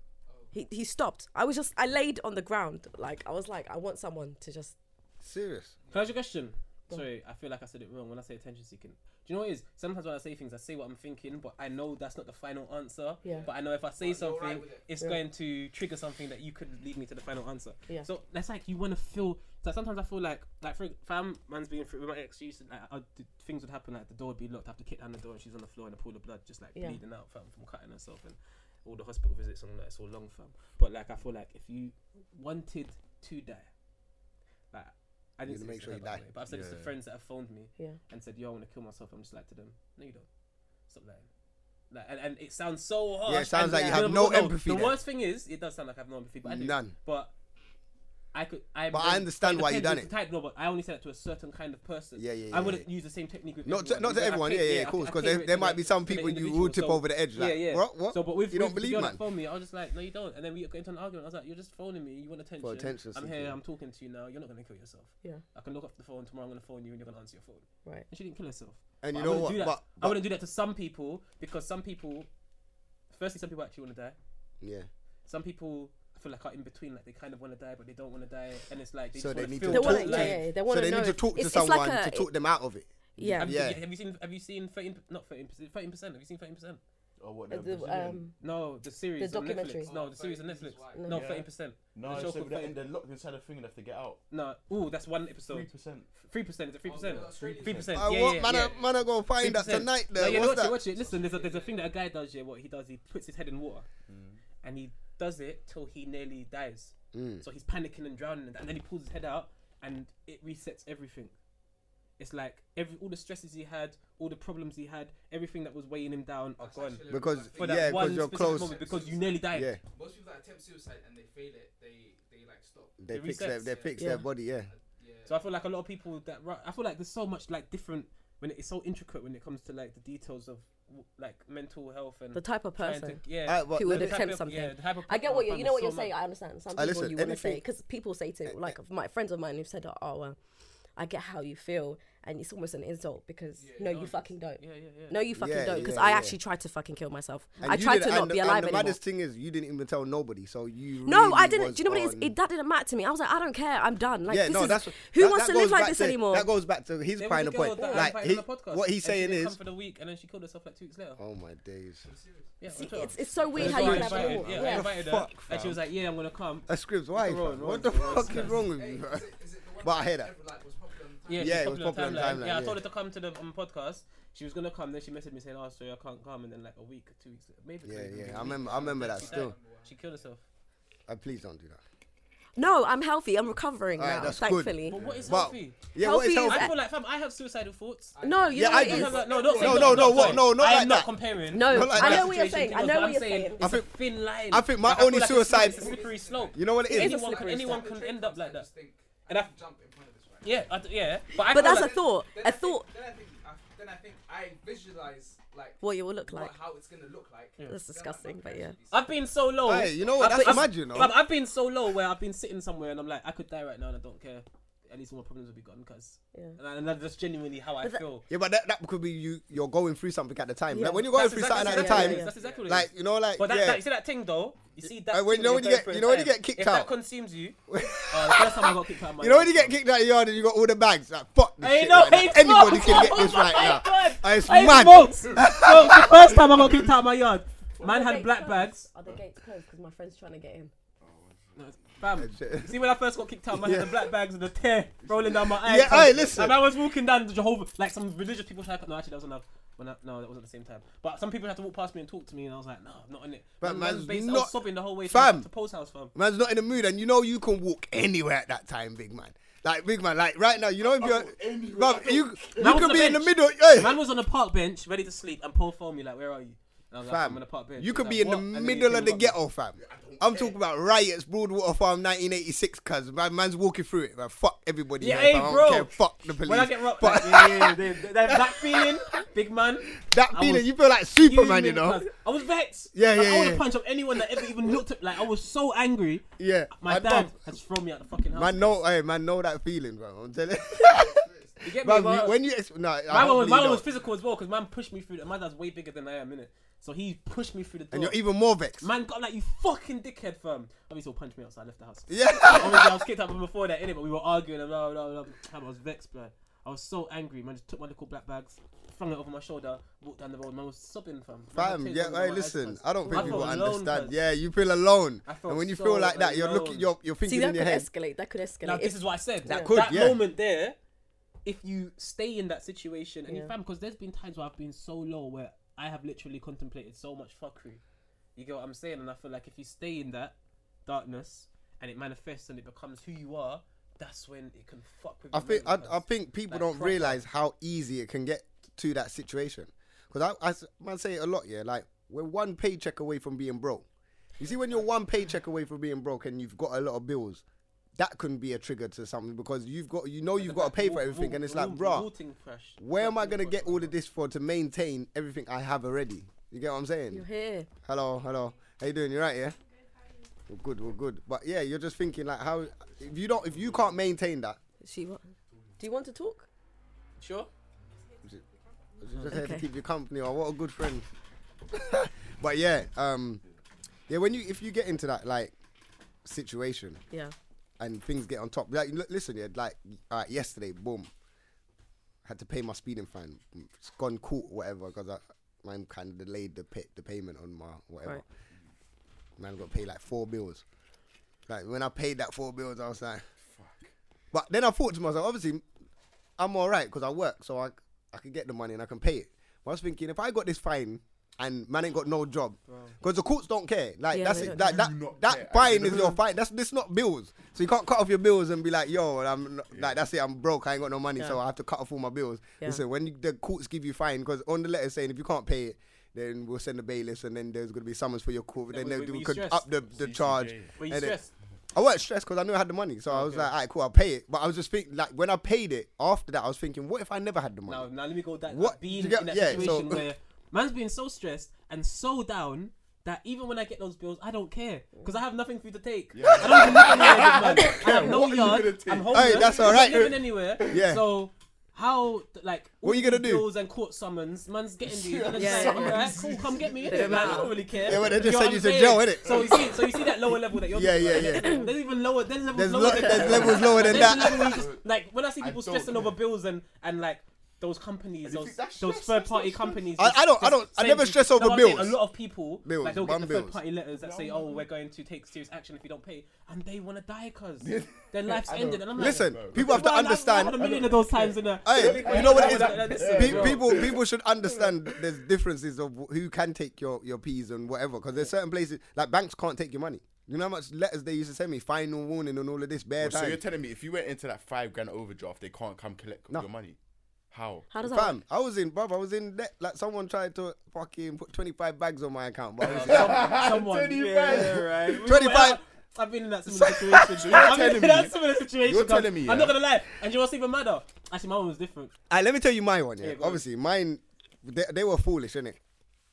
Speaker 4: He, he stopped. I was just I laid on the ground like I was like I want someone to just
Speaker 2: Serious.
Speaker 7: Can I ask you a question? Sorry, I feel like I said it wrong when I say attention seeking. Do you know what it is? Sometimes when I say things, I say what I'm thinking, but I know that's not the final answer.
Speaker 4: Yeah.
Speaker 7: But I know if I say
Speaker 6: you're right
Speaker 7: something,
Speaker 6: with it.
Speaker 7: it's going to trigger something that you could lead me to the final answer.
Speaker 4: Yeah.
Speaker 7: So that's like you want to feel. So sometimes I feel like, like for if I'm man's being through with my ex, she used to, like, I, I- things would happen, like the door would be locked, I have to kick down the door, and she's on the floor in a pool of blood, just like
Speaker 4: Yeah.
Speaker 7: bleeding out, fam, from cutting herself, and all the hospital visits and all that. It's all long, fam. But like I feel like if you wanted to die, like I
Speaker 2: You're gonna
Speaker 7: didn't say
Speaker 2: make
Speaker 7: this
Speaker 2: sure
Speaker 7: to her,
Speaker 2: you
Speaker 7: by the
Speaker 2: die.
Speaker 7: way, But I've said this to
Speaker 3: Yeah.
Speaker 7: friends that have phoned me
Speaker 4: yeah
Speaker 7: and said, "Yo, I want to kill myself." I'm just like to them, "No, you don't. Stop lying." Like, and, and it sounds so harsh.
Speaker 2: it sounds
Speaker 7: and-
Speaker 2: like you have no empathy
Speaker 7: The
Speaker 2: there.
Speaker 7: worst thing is, it does sound like I have no empathy, but I do.
Speaker 2: None.
Speaker 7: But I could. I
Speaker 2: But I understand why you done it.
Speaker 7: Type, no, but I only said that to a certain kind of person.
Speaker 2: Yeah, yeah, yeah,
Speaker 7: I wouldn't use the same technique with
Speaker 2: Not to,
Speaker 7: everyone,
Speaker 2: not to
Speaker 7: because I
Speaker 2: everyone, yeah,
Speaker 7: cater-
Speaker 2: yeah,
Speaker 7: I-
Speaker 2: of course,
Speaker 7: I
Speaker 2: because
Speaker 7: cater
Speaker 2: there,
Speaker 7: it
Speaker 2: there
Speaker 7: to
Speaker 2: might
Speaker 7: the-
Speaker 2: be some
Speaker 7: to the
Speaker 2: people you
Speaker 7: individual,
Speaker 2: will tip
Speaker 7: so-
Speaker 2: over the edge, like,
Speaker 7: yeah, yeah.
Speaker 2: what, what?
Speaker 7: So, but with
Speaker 2: you
Speaker 7: with
Speaker 2: don't
Speaker 7: the
Speaker 2: believe,
Speaker 7: girl that
Speaker 2: man?
Speaker 7: phoned me, I was just like, no, you don't. And then we got into an argument. I was like, you're just phoning me. You want attention.
Speaker 2: attention
Speaker 7: I'm
Speaker 2: seeking.
Speaker 7: here. I'm talking to you now. You're not gonna kill yourself.
Speaker 4: yeah
Speaker 7: I can look up the phone tomorrow. I'm gonna phone you, and you're gonna answer your phone.
Speaker 4: right
Speaker 7: And she didn't kill herself.
Speaker 2: And
Speaker 7: But
Speaker 2: you
Speaker 7: I
Speaker 2: know
Speaker 7: wouldn't
Speaker 2: what?
Speaker 7: do that-
Speaker 2: But,
Speaker 7: I
Speaker 2: but-
Speaker 7: wouldn't do that to some people because some people, firstly, some people actually want to die.
Speaker 2: yeah.
Speaker 7: Some people, I feel like are in between, like they kind of want to die but they don't want to die, and it's like they
Speaker 2: So
Speaker 7: just
Speaker 2: they
Speaker 7: wanna
Speaker 2: need
Speaker 7: feel
Speaker 2: to
Speaker 4: they want
Speaker 2: talk
Speaker 4: to
Speaker 2: to
Speaker 4: yeah, yeah, yeah, they want
Speaker 2: So they
Speaker 4: know
Speaker 2: need to
Speaker 4: if-
Speaker 2: talk to
Speaker 4: it's- it's like
Speaker 2: someone
Speaker 4: a-
Speaker 2: to talk them out of it.
Speaker 4: yeah
Speaker 7: Have, you-
Speaker 2: Yeah.
Speaker 7: have you seen? Have you seen thirteen? Not thirteen. Thirteen percent. Have you seen thirteen percent?
Speaker 5: Oh, what?
Speaker 4: uh,
Speaker 5: The,
Speaker 4: the, um
Speaker 7: No, the series.
Speaker 4: The
Speaker 7: on
Speaker 4: documentary.
Speaker 7: Netflix. No,
Speaker 6: Oh,
Speaker 7: the series on
Speaker 6: 13
Speaker 7: Netflix.
Speaker 6: reasons why.
Speaker 7: No,
Speaker 5: Yeah.
Speaker 7: thirteen percent.
Speaker 5: no,
Speaker 7: the
Speaker 5: it's
Speaker 7: show
Speaker 5: so
Speaker 7: called
Speaker 5: they're,
Speaker 7: Fame.
Speaker 5: in- they're locked inside a thing and they have to get out.
Speaker 7: No. Ooh, that's one
Speaker 5: Three
Speaker 7: episode.
Speaker 5: percent.
Speaker 7: Three percent. It's a three percent.
Speaker 6: Oh, the Australian
Speaker 7: Three percent.
Speaker 2: I
Speaker 7: Yeah,
Speaker 2: want,
Speaker 7: yeah,
Speaker 2: man,
Speaker 7: yeah.
Speaker 2: I, man, I go find that
Speaker 7: 50%.
Speaker 2: tonight.
Speaker 7: No,
Speaker 2: There,
Speaker 7: yeah, no,
Speaker 2: what's
Speaker 7: watch
Speaker 2: that?
Speaker 7: it, watch it. Listen, there's a, there's a thing that a guy does. Yeah, what he does, he puts his head in water, and he does it till he nearly dies.
Speaker 2: Mm.
Speaker 7: So he's panicking and drowning, and, that, and then he pulls his head out, and it resets everything. It's like every all the stresses he had, all the problems he had, everything that was weighing him down are gone.
Speaker 6: actually a
Speaker 2: Because
Speaker 6: For
Speaker 7: For that
Speaker 2: yeah,
Speaker 7: one
Speaker 2: because you're
Speaker 7: specific
Speaker 2: close.
Speaker 7: moment, because you nearly died.
Speaker 2: Yeah,
Speaker 6: Most people that attempt suicide and they fail it, they they like stop.
Speaker 2: they
Speaker 7: It
Speaker 2: fix their
Speaker 7: resets.
Speaker 2: they fix
Speaker 4: Yeah.
Speaker 2: their body. Yeah,
Speaker 6: Yeah.
Speaker 7: So I feel like a lot of people that ri- I feel like there's so much like different when it's so intricate when it comes to like the details of w- like mental health and
Speaker 4: the type of
Speaker 7: trying to-
Speaker 4: person
Speaker 7: yeah.
Speaker 2: Alright, but
Speaker 4: who would
Speaker 2: let me-
Speaker 7: type
Speaker 4: attempt
Speaker 7: of-
Speaker 4: something.
Speaker 7: yeah, the type of
Speaker 4: I get
Speaker 7: people
Speaker 4: what
Speaker 7: I
Speaker 4: you
Speaker 7: find
Speaker 4: you know
Speaker 7: is
Speaker 4: what
Speaker 7: so
Speaker 4: you're
Speaker 7: much-
Speaker 4: saying. I understand. Some
Speaker 2: I
Speaker 4: people
Speaker 2: listen,
Speaker 4: you want to say
Speaker 2: anything-
Speaker 4: because people say to like my friends of mine who've said, "Oh, uh, I get how you feel," and it's almost an insult because no, you fucking don't.
Speaker 7: Yeah, yeah, yeah.
Speaker 4: No, you fucking
Speaker 2: Yeah,
Speaker 4: don't. Because
Speaker 2: yeah,
Speaker 4: I
Speaker 2: yeah.
Speaker 4: actually tried to fucking kill myself.
Speaker 2: And
Speaker 4: I
Speaker 2: you
Speaker 4: tried
Speaker 2: did-
Speaker 4: to not
Speaker 2: and-
Speaker 4: be
Speaker 2: and
Speaker 4: alive
Speaker 2: The
Speaker 4: anymore.
Speaker 2: maddest thing is, you didn't even tell nobody. So you.
Speaker 4: No,
Speaker 2: really
Speaker 4: I didn't.
Speaker 2: was
Speaker 4: Do you know what it is?
Speaker 2: on-
Speaker 4: It that didn't matter to me. I was like, I don't care. I'm done. Like,
Speaker 2: yeah,
Speaker 4: this
Speaker 2: no,
Speaker 4: is,
Speaker 2: that's
Speaker 4: who
Speaker 2: that-
Speaker 4: wants
Speaker 2: that
Speaker 4: to live
Speaker 2: goes
Speaker 4: like
Speaker 2: back
Speaker 4: this
Speaker 2: to-
Speaker 4: anymore?
Speaker 2: That goes back to his
Speaker 7: There was
Speaker 2: kind
Speaker 7: a
Speaker 2: of
Speaker 7: girl
Speaker 2: point.
Speaker 7: that I
Speaker 2: Like
Speaker 7: invited
Speaker 2: he,
Speaker 7: on the podcast,
Speaker 2: what
Speaker 7: and
Speaker 2: he's
Speaker 7: she
Speaker 2: saying
Speaker 7: didn't
Speaker 2: is,
Speaker 7: come for the week, and then she killed herself like two weeks later.
Speaker 2: oh my days,
Speaker 7: Yeah, on
Speaker 4: See,
Speaker 7: Twitter.
Speaker 4: it's, it's so weird
Speaker 7: So
Speaker 4: how
Speaker 7: I
Speaker 4: you can have
Speaker 7: invited-
Speaker 4: it all.
Speaker 7: yeah,
Speaker 4: Yeah,
Speaker 7: I invited her,
Speaker 2: Fuck,
Speaker 7: and she
Speaker 2: fam.
Speaker 7: was like, "Yeah, I'm gonna come."
Speaker 2: a script's wife.
Speaker 7: Wrong,
Speaker 2: fam.
Speaker 7: wrong,
Speaker 2: What the
Speaker 7: wrong.
Speaker 2: fuck is wrong with
Speaker 6: Hey,
Speaker 2: you?
Speaker 6: is,
Speaker 2: bro?
Speaker 6: it, is it the one
Speaker 2: But I hear that.
Speaker 6: ever, like, was popular on the
Speaker 7: Yeah,
Speaker 6: time?
Speaker 7: she
Speaker 2: Yeah, it
Speaker 7: was
Speaker 2: was
Speaker 7: popular on
Speaker 2: popular on
Speaker 7: timeline.
Speaker 2: timeline,
Speaker 7: Yeah, I
Speaker 2: yeah.
Speaker 7: told her to come to the um, podcast. She was gonna come, then she messaged me saying, "Oh, sorry, I can't come." And then like a week, two weeks, later,
Speaker 2: Yeah,
Speaker 7: maybe. three weeks,
Speaker 2: yeah,
Speaker 7: maybe
Speaker 2: I
Speaker 7: a week,
Speaker 2: remember. I remember that
Speaker 7: she
Speaker 2: still.
Speaker 7: died. She killed herself.
Speaker 2: Uh, please don't do that.
Speaker 4: No, I'm healthy. I'm recovering
Speaker 2: Alright,
Speaker 4: now,
Speaker 2: that's good.
Speaker 4: thankfully.
Speaker 7: But what is
Speaker 2: But
Speaker 7: healthy?
Speaker 2: yeah, what is
Speaker 4: Healthy
Speaker 2: healthy?
Speaker 7: I feel like, fam, I have suicidal thoughts.
Speaker 4: No, you
Speaker 2: Yeah, I
Speaker 4: know what it
Speaker 2: do.
Speaker 4: is.
Speaker 7: No, no, don't say
Speaker 2: No,
Speaker 7: that,
Speaker 2: no,
Speaker 7: don't
Speaker 2: no, what-
Speaker 7: say-
Speaker 2: no, not
Speaker 7: I am
Speaker 2: like
Speaker 7: not
Speaker 2: that.
Speaker 7: comparing.
Speaker 4: No,
Speaker 2: Not like
Speaker 4: I
Speaker 2: that.
Speaker 4: know what you're saying. I know what you're saying.
Speaker 7: It's
Speaker 2: think-
Speaker 7: a thin line.
Speaker 2: I think my
Speaker 7: Like, I feel
Speaker 2: only
Speaker 7: like it's-
Speaker 2: suicide-
Speaker 7: It's a slippery slope.
Speaker 2: You know what it is?
Speaker 4: It is a
Speaker 7: anyone, can,
Speaker 4: slippery
Speaker 7: anyone
Speaker 4: slope.
Speaker 7: can end up like that.
Speaker 6: Just think, and
Speaker 7: And I-
Speaker 6: I can jump in front of this right
Speaker 7: Yeah, I d yeah. But, I
Speaker 4: But
Speaker 7: feel
Speaker 4: that's
Speaker 7: like-
Speaker 4: a thought.
Speaker 6: Then
Speaker 4: A
Speaker 6: I think-
Speaker 4: thought.
Speaker 6: Then I think, I, then I think I visualize like
Speaker 4: What you will look like.
Speaker 6: how it's gonna look like.
Speaker 4: That's
Speaker 6: Then I'm
Speaker 4: disgusting,
Speaker 6: like,
Speaker 4: but
Speaker 6: okay,
Speaker 4: yeah.
Speaker 6: I should be
Speaker 7: I've been so low.
Speaker 2: Hey, you know what? That's
Speaker 7: been-
Speaker 2: mad, you know.
Speaker 7: I've, I've been so low where I've been sitting somewhere and I'm like, I could die right now and I don't care. at least all my problems will be gone. Cause
Speaker 4: Yeah.
Speaker 7: and, and that's just genuinely how I
Speaker 4: But that-
Speaker 7: feel.
Speaker 2: Yeah, but that, that could be you. You're going through something at the time.
Speaker 4: Yeah.
Speaker 2: Like when you're going
Speaker 7: That's
Speaker 2: through
Speaker 7: exactly-
Speaker 2: something
Speaker 7: that's
Speaker 2: at the
Speaker 4: yeah,
Speaker 2: time,
Speaker 4: yeah,
Speaker 7: That's exactly what it
Speaker 2: like
Speaker 7: is.
Speaker 2: you know, like
Speaker 7: But that,
Speaker 2: yeah,
Speaker 7: that, you see that thing though. You see that.
Speaker 2: Uh, when-
Speaker 7: thing
Speaker 2: you know
Speaker 7: you're
Speaker 2: when you
Speaker 7: going
Speaker 2: get-
Speaker 7: through
Speaker 2: you
Speaker 7: in
Speaker 2: know when you
Speaker 7: time,
Speaker 2: get kicked
Speaker 7: if that
Speaker 2: out? Oh,
Speaker 7: consumes
Speaker 2: (laughs)
Speaker 7: you. Uh, the first time I got kicked out. Of my
Speaker 2: you know when you
Speaker 7: yard,
Speaker 2: get kicked out of yard and you got all the bags. Like fuck this
Speaker 7: Hey,
Speaker 2: shit.
Speaker 7: no,
Speaker 2: right now.
Speaker 7: hey,
Speaker 2: Anybody
Speaker 7: (laughs) smokes.
Speaker 2: can get this
Speaker 7: Oh
Speaker 2: right
Speaker 7: my
Speaker 2: now.
Speaker 7: God.
Speaker 2: Uh, It's
Speaker 7: (laughs) Hey,
Speaker 2: mad. (laughs)
Speaker 7: smokes. Smokes. The first time I got kicked out of my yard, man
Speaker 4: Are the
Speaker 7: had black
Speaker 4: gates
Speaker 7: bags.
Speaker 4: closed? Are the gates closed? Because my friend's trying to get in.
Speaker 7: Fam, see when I first got kicked out, man
Speaker 2: Yeah.
Speaker 7: had the black bags and the tear rolling down my eyes.
Speaker 2: Yeah,
Speaker 7: fam.
Speaker 2: aye, listen.
Speaker 7: And I was walking down the Jehovah, like some religious people. Tried, no, actually, that was enough. When I, no, that wasn't the same time. But some people had to walk past me and talk to me, and I was like, no, I'm not in it.
Speaker 2: But
Speaker 7: Man,
Speaker 2: man's
Speaker 7: man's based- I
Speaker 2: not-
Speaker 7: was sobbing the whole way
Speaker 2: Fam.
Speaker 7: to, to Paul's house, fam.
Speaker 2: Man's not in the mood, and you know you can walk anywhere at that time, big man. Like big man, like right now, you know if you're, bruv, you
Speaker 7: Man
Speaker 2: you
Speaker 7: was
Speaker 2: could
Speaker 7: on
Speaker 2: be
Speaker 7: the
Speaker 2: in the
Speaker 7: bench.
Speaker 2: middle. Hey,
Speaker 7: Man was on the park bench, ready to sleep, and Paul phoned me like, where are you? And I was like,
Speaker 2: fam,
Speaker 7: I'm on the park bench.
Speaker 2: you could
Speaker 7: He's
Speaker 2: be in
Speaker 7: like,
Speaker 2: the
Speaker 7: "What?" And then he
Speaker 2: middle
Speaker 7: came
Speaker 2: of the
Speaker 7: and got me.
Speaker 2: ghetto, fam. I'm talking about riots, Broadwater Farm, 1986, cuz man, man's walking through it, man. Fuck everybody.
Speaker 7: Yeah,
Speaker 2: there,
Speaker 7: hey,
Speaker 2: fam. I
Speaker 7: bro.
Speaker 2: don't care. Fuck the police.
Speaker 7: When I get rocked,
Speaker 2: But
Speaker 7: like, yeah, yeah, yeah, they- they- that that feeling,
Speaker 2: (laughs)
Speaker 7: big man.
Speaker 2: that
Speaker 7: I
Speaker 2: feeling,
Speaker 7: was
Speaker 2: you feel like Superman, you know?
Speaker 7: Cause I was vexed.
Speaker 2: Yeah,
Speaker 7: Like,
Speaker 2: yeah,
Speaker 7: I would
Speaker 2: yeah.
Speaker 7: have punched up anyone that ever even looked at. Like I was so angry.
Speaker 2: Yeah,
Speaker 7: My
Speaker 2: I
Speaker 7: dad
Speaker 2: know.
Speaker 7: had just thrown me out the fucking house.
Speaker 2: Man, know, hey, man, know that feeling, bro. I'm telling
Speaker 7: you get me?
Speaker 2: Bruv,
Speaker 7: bro?
Speaker 2: you. When you, ex- no, I
Speaker 7: my
Speaker 2: don't
Speaker 7: one was,
Speaker 2: believe
Speaker 7: my one was
Speaker 2: that.
Speaker 7: physical as well because man pushed me through. The, my dad's way bigger than I am, innit? So he pushed me through the door.
Speaker 2: and you're even more vexed.
Speaker 7: Man got like you fucking dickhead, fam. Obviously, he punched me outside. I left the house.
Speaker 2: Yeah.
Speaker 7: (laughs) Obviously, I was kicked out from before that, innit? But we were arguing and blah, blah, blah. Fam, I was vexed, blood. I was so angry, man. Just took my little black bags, flung it over my shoulder, walked down the road. Man was sobbing, fam. Man,
Speaker 2: Fam,
Speaker 7: tears
Speaker 2: yeah,
Speaker 7: running down
Speaker 2: hey,
Speaker 7: my eyes,
Speaker 2: listen,
Speaker 7: cuz.
Speaker 2: I don't think
Speaker 7: I
Speaker 2: people
Speaker 7: felt alone,
Speaker 2: understand.
Speaker 7: cuz.
Speaker 2: Yeah, you feel alone.
Speaker 7: I felt
Speaker 2: And when you
Speaker 7: so
Speaker 2: feel like that, you're looking,
Speaker 7: alone.
Speaker 2: you're, you're thinking
Speaker 4: See, that
Speaker 2: in
Speaker 4: could
Speaker 2: your head.
Speaker 4: escalate. That could escalate.
Speaker 7: Now,
Speaker 4: If-
Speaker 7: this is what I said.
Speaker 2: That
Speaker 7: That,
Speaker 2: could, yeah.
Speaker 7: moment there, if you stay in that situation, and
Speaker 4: Yeah.
Speaker 7: you fam, because there's been times where I've been so low where I have literally contemplated so much fuckery. You get what I'm saying? And I feel like if you stay in that darkness and it manifests and it becomes who you are, that's when it can fuck with
Speaker 2: I
Speaker 7: you
Speaker 2: think I,
Speaker 7: mentally,
Speaker 2: I
Speaker 7: cuz.
Speaker 2: think people
Speaker 7: Like,
Speaker 2: don't
Speaker 7: proper.
Speaker 2: realize how easy it can get to that situation. Because I, I s- man say it a lot, yeah. Like we're one paycheck away from being broke. You see, when you're one paycheck away from being broke and you've got a lot of bills, that can be a trigger to something because you've got you know you've got to pay for
Speaker 7: Wal-
Speaker 2: everything,
Speaker 7: wal-
Speaker 2: and it's like,
Speaker 7: wal-
Speaker 2: bruh,
Speaker 7: wilting fresh.
Speaker 2: where am I
Speaker 7: Wilting
Speaker 2: gonna
Speaker 7: fresh.
Speaker 2: get all of this for to maintain everything I have already? You get what I'm saying?
Speaker 4: You're here.
Speaker 2: Hello, hello. How you doing? You right? Yeah. We're good. We're good. But yeah, you're just thinking like, how if you don't if you can't maintain that,
Speaker 4: She what? Do you want to talk?
Speaker 7: Sure.
Speaker 2: Just here to
Speaker 4: Okay.
Speaker 2: keep you company. Or what a good friend. (laughs) but yeah, um, yeah. When you if you get into that like situation
Speaker 4: Yeah.
Speaker 2: and things get on top, like l- listen, yeah, like all right, yesterday, boom, had to pay my speeding fine. It's gone court, whatever, because I man kind of delayed the pay, the payment on my whatever.
Speaker 4: Right.
Speaker 2: Man got paid like four bills. Like when I paid that four bills, I was like, But then I thought to myself, obviously, I'm all right because I work, so I I can get the money and I can pay it. But I was thinking, if I got this fine and man ain't got no job, because the courts don't care. Like
Speaker 4: Yeah,
Speaker 2: that's
Speaker 4: they
Speaker 2: it.
Speaker 4: don't
Speaker 2: That that,
Speaker 3: Do not
Speaker 2: that
Speaker 3: care.
Speaker 2: fine is your fine. That's this not bills, so you can't cut off your bills and be like, yo, I'm not, like that's it. I'm broke. I ain't got no money, so
Speaker 4: Yeah.
Speaker 2: I have to cut off all my bills.
Speaker 4: Yeah.
Speaker 2: Listen, when you, the courts give you fine, because on the letter saying if you can't pay it. Then we'll send the bailiffs, and then there's gonna be summons for your court. Then,
Speaker 7: were-
Speaker 2: they
Speaker 7: were
Speaker 2: we
Speaker 7: you
Speaker 2: could
Speaker 7: stressed?
Speaker 2: up the, the charge.
Speaker 7: Were
Speaker 2: and
Speaker 7: you
Speaker 2: then-
Speaker 7: stressed?
Speaker 2: I wasn't stressed because I knew I had the money, so I was
Speaker 7: Okay.
Speaker 2: like, "All right, cool, I'll pay it." But I was just thinking, like, when I paid it after that, I was thinking, "What if I never had the money?"
Speaker 7: Now, now let me go that.
Speaker 2: What-
Speaker 7: What? Being
Speaker 2: you get-
Speaker 7: in that
Speaker 2: yeah, so- (laughs)
Speaker 7: situation where man's being so stressed and so down that even when I get those bills, I don't care because I have nothing for you to take. I don't even
Speaker 2: (laughs)
Speaker 7: live anywhere, big man. I have no
Speaker 3: What are you gonna
Speaker 7: yard.
Speaker 3: take?
Speaker 7: I'm homeless.
Speaker 2: Hey, that's
Speaker 7: I'm
Speaker 2: all right.
Speaker 7: Not living anywhere.
Speaker 2: Yeah.
Speaker 7: So. How th- like
Speaker 2: What
Speaker 7: all
Speaker 2: you gonna
Speaker 7: these
Speaker 2: do?
Speaker 7: Bills and court summons, man's getting
Speaker 2: (laughs)
Speaker 7: these. and it's
Speaker 4: Yeah.
Speaker 7: like, alright, cool, come get me. innit? Like, I don't really care.
Speaker 2: Yeah, but they
Speaker 7: You
Speaker 2: just
Speaker 7: know
Speaker 2: send
Speaker 7: what
Speaker 2: you to
Speaker 7: I'm saying?
Speaker 2: jail, innit?
Speaker 7: So you see, so you see that lower level that you're.
Speaker 2: Yeah,
Speaker 7: talking
Speaker 2: yeah,
Speaker 7: about,
Speaker 2: yeah.
Speaker 7: innit? (clears throat) There's even lower. There's levels
Speaker 2: There's,
Speaker 7: lower
Speaker 2: lo-
Speaker 7: than
Speaker 2: there's
Speaker 7: that.
Speaker 2: levels lower than
Speaker 7: There's
Speaker 2: that.
Speaker 7: level where
Speaker 2: (laughs)
Speaker 7: you just- like when I see
Speaker 3: I
Speaker 7: people
Speaker 3: don't
Speaker 7: stressing
Speaker 3: care.
Speaker 7: over bills and and like those companies,
Speaker 3: you
Speaker 7: those
Speaker 3: think that's
Speaker 7: those
Speaker 3: stress?
Speaker 7: third party
Speaker 3: That's not
Speaker 7: companies.
Speaker 2: stress. I- I don't- I
Speaker 7: just
Speaker 2: don't- I
Speaker 7: send
Speaker 2: never
Speaker 7: you-
Speaker 2: stress over
Speaker 7: No, I'm saying
Speaker 2: bills.
Speaker 7: A lot of people,
Speaker 2: Bills,
Speaker 7: like they'll
Speaker 2: bum
Speaker 7: get the
Speaker 2: bills.
Speaker 7: third party letters that say, "Oh, we're going to take serious action if you don't pay," and they want to die
Speaker 3: (laughs)
Speaker 7: because their life's ended. And I'm like,
Speaker 2: Listen,
Speaker 7: "Bro,
Speaker 2: people have to
Speaker 7: I've- I've had a
Speaker 2: understand.
Speaker 7: million of those times in a.
Speaker 2: Hey, you know what it
Speaker 7: Like,
Speaker 2: is?
Speaker 7: this is-
Speaker 2: Pe- people, people should understand there's differences of who can take your your peas and whatever. Because there's certain places like banks can't take your money. You know how much letters they used to send me, final warning and all of this bare
Speaker 3: So
Speaker 2: time.
Speaker 3: you're telling me if you went into that five grand overdraft, they can't come collect
Speaker 2: No.
Speaker 3: your money? How?
Speaker 4: How does that?
Speaker 2: Fam, I was in, bruv, I was in debt. Like someone tried to fucking put 25 bags on my account, but I was
Speaker 7: (laughs) Some- Someone, yeah, right.
Speaker 2: 25.
Speaker 7: I've been in
Speaker 2: (laughs)
Speaker 7: that similar situation. (laughs) I've been
Speaker 3: telling
Speaker 7: in that
Speaker 3: me-
Speaker 7: similar situation.
Speaker 3: you're
Speaker 7: cuz
Speaker 3: telling me,
Speaker 7: I'm
Speaker 3: yeah.
Speaker 7: not gonna lie. And you know what's even madder? Actually, my one was different.
Speaker 2: Alright, let me tell you my one. Yeah,
Speaker 7: Yeah, go on.
Speaker 2: obviously mine. They, they were foolish, innit?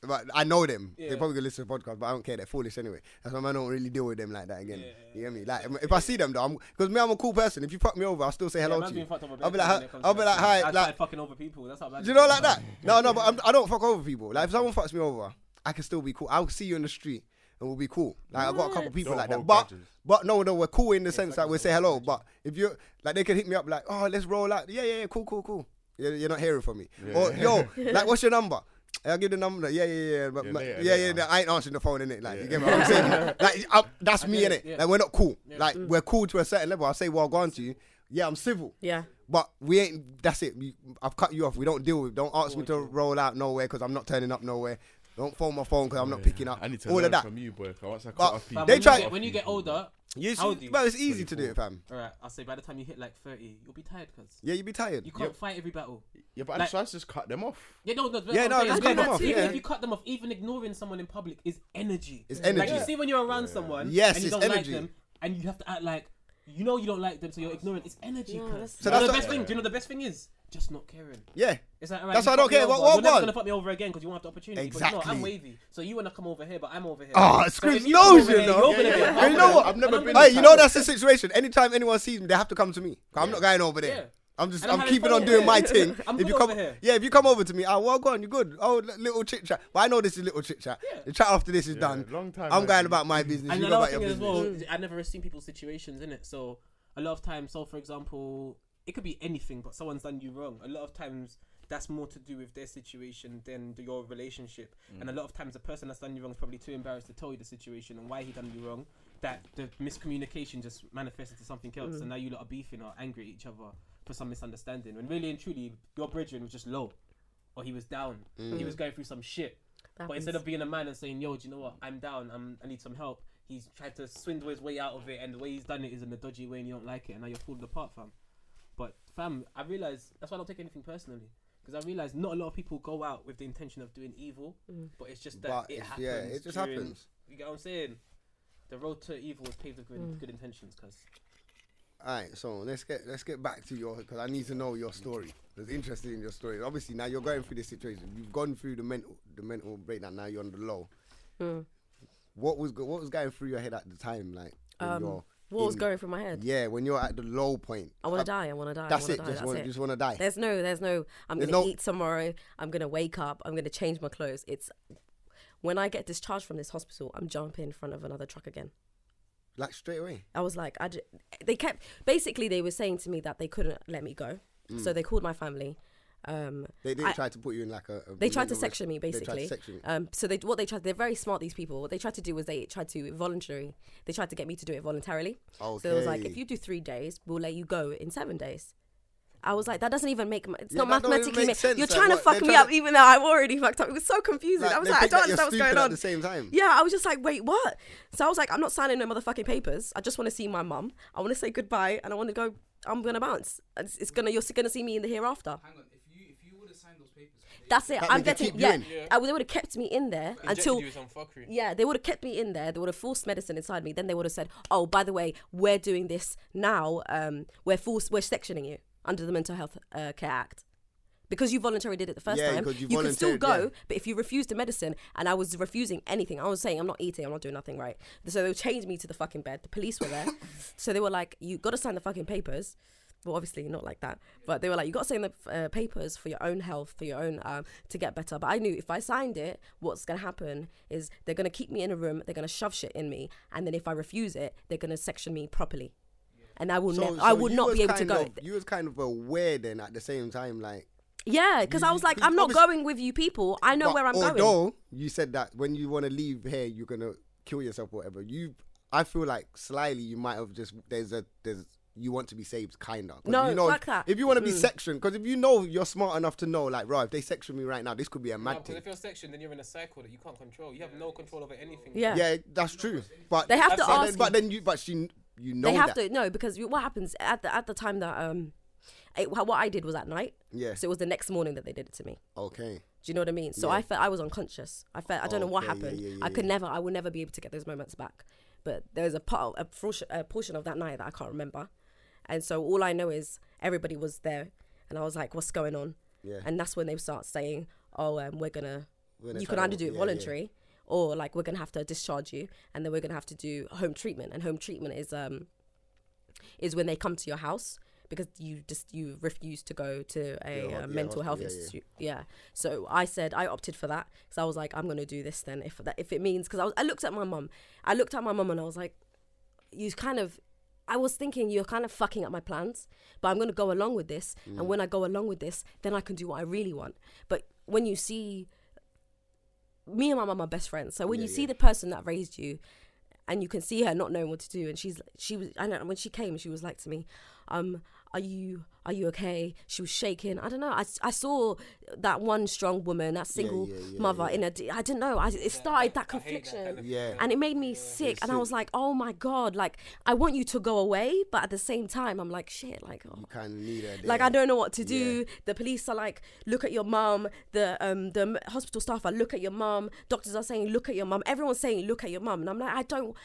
Speaker 2: but I know them.
Speaker 7: Yeah.
Speaker 2: They probably gonna listen to the podcast, but I don't care. They're foolish anyway. That's why I don't really deal with them like that again.
Speaker 7: Yeah.
Speaker 2: You hear me? Like if I see them though, I'm because me, I'm a cool person. If you fuck me over, I'll still say hello
Speaker 7: man's
Speaker 2: to
Speaker 7: been
Speaker 2: you.
Speaker 7: fucked over
Speaker 2: I'll be
Speaker 7: black
Speaker 2: like,
Speaker 7: people when it
Speaker 2: hi-
Speaker 7: comes
Speaker 2: I'll
Speaker 7: to
Speaker 2: be
Speaker 7: that
Speaker 2: like,
Speaker 7: shit.
Speaker 2: hi,
Speaker 7: I
Speaker 2: like,
Speaker 7: started fucking over people. That's how black
Speaker 2: do you
Speaker 7: people
Speaker 2: know like
Speaker 7: are.
Speaker 2: that? No, no, but I'm, I don't fuck over people. Like if someone fucks me over, I can still be cool. I'll see you in the street and we'll be cool. Like I've got a
Speaker 7: Mm.
Speaker 2: couple people
Speaker 3: Don't
Speaker 2: like that,
Speaker 3: hold
Speaker 2: but
Speaker 3: grudges.
Speaker 2: but no, no, we're cool in the sense that we will say hello. But if you are like, they can hit me up like, oh, let's roll out. Yeah, yeah, yeah, cool, cool, cool. You're, you're not hearing from me. Or
Speaker 3: (laughs)
Speaker 2: yo, like, what's your number? I'll give the number. Yeah, yeah, yeah. But,
Speaker 3: Yeah,
Speaker 2: but-
Speaker 3: later,
Speaker 2: yeah,
Speaker 3: later.
Speaker 2: yeah. I ain't answering the phone in it. Like, you get me? What I'm
Speaker 3: (laughs)
Speaker 2: saying? like, i that's me
Speaker 7: get
Speaker 2: in it.
Speaker 7: it, yeah. Mm.
Speaker 2: Like, we're not cool. Like, we're cool to a certain level. I say, well, go on to you. Yeah, I'm civil.
Speaker 4: Yeah.
Speaker 2: But we ain't. That's it. We, I've cut you off. We don't deal with. Don't ask me to roll out nowhere because I'm not turning up nowhere. Don't phone my phone because I'm not picking up.
Speaker 3: I need to
Speaker 2: all
Speaker 3: learn
Speaker 2: of that.
Speaker 3: from you, boy. 'cause Once I cut
Speaker 2: But-
Speaker 3: off people,
Speaker 7: Fam,
Speaker 2: They
Speaker 7: when you
Speaker 2: try-
Speaker 7: get- when you get older.
Speaker 2: Yes,
Speaker 7: How old are you?
Speaker 2: but it's easy to do it, fam.
Speaker 7: All right, I'll say by the time you hit like 30, you'll be tired, cause
Speaker 2: Yeah, you'd be tired.
Speaker 7: you can't fight every battle.
Speaker 3: Yeah, but
Speaker 7: Like-
Speaker 3: I just, I just cut them off.
Speaker 7: Yeah, no, no,
Speaker 2: Yeah,
Speaker 7: I'm
Speaker 2: no,
Speaker 7: saying,
Speaker 2: just
Speaker 4: cut
Speaker 7: even
Speaker 4: them off,
Speaker 7: if-
Speaker 2: yeah.
Speaker 7: If you cut them off, even ignoring someone in public is energy.
Speaker 2: It's
Speaker 7: Like you
Speaker 2: energy.
Speaker 7: see when you're around someone,
Speaker 2: Yes,
Speaker 7: and you
Speaker 2: it's
Speaker 7: don't
Speaker 2: energy.
Speaker 7: like them, and you have to act like you know you don't like them, so you're ignorant. It's energy.
Speaker 4: No,
Speaker 7: cuz.
Speaker 4: that's-
Speaker 2: So
Speaker 7: You know
Speaker 2: that's
Speaker 7: the
Speaker 2: what-
Speaker 7: best thing. Do you know the best thing is just not caring.
Speaker 2: yeah.
Speaker 7: It's like, all right,
Speaker 2: That's
Speaker 7: you
Speaker 2: why I don't
Speaker 7: fucked me
Speaker 2: care.
Speaker 7: over.
Speaker 2: What- what-
Speaker 7: You're never
Speaker 2: what?
Speaker 7: gonna fuck me over again because you won't have the opportunity. But you know,
Speaker 2: Exactly.
Speaker 7: I'm wavy, so you wanna come over here, but I'm over here.
Speaker 2: Oh, it
Speaker 7: so if
Speaker 2: screams
Speaker 7: you come
Speaker 2: knows
Speaker 7: over
Speaker 2: you,
Speaker 7: here,
Speaker 2: know.
Speaker 7: You're gonna be
Speaker 3: Yeah.
Speaker 7: a
Speaker 2: And you know
Speaker 7: problem.
Speaker 2: what?
Speaker 3: I've never
Speaker 7: And I'm
Speaker 3: been
Speaker 7: gonna
Speaker 2: Hey,
Speaker 7: be
Speaker 2: you
Speaker 7: a
Speaker 2: know
Speaker 7: problem.
Speaker 2: that's the situation. Anytime anyone sees me, they have to come to me. 'Cause I'm not going over there.
Speaker 7: Yeah.
Speaker 2: I'm just,
Speaker 7: And I'm
Speaker 2: I'm,
Speaker 7: having
Speaker 2: keeping
Speaker 7: fun
Speaker 2: on doing
Speaker 7: here.
Speaker 2: my thing.
Speaker 7: (laughs) I'm
Speaker 2: if you
Speaker 7: good
Speaker 2: come,
Speaker 7: over here.
Speaker 2: yeah, if you come over to me, oh, well, go on, you're good. Oh, li- little chit chat. But I know this is little chit chat. The chat after this is done.
Speaker 3: long time,
Speaker 2: I'm
Speaker 3: man.
Speaker 2: going about my business.
Speaker 7: And
Speaker 2: you go about
Speaker 7: another
Speaker 2: your
Speaker 7: thing as
Speaker 2: business.
Speaker 7: well, I never assume people's situations in it. So a lot of times, so for example, it could be anything, but someone's done you wrong. A lot of times, that's more to do with their situation than the- your relationship.
Speaker 2: Mm.
Speaker 7: And a lot of times, the person that's done you wrong is probably too embarrassed to tell you the situation and why he done you wrong. That the miscommunication just manifests into something else, and now you lot are beefing or angry at each other for some misunderstanding. When really and truly, your brethren was just low, or he was down,
Speaker 2: Mm.
Speaker 7: or he was going through some shit.
Speaker 4: That
Speaker 7: But instead
Speaker 4: happens.
Speaker 7: of being a man and saying, "Yo, do you know what? I'm down. I'm, I need some help." He's tried to swindle his way out of it, and the way he's done it is in a dodgy way, and you don't like it, and now you're pulled apart, fam. But fam, I realize that's why I don't take anything personally, because I realize not a lot of people go out with the intention of doing evil,
Speaker 4: Mm.
Speaker 7: but it's just that
Speaker 2: But
Speaker 7: it
Speaker 2: it's-
Speaker 7: happens.
Speaker 2: yeah, it just
Speaker 7: during-
Speaker 2: happens.
Speaker 7: You get what I'm saying? The road to evil is paved with good,
Speaker 4: Mm.
Speaker 7: good intentions, cause
Speaker 2: All right, so let's get let's get back to your because I need to know your story. It's interested in your story. Obviously, now you're going through this situation. You've gone through the mental the mental breakdown. Now you're on the low.
Speaker 4: Hmm.
Speaker 2: What was go- what was going through your head at the time? Like when you're
Speaker 4: Um, What was
Speaker 2: in-
Speaker 4: going through my head?
Speaker 2: Yeah, when you're at the low point.
Speaker 4: I want
Speaker 2: Uh,
Speaker 4: to die. I want to die.
Speaker 2: That's
Speaker 4: I wanna
Speaker 2: it.
Speaker 4: Die.
Speaker 2: Just
Speaker 4: that's
Speaker 2: want
Speaker 4: it.
Speaker 2: just want to die.
Speaker 4: There's no, there's no. I'm
Speaker 2: There's
Speaker 4: gonna
Speaker 2: no-
Speaker 4: eat tomorrow. I'm gonna wake up. I'm gonna change my clothes. It's when I get discharged from this hospital, I'm jumping in front of another truck again.
Speaker 2: Like straight away.
Speaker 4: I was like, I. J- they kept basically they were saying to me that they couldn't let me go, so they called my family. Um,
Speaker 2: Mm. They didn't
Speaker 4: I-
Speaker 2: try to put you in like a. a
Speaker 4: they tried to
Speaker 2: mental
Speaker 4: section me
Speaker 2: res- They tried
Speaker 4: basically.
Speaker 2: to section you.
Speaker 4: Um, so they what they tried. They're very smart. These people. What they tried to do was they tried to voluntary. They tried to get me to do it voluntarily. So it was like,
Speaker 2: Okay.
Speaker 4: if you do three days, we'll let you go in seven days. I was like, that doesn't even make. ma- It's
Speaker 2: Yeah, that
Speaker 4: not
Speaker 2: don't even
Speaker 4: mathematically.
Speaker 2: make
Speaker 4: Make
Speaker 2: sense,
Speaker 4: You're
Speaker 2: like,
Speaker 4: trying to
Speaker 2: what- they're
Speaker 4: fuck me
Speaker 2: trying
Speaker 4: up,
Speaker 2: to-
Speaker 4: even though I've already fucked up. It was so confusing. I was
Speaker 2: they
Speaker 4: like, I
Speaker 2: think
Speaker 4: don't
Speaker 2: that you're
Speaker 4: understand what's going
Speaker 2: stupid
Speaker 4: on.
Speaker 2: At the same time.
Speaker 4: Yeah, I was just like, wait, what? So I was like, I'm not signing no motherfucking papers. I just want to see my mum. I want to say goodbye, and I want to go. I'm gonna bounce. It's, it's gonna. You're gonna see me in the hereafter.
Speaker 6: Hang on, if you if you would have signed those papers, they-
Speaker 4: That's it.
Speaker 2: That
Speaker 4: I'm
Speaker 2: means they
Speaker 4: getting.
Speaker 2: keep
Speaker 4: Yeah,
Speaker 2: you in.
Speaker 4: I, they would have kept me in there until.
Speaker 7: some fuckery.
Speaker 4: Yeah, they would have kept me in there. They would have forced medicine inside me. Then they would have said, "Oh, by the way, we're doing this now. Um, we're forced. We're sectioning you under the Mental Health uh, Care Act." Because you voluntarily did it the first
Speaker 2: Yeah,
Speaker 4: time,
Speaker 2: 'cause you
Speaker 4: you can still
Speaker 2: volunteered,
Speaker 4: go.
Speaker 2: yeah.
Speaker 4: But if you refuse the medicine, and I was refusing anything, I was saying I'm not eating, I'm not doing nothing right. So they changed me to the fucking bed. The police were
Speaker 2: (laughs)
Speaker 4: there, so they were like, "You got to sign the fucking papers." Well, obviously not like that, but they were like, "You got to sign the uh, papers for your own health, for your own um, to get better." But I knew if I signed it, what's gonna happen is they're gonna keep me in a room, they're gonna shove shit in me, and then if I refuse it, they're gonna section me properly, and I will,
Speaker 2: So,
Speaker 4: ne- I
Speaker 2: so
Speaker 4: will
Speaker 2: you
Speaker 4: not
Speaker 2: was
Speaker 4: be able to
Speaker 2: kind
Speaker 4: go.
Speaker 2: Of, you was kind of aware then at the same time, like.
Speaker 4: yeah, because
Speaker 2: you-
Speaker 4: I was like,
Speaker 2: you-
Speaker 4: I'm not
Speaker 2: obvious-
Speaker 4: going with you people. I know
Speaker 2: but
Speaker 4: where I'm
Speaker 2: although
Speaker 4: going.
Speaker 2: you said that when you want to leave here, you're gonna kill yourself or whatever. You, I feel like slyly you might have just there's a there's you want to be saved, kinda. 'Cause
Speaker 4: No,
Speaker 2: you know,
Speaker 4: fuck that. Mm.
Speaker 2: If you want to be sectioned, because if you know you're smart enough to know, like, right, if they section me right now, this could be a mad thing.
Speaker 7: you're sectioned, then you're in a cycle that you can't control. You have no control over anything.
Speaker 4: Yeah.
Speaker 2: Yeah, that's true. But
Speaker 4: They have to
Speaker 2: but then-
Speaker 4: ask
Speaker 2: But
Speaker 4: you.
Speaker 2: then you, but she, you know
Speaker 4: they have
Speaker 2: that.
Speaker 4: to no because you- what happens at the at the time that um it, wha- what I did was at night.
Speaker 2: Yeah.
Speaker 4: So it was the next morning that they did it to me.
Speaker 2: Okay.
Speaker 4: Do you know what I mean? So I felt I was unconscious. I felt I don't know what
Speaker 2: Okay, yeah,
Speaker 4: happened.
Speaker 2: yeah, yeah,
Speaker 4: I could
Speaker 2: yeah.
Speaker 4: never. I will never be able to get those moments back. But there's a part, a portion, a portion of that night that I can't remember, and so all I know is everybody was there, and I was like, "What's going on?"
Speaker 2: Yeah.
Speaker 4: And that's when they start saying, "Oh, um, we're gonna
Speaker 2: When they're
Speaker 4: you
Speaker 2: trying
Speaker 4: can
Speaker 2: to-
Speaker 4: either do
Speaker 2: yeah,
Speaker 4: it
Speaker 2: yeah.
Speaker 4: voluntary or like we're gonna have to discharge you and then we're gonna have to do home treatment and home treatment is um is when they come to your house because you just you refuse to go to a
Speaker 2: Yeah, ho-
Speaker 4: uh,
Speaker 2: yeah,
Speaker 4: mental health
Speaker 2: hospital, yeah, yeah.
Speaker 4: institute yeah, so i said i opted for that because i was like i'm gonna do this then if that if it means because I, was- I looked at my mum i looked at my mum and i was like you kind of I was thinking you're kind of fucking up my plans, but I'm gonna go along with this,
Speaker 2: Mm.
Speaker 4: and when I go along with this, then I can do what I really want. But when you see me and my mum are best friends, so when
Speaker 2: Yeah,
Speaker 4: you see
Speaker 2: yeah.
Speaker 4: the person that raised you, and you can see her not knowing what to do, and she's she was I don't know when she came, she was like to me, um, are you are you okay? She was shaking. I don't know. I, s- I saw that one strong woman, that single
Speaker 2: yeah, yeah,
Speaker 4: mother
Speaker 2: yeah.
Speaker 4: in a d- I didn't know. I, it started that
Speaker 5: I hate that
Speaker 4: confliction
Speaker 5: kind of
Speaker 2: Yeah.
Speaker 5: thing.
Speaker 4: and it made me sick and i was like oh my god like i want you to go away but at the same time i'm like shit like oh.
Speaker 2: You kind of need her.
Speaker 4: like
Speaker 2: there.
Speaker 4: i don't know what to do the police are like look at your mum the um the m- hospital staff are look at your mum doctors are saying look at your mum everyone's saying look at your mum and i'm like i don't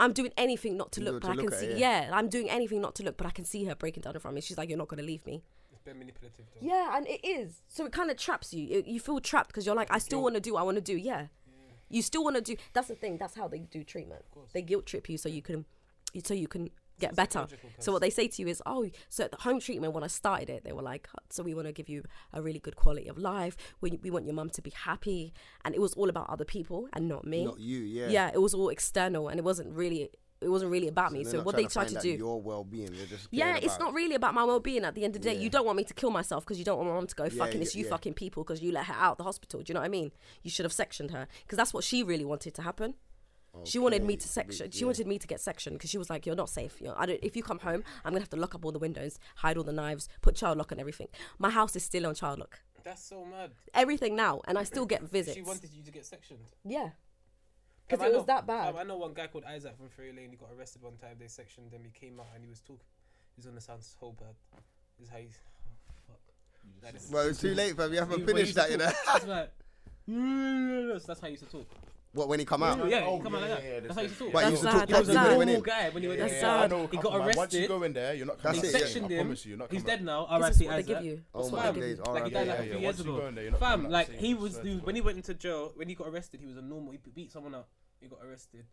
Speaker 4: I'm doing anything not to
Speaker 2: You got
Speaker 4: look, but
Speaker 2: to
Speaker 4: I can
Speaker 2: look at
Speaker 4: see.
Speaker 2: her,
Speaker 4: Yeah. I'm doing anything not to look, but I can see her breaking down in front of me. She's like, "You're not gonna leave me."
Speaker 5: It's a bit manipulative. Though.
Speaker 4: Yeah, and it is. So it kind of traps you. You- you feel trapped because you're like, "I still want to do. what I want to do." Yeah. You still want to do. That's the thing. That's how they do treatment. They guilt trip you so you can, you- so you can get better. So what they say to you is, oh, so at the home treatment when I started it, they were like, "Oh, so we want to give you a really good quality of life. We we want your mum to be happy, and it was all about other people and not me.
Speaker 2: Not you, yeah.
Speaker 4: yeah. it was all external, and it wasn't really. It wasn't really about me.
Speaker 2: They're
Speaker 4: So
Speaker 2: not
Speaker 4: what
Speaker 2: trying
Speaker 4: they tried
Speaker 2: find
Speaker 4: to
Speaker 2: out
Speaker 4: do,
Speaker 2: Your well-being. They're just
Speaker 4: yeah,
Speaker 2: caring
Speaker 4: it's
Speaker 2: about-
Speaker 4: not really about my well being at the end of the day.
Speaker 2: Yeah.
Speaker 4: You don't want me to kill myself because you don't want my mum to go,
Speaker 2: Yeah,
Speaker 4: fucking,
Speaker 2: yeah,
Speaker 4: it's you
Speaker 2: yeah.
Speaker 4: fucking people because you let her out the hospital. Do you know what I mean? You should have sectioned her because that's what she really wanted to happen. She wanted me
Speaker 2: Okay,
Speaker 4: to
Speaker 2: big-
Speaker 4: section. She
Speaker 2: yeah.
Speaker 4: wanted me to get sectioned because she was like, "You're not safe. You're, I don't, if you come home, I'm gonna have to lock up all the windows, hide all the knives, put child lock on everything. My house is still on child lock.
Speaker 7: That's so mad.
Speaker 4: Everything now, and I still get visits.
Speaker 7: She wanted you to get sectioned.
Speaker 4: yeah, because
Speaker 7: Fam, I
Speaker 4: it was
Speaker 7: know-
Speaker 4: that bad.
Speaker 7: fam, I know one guy called Isaac from Ferry Lane. He got arrested one time. They sectioned him. He came out and he was talking. He was on the sound so bad. This is how he's. Oh, fuck. That is-
Speaker 2: Well, it's too late, fam. You
Speaker 7: He-
Speaker 2: haven't
Speaker 7: when he
Speaker 2: finished
Speaker 7: used to
Speaker 2: that, you
Speaker 7: (laughs)
Speaker 2: know. (laughs)
Speaker 7: talk, it's like, "Yeah," so that's how he used to talk.
Speaker 2: What when he come out?
Speaker 7: Yeah,
Speaker 3: oh,
Speaker 7: come on
Speaker 3: yeah,
Speaker 7: like that.
Speaker 3: yeah, yeah,
Speaker 7: that's how he used to talk.
Speaker 2: But
Speaker 4: he used
Speaker 7: That's
Speaker 4: to talk
Speaker 7: sad, He was
Speaker 4: properly
Speaker 7: a
Speaker 4: when he
Speaker 7: normal
Speaker 2: went
Speaker 7: guy when he went
Speaker 4: Yeah,
Speaker 7: in.
Speaker 4: yeah, I
Speaker 3: I
Speaker 4: know
Speaker 3: know a
Speaker 7: He
Speaker 3: couple,
Speaker 7: got
Speaker 3: man. Once you
Speaker 7: arrested.
Speaker 3: go in there, you're not
Speaker 2: That's
Speaker 7: They
Speaker 2: it,
Speaker 3: coming out.
Speaker 2: yeah.
Speaker 7: sectioned
Speaker 3: I
Speaker 7: him.
Speaker 3: promise you, you're not
Speaker 7: He's
Speaker 3: coming
Speaker 7: dead
Speaker 3: out.
Speaker 7: now.
Speaker 4: This
Speaker 7: RIP
Speaker 4: is what they give
Speaker 7: Isaac.
Speaker 4: you.
Speaker 2: Oh
Speaker 4: That's what
Speaker 2: my
Speaker 4: I
Speaker 7: Fam,
Speaker 4: give you.
Speaker 2: days!
Speaker 7: Like he
Speaker 2: alright,
Speaker 7: died
Speaker 3: yeah,
Speaker 7: like
Speaker 3: yeah,
Speaker 7: three
Speaker 3: once
Speaker 7: years
Speaker 3: you go
Speaker 7: ago.
Speaker 3: in there, you're not
Speaker 7: Fam,
Speaker 3: coming out
Speaker 7: like
Speaker 3: safe,
Speaker 7: he
Speaker 3: I
Speaker 7: was
Speaker 3: swear
Speaker 7: he
Speaker 3: to
Speaker 7: was-
Speaker 3: God.
Speaker 7: when he went into jail when he got arrested he was a normal. He beat someone up. He got arrested,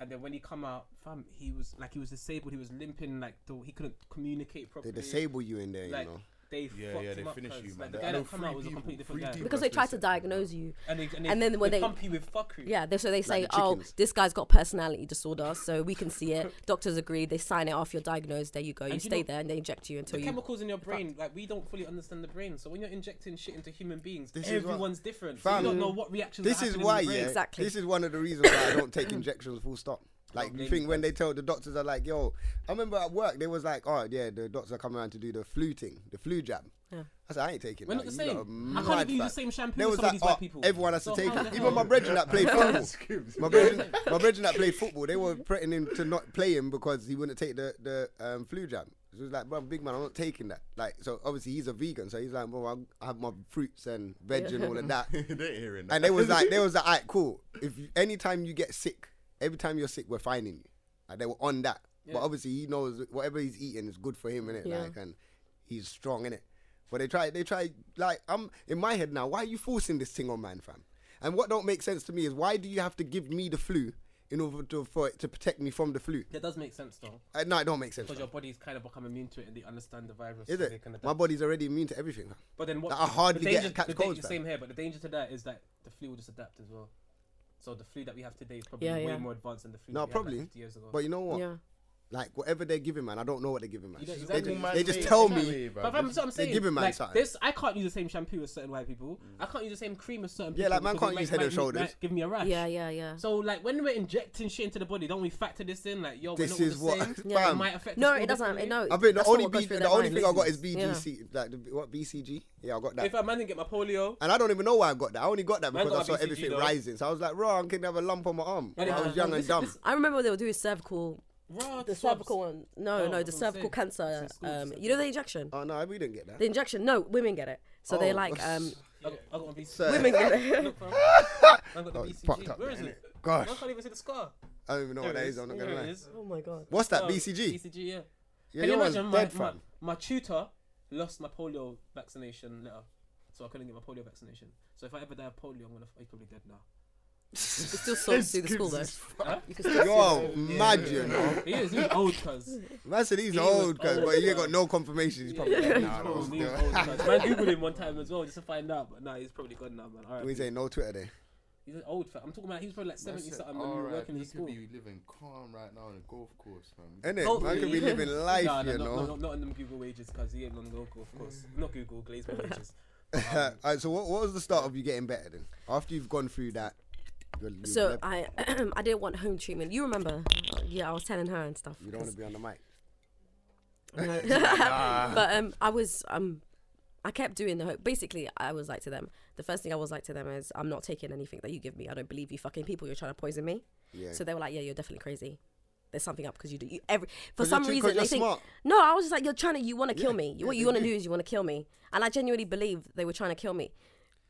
Speaker 7: and then when he come out, fam, he was like he was disabled. He was limping like though he couldn't communicate
Speaker 2: They
Speaker 7: properly.
Speaker 2: disable you in there, you
Speaker 7: Like
Speaker 2: know.
Speaker 7: they
Speaker 3: Yeah,
Speaker 7: fucked
Speaker 3: yeah, they
Speaker 7: him up.
Speaker 3: finish
Speaker 7: cuz,
Speaker 3: you,
Speaker 7: like,
Speaker 3: man.
Speaker 7: the
Speaker 3: I
Speaker 7: guy
Speaker 3: know
Speaker 7: that come
Speaker 3: three
Speaker 7: out was a
Speaker 3: people-
Speaker 7: completely different
Speaker 3: three
Speaker 7: guy.
Speaker 3: people.
Speaker 4: because they
Speaker 3: That's
Speaker 4: tried to
Speaker 3: basically it,
Speaker 4: diagnose you.
Speaker 7: And, they, and, they,
Speaker 4: And then when they-
Speaker 7: pump you with fuckery.
Speaker 4: Yeah, they, so they say,
Speaker 2: the
Speaker 4: oh,
Speaker 2: chickens.
Speaker 4: this guy's got personality disorder, so we can see it. Doctors agree, they sign it off, you're diagnosed, there you go. You
Speaker 7: And you
Speaker 4: stay
Speaker 7: know-
Speaker 4: there and they inject you until
Speaker 7: The
Speaker 4: you.
Speaker 7: chemicals in your brain, like we don't fully understand the brain. So when you're injecting shit into human beings,
Speaker 2: This is what-
Speaker 7: everyone's different. So
Speaker 2: Fam,
Speaker 7: you don't know what reactions.
Speaker 2: This
Speaker 7: are
Speaker 2: is
Speaker 7: happening
Speaker 2: why,
Speaker 7: in your
Speaker 2: yeah.
Speaker 7: brain.
Speaker 4: Mm. Exactly.
Speaker 2: This is one of the reasons why I don't
Speaker 4: (coughs)
Speaker 2: take injections. Full stop. Like you
Speaker 7: blame
Speaker 2: think when they tell the doctors are like, yo, I remember at work they was like, oh yeah, the doctors are coming around to do the flu thing, the flu jab.
Speaker 4: Yeah.
Speaker 2: I said I ain't taking.
Speaker 7: We're
Speaker 2: that.
Speaker 7: not the
Speaker 2: You lot
Speaker 7: same.
Speaker 2: are
Speaker 7: I can't
Speaker 2: mad
Speaker 7: even use the
Speaker 2: fat."
Speaker 7: same shampoo
Speaker 2: They
Speaker 7: as
Speaker 2: was
Speaker 7: some of these
Speaker 2: like,
Speaker 7: white
Speaker 2: "Oh,
Speaker 7: people."
Speaker 2: Everyone has
Speaker 7: So
Speaker 2: to take
Speaker 7: how
Speaker 2: it.
Speaker 7: the
Speaker 2: Even my
Speaker 7: hell-
Speaker 2: brethren that
Speaker 7: (laughs)
Speaker 2: played football, my brethren, my brethren that played football, they were threatening to not play him because he wouldn't take the the um, flu jab. So it was like, bro, big man, I'm not taking that. Like, so obviously he's a vegan, so he's like, well, I have my fruits and veg and
Speaker 4: (laughs)
Speaker 2: all of that.
Speaker 3: (laughs) they ain't hearing that.
Speaker 2: And they was like, they was like, alright, cool. If you, anytime you get sick, every time you're sick, we're finding you. Like they were on that. But obviously he knows whatever he's eating is good for him, innit?
Speaker 4: Yeah.
Speaker 2: Like and he's strong in it. But they try they try like I'm in my head now, why are you forcing this thing on man fam? And what don't make sense to me is why do you have to give me the flu in order to for it to protect me from the flu?
Speaker 7: That does make sense though,
Speaker 2: Uh, no, it don't make sense.
Speaker 7: because
Speaker 2: fam.
Speaker 7: your body's kind of become immune to it, and they understand the virus.
Speaker 2: Is
Speaker 7: so they
Speaker 2: it?
Speaker 7: can adapt.
Speaker 2: My body's already immune to everything. fam.
Speaker 7: But then what?
Speaker 2: Like, I hardly
Speaker 7: the
Speaker 2: get
Speaker 7: danger,
Speaker 2: catch
Speaker 7: the
Speaker 2: colds,
Speaker 7: danger,
Speaker 2: fam.
Speaker 7: Same here, but the danger to that is that the flu will just adapt as well. So the flu that we have today is probably
Speaker 4: Yeah,
Speaker 7: way
Speaker 4: yeah.
Speaker 7: more advanced than the flu.
Speaker 2: No,
Speaker 7: that we had, like,
Speaker 2: probably.
Speaker 7: 50 years ago.
Speaker 2: But you know what?
Speaker 4: yeah.
Speaker 2: Like whatever they're giving, man, I don't know what they're giving, man.
Speaker 7: You don't-
Speaker 2: They
Speaker 7: exactly.
Speaker 2: just-
Speaker 7: Man
Speaker 2: they just
Speaker 3: made-
Speaker 2: tell
Speaker 3: man
Speaker 2: me
Speaker 3: made, bruv.
Speaker 7: But fam, that's what I'm saying.
Speaker 2: giving man
Speaker 7: like,
Speaker 2: something.
Speaker 7: this, I can't use the same shampoo as certain white people. I can't use the same cream as certain
Speaker 2: Yeah,
Speaker 7: people.
Speaker 2: like, man
Speaker 7: because
Speaker 2: can't
Speaker 7: it
Speaker 2: use
Speaker 7: might-
Speaker 2: Head and
Speaker 7: might-
Speaker 2: Shoulders.
Speaker 7: might Give me a rash.
Speaker 4: Yeah, yeah, yeah.
Speaker 7: So like when we're injecting shit into the body, don't we factor this in? Like yo, we're
Speaker 2: This
Speaker 7: not all
Speaker 2: is
Speaker 7: the
Speaker 2: what-
Speaker 7: same.
Speaker 2: Yeah.
Speaker 7: It might affect.
Speaker 4: No,
Speaker 7: us all
Speaker 4: it doesn't. It,
Speaker 7: differently.
Speaker 4: no,
Speaker 2: I think the
Speaker 4: that's
Speaker 2: only
Speaker 4: not what goes
Speaker 2: B,
Speaker 4: through
Speaker 2: the
Speaker 4: their
Speaker 2: only
Speaker 4: mind.
Speaker 2: thing I got is
Speaker 4: Yeah.
Speaker 2: BGC, like the, B- what BCG. Yeah, I got that,
Speaker 7: If a man didn't get my polio,
Speaker 2: and I don't even know why I got that. I only got that
Speaker 7: Man
Speaker 2: because
Speaker 7: got
Speaker 2: I saw
Speaker 7: a BCG
Speaker 2: everything
Speaker 7: though.
Speaker 2: rising. So I was like, "Raw, I'm gonna have a lump on my arm."
Speaker 7: Yeah,
Speaker 2: I was young and
Speaker 7: this-
Speaker 2: dumb.
Speaker 7: this-
Speaker 4: I remember they will do is cervical,
Speaker 7: raw
Speaker 4: the
Speaker 7: swabs.
Speaker 4: cervical one. No,
Speaker 7: Oh,
Speaker 4: no,
Speaker 7: that's
Speaker 4: the
Speaker 7: what I'm
Speaker 4: cervical
Speaker 7: saying.
Speaker 4: cancer.
Speaker 7: It's in school,
Speaker 4: Um,
Speaker 7: it's
Speaker 4: you know the injection.
Speaker 2: Oh no, we didn't get that.
Speaker 4: The injection. No, women get it. So
Speaker 2: Oh,
Speaker 4: they like um,
Speaker 7: I got, I got a BCG.
Speaker 2: (laughs)
Speaker 4: women get it. (laughs)
Speaker 7: Look, fam. I got the
Speaker 2: Oh, it's fucked
Speaker 7: BCG.
Speaker 2: up,
Speaker 7: Where
Speaker 2: there,
Speaker 7: is it?
Speaker 2: innit?
Speaker 7: I
Speaker 2: Gosh,
Speaker 7: can't even see the scar.
Speaker 2: I don't even know what
Speaker 7: There
Speaker 2: that
Speaker 7: it
Speaker 2: is. I'm not gonna
Speaker 7: There it
Speaker 2: lie.
Speaker 7: is.
Speaker 4: oh my god.
Speaker 2: What's that?
Speaker 7: Oh,
Speaker 2: BCG.
Speaker 7: BCG, yeah.
Speaker 2: Yeah,
Speaker 7: Can you
Speaker 2: your one's
Speaker 7: imagine my,
Speaker 2: dead,
Speaker 7: my,
Speaker 2: fam.
Speaker 7: my tutor lost my polio vaccination letter. so I couldn't get my polio vaccination. So if I ever die of polio, I'm gonna f- I'm probably dead now.
Speaker 4: You can still sort through the school though. You can still
Speaker 2: Yo,
Speaker 4: sort
Speaker 2: mad, you know.
Speaker 7: He is he's old, cuz.
Speaker 2: Man said he's
Speaker 7: He was
Speaker 2: old, cause,
Speaker 7: old,
Speaker 2: but you ain't
Speaker 7: bro.
Speaker 2: got no confirmation. He's probably
Speaker 7: Yeah,
Speaker 2: dead
Speaker 7: he's
Speaker 2: now. though,
Speaker 7: old, he's
Speaker 2: still.
Speaker 7: old, cuz. Man googled him one time as well just to find out, but nah, he's probably gone now, man. All
Speaker 2: We
Speaker 7: right,
Speaker 2: say no Twitter there.
Speaker 7: he's an old. Fat. I'm talking about he was probably like seventy something when we were working in the school.
Speaker 3: could be living calm right now on a golf course, man.
Speaker 7: (laughs)
Speaker 2: Innit?
Speaker 7: Oh,
Speaker 2: man could be
Speaker 7: yeah.
Speaker 2: living life,
Speaker 7: Nah, nah,
Speaker 2: you
Speaker 7: not,
Speaker 2: know. (laughs)
Speaker 7: no, no, not on them Google wages, cuz he ain't on Google, of course.
Speaker 4: Mm.
Speaker 7: Not Google,
Speaker 4: (laughs)
Speaker 7: Glazman wages.
Speaker 2: All right, so what, what was the start of you getting better then? After you've gone through that. you're- you're
Speaker 4: of- So
Speaker 2: left-
Speaker 4: I I (clears throat) didn't want home treatment. You remember? Yeah, I was telling her and stuff.
Speaker 2: you don't want to be on the mic.
Speaker 4: (laughs) but um, I was um, I kept doing the ho- basically I was like to them. The first thing I was like to them is I'm not taking anything that you give me. I don't believe you fucking people. You're trying to poison me.
Speaker 2: Yeah.
Speaker 4: So they were like, yeah, you're definitely crazy. There's something up because you do you, every for
Speaker 2: 'Cause you're
Speaker 4: some
Speaker 2: too- 'cause
Speaker 4: reason
Speaker 2: you're
Speaker 4: they think
Speaker 2: smart.
Speaker 4: no. I was just like you're trying to you want to kill me.
Speaker 2: yeah,
Speaker 4: what
Speaker 2: they
Speaker 4: you want to
Speaker 2: do.
Speaker 4: do is you want to kill me. And I genuinely believe they were trying to kill me.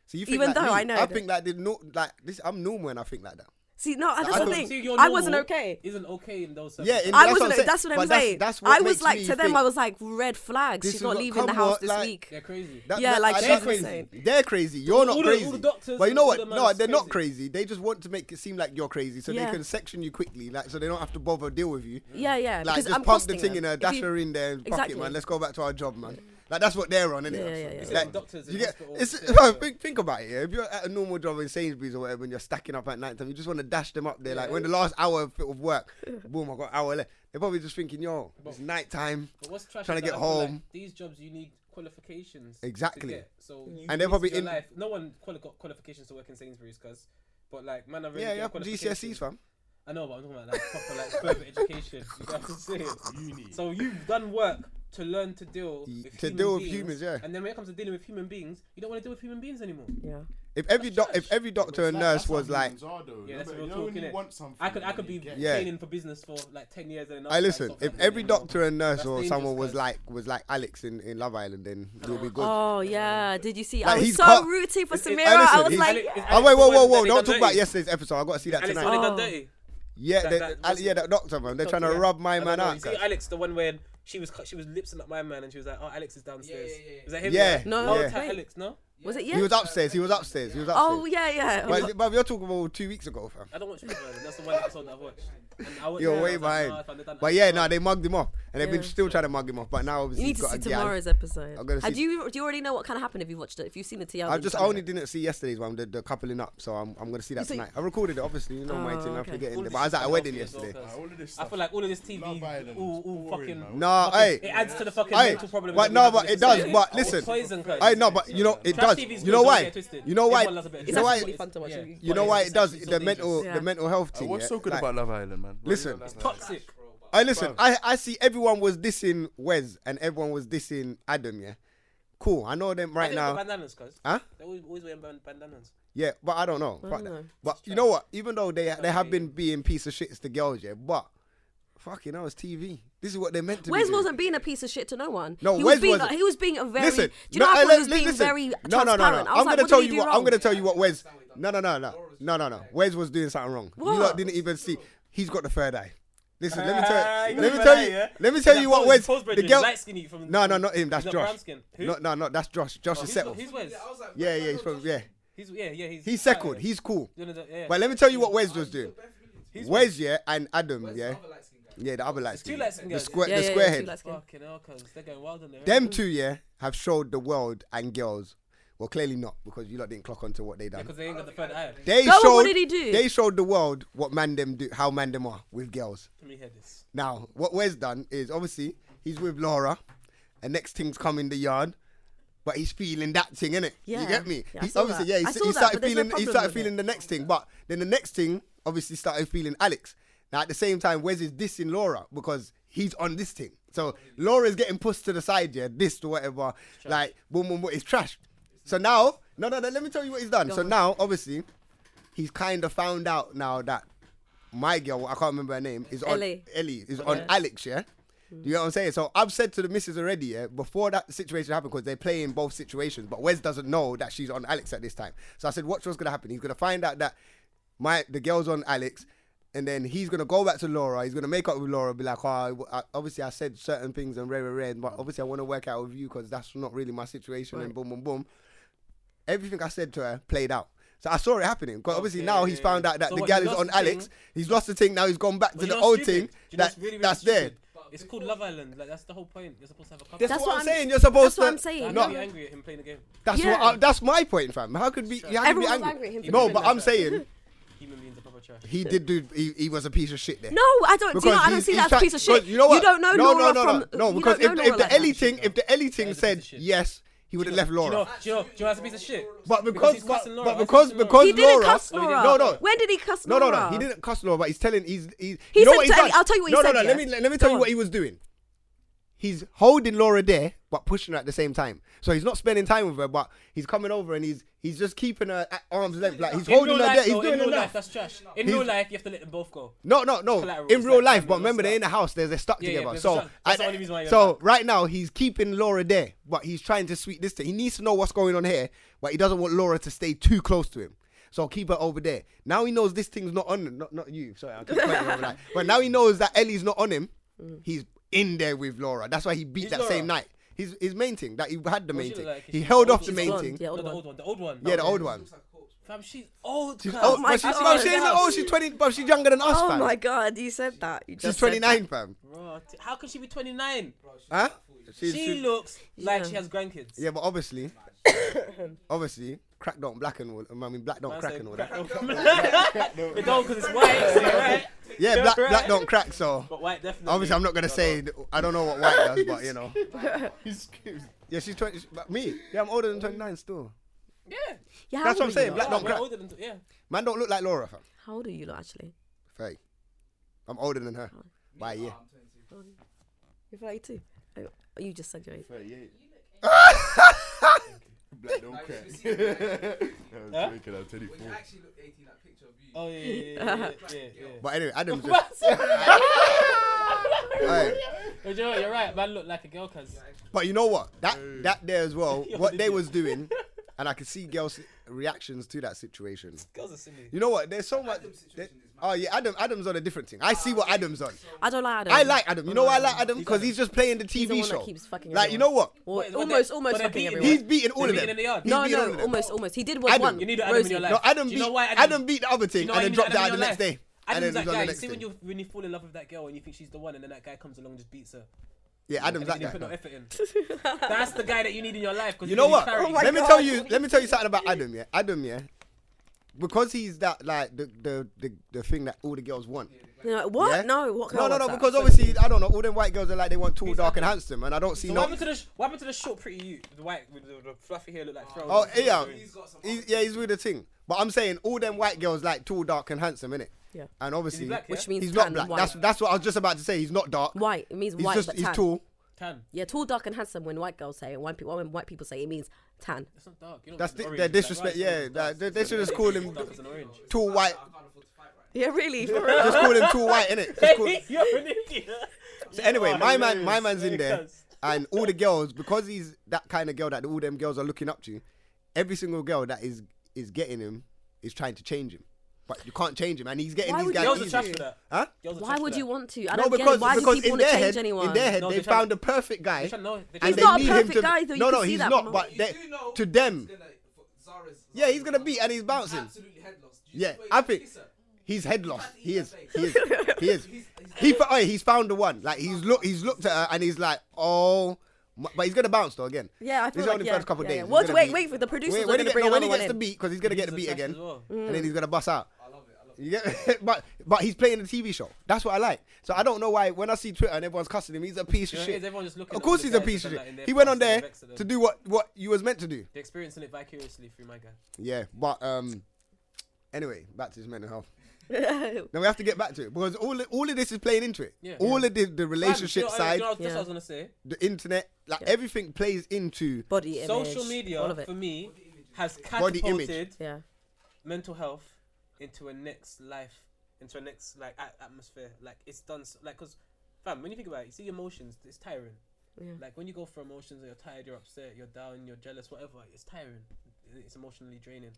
Speaker 2: So you think
Speaker 4: even
Speaker 2: like
Speaker 4: though
Speaker 2: me,
Speaker 4: I know
Speaker 2: I
Speaker 4: that-
Speaker 2: think like, did no, like this, I'm normal when I think like that.
Speaker 4: See, no, that's
Speaker 2: I
Speaker 4: the
Speaker 2: don't-
Speaker 4: thing.
Speaker 7: See, your
Speaker 4: I wasn't
Speaker 7: normal
Speaker 4: okay.
Speaker 7: Isn't okay in those
Speaker 2: Yeah,
Speaker 7: circumstances.
Speaker 2: in-
Speaker 4: I
Speaker 2: that's what
Speaker 4: wasn't.
Speaker 2: I'm saying.
Speaker 4: that's what I'm
Speaker 2: But that's-
Speaker 4: saying.
Speaker 2: that's what
Speaker 4: I was
Speaker 2: makes
Speaker 4: like
Speaker 2: me
Speaker 4: to them.
Speaker 2: think-
Speaker 4: I was like red flags.
Speaker 2: This
Speaker 4: She's
Speaker 2: is
Speaker 4: not
Speaker 2: what-
Speaker 4: leaving the
Speaker 2: come
Speaker 4: house
Speaker 2: on,
Speaker 4: this
Speaker 2: like-
Speaker 4: week.
Speaker 7: They're crazy.
Speaker 2: That-
Speaker 4: Yeah,
Speaker 2: that-
Speaker 4: like,
Speaker 2: that's
Speaker 4: that's
Speaker 2: crazy.
Speaker 4: insane.
Speaker 2: They're crazy. You're not
Speaker 7: all the- all
Speaker 2: crazy.
Speaker 7: the doctors
Speaker 2: but you
Speaker 7: and
Speaker 2: know
Speaker 7: all
Speaker 2: what?
Speaker 7: the
Speaker 2: No,
Speaker 7: man's
Speaker 2: they're not
Speaker 7: crazy.
Speaker 2: crazy. They just want to make it seem like you're crazy, so
Speaker 4: Yeah.
Speaker 2: they can section you quickly, like so they don't have to bother deal with you.
Speaker 4: Yeah, yeah.
Speaker 2: Like
Speaker 4: because
Speaker 2: just
Speaker 4: I'm
Speaker 2: pump the
Speaker 4: costing
Speaker 2: thing in
Speaker 4: them.
Speaker 2: her,
Speaker 4: If
Speaker 2: dash
Speaker 4: you-
Speaker 2: her in there, fuck
Speaker 4: Exactly.
Speaker 2: it, man. Let's go back to our job, man. Like that's what they're on, isn't
Speaker 4: Yeah,
Speaker 2: it?
Speaker 4: yeah, yeah. It's
Speaker 7: like
Speaker 2: Like,
Speaker 7: doctors
Speaker 2: you
Speaker 7: in
Speaker 2: get,
Speaker 7: hospitals,
Speaker 2: it's, (laughs)
Speaker 7: yeah.
Speaker 2: bro, think, think about it. Yeah? If you're at a normal job in Sainsbury's or whatever, and you're stacking up at night time, you just want to dash them up there. Like when the last hour of- of
Speaker 4: (laughs)
Speaker 2: work, boom, I got an hour left. They're probably just thinking, yo, it's night time.
Speaker 7: But what's trash
Speaker 2: Trying
Speaker 7: is
Speaker 2: to
Speaker 7: that
Speaker 2: get
Speaker 7: I feel like
Speaker 2: home.
Speaker 7: these jobs you need qualifications. to
Speaker 2: Exactly.
Speaker 7: get.
Speaker 4: Mm.
Speaker 7: So you
Speaker 2: they're
Speaker 7: wasted
Speaker 2: probably
Speaker 7: your
Speaker 2: in-
Speaker 7: life. No one quali- got qualifications to work in Sainsbury's, cause. But like, man, I really
Speaker 2: Yeah,
Speaker 7: get
Speaker 2: yeah, from GCSEs, E,
Speaker 7: qualifications.
Speaker 2: fam.
Speaker 7: I know, but I'm talking about like proper
Speaker 2: (laughs)
Speaker 7: like further education. You know what I'm saying? So you've done work to learn to deal
Speaker 2: Y-
Speaker 7: with
Speaker 2: to
Speaker 7: human
Speaker 2: deal with
Speaker 7: beings,
Speaker 2: humans, yeah.
Speaker 7: And then when it comes to dealing with human beings, you don't want to deal with human beings anymore.
Speaker 4: Yeah.
Speaker 2: If every doc, if every doctor and nurse was like,
Speaker 7: Yeah, that's real talk, innit? I could I could be
Speaker 2: Yeah.
Speaker 7: training for business for like ten years and then
Speaker 2: I listen. If every doctor and nurse
Speaker 7: That's
Speaker 2: or
Speaker 7: dangerous,
Speaker 2: someone was
Speaker 7: guys.
Speaker 2: like was like Alex in, in Love Island, then you'll be good.
Speaker 4: Oh yeah. Did you see?
Speaker 2: Like,
Speaker 4: I was
Speaker 2: he's
Speaker 4: so
Speaker 2: cut-
Speaker 4: rooting for
Speaker 7: Is it-
Speaker 4: Samira.
Speaker 2: Hey, listen,
Speaker 4: I was
Speaker 2: he's-
Speaker 4: like,
Speaker 7: Alex-
Speaker 2: oh wait, whoa,
Speaker 7: Alex
Speaker 2: whoa,
Speaker 7: the
Speaker 2: whoa!
Speaker 7: one that
Speaker 2: Don't
Speaker 7: they
Speaker 2: talk about
Speaker 7: done
Speaker 2: yesterday's episode. I got to see that
Speaker 7: Alex
Speaker 2: tonight.
Speaker 7: the one that
Speaker 4: Oh.
Speaker 7: done dirty.
Speaker 2: yeah,
Speaker 7: that-
Speaker 2: they,
Speaker 7: that-
Speaker 2: Ali- yeah, that doctor man. They're trying to
Speaker 7: Yeah.
Speaker 2: rub my
Speaker 7: I
Speaker 2: man
Speaker 7: don't know.
Speaker 2: out.
Speaker 7: You see Alex, the one where she was cu- she was lipsing up my man, and she was like, "Oh, Alex is downstairs."
Speaker 6: Yeah, yeah, yeah.
Speaker 7: Is that him?
Speaker 2: Yeah,
Speaker 4: No,
Speaker 7: Oh,
Speaker 4: yeah.
Speaker 7: it's
Speaker 4: Wait.
Speaker 7: Alex. No,
Speaker 4: was it
Speaker 6: He
Speaker 4: yeah?
Speaker 2: He was upstairs. He was upstairs. He was upstairs.
Speaker 4: oh yeah, yeah.
Speaker 2: But, but you're talking about two weeks ago, fam.
Speaker 7: I don't watch Big Brother. That's the one episode that I watched. And I watched
Speaker 2: You're
Speaker 7: yeah, I
Speaker 2: way
Speaker 7: was like,
Speaker 2: behind.
Speaker 7: "Nah, fam, they done
Speaker 2: but
Speaker 7: Alex
Speaker 2: yeah,
Speaker 7: wrong."
Speaker 2: no, they mugged him off, and they've been
Speaker 4: Yeah.
Speaker 2: still trying to mug him off. But now obviously
Speaker 4: you need
Speaker 2: he's got
Speaker 4: to see
Speaker 2: a gal.
Speaker 4: tomorrow's episode.
Speaker 2: I'm gonna
Speaker 4: And
Speaker 2: see-
Speaker 4: do you do you already know what kind of happened if you watched it? If you've seen the TLV,
Speaker 2: I just
Speaker 4: channel?
Speaker 2: only didn't see yesterday's one, the, the coupling up, so I'm, I'm gonna see that
Speaker 4: So you-
Speaker 2: tonight. I recorded it, obviously, you know, my
Speaker 4: Oh,
Speaker 2: team, I'm
Speaker 4: okay.
Speaker 2: forgetting.
Speaker 7: All
Speaker 2: it,
Speaker 7: this
Speaker 2: But I was
Speaker 7: shit
Speaker 2: at a
Speaker 7: on
Speaker 2: wedding
Speaker 7: Netflix as well,
Speaker 2: yesterday.
Speaker 7: cuz
Speaker 3: all of this
Speaker 7: I
Speaker 3: stuff.
Speaker 7: feel like all of this
Speaker 3: Love
Speaker 7: TV,
Speaker 3: Island
Speaker 7: all,
Speaker 3: is
Speaker 7: all
Speaker 3: boring,
Speaker 7: fucking.
Speaker 3: man.
Speaker 2: No,
Speaker 7: fucking-
Speaker 2: hey,
Speaker 7: It adds to the fucking
Speaker 2: Aye,
Speaker 7: mental problem.
Speaker 2: but
Speaker 7: that
Speaker 2: no,
Speaker 7: happens
Speaker 2: but
Speaker 7: in
Speaker 2: it does.
Speaker 7: society.
Speaker 2: But
Speaker 7: It's
Speaker 2: listen,
Speaker 7: poison, cuz.
Speaker 2: I know, but you know it
Speaker 7: Trash
Speaker 2: does.
Speaker 7: TV's
Speaker 2: You know
Speaker 7: good, don't
Speaker 2: why?
Speaker 7: get it twisted.
Speaker 2: You know why?
Speaker 7: Everyone loves a bit of
Speaker 2: You
Speaker 4: It's
Speaker 2: know
Speaker 7: trash.
Speaker 2: why?
Speaker 4: actually really fun to watch.
Speaker 7: Yeah.
Speaker 4: You-
Speaker 2: You know
Speaker 7: it's
Speaker 2: why it does?
Speaker 7: actually so
Speaker 2: The mental,
Speaker 4: dangerous.
Speaker 2: the
Speaker 4: Yeah.
Speaker 2: mental health
Speaker 3: Uh,
Speaker 2: thing.
Speaker 3: What's
Speaker 2: yeah?
Speaker 3: so good
Speaker 2: Like,
Speaker 3: about Love Island, man?
Speaker 2: Listen,
Speaker 3: Love
Speaker 2: it's
Speaker 3: Island.
Speaker 7: Toxic.
Speaker 2: I listen.
Speaker 3: Bruv.
Speaker 2: I I see everyone was dissing Wes and everyone was dissing Adam. Yeah, cool. I know them
Speaker 7: Why
Speaker 2: right
Speaker 7: they wear
Speaker 2: now.
Speaker 7: Bandanas, cuz.
Speaker 2: Huh?
Speaker 7: They're always, always wearing ban- bandanas.
Speaker 2: Yeah, but I don't know. Fuck
Speaker 4: I don't
Speaker 2: that.
Speaker 4: know.
Speaker 2: But you know what? Even though they they have been being piece of shits to girls, yeah, but fucking hell, it's TV. This is what they're meant to
Speaker 4: Wes
Speaker 2: be. doing.
Speaker 4: wasn't being a piece of shit to no one.
Speaker 2: No,
Speaker 4: he
Speaker 2: Wes
Speaker 4: was being
Speaker 2: wasn't.
Speaker 4: A, he was being a very.
Speaker 2: listen,
Speaker 4: do you know
Speaker 2: no,
Speaker 4: how
Speaker 2: I-
Speaker 4: Wes
Speaker 2: li-
Speaker 4: was being
Speaker 2: listen.
Speaker 4: very
Speaker 2: no, no, no,
Speaker 4: transparent?
Speaker 2: no.
Speaker 4: I was
Speaker 2: I'm
Speaker 4: like,
Speaker 2: gonna
Speaker 4: what
Speaker 2: tell
Speaker 4: did he
Speaker 2: you
Speaker 4: do
Speaker 2: what. I'm
Speaker 4: wrong?
Speaker 2: gonna tell you what. Wes, no, no, no, no, no, no, no. Wes was doing something wrong. You lot
Speaker 4: What?
Speaker 2: didn't even see. He's got the third eye. Listen, let me
Speaker 7: Ah,
Speaker 2: tell you.
Speaker 7: you
Speaker 2: Let me
Speaker 7: got
Speaker 2: tell
Speaker 7: that,
Speaker 2: you.
Speaker 7: yeah?
Speaker 2: Let me tell
Speaker 7: That
Speaker 2: you what
Speaker 7: pose-
Speaker 2: Wes.
Speaker 7: pose
Speaker 2: The
Speaker 7: bridging,
Speaker 2: girl.
Speaker 7: light skinny from-
Speaker 2: No, no, not him. That's
Speaker 7: He's not
Speaker 2: Josh.
Speaker 7: brown skin. Who?
Speaker 2: No, no, no. That's Josh. Josh is
Speaker 7: He's,
Speaker 2: settled.
Speaker 7: he's Wes.
Speaker 6: I was like,
Speaker 2: Yeah, yeah, he's probably yeah.
Speaker 7: He's yeah, yeah. He's
Speaker 2: He's
Speaker 7: fire.
Speaker 2: second. He's cool.
Speaker 7: No, no, no, yeah.
Speaker 2: But let me tell you what Wes was doing.
Speaker 7: He's
Speaker 2: Wes, yeah, and Adam, yeah,
Speaker 6: Other light skin guy.
Speaker 2: yeah, the other light
Speaker 7: two
Speaker 2: skin,
Speaker 7: light skin
Speaker 2: the
Speaker 7: guys.
Speaker 2: square,
Speaker 4: Yeah,
Speaker 2: the
Speaker 4: yeah,
Speaker 2: square
Speaker 4: yeah,
Speaker 2: head.
Speaker 4: two lights.
Speaker 7: Fucking hell, cuz they're going wild on there.
Speaker 2: Them two, yeah, have showed the world and girls. Well, clearly not because you lot didn't clock onto what they done.
Speaker 7: Because they ain't got the third eye.
Speaker 2: they
Speaker 4: Go on,
Speaker 2: showed.
Speaker 4: what did he do?
Speaker 2: They showed the world what man them do, how man them are with girls.
Speaker 7: Let me hear this.
Speaker 2: Now, what Wes done is obviously he's with Laura, and next thing's come in the yard, but he's feeling that thing, innit? You
Speaker 4: Yeah.
Speaker 2: get me?
Speaker 4: Yeah, I
Speaker 2: he's
Speaker 4: saw
Speaker 2: obviously
Speaker 4: that.
Speaker 2: yeah,
Speaker 4: I
Speaker 2: he,
Speaker 4: saw
Speaker 2: he
Speaker 4: that,
Speaker 2: started
Speaker 4: but there's no
Speaker 2: feeling he
Speaker 4: problem
Speaker 2: started
Speaker 4: with
Speaker 2: feeling the next thing, but then the next thing obviously started feeling Alex. Now at the same time, Wes is dissing Laura because he's on this thing. So Laura's getting pushed to the side, yeah, dissed or whatever. Like boom, boom, boom, it's trash. So now, no, no, no, let me tell you what he's done. so now, obviously, he's kind of found out now that my girl, I can't remember her name, is on
Speaker 4: Ellie.
Speaker 2: Ellie is on Alex, yeah. Do you know what I'm saying? So I've said to the missus already, yeah, before that situation happened, because they play in both situations, but Wes doesn't know that she's on Alex at this time. So I said, watch what's gonna happen. He's gonna find out that my the girl's on Alex, and then he's gonna go back to Laura. He's gonna make up with Laura, be like, oh, I, obviously I said certain things and rare, rare, rare, but obviously I want to work out with you because that's not really my situation. And boom, boom, boom. everything I said to her played out. So I saw it happening. Because obviously
Speaker 7: Okay,
Speaker 2: now he's
Speaker 7: yeah,
Speaker 2: found
Speaker 7: yeah.
Speaker 2: out that
Speaker 7: So
Speaker 2: the
Speaker 7: what,
Speaker 2: gal
Speaker 7: you
Speaker 2: is
Speaker 7: lost
Speaker 2: on
Speaker 7: the
Speaker 2: Alex.
Speaker 7: thing?
Speaker 2: He's lost the thing. Now he's gone back to
Speaker 7: But
Speaker 2: the
Speaker 7: you're not
Speaker 2: old
Speaker 7: stupid.
Speaker 2: thing.
Speaker 7: You're
Speaker 2: That,
Speaker 7: not really, really
Speaker 2: that's there.
Speaker 7: stupid. It's called Love Island. Like that's the whole point. You're supposed to have a couple.
Speaker 2: That's,
Speaker 4: That's
Speaker 2: what,
Speaker 4: what
Speaker 2: I'm
Speaker 4: I'm-
Speaker 2: saying. You're supposed
Speaker 4: that's
Speaker 2: to.
Speaker 4: what I'm saying.
Speaker 7: I'm
Speaker 2: No,
Speaker 7: not angry at him playing the game.
Speaker 2: that's
Speaker 4: Yeah.
Speaker 2: what. I, that's my point, fam. How could be? How could be
Speaker 4: Everyone was
Speaker 2: angry?
Speaker 4: angry at him. for
Speaker 2: No,
Speaker 4: doing
Speaker 2: but
Speaker 4: that.
Speaker 2: I'm saying
Speaker 7: Human beings are proper trash.
Speaker 2: he did do. He, he was a piece of shit there.
Speaker 4: No, I don't. Do you know, what? I don't
Speaker 2: he's-
Speaker 4: see
Speaker 2: he's
Speaker 4: that as a
Speaker 2: try-
Speaker 4: piece of
Speaker 2: because
Speaker 4: shit.
Speaker 2: You know what?
Speaker 4: don't know
Speaker 2: no,
Speaker 4: Laura
Speaker 2: no, no, no,
Speaker 4: from.
Speaker 2: no.
Speaker 4: you
Speaker 2: Because
Speaker 4: don't
Speaker 2: if,
Speaker 4: know
Speaker 2: if
Speaker 4: Laura
Speaker 2: the
Speaker 4: like
Speaker 2: Ellie
Speaker 4: that.
Speaker 2: thing, if the Ellie thing
Speaker 7: That is a
Speaker 2: said
Speaker 7: piece of shit.
Speaker 2: yes, he would have left
Speaker 7: Do you know?
Speaker 2: Laura.
Speaker 7: Do you know? Do you know? That's a piece of shit.
Speaker 2: But
Speaker 7: Because
Speaker 2: because,
Speaker 7: he's
Speaker 2: but,
Speaker 7: cussing Laura,
Speaker 2: but
Speaker 7: that's
Speaker 2: because,
Speaker 7: cussing Laura.
Speaker 2: because
Speaker 4: He didn't
Speaker 2: Laura,
Speaker 4: cuss
Speaker 7: Oh, he didn't
Speaker 4: Nora.
Speaker 2: No, no.
Speaker 4: When did he cuss
Speaker 2: No,
Speaker 4: Nora?
Speaker 2: no, no. He didn't cuss Laura, but he's telling. He's. He,
Speaker 4: He
Speaker 2: you know what
Speaker 4: said to
Speaker 2: he's
Speaker 4: Ellie-
Speaker 2: done?
Speaker 4: I'll tell you what he
Speaker 2: no,
Speaker 4: said,
Speaker 2: No, no, Let
Speaker 4: yeah.
Speaker 2: me let me
Speaker 4: Go
Speaker 2: tell you
Speaker 4: on.
Speaker 2: what he was doing. He's holding Laura there, but pushing her at the same time. So he's not spending time with her, but he's coming over and he's he's just keeping her at arm's length. Like he's
Speaker 7: In
Speaker 2: holding
Speaker 7: real
Speaker 2: her
Speaker 7: life,
Speaker 2: there. He's
Speaker 7: though, in
Speaker 2: doing
Speaker 7: real life,
Speaker 2: enough.
Speaker 7: that's trash. In real
Speaker 2: He's-
Speaker 7: life, you have to let them both go.
Speaker 2: No, no, no.
Speaker 7: Collateral,
Speaker 2: In
Speaker 7: it's
Speaker 2: real
Speaker 7: like
Speaker 2: life, but
Speaker 7: family
Speaker 2: remember they're
Speaker 7: stuff.
Speaker 2: in the house. There's they're stuck
Speaker 7: Yeah, yeah,
Speaker 2: together.
Speaker 7: that's
Speaker 2: so,
Speaker 7: right. That's the
Speaker 2: I-
Speaker 7: only reason why you're
Speaker 2: so
Speaker 7: back.
Speaker 2: right now he's keeping Laura there, but he's trying to sweet this thing. He needs to know what's going on here, but he doesn't want Laura to stay too close to him. So keep her over there. Now he knows this thing's not on. Not not you. Sorry, I keep pointing over
Speaker 7: (laughs)
Speaker 2: that. But now he knows that Ellie's not on him. He's in there with Laura. That's why he beat
Speaker 7: Who's
Speaker 2: that
Speaker 7: Laura?
Speaker 2: same night. His his main thing that he had the
Speaker 7: What's
Speaker 2: main
Speaker 7: she
Speaker 2: thing.
Speaker 7: look like?
Speaker 2: he
Speaker 7: Is she
Speaker 2: held
Speaker 7: old?
Speaker 2: off the
Speaker 7: She's
Speaker 2: main
Speaker 4: blonde,
Speaker 2: thing.
Speaker 4: yeah,
Speaker 2: Yeah,
Speaker 4: old
Speaker 7: Not the
Speaker 4: one.
Speaker 7: old one. The old one.
Speaker 2: the old one.
Speaker 6: Looks like a corpse. bro.
Speaker 7: Fam, she's old.
Speaker 2: She's
Speaker 7: cuz.
Speaker 2: old,
Speaker 4: Oh my
Speaker 2: but she's,
Speaker 4: God.
Speaker 2: but she's not old. She's twenty. But she's younger than us,
Speaker 4: Oh
Speaker 2: fam.
Speaker 4: my god, you said that. You
Speaker 2: She's
Speaker 4: just
Speaker 2: twenty
Speaker 4: said
Speaker 2: nine, fam.
Speaker 7: Bro, t- how can she be 29?
Speaker 2: Huh?
Speaker 7: She,
Speaker 2: She's- she's-
Speaker 7: looks like
Speaker 4: Yeah.
Speaker 7: she has grandkids.
Speaker 2: Yeah, but
Speaker 7: (laughs)
Speaker 2: obviously, obviously, crack don't blacken all. I mean, black don't
Speaker 7: Man
Speaker 2: crack
Speaker 7: said
Speaker 2: and all
Speaker 7: crack
Speaker 2: that. (laughs)
Speaker 7: don't- (laughs) They don't because it's white, so you're right?
Speaker 2: Yeah, black
Speaker 7: Crack.
Speaker 2: black don't crack. So
Speaker 7: (laughs) But white definitely.
Speaker 2: obviously, I'm not gonna say th- I don't know what white does, but you
Speaker 7: (laughs)
Speaker 2: know. Yeah, she's twenty. she- But me, yeah, I'm older than twenty nine still.
Speaker 7: Yeah.
Speaker 4: that. Yeah, how
Speaker 2: That's
Speaker 4: old
Speaker 2: what
Speaker 4: are
Speaker 2: I'm
Speaker 4: you
Speaker 2: saying.
Speaker 4: lot?
Speaker 2: Black
Speaker 7: No,
Speaker 2: don't
Speaker 7: we're
Speaker 2: crack.
Speaker 7: older than t- (laughs) yeah.
Speaker 2: Man don't look like Laura, fam.
Speaker 4: How old are you lot actually?
Speaker 2: Fake. I'm older than her by a year.
Speaker 6: I'm 22.
Speaker 4: You're 32. Oh, You just said your age.
Speaker 2: (laughs)
Speaker 3: Black don't crack. (laughs) I'm
Speaker 7: Huh?
Speaker 3: joking, I'm 24.
Speaker 6: When you actually look 18, that picture of you.
Speaker 7: Oh, yeah, yeah, yeah, yeah, yeah, yeah.
Speaker 2: (laughs) But anyway, Adam's
Speaker 7: (laughs) Man
Speaker 2: just.
Speaker 7: said-
Speaker 2: Aye.
Speaker 7: But you know what, you're right. Man look like a girl, cuz.
Speaker 2: But you know what? That that there as well.
Speaker 7: (laughs) Yo,
Speaker 2: What
Speaker 7: did
Speaker 2: they
Speaker 7: you?
Speaker 2: was doing,
Speaker 7: (laughs)
Speaker 2: and I could see girls' reactions to that situation.
Speaker 7: Girls are silly.
Speaker 2: You know what? There's so much. there- oh yeah, Adam. Adam's on a different thing. I see what Adam's on.
Speaker 4: I don't like Adam.
Speaker 2: I like Adam. You know why I like Adam?
Speaker 7: He's
Speaker 2: Because
Speaker 7: Adam.
Speaker 2: he's just playing the
Speaker 4: He's the
Speaker 2: TV
Speaker 4: one
Speaker 2: show.
Speaker 4: that keeps fucking
Speaker 2: Like you know
Speaker 4: everyone.
Speaker 2: what?
Speaker 4: Or-
Speaker 7: What- what
Speaker 4: almost,
Speaker 7: they-
Speaker 4: almost
Speaker 7: what they
Speaker 4: fucking
Speaker 7: beat him
Speaker 4: everyone.
Speaker 7: with?
Speaker 2: He's beating all
Speaker 7: They're
Speaker 2: of
Speaker 7: beating
Speaker 2: them.
Speaker 7: in the yard.
Speaker 2: He's
Speaker 4: no,
Speaker 2: beating all
Speaker 4: no,
Speaker 2: of them.
Speaker 4: almost, almost. He did was
Speaker 2: Adam.
Speaker 4: one.
Speaker 7: You need Adam in
Speaker 4: Rosie.
Speaker 7: your life.
Speaker 2: No, Adam
Speaker 7: Do
Speaker 2: beat.
Speaker 7: you know why Adam-
Speaker 2: Adam beat the other thing,
Speaker 7: know why
Speaker 2: and then
Speaker 7: you
Speaker 2: dropped
Speaker 7: need Adam
Speaker 2: out
Speaker 7: in
Speaker 2: the
Speaker 7: your
Speaker 2: next
Speaker 7: life?
Speaker 2: day. And then
Speaker 7: Adam's
Speaker 2: he's
Speaker 7: that
Speaker 2: on the
Speaker 7: guy. You
Speaker 2: next
Speaker 7: see when
Speaker 2: day.
Speaker 7: you when you fall in love with that girl and you think she's the one, and then that guy comes along and just beats her.
Speaker 2: Yeah, Adam's
Speaker 7: And
Speaker 2: that
Speaker 7: he didn't put no
Speaker 2: guy.
Speaker 7: effort in. That's the guy that you need in your life. 'cause
Speaker 2: You
Speaker 7: he
Speaker 2: know
Speaker 7: gives
Speaker 2: what?
Speaker 7: clarity.
Speaker 2: Let me tell you. Let me tell you something about Adam. Yeah, Adam. Yeah, because he's that like the the the, the thing that all the girls want.
Speaker 4: You know, what?
Speaker 2: Yeah?
Speaker 4: No, what?
Speaker 2: No,
Speaker 4: girl
Speaker 2: no,
Speaker 4: was
Speaker 2: no.
Speaker 4: that?
Speaker 2: Because obviously, I don't know. All them white girls are like they want tall,
Speaker 7: Who's
Speaker 2: dark, and
Speaker 7: Adam?
Speaker 2: handsome, and I don't see
Speaker 7: So
Speaker 2: no.
Speaker 7: what happened to the sh- what happened to the short pretty you, the white with the, the fluffy hair look like Pharrell?
Speaker 2: Oh, yeah.
Speaker 6: He's got some.
Speaker 2: He's, yeah, he's with the thing. But I'm saying all them white girls like tall, dark, and handsome, innit?
Speaker 4: Yeah.
Speaker 2: And obviously,
Speaker 7: black, yeah?
Speaker 4: Which means
Speaker 2: he's not
Speaker 4: tan,
Speaker 2: black.
Speaker 4: white.
Speaker 2: That's that's what I was just about to say. He's not dark.
Speaker 4: White. It means
Speaker 2: He's
Speaker 4: white,
Speaker 2: just
Speaker 4: but
Speaker 2: he's
Speaker 4: tan.
Speaker 2: tall.
Speaker 7: Tan.
Speaker 4: Yeah, tall, dark, and handsome. When white girls say, it, white people, when white people say, it, it means tan.
Speaker 7: It's not dark. You know,
Speaker 2: That's
Speaker 7: the
Speaker 2: di-
Speaker 7: orange
Speaker 2: their
Speaker 7: is like
Speaker 2: disrespect.
Speaker 7: rice,
Speaker 2: yeah,
Speaker 7: it's
Speaker 2: that-
Speaker 7: dark,
Speaker 2: they,
Speaker 7: it's
Speaker 2: they should just call him
Speaker 7: dark, it's an orange.
Speaker 2: tall white.
Speaker 6: I can't afford to fight right
Speaker 4: Yeah, really.
Speaker 2: Just call him tall white, innit? Just
Speaker 7: (laughs)
Speaker 2: call,
Speaker 7: You're an idiot.
Speaker 2: so anyway,
Speaker 7: You are
Speaker 2: my man, my
Speaker 7: hilarious.
Speaker 2: man's in there,
Speaker 7: Because-
Speaker 2: and all the girls because he's that kind of girl that all them girls are looking up to. Every single girl that is is getting him is trying to change him, but you can't change him, and he's getting
Speaker 4: Why
Speaker 2: these
Speaker 4: would
Speaker 2: guys.
Speaker 7: Girls are
Speaker 2: easy.
Speaker 7: trash for that.
Speaker 2: Huh?
Speaker 7: Girls are
Speaker 2: (laughs)
Speaker 4: Why
Speaker 7: trash for
Speaker 4: would
Speaker 7: that.
Speaker 4: you want to? I
Speaker 2: No,
Speaker 4: don't
Speaker 2: because
Speaker 4: get it. Why do
Speaker 2: because
Speaker 4: people
Speaker 2: in
Speaker 4: want to
Speaker 2: their
Speaker 4: change
Speaker 2: head,
Speaker 4: anyone?
Speaker 2: in their head,
Speaker 7: No,
Speaker 2: they
Speaker 7: they're trying-
Speaker 2: found the perfect guy,
Speaker 7: They should know. They
Speaker 2: and
Speaker 7: should
Speaker 2: they
Speaker 7: know.
Speaker 4: not a
Speaker 2: need him
Speaker 4: perfect
Speaker 2: to.
Speaker 4: guy, though, you
Speaker 2: no,
Speaker 4: can
Speaker 2: no,
Speaker 4: see
Speaker 2: he's
Speaker 4: that
Speaker 2: not.
Speaker 4: from
Speaker 2: But
Speaker 6: You
Speaker 2: they,
Speaker 6: do know
Speaker 2: to them,
Speaker 6: he's gonna- for- Zara's,
Speaker 2: Hmm. Yeah, he's
Speaker 6: Zara's
Speaker 2: gonna beat and he's bouncing.
Speaker 6: Absolutely headless. Do you
Speaker 2: Yeah,
Speaker 6: know
Speaker 2: I
Speaker 6: where he
Speaker 2: think-
Speaker 6: kiss her?
Speaker 2: he's head lost.
Speaker 6: He's
Speaker 2: He is.
Speaker 6: had
Speaker 4: (laughs)
Speaker 6: to
Speaker 2: He is. He is.
Speaker 6: He's- he's-
Speaker 2: He, fo- aye, he's found the one. Like he's look, he's looked at her and he's like, oh, my, but he's gonna bounce though again.
Speaker 4: Yeah, I
Speaker 2: This
Speaker 4: feel
Speaker 2: is
Speaker 4: like
Speaker 2: only
Speaker 4: yeah,
Speaker 2: first couple
Speaker 4: yeah,
Speaker 2: days.
Speaker 4: yeah.
Speaker 2: He's
Speaker 4: Watch-
Speaker 2: gonna
Speaker 4: wait,
Speaker 2: beat.
Speaker 4: wait for the producers
Speaker 2: Wait,
Speaker 4: are
Speaker 2: when
Speaker 4: gonna
Speaker 2: he, get-
Speaker 4: bring
Speaker 2: no, when he
Speaker 4: another
Speaker 2: gets the
Speaker 4: one in. Mm.
Speaker 2: beat, because he's gonna get the
Speaker 7: He's
Speaker 2: beat
Speaker 7: a trash
Speaker 2: again,
Speaker 7: as well.
Speaker 2: and then he's gonna bust out.
Speaker 6: I love it. I love it.
Speaker 2: You get, (laughs) but but he's playing the TV show. That's what I like. So I don't know why when I see Twitter and everyone's cussing him, he's a piece
Speaker 7: You
Speaker 2: of
Speaker 7: know,
Speaker 2: shit.
Speaker 7: everyone just looking
Speaker 2: Of
Speaker 7: at
Speaker 2: course
Speaker 7: all
Speaker 2: he's
Speaker 7: the
Speaker 2: a
Speaker 7: guys
Speaker 2: piece
Speaker 7: and
Speaker 2: of
Speaker 7: that
Speaker 2: shit.
Speaker 7: in their
Speaker 2: He went on
Speaker 7: past and
Speaker 2: there
Speaker 7: vexed at
Speaker 2: to
Speaker 7: them.
Speaker 2: do what what you was meant to do.
Speaker 7: They're experiencing it vicariously through my guy.
Speaker 2: Yeah, but um, anyway, back to his mental
Speaker 4: (laughs)
Speaker 2: health. Now we have to get back to it because all all of this is playing into it.
Speaker 7: Yeah.
Speaker 2: All of the, the relationship
Speaker 7: Fam,
Speaker 2: side,
Speaker 7: You know, you know, that's what I was
Speaker 4: Yeah.
Speaker 7: gonna say.
Speaker 2: the internet, like everything plays into.
Speaker 4: Body image.
Speaker 7: Social media
Speaker 4: All of it.
Speaker 7: for me has
Speaker 2: Body
Speaker 7: catapulted
Speaker 2: image.
Speaker 4: Yeah.
Speaker 7: mental health into a next life, into a next like a- atmosphere. Like it's done s like because, fam, when you think about it, you see emotions. It's tiring.
Speaker 4: Yeah.
Speaker 7: Like when you go for emotions, you're tired, you're upset, you're down, you're jealous, whatever. It's tiring. It's
Speaker 4: Mm.
Speaker 7: emotionally draining.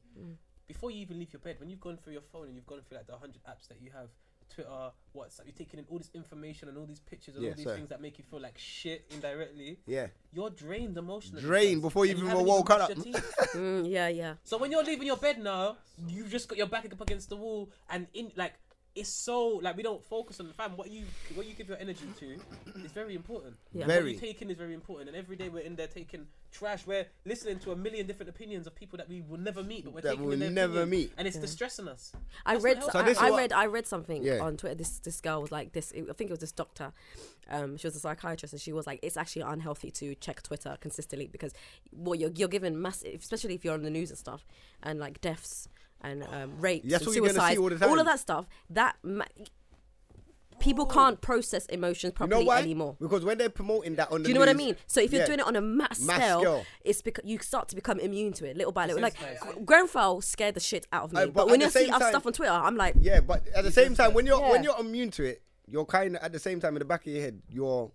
Speaker 7: Before you even leave your bed, when you've gone through your phone and you've gone through like the hundred apps that you have Twitter, WhatsApp. You're taking in all this information and all these pictures and
Speaker 2: Yeah,
Speaker 7: all these
Speaker 2: sir.
Speaker 7: things that make you feel like shit indirectly.
Speaker 2: Yeah.
Speaker 7: You're drained emotionally.
Speaker 2: Drained
Speaker 7: first,
Speaker 2: before you
Speaker 7: and
Speaker 2: even
Speaker 7: haven't
Speaker 2: woke
Speaker 7: brushed
Speaker 2: up.
Speaker 7: your teeth. (laughs)
Speaker 4: Mm, yeah, yeah.
Speaker 7: So when you're leaving your bed now, you've just got your back up against the wall, and in like it's so like we don't focus on the fam. What you what you give your energy to is very important.
Speaker 4: Yeah.
Speaker 7: What
Speaker 2: Very.
Speaker 7: you taking is very important, and every day we're in there taking trash. We're listening to a million different opinions of people that we will never meet, but we're
Speaker 2: That
Speaker 7: taking
Speaker 2: we'll
Speaker 7: in their
Speaker 2: never
Speaker 7: opinion,
Speaker 2: meet.
Speaker 7: and it's distressing us.
Speaker 4: I
Speaker 7: That's
Speaker 4: read.
Speaker 7: not
Speaker 2: So
Speaker 4: I,
Speaker 2: this is
Speaker 4: I
Speaker 2: what-
Speaker 4: read. I read something
Speaker 2: Yeah.
Speaker 4: on Twitter. This this girl was like this. I think it was this doctor. Um, she was a psychiatrist, and she was like, "It's actually unhealthy to check Twitter consistently because, well, you're you're given mass, especially if you're on the news and stuff, and like deaths and um, rapes
Speaker 2: That's
Speaker 4: and
Speaker 2: what you're gonna see
Speaker 4: suicides,
Speaker 2: all the
Speaker 4: all
Speaker 2: time.
Speaker 4: of that stuff. That ma- people can't process emotions
Speaker 2: You
Speaker 4: properly
Speaker 2: know why?
Speaker 4: anymore.
Speaker 2: Because when they're promoting that on the
Speaker 4: Do you know what I
Speaker 2: news-
Speaker 4: mean? So if you're
Speaker 2: Yeah.
Speaker 4: doing it on a mass,
Speaker 2: Mass
Speaker 4: scale,
Speaker 2: scale.
Speaker 4: it's because you start to become immune to it little by little. Like
Speaker 7: Desensitized.
Speaker 4: G- Grenfell scared the shit out of me,
Speaker 2: Uh,
Speaker 4: but,
Speaker 2: but
Speaker 4: when
Speaker 2: at
Speaker 4: I
Speaker 2: the
Speaker 4: see
Speaker 2: same
Speaker 4: other
Speaker 2: time-
Speaker 4: stuff on Twitter, I'm like,
Speaker 2: Yeah, but at the same time, when you're when
Speaker 4: Yeah.
Speaker 2: you're immune to it, you're kind of at the same time in the back of your head, you're.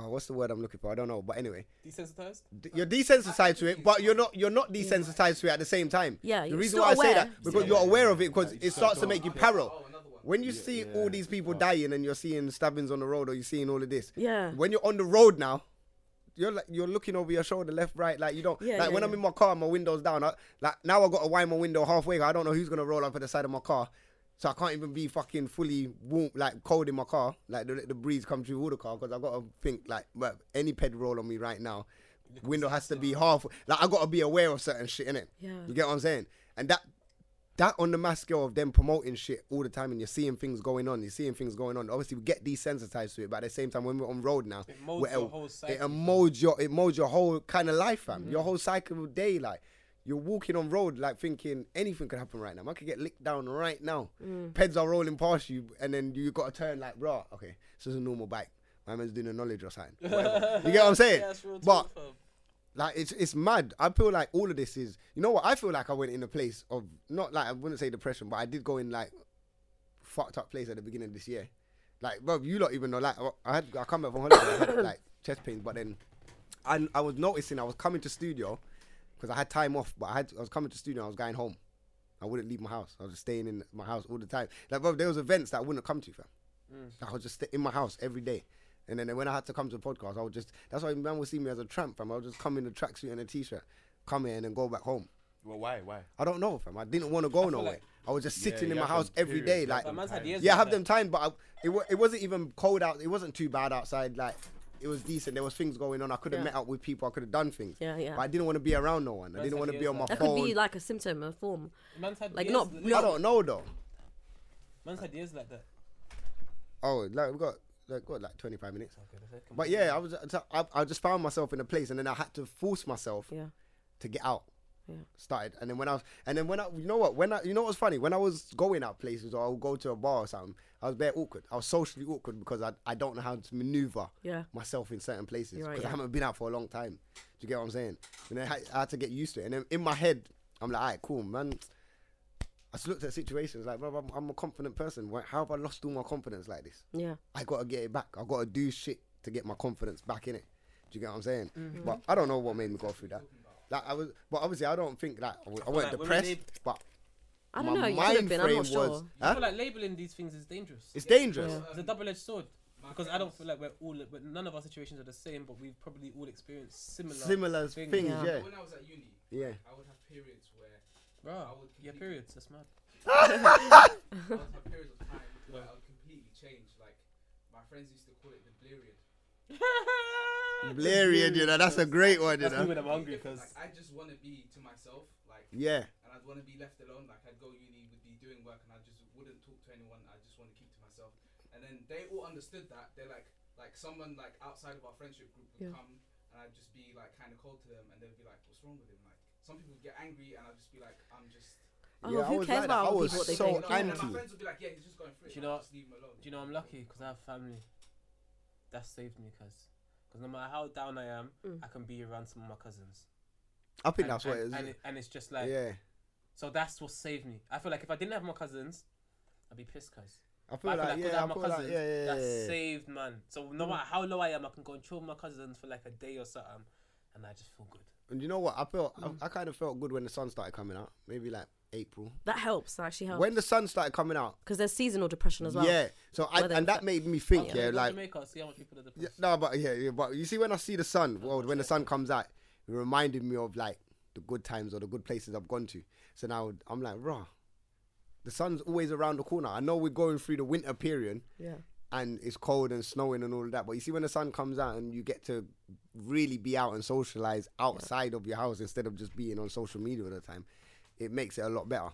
Speaker 2: Oh, what's the word I'm looking for? I don't know, but anyway,
Speaker 7: Desensitized.
Speaker 2: d- you're desensitized to it, but you're not you're not desensitized to it at the same time.
Speaker 4: Yeah,
Speaker 2: the
Speaker 4: you're
Speaker 2: reason
Speaker 4: still
Speaker 2: why I say
Speaker 4: aware.
Speaker 2: that because you're aware of it because it starts to make you parallel. When you see all these people dying and you're seeing stabbings on the road or you're seeing all of this,
Speaker 4: Yeah.
Speaker 2: When you're on the road now, you're like you're looking over your shoulder, left, right, like you don't.
Speaker 4: Yeah,
Speaker 2: like
Speaker 4: yeah,
Speaker 2: when I'm
Speaker 4: yeah.
Speaker 2: in my car, my window's down. I, like now I got to wind my window halfway. I don't know who's gonna roll up at the side of my car, so I can't even be fucking fully warm, like cold in my car. Like the, the breeze come through all the car because I got to think like, bruv, any ped roll on me right now, window has to be half. Like I got to be aware of certain shit in it.
Speaker 4: Yeah.
Speaker 2: You get what I'm saying? And that that on the mass scale of them promoting shit all the time and you're seeing things going on, you're seeing things going on. Obviously, we get desensitized to it, but at the same time, when we're on road now,
Speaker 7: It molds
Speaker 2: we're-
Speaker 7: your whole
Speaker 2: it
Speaker 7: cycle.
Speaker 2: molds your it molds your whole kind of life, fam.
Speaker 7: Mm-hmm.
Speaker 2: Your whole cycle of day, like you're walking on road, like thinking anything could happen right now. I could get licked down right now.
Speaker 7: Mm.
Speaker 2: Peds are rolling past you, and then you got to turn like, rah, okay, this is a normal bike. My man's doing a knowledge or something. Whatever. you get what I'm saying?
Speaker 7: (laughs) Yeah, that's real
Speaker 2: but
Speaker 7: talk, fam.
Speaker 2: like it's it's mad. I feel like all of this is you know what I feel like I went in a place of not like I wouldn't say depression, but I did go in like fucked up place at the beginning of this year. Like, bro, you lot even know. Like, I had I come back from holiday, I had, like chest pains, but then I I was noticing I was coming to studio because I had time off, but I had I was coming to studio, I was going home. I wouldn't leave my house. I was just staying in my house all the time. Like, bro, there was events that I wouldn't come to, fam. I was just sta- in my house every day. And then when I had to come to a podcast, I would just, that's why man would see me as a tramp, fam. I would just come in a tracksuit and a t shirt, come here and then go back home.
Speaker 5: Well, why? Why?
Speaker 2: I don't know, fam. I didn't want to go nowhere.
Speaker 7: like-
Speaker 2: I was just
Speaker 5: Yeah,
Speaker 2: sitting in
Speaker 5: you
Speaker 2: my
Speaker 5: have
Speaker 2: house
Speaker 5: them
Speaker 2: every
Speaker 5: periods,
Speaker 2: day.
Speaker 5: you
Speaker 2: Like,
Speaker 5: have
Speaker 7: But man's had years
Speaker 2: yeah, I
Speaker 7: like
Speaker 2: have
Speaker 7: that.
Speaker 2: them time, but I, it, wa- it wasn't even cold out. It wasn't too bad outside. Like, it was decent. There was things going on. I could have
Speaker 4: Yeah.
Speaker 2: met up with people. I could have done things.
Speaker 4: Yeah, yeah.
Speaker 2: But I didn't want to be around no one. I
Speaker 7: Man's
Speaker 2: didn't
Speaker 7: had
Speaker 2: want to be
Speaker 7: years
Speaker 2: on my
Speaker 7: like
Speaker 4: that
Speaker 2: phone.
Speaker 4: could be like a symptom, a form.
Speaker 7: Man's had
Speaker 4: Like,
Speaker 7: years,
Speaker 4: not-
Speaker 2: I
Speaker 4: not-
Speaker 2: don't know though.
Speaker 7: Man's had years like that.
Speaker 2: Oh, like we got like got like twenty five minutes. But yeah, I was so I, I just found myself in a place, and then I had to force myself
Speaker 4: Yeah.
Speaker 2: to get out.
Speaker 4: Yeah.
Speaker 2: Started, and then when I was, and then when I, you know what, when I, you know what's funny, when I was going out places or I would go to a bar or something, I was very awkward. I was socially awkward because I, I don't know how to maneuver
Speaker 4: Yeah.
Speaker 2: myself in certain places
Speaker 4: You're
Speaker 2: because
Speaker 4: right,
Speaker 2: I
Speaker 4: yeah.
Speaker 2: haven't been out for a long time. Do you get what I'm saying? And then I, I had to get used to it. And then in my head, I'm like, alright, cool, man. I just looked at situations like, bro, I'm, I'm a confident person. Why- How have I lost all my confidence like this?
Speaker 4: Yeah.
Speaker 2: I gotta get it back. I gotta do shit to get my confidence back in it. Do you get what I'm saying?
Speaker 4: Mm-hmm.
Speaker 2: But I don't know what made me go through that. Like I was, but obviously I don't think like I w- I
Speaker 7: like
Speaker 2: wasn't
Speaker 7: women,
Speaker 2: depressed,
Speaker 7: they-
Speaker 2: but
Speaker 4: I don't
Speaker 2: my
Speaker 4: know. You could have
Speaker 2: mind
Speaker 4: been. I'm
Speaker 2: frame
Speaker 4: not
Speaker 2: was
Speaker 4: sure.
Speaker 7: I
Speaker 2: huh?
Speaker 7: feel like labeling these things is dangerous.
Speaker 2: it's dangerous.
Speaker 4: Yeah.
Speaker 7: It's a double-edged sword because I don't feel like we're all, but none of our situations are the same. But we've probably all experienced similar,
Speaker 2: Similar
Speaker 7: things.
Speaker 2: things,
Speaker 4: Yeah.
Speaker 2: yeah,
Speaker 6: When I was at uni,
Speaker 2: yeah.
Speaker 6: I would have periods where
Speaker 7: Bruh,
Speaker 6: I would
Speaker 7: yeah,
Speaker 6: completely-
Speaker 7: periods.
Speaker 2: (laughs)
Speaker 7: That's mad.
Speaker 6: I would have periods
Speaker 7: (laughs)
Speaker 6: of time where I would completely change. Like my friends used to call it the blurred.
Speaker 2: Blurred, you know, that's a great one, you
Speaker 7: That's me
Speaker 2: know.
Speaker 7: when I'm hungry, because
Speaker 6: Like I just want to be to myself. Like
Speaker 2: Yeah,
Speaker 6: and I'd want to be left alone. Like I'd go uni, would be doing work, and I just wouldn't talk to anyone. I just want to keep to myself. And then they all understood that. They're like, like someone like outside of our friendship group would
Speaker 4: Yeah.
Speaker 6: come, and I'd just be like kind of cold to them, and they'd be like, "What's wrong with him?" Like some people would get angry, and I'd just be like, "I'm just."
Speaker 4: Oh,
Speaker 2: Yeah, I
Speaker 4: who
Speaker 2: was
Speaker 4: cares
Speaker 2: like that. I
Speaker 4: about other
Speaker 2: was
Speaker 4: people? What they
Speaker 2: so
Speaker 4: think.
Speaker 6: and
Speaker 2: anti.
Speaker 6: my friends would be like, "Yeah, he's just going through it.
Speaker 7: Do you
Speaker 6: like,
Speaker 7: know-
Speaker 6: just leave him alone."
Speaker 7: do you know I'm lucky? Because I have family. That saved me, cause, 'cause no matter how down I am, I can be around some of my cousins.
Speaker 2: I think
Speaker 7: and,
Speaker 2: that's what it
Speaker 7: and-
Speaker 2: is.
Speaker 7: And, it, and it's just like,
Speaker 2: yeah,
Speaker 7: so that's what saved me. I feel like if I didn't have my cousins, I'd be pissed, cause.
Speaker 2: I
Speaker 7: But
Speaker 2: feel like
Speaker 7: 'cause I
Speaker 2: yeah, I
Speaker 7: have my
Speaker 2: feel like
Speaker 7: cousins,
Speaker 2: yeah, yeah, yeah,
Speaker 7: That's
Speaker 2: yeah. Mm.
Speaker 7: saved, man. So no matter how low I am, I can go and chill with my cousins for like a day or something, and I just feel good. Mm.
Speaker 2: And you know what? I felt I, I kind of felt good when the sun started coming out. Maybe like April.
Speaker 4: That helps. That actually helps.
Speaker 2: When the sun started coming out,
Speaker 4: Because there's seasonal depression as well.
Speaker 2: yeah. So I
Speaker 4: Weather
Speaker 2: and that
Speaker 4: effect.
Speaker 2: made me
Speaker 4: Oh,
Speaker 2: think, yeah,
Speaker 7: Go to
Speaker 2: like
Speaker 7: Jamaica, see how much people are depressed.
Speaker 2: Yeah, no, but yeah, yeah, but you see, when I see the sun, well, when the sun comes out, it reminded me of like the good times or the good places I've gone to. So now I'm like, rah, the sun's always around the corner. I know we're going through the winter period
Speaker 4: Yeah.
Speaker 2: and it's cold and snowing and all of that, but you see, when the sun comes out and you get to really be out and socialize outside of your house instead of just being on social media all the time, it makes it a lot better.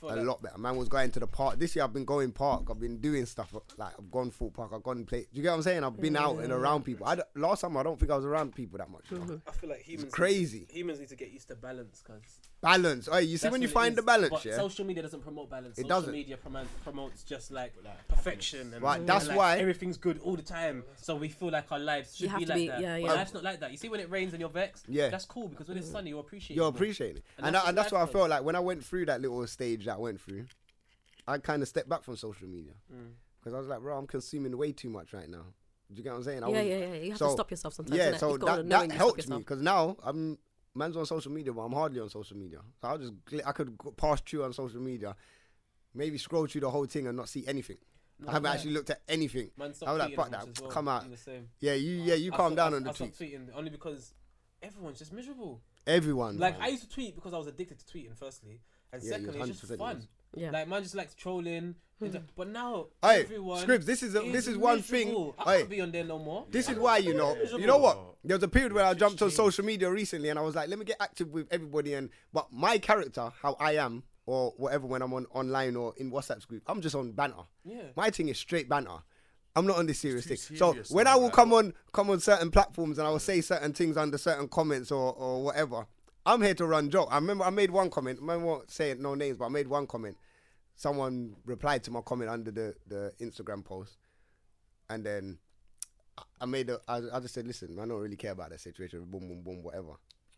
Speaker 7: feel
Speaker 2: a
Speaker 7: that-
Speaker 2: lot better. Man was going to the park. This year I've been going park. I've been doing stuff like I've gone full park. I've gone play. Do you get what I'm saying? I've been out and around
Speaker 4: Mm.
Speaker 2: people. I d last time I don't think I was around people that much. you know.
Speaker 4: Mm-hmm.
Speaker 7: I feel like humans
Speaker 2: crazy.
Speaker 7: humans need to get used to balance because
Speaker 2: Balance. Oh, you see when you find the balance,
Speaker 7: But
Speaker 2: yeah.
Speaker 7: social media doesn't promote balance. social
Speaker 2: doesn't.
Speaker 7: media promotes, promotes just like perfection and
Speaker 2: Right,
Speaker 7: and
Speaker 2: that's
Speaker 7: like
Speaker 2: why-
Speaker 7: everything's good all the time. So we feel like our lives should
Speaker 4: You have
Speaker 7: be
Speaker 4: to
Speaker 7: like
Speaker 4: be-
Speaker 7: that.
Speaker 4: yeah,
Speaker 7: but
Speaker 4: yeah. Mm.
Speaker 7: life's not like that. You see when it rains and you're vexed.
Speaker 2: Yeah.
Speaker 7: that's cool because when it's sunny you appreciate.
Speaker 2: You're
Speaker 7: it more.
Speaker 2: appreciating it,
Speaker 7: And
Speaker 2: and
Speaker 7: that's
Speaker 2: I, and
Speaker 7: the
Speaker 2: that's what I
Speaker 7: bad
Speaker 2: felt like when I went through that little stage that I went through. I kind of stepped back from social media
Speaker 4: Mm.
Speaker 2: because I was like, bro, I'm consuming way too much right now. Do you get what I'm saying? I
Speaker 4: Yeah,
Speaker 2: was-
Speaker 4: yeah, yeah. You have to stop yourself sometimes,
Speaker 2: Yeah,
Speaker 4: innit?
Speaker 2: so
Speaker 4: You've gotta
Speaker 2: that,
Speaker 4: know when
Speaker 2: that
Speaker 4: you stop
Speaker 2: helped me
Speaker 4: yourself.
Speaker 2: because now I'm man's on social media, but I'm hardly on social media. So I'll just gl- I could go- pass through on social media, maybe scroll through the whole thing and not see anything. I haven't actually looked at anything.
Speaker 7: Man, stop
Speaker 2: I was like,
Speaker 7: tweeting
Speaker 2: fuck
Speaker 7: as
Speaker 2: that,
Speaker 7: much as well.
Speaker 2: come out.
Speaker 7: I'm the same.
Speaker 2: Yeah, you yeah you
Speaker 7: I
Speaker 2: calm
Speaker 7: stopped-
Speaker 2: down
Speaker 7: I-
Speaker 2: on the
Speaker 7: I stopped
Speaker 2: tweets.
Speaker 7: tweeting only because everyone's just miserable.
Speaker 2: Everyone
Speaker 7: Like
Speaker 2: man.
Speaker 7: I used to tweet because I was addicted to tweeting. Firstly, and
Speaker 2: Yeah, you
Speaker 7: secondly, it's just
Speaker 2: 100%
Speaker 7: fun.
Speaker 2: was.
Speaker 4: Yeah.
Speaker 7: Like man just likes trolling. But now
Speaker 2: Hey,
Speaker 7: everyone
Speaker 2: Scribs, this is a- this is one thing-
Speaker 7: miserable. I
Speaker 2: Hey.
Speaker 7: can't be on there no more.
Speaker 2: This is why you know. You know what? There was a period where I jumped on
Speaker 7: changed.
Speaker 2: social media recently, and I was like, let me get active with everybody. And but my character, how I am, or whatever, when I'm on online or in WhatsApp's group, I'm just on banter.
Speaker 7: Yeah.
Speaker 2: My thing is straight banter. I'm not on this serious thing.
Speaker 3: too
Speaker 2: So
Speaker 3: serious
Speaker 2: when
Speaker 3: now,
Speaker 2: I will
Speaker 3: like-
Speaker 2: come on, come on certain platforms, and I will say certain things under certain comments or or whatever. I'm here to run joke. I remember I made one comment. I won't say no names, but I made one comment. Someone replied to my comment under the the Instagram post, and then I made a, I, I just said, listen, I don't really care about that situation. Boom, boom, boom, whatever.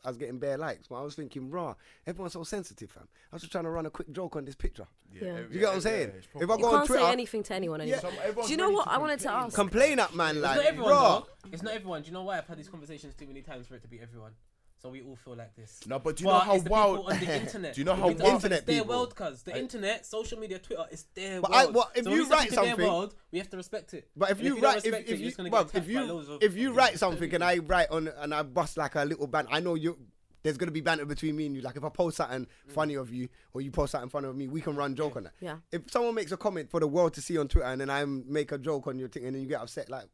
Speaker 2: I was getting bare likes, but I was thinking, raw, everyone's so sensitive, fam. I was just trying to run a quick joke on this picture.
Speaker 4: Yeah.
Speaker 3: every-
Speaker 2: You get what I'm
Speaker 3: yeah,
Speaker 2: saying?
Speaker 3: it's
Speaker 2: If I
Speaker 3: proper.
Speaker 4: You
Speaker 2: go on
Speaker 4: can't say
Speaker 2: Twitter-
Speaker 4: anything to anyone anymore.
Speaker 3: So everyone's
Speaker 4: Do you know
Speaker 3: ready
Speaker 4: what? I
Speaker 3: complain.
Speaker 4: wanted to ask.
Speaker 2: Complain up, man,
Speaker 7: It's not
Speaker 2: like,
Speaker 7: everyone.
Speaker 2: raw.
Speaker 7: Dog. It's not everyone. Do you know why I've had these conversations too many times for it to be everyone? So we all feel like this.
Speaker 3: No, but do you know how
Speaker 7: it's the
Speaker 3: wild-
Speaker 7: (laughs) people on the internet?
Speaker 3: Do you know
Speaker 7: We
Speaker 3: how
Speaker 7: need to
Speaker 3: wild-
Speaker 7: understand
Speaker 2: Internet
Speaker 7: It's their
Speaker 2: people.
Speaker 7: world, cause the internet, social media, Twitter, it's their
Speaker 2: But I-
Speaker 7: world.
Speaker 2: what- if
Speaker 7: so
Speaker 2: you
Speaker 7: when we step
Speaker 2: write
Speaker 7: into
Speaker 2: something-
Speaker 7: their world, we have to respect it.
Speaker 2: But if
Speaker 7: And
Speaker 2: you
Speaker 7: don't
Speaker 2: write, if, if
Speaker 7: respect it, you're
Speaker 2: you,
Speaker 7: just gonna
Speaker 2: bruv,
Speaker 7: get
Speaker 2: if
Speaker 7: attacked by
Speaker 2: you,
Speaker 7: loads of-
Speaker 2: if you write something and I write on and I bust like a little ban, I know you. There's gonna be banter between me and you. Like if I post something
Speaker 7: Mm.
Speaker 2: funny of you, or you post something funny of me, we can run joke on that.
Speaker 4: Yeah.
Speaker 2: If someone makes a comment for the world to see on Twitter, and then I make a joke on your thing, and then you get upset, like,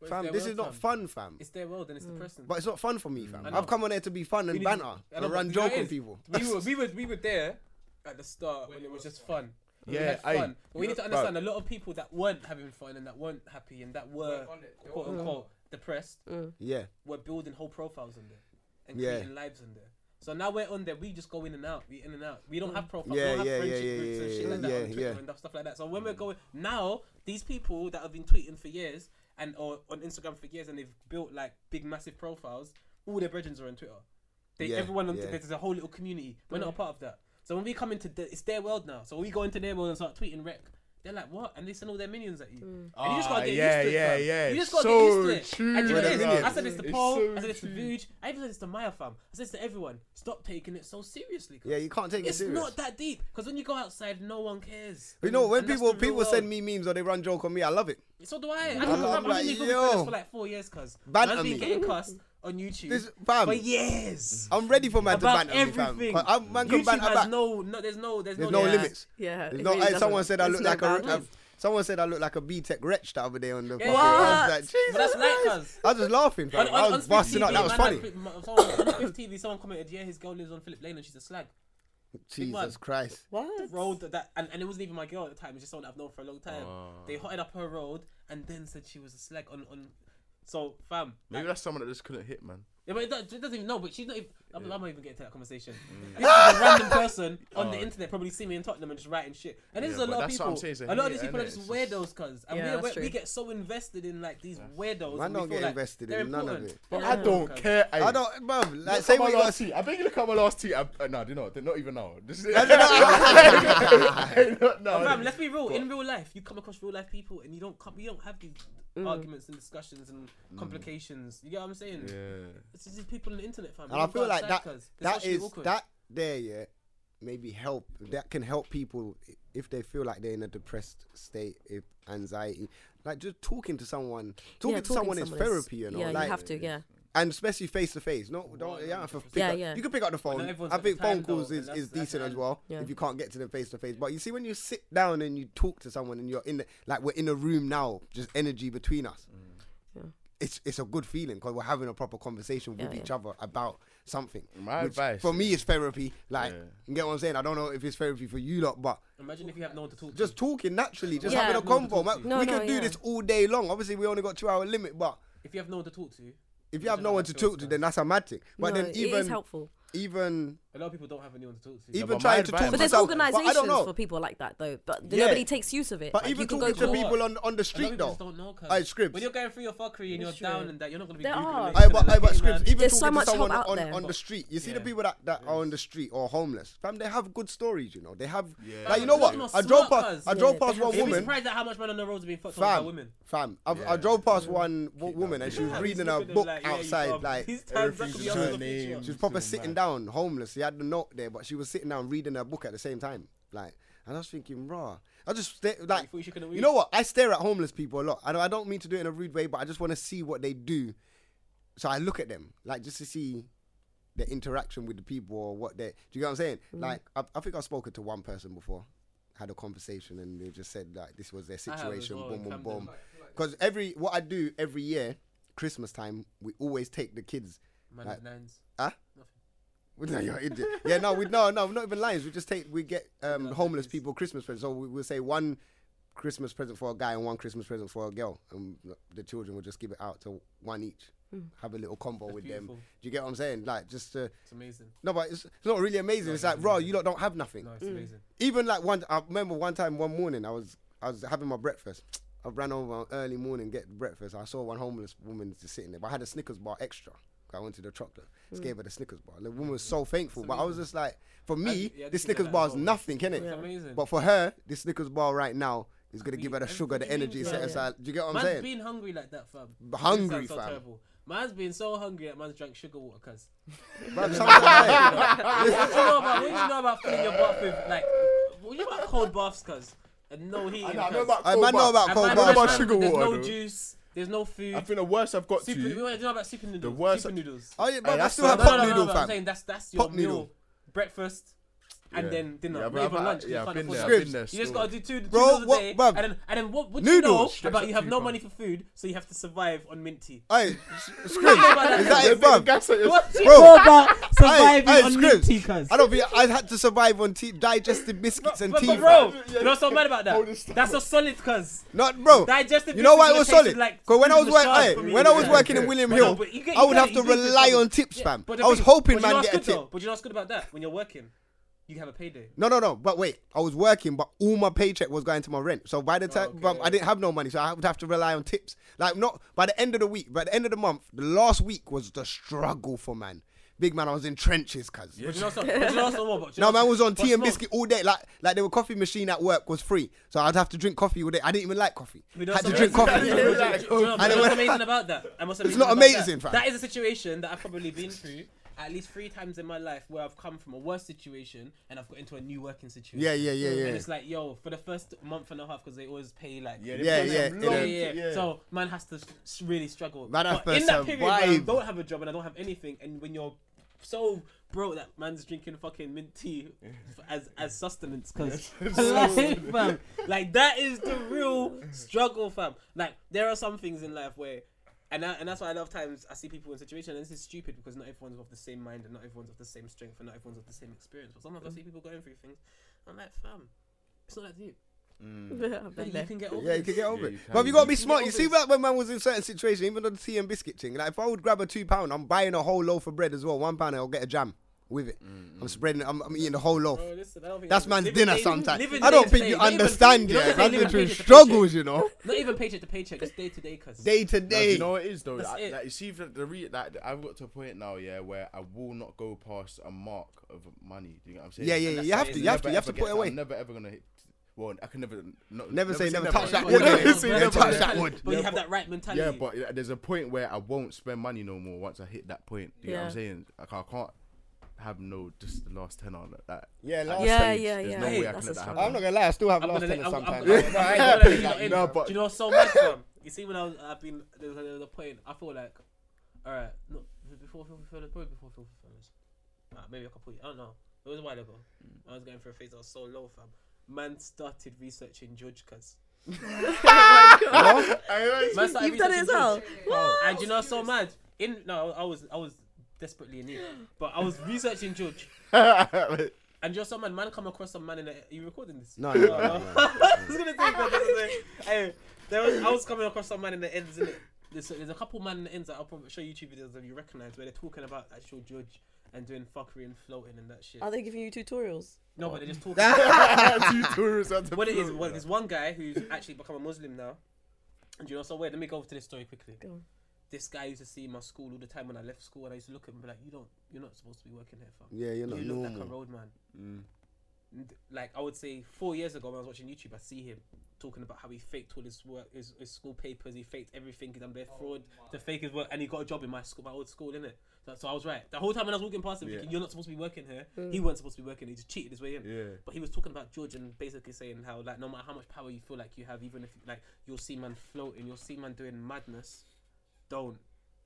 Speaker 7: But it's
Speaker 2: fam,
Speaker 7: their
Speaker 2: this
Speaker 7: world,
Speaker 2: is not
Speaker 7: fam.
Speaker 2: fun, fam.
Speaker 7: it's their world and it's depressing.
Speaker 2: But it's not fun for me, fam.
Speaker 7: I know.
Speaker 2: I've come on here to be fun
Speaker 7: We
Speaker 2: and
Speaker 7: need-
Speaker 2: banter,
Speaker 7: I know,
Speaker 2: and
Speaker 7: but
Speaker 2: run
Speaker 7: you know
Speaker 2: joke
Speaker 7: it
Speaker 2: on
Speaker 7: is.
Speaker 2: people. (laughs)
Speaker 7: We were, we were, we were there at the start when it was just fun. We
Speaker 3: Yeah,
Speaker 7: had
Speaker 3: aye.
Speaker 7: fun. But we
Speaker 3: You
Speaker 7: need to
Speaker 3: know-
Speaker 7: understand a lot of people that weren't having fun and that weren't happy and that were
Speaker 6: on it. Mm. They
Speaker 7: quote
Speaker 6: were on
Speaker 7: unquote depressed
Speaker 2: Yeah,
Speaker 7: we're building whole profiles on there and
Speaker 2: Yeah.
Speaker 7: creating lives on there. So now we're on there, we just go in and out, we in and out. We don't have profiles,
Speaker 2: Yeah,
Speaker 7: we don't
Speaker 2: yeah,
Speaker 7: have
Speaker 2: yeah,
Speaker 7: friendship
Speaker 2: yeah,
Speaker 7: groups and
Speaker 2: yeah,
Speaker 7: shit
Speaker 2: yeah,
Speaker 7: like that
Speaker 2: yeah,
Speaker 7: on Twitter
Speaker 2: yeah.
Speaker 7: and stuff like that. So when we're going now, these people that have been tweeting for years and or on Instagram for years and they've built like big massive profiles, all their brethren are on Twitter. They
Speaker 2: Yeah,
Speaker 7: everyone on
Speaker 2: yeah.
Speaker 7: there's a whole little community. We're not a part of that. So when we come into the, it's their world now. So we go into their world and start tweeting wreck. They're like, what? And they send all their minions at you. And you just gotta
Speaker 3: Ah,
Speaker 7: get
Speaker 3: yeah,
Speaker 7: used to it.
Speaker 3: yeah,
Speaker 7: fam.
Speaker 3: yeah.
Speaker 7: You just gotta
Speaker 3: So
Speaker 7: get used to it. And you
Speaker 3: true,
Speaker 7: know what it
Speaker 2: bruv.
Speaker 7: is? I said this to
Speaker 3: It's
Speaker 7: Paul,
Speaker 3: so
Speaker 7: I said this to Vuj, I even said this to Maya fam. I said this to everyone. Stop taking it so seriously. cuz.
Speaker 2: yeah. You can't take it
Speaker 7: It's
Speaker 2: serious.
Speaker 7: not that deep. Because when you go outside, no one cares.
Speaker 2: you know, when
Speaker 7: And that's
Speaker 2: people
Speaker 7: the real
Speaker 2: people send
Speaker 7: world.
Speaker 2: me memes or they run joke on me, I love it.
Speaker 7: So do I. I
Speaker 2: I'm
Speaker 7: don't know, I've
Speaker 2: like,
Speaker 7: been doing
Speaker 2: yo.
Speaker 7: this for like four years, cuz.
Speaker 2: Banter
Speaker 7: I've
Speaker 2: me.
Speaker 7: been getting cussed on YouTube
Speaker 2: This- fam.
Speaker 7: for years.
Speaker 2: I'm ready for man to
Speaker 7: About
Speaker 2: banter me, fam.
Speaker 7: everything.
Speaker 2: 'Cause I'm, man can
Speaker 7: YouTube
Speaker 2: banter
Speaker 7: has
Speaker 2: back.
Speaker 7: no, no, there's no, there's,
Speaker 2: There's
Speaker 7: no,
Speaker 2: no
Speaker 4: Yeah.
Speaker 2: limits.
Speaker 4: Yeah. it
Speaker 2: There's no,
Speaker 4: really
Speaker 2: hey,
Speaker 4: doesn't.
Speaker 2: someone said I
Speaker 4: There's
Speaker 2: look
Speaker 4: no
Speaker 2: like a,
Speaker 4: boundaries.
Speaker 2: a someone said I look like a B-Tech wretch the other day on the
Speaker 7: Yeah.
Speaker 2: fucking. I was
Speaker 4: What?
Speaker 2: like, Jesus
Speaker 7: But that's like
Speaker 2: Christ.
Speaker 7: us.
Speaker 2: I was just laughing, fam.
Speaker 7: On, on,
Speaker 2: I was
Speaker 7: on
Speaker 2: busting
Speaker 7: Swift
Speaker 2: up.
Speaker 7: TV,
Speaker 2: That was
Speaker 7: man,
Speaker 2: funny.
Speaker 7: like, m- someone, (coughs) on Swift TV, someone commented, "Yeah, his girl lives on Philip Lane and she's a slag." man.
Speaker 2: Jesus Christ.
Speaker 4: What?
Speaker 7: Road that, and, and it wasn't even my girl at the time. It was just someone I've known for a long time.
Speaker 3: Ah.
Speaker 7: They hotted up her road and then said she was a slag on on. So fam,
Speaker 3: Maybe that's someone that just couldn't hit, man.
Speaker 7: yeah, but it does- it doesn't even know. But she's not. Even, I'm, I'm not even getting to that conversation.
Speaker 3: Mm.
Speaker 7: This is
Speaker 2: (laughs)
Speaker 7: a random person on the internet probably see me in Tottenham and just writing shit. And this
Speaker 3: Oh. Yeah,
Speaker 7: is a
Speaker 3: but
Speaker 7: lot of
Speaker 3: that's what
Speaker 7: people.
Speaker 3: I'm saying, it's a
Speaker 7: a lot of
Speaker 3: hate,
Speaker 7: these people
Speaker 3: innit?
Speaker 7: are just
Speaker 3: It's
Speaker 7: weirdos, cuz and
Speaker 4: Yeah,
Speaker 7: we,
Speaker 4: that's
Speaker 7: we, we
Speaker 4: true.
Speaker 7: get so invested in like these weirdos.
Speaker 2: Man don't
Speaker 7: and we feel
Speaker 2: get
Speaker 7: like
Speaker 2: invested
Speaker 7: they're
Speaker 2: in none of
Speaker 7: important.
Speaker 2: it.
Speaker 3: But
Speaker 7: Yeah.
Speaker 3: I don't care.
Speaker 2: I don't, bro. Like,
Speaker 3: Look
Speaker 2: say
Speaker 3: at my
Speaker 2: what you
Speaker 3: last
Speaker 2: got.
Speaker 3: tweet. I beg you look at my last tweet. I, uh, no, do not. Not even now. (laughs) This is. no,
Speaker 7: But
Speaker 3: no.
Speaker 7: fam, let's be real. In real life, you come across real life people, and you don't come, you don't have these
Speaker 2: Mm.
Speaker 7: arguments and discussions and
Speaker 4: Mm.
Speaker 7: complications. You get what I'm saying?
Speaker 3: Yeah.
Speaker 7: It's just these people on the internet, fam.
Speaker 2: And I feel like that that is that there, yeah. maybe help that can help people i- if they feel like they're in a depressed state, if anxiety, like just talking to someone, talking to someone is
Speaker 4: someone
Speaker 2: therapy, you know,
Speaker 4: Yeah,
Speaker 2: like
Speaker 4: you have to. Yeah,
Speaker 2: and especially face to face. No, don't. Yeah, for pick
Speaker 4: Yeah,
Speaker 2: up-
Speaker 4: yeah.
Speaker 2: You can pick up the phone.
Speaker 7: everyone's
Speaker 2: I
Speaker 7: got the
Speaker 2: think phone
Speaker 7: time, though,
Speaker 2: calls is,
Speaker 7: and
Speaker 2: is
Speaker 7: that's-
Speaker 2: decent
Speaker 7: that's-
Speaker 2: as well
Speaker 4: Yeah.
Speaker 2: if you can't get to them face to face. But you see, when you sit down and you talk to someone and you're in the like we're in a room now, just energy between us.
Speaker 7: Mm.
Speaker 4: Yeah.
Speaker 2: It's it's a good feeling because we're having a proper conversation with
Speaker 4: Yeah,
Speaker 2: each
Speaker 4: yeah.
Speaker 2: other about something.
Speaker 3: My advice
Speaker 2: for me is therapy. Like
Speaker 3: Yeah.
Speaker 2: you get what I'm saying. I don't know if it's therapy for you lot, but
Speaker 7: Imagine if you have no one to talk to.
Speaker 2: just talking naturally, just
Speaker 4: Yeah.
Speaker 2: having a
Speaker 7: No, we
Speaker 2: convo.
Speaker 7: talk to
Speaker 2: man.
Speaker 7: you.
Speaker 4: No,
Speaker 2: we
Speaker 4: no,
Speaker 2: can do
Speaker 4: yeah.
Speaker 2: this all day long. Obviously, we only got two hour limit, but
Speaker 7: if you have no one to talk to,
Speaker 2: if you have
Speaker 7: Imagine
Speaker 2: no
Speaker 7: how
Speaker 2: one
Speaker 7: that
Speaker 2: to
Speaker 7: feels,
Speaker 2: talk to,
Speaker 7: man.
Speaker 2: then that's a mad thing. But
Speaker 4: No,
Speaker 2: then
Speaker 4: it is
Speaker 2: even
Speaker 4: helpful.
Speaker 2: even
Speaker 7: a lot of people don't have anyone to talk to.
Speaker 2: even
Speaker 3: but
Speaker 2: trying to
Speaker 3: my advice-
Speaker 2: talk
Speaker 4: But
Speaker 2: to
Speaker 4: there's
Speaker 2: someone- but I
Speaker 4: organisations
Speaker 2: don't know.
Speaker 4: for people like that, though. But th-
Speaker 2: Yeah.
Speaker 4: nobody takes use of it.
Speaker 2: But
Speaker 4: Like,
Speaker 2: even
Speaker 4: you can
Speaker 2: talking
Speaker 4: go
Speaker 2: to
Speaker 4: to
Speaker 7: people
Speaker 2: people on on the
Speaker 7: A lot
Speaker 2: street
Speaker 7: of people
Speaker 2: though.
Speaker 7: just don't know. cuz.
Speaker 2: Aye, scripts.
Speaker 7: When you're going through your fuckery and you're
Speaker 4: It's
Speaker 7: down
Speaker 4: true.
Speaker 7: and that, you're not gonna be.
Speaker 4: There
Speaker 7: Googling
Speaker 4: are.
Speaker 7: it.
Speaker 2: Aye,
Speaker 7: You're
Speaker 2: but,
Speaker 7: gonna
Speaker 2: aye,
Speaker 7: be
Speaker 2: but
Speaker 7: like,
Speaker 2: scripts, even
Speaker 4: There's so
Speaker 2: talking
Speaker 4: much
Speaker 2: to
Speaker 4: help
Speaker 2: someone
Speaker 4: out
Speaker 2: on,
Speaker 4: there.
Speaker 2: on the street. You see the
Speaker 7: Yeah.
Speaker 2: people that, that are on the street or homeless. Fam, they have good stories, you know. They have
Speaker 3: Yeah.
Speaker 2: like you know
Speaker 3: They're
Speaker 2: what?
Speaker 7: not
Speaker 2: I drove
Speaker 7: smart
Speaker 2: past
Speaker 7: cuz.
Speaker 2: I
Speaker 7: Yeah,
Speaker 2: drove
Speaker 4: they
Speaker 2: past
Speaker 4: have
Speaker 2: one
Speaker 4: to be
Speaker 7: You'd be
Speaker 2: woman.
Speaker 7: surprised at how much man on the roads are being fucked over by
Speaker 2: Fam,
Speaker 7: women.
Speaker 2: fam. I, I
Speaker 3: Yeah.
Speaker 2: drove past one w-
Speaker 3: Keep
Speaker 2: woman
Speaker 3: that
Speaker 2: and she
Speaker 3: bitch.
Speaker 2: was
Speaker 3: Yeah,
Speaker 2: reading
Speaker 7: He's
Speaker 2: a
Speaker 7: looking
Speaker 2: book
Speaker 7: at him like, yeah, you
Speaker 2: outside,
Speaker 7: bum. (laughs)
Speaker 2: like
Speaker 7: These times, that
Speaker 3: everything's
Speaker 7: could be us in the
Speaker 3: just
Speaker 7: future.
Speaker 3: names.
Speaker 2: She was proper
Speaker 3: So
Speaker 2: sitting
Speaker 3: mad.
Speaker 2: down, homeless. She had the note there, but she was sitting down reading her book at the same time. Like, and I was thinking, raw. I just stare, like,
Speaker 7: thought you should kinda
Speaker 2: you know what? I stare at homeless people a lot. I don't, I don't mean to do it in a rude way, but I just want to see what they do. So I look at them, like, just to see their interaction with the people or what they. Do you get what I'm saying? Like, I, I think I've spoken to one person before, had a conversation, and they just said like this was their
Speaker 7: I have as
Speaker 2: situation.
Speaker 7: well
Speaker 2: boom,
Speaker 7: in
Speaker 2: boom,
Speaker 7: Camden.
Speaker 2: boom. Because every what I do every year, Christmas time, we always take the kids.
Speaker 7: Man
Speaker 2: Like-
Speaker 7: with nines.
Speaker 2: Huh?
Speaker 7: Nothing.
Speaker 2: (laughs) No, you're an idiot. Yeah, no, we no, no, not even lions. We just take, we get um, homeless people Christmas presents. So we, we'll say one Christmas present for a guy and one Christmas present for a girl, and the children will just give it out to one each. Have a little combo with them.
Speaker 7: beautiful.
Speaker 2: Do you get what I'm saying? Like, just uh,
Speaker 7: It's amazing.
Speaker 2: no, but it's, it's not really amazing. it's like, bro, you lot don't have nothing.
Speaker 7: No, it's
Speaker 4: Mm.
Speaker 7: amazing.
Speaker 2: Even like one, I remember one time, one morning, I was I was having my breakfast. I ran over early morning get breakfast. I saw one homeless woman just sitting there, but I had a Snickers bar extra. 'cause I wanted a chocolate. Just gave her the Snickers bar. The woman was so thankful, but I was just like, for me,
Speaker 7: I- yeah, I
Speaker 2: this
Speaker 7: think
Speaker 2: Snickers
Speaker 7: that
Speaker 2: bar
Speaker 7: as
Speaker 2: is
Speaker 7: well.
Speaker 2: nothing, can it?
Speaker 7: It's amazing.
Speaker 2: But for her, this Snickers bar right now is gonna
Speaker 7: Be
Speaker 2: give her the sugar, the
Speaker 7: everything
Speaker 2: energy
Speaker 7: you
Speaker 2: set
Speaker 7: need.
Speaker 2: aside. Do you get what I'm
Speaker 7: Man's
Speaker 2: saying?
Speaker 7: being hungry like that, fam.
Speaker 2: B- hungry,
Speaker 7: This sounds so
Speaker 2: fam.
Speaker 7: Terrible. Man's been so hungry that man's drank sugar water,
Speaker 3: (laughs)
Speaker 7: cuz.
Speaker 2: Bruv, something like-
Speaker 7: what do you know about? What do you know about filling your bath with like? What do you know about cold baths, cuz? And no heating.
Speaker 3: I know
Speaker 7: cuz.
Speaker 3: about
Speaker 2: I
Speaker 3: cold
Speaker 2: might know
Speaker 3: bath.
Speaker 2: about
Speaker 7: And
Speaker 2: cold
Speaker 7: man-
Speaker 2: bar.
Speaker 7: man-
Speaker 3: about
Speaker 7: man-
Speaker 3: sugar
Speaker 7: There's
Speaker 3: water,
Speaker 7: no
Speaker 3: though.
Speaker 7: juice. There's no food.
Speaker 3: I think the worst I've got
Speaker 7: Super,
Speaker 3: to.
Speaker 7: we want to know about soup noodles.
Speaker 3: The worst-
Speaker 7: Soup noodles.
Speaker 2: Oh yeah, but I
Speaker 3: that's
Speaker 2: still
Speaker 3: what
Speaker 2: have
Speaker 3: I'm-
Speaker 7: no,
Speaker 2: pop
Speaker 7: no, no,
Speaker 2: noodle,
Speaker 7: no, I'm
Speaker 2: fam.
Speaker 7: saying that's that's your
Speaker 2: Pot noodle.
Speaker 7: meal, breakfast, and
Speaker 3: Yeah.
Speaker 7: then dinner.
Speaker 3: Yeah,
Speaker 7: not
Speaker 3: but
Speaker 7: even
Speaker 3: I've-
Speaker 7: lunch.
Speaker 3: yeah,
Speaker 7: 'cause you
Speaker 3: I've
Speaker 7: can't
Speaker 3: been
Speaker 7: afford
Speaker 3: there,
Speaker 7: lunch.
Speaker 3: I've been there
Speaker 7: You just
Speaker 3: still.
Speaker 7: gotta do two, two
Speaker 2: Bro,
Speaker 7: meals
Speaker 2: what-
Speaker 7: a day,
Speaker 2: bruv,
Speaker 7: and then and then what would
Speaker 2: noodles.
Speaker 7: you know
Speaker 3: Stretch
Speaker 7: about
Speaker 3: it
Speaker 7: you have
Speaker 3: too
Speaker 7: no
Speaker 3: far.
Speaker 7: money for food, so you have to survive on mint tea. (laughs)
Speaker 2: Hey, Scribs, is that it, fam?
Speaker 7: What do you
Speaker 2: Bro.
Speaker 7: know about
Speaker 2: Aye,
Speaker 7: surviving
Speaker 2: aye,
Speaker 7: on mint
Speaker 2: Scribs.
Speaker 7: tea, cuz?
Speaker 2: I don't think I had to survive on tea, digestive biscuits and
Speaker 7: But,
Speaker 2: tea.
Speaker 7: but
Speaker 2: fam.
Speaker 7: bro, you're not so mad about that. That's a solid, cuz.
Speaker 2: not bro.
Speaker 7: Digestive
Speaker 2: You know why it was
Speaker 7: biscuits
Speaker 2: solid?
Speaker 7: tasted like
Speaker 2: Cause when I
Speaker 7: food
Speaker 2: was
Speaker 7: in the
Speaker 2: working,
Speaker 7: shower
Speaker 2: aye,
Speaker 7: for me
Speaker 2: when I
Speaker 7: when
Speaker 2: was
Speaker 7: I was
Speaker 2: working in
Speaker 3: there.
Speaker 2: William
Speaker 7: But
Speaker 2: Hill,
Speaker 7: no, but you get-
Speaker 2: I
Speaker 7: you
Speaker 2: would
Speaker 7: get-
Speaker 2: have
Speaker 7: you
Speaker 2: to
Speaker 7: do get
Speaker 2: rely
Speaker 7: trouble.
Speaker 2: on tips, fam.
Speaker 7: but the
Speaker 2: I was
Speaker 7: thing-
Speaker 2: hoping
Speaker 7: but you know
Speaker 2: man
Speaker 7: what's
Speaker 2: get a
Speaker 7: good
Speaker 2: tip.
Speaker 7: though? But you know what's good about that? When you're working, you have a payday.
Speaker 2: No, no, no. But wait, I was working, but all my paycheck was going to my rent. So by the time, but I didn't have no money, so I would have to rely on tips. Like not by the end of the week, by the end of the month, the last week was the struggle for man. Big man, I was in trenches, cuz. (laughs)
Speaker 7: But you know so, but you know so what? But you
Speaker 2: No,
Speaker 7: know
Speaker 2: man
Speaker 7: so-
Speaker 2: was on
Speaker 7: but
Speaker 2: tea and
Speaker 7: Smoke,
Speaker 2: biscuit all day. Like, like the coffee machine at work was free, so I'd have to drink coffee all day. I didn't even like coffee.
Speaker 7: We know
Speaker 2: Had to
Speaker 7: some-
Speaker 2: drink coffee. (laughs)
Speaker 7: (laughs) Do you know do you know- do you (laughs) know what's amazing about that? And what's amazing
Speaker 2: not
Speaker 7: about that?
Speaker 2: amazing, fam.
Speaker 7: That is a situation that I've probably been through at least three times in my life where I've come from a worse situation and I've got into a new working situation.
Speaker 2: Yeah, yeah, yeah,
Speaker 7: And
Speaker 2: yeah.
Speaker 7: it's like, yo, for the first month and a half, because they always pay like.
Speaker 3: (laughs) Yeah,
Speaker 7: Yeah,
Speaker 3: they
Speaker 2: Yeah, yeah,
Speaker 3: put them
Speaker 2: yeah.
Speaker 3: long-
Speaker 7: yeah, yeah. So man has to s- really struggle.
Speaker 2: Man has
Speaker 7: but
Speaker 2: to
Speaker 7: in that period, where I
Speaker 2: survive.
Speaker 7: don't have a job and I don't have anything, and when you're so broke that man's drinking fucking mint tea f- as as sustenance, cause (laughs) like, fam, like that is the real struggle, fam. Like there are some things in life where. And, I, and that's why a lot of times I see people in situations, and this is stupid because not everyone's of the same mind and not everyone's of the same strength and not everyone's of the same experience. But sometimes I see people going through things, I'm like, fam, it's not that deep.
Speaker 4: I've been
Speaker 7: Like,
Speaker 4: there.
Speaker 7: you can get over
Speaker 2: Yeah, you
Speaker 7: this.
Speaker 2: can get over
Speaker 3: Yeah,
Speaker 2: it.
Speaker 3: you can.
Speaker 2: but you gotta be
Speaker 7: You can
Speaker 2: smart.
Speaker 7: get
Speaker 2: You
Speaker 7: over
Speaker 2: see
Speaker 7: it.
Speaker 2: that when man was in certain situations, even on the tea and biscuit thing. Like if I would grab a two pound, I'm buying a whole loaf of bread as well. One pound, I'll get a jam with it. I'm spreading. it. I'm, I'm eating the whole loaf.
Speaker 7: Bro, Oh, listen, I don't think
Speaker 2: That's
Speaker 7: I'm-
Speaker 2: man's
Speaker 7: living
Speaker 2: dinner
Speaker 7: day-
Speaker 2: sometimes.
Speaker 7: living
Speaker 2: I
Speaker 7: day
Speaker 2: don't
Speaker 7: to
Speaker 2: think
Speaker 7: day.
Speaker 2: you
Speaker 7: Not even-
Speaker 2: understand,
Speaker 7: you know
Speaker 2: yeah.
Speaker 7: what
Speaker 2: Man
Speaker 7: I'm saying? Living
Speaker 2: literally
Speaker 7: paycheck to
Speaker 2: struggles, you know,
Speaker 7: paycheck. Not even paycheck to paycheck, it's day to day, cuz.
Speaker 2: day to
Speaker 3: No, do
Speaker 2: day.
Speaker 3: you know what it is though.
Speaker 7: That's
Speaker 3: I,
Speaker 7: it.
Speaker 3: Like, you see, the, the re- like, I've got to a point now, yeah, where I will not go past a mark of money. Do you know what I'm saying?
Speaker 2: Yeah, yeah, yeah.
Speaker 7: that's
Speaker 2: You have
Speaker 7: amazing.
Speaker 2: to, you have to, you have to
Speaker 3: Never ever
Speaker 2: put
Speaker 3: get-
Speaker 2: it away.
Speaker 3: I'm never ever gonna. Hit, well, I can never. No,
Speaker 2: Never say never. Touch that
Speaker 7: But
Speaker 2: wood.
Speaker 7: you have
Speaker 2: innit?
Speaker 7: that-
Speaker 3: say
Speaker 2: Yeah,
Speaker 3: never.
Speaker 2: Touch
Speaker 7: but-
Speaker 2: that wood.
Speaker 7: But you have that right mentality.
Speaker 3: Yeah, but yeah, there's a point where I won't spend money no more once I hit that point. Do you know what I'm
Speaker 4: Yeah.
Speaker 3: saying? Like, I can't have no just the last ten on that.
Speaker 2: Yeah, last
Speaker 4: Yeah,
Speaker 3: stage,
Speaker 4: yeah,
Speaker 3: There's
Speaker 4: yeah.
Speaker 3: no way I can let
Speaker 4: That's a
Speaker 3: that
Speaker 4: struggle.
Speaker 3: happen.
Speaker 2: I'm not gonna lie, I still have
Speaker 7: I'm
Speaker 2: lost
Speaker 7: gonna let-
Speaker 2: tennis
Speaker 7: I'm- I'm
Speaker 2: sometimes.
Speaker 7: gonna-
Speaker 2: But I
Speaker 7: I'm
Speaker 2: ain't
Speaker 7: gonna
Speaker 2: gonna
Speaker 7: let
Speaker 2: put it
Speaker 7: you
Speaker 2: (laughs)
Speaker 7: lot
Speaker 2: like-
Speaker 7: in.
Speaker 2: no,
Speaker 7: Do
Speaker 2: but
Speaker 7: you know what's
Speaker 4: (coughs)
Speaker 7: so mad fam? You see, when I was, I've been there was, a, there was a point I feel like, all right, no, b- before Phil Fulfillers, probably before Phil Fulfillers, uh, maybe a couple. Years, I don't know. It was a while ago. I was going through a phase I was so low, fam. Man started researching
Speaker 2: (laughs)
Speaker 7: Judge (laughs) Cuz. Man started
Speaker 4: You've done it as
Speaker 7: researching
Speaker 4: well.
Speaker 7: Judge. And you know, so mad. In no, I was I was desperately in need, but I was researching Judge. And you're some man, man come across some man in a, you recording this?
Speaker 2: No, no, no,
Speaker 7: (laughs) I
Speaker 2: no,
Speaker 7: was gonna take that. that was it. Hey, there was, I was coming across some man in the ends, innit? There's, there's a couple man in the ends that I'll probably show YouTube videos that you recognize where they're talking about actual judge and doing fuckery and floating and that shit.
Speaker 4: Are they giving you tutorials?
Speaker 7: No, but
Speaker 4: (laughs)
Speaker 7: they're just talking.
Speaker 3: (laughs)
Speaker 7: what it is, well,
Speaker 3: is
Speaker 7: there's one guy who's actually become a Muslim now. And you know, so wait, let me go over to this story quickly.
Speaker 4: Go on.
Speaker 7: This guy used to see my school all the time when I left school, and I used to look at him and be like, "You don't, you're not supposed to be working here, fam.
Speaker 2: (laughs) Yeah, you're not
Speaker 7: you look like a
Speaker 2: normal.
Speaker 7: road man."
Speaker 3: Mm.
Speaker 7: N- Like I would say, four years ago when I was watching YouTube, I see him talking about how he faked all his work, his, his school papers, he faked everything, he's done bare fraud to fake his work, and he got a job in my school, my old school, innit? So, so I was right. The whole time when I was walking past him,
Speaker 3: Yeah.
Speaker 7: thinking, "You're not supposed to be working here." He wasn't supposed to be working. He just cheated his way in.
Speaker 3: Yeah.
Speaker 7: But he was talking about George and basically saying how like no matter how much power you feel like you have, even if like you'll see man floating, you'll see man doing madness, don't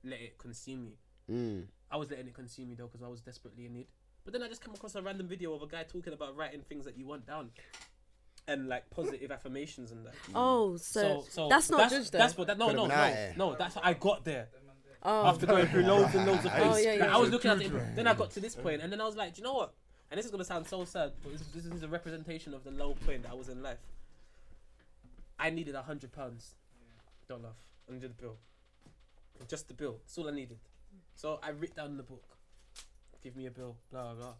Speaker 7: let it consume you.
Speaker 2: Mm.
Speaker 7: I was letting it consume me though because I was desperately in need. But then I just came across a random video of a guy talking about writing things that you want down, and like positive affirmations and that.
Speaker 4: Oh, so, that's not
Speaker 7: that's,
Speaker 4: judge though.
Speaker 7: That's what that no
Speaker 2: Could've
Speaker 7: no
Speaker 2: been
Speaker 7: no
Speaker 2: I.
Speaker 7: no. That's what I got there
Speaker 4: oh,
Speaker 7: after going through loads and loads of things.
Speaker 4: yeah,
Speaker 7: Like,
Speaker 4: yeah.
Speaker 7: I was looking at it, then I got to this point, and then I was like, do you know what? And this is gonna sound so sad, but this, this is a representation of the low point that I was in life. I needed a hundred pounds. Don't laugh. I needed the bill. Just the bill. That's all I needed. So I wrote down the book. Give me a bill. Blah blah. blah.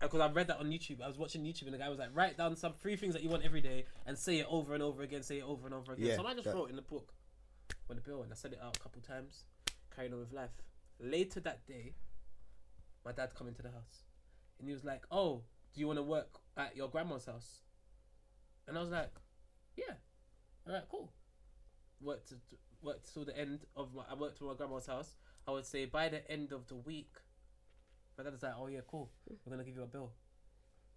Speaker 7: Because I read that on YouTube. I was watching YouTube, and the guy was like, "Write down some three things that you want every day, and say it over and over again. Say it over and over again."
Speaker 2: Yeah,
Speaker 7: so I just
Speaker 2: that-
Speaker 7: wrote in the book on the bill and I said it out a couple times, carried on with life. Later that day, my dad come into the house and he was like, Oh, do you want to work at your grandma's house? And I was like, Yeah, all right, cool. Worked, to, worked till the end of my, I worked to my grandma's house. I would say by the end of the week, my dad was like, Oh, yeah, cool. We're going to give you a bill.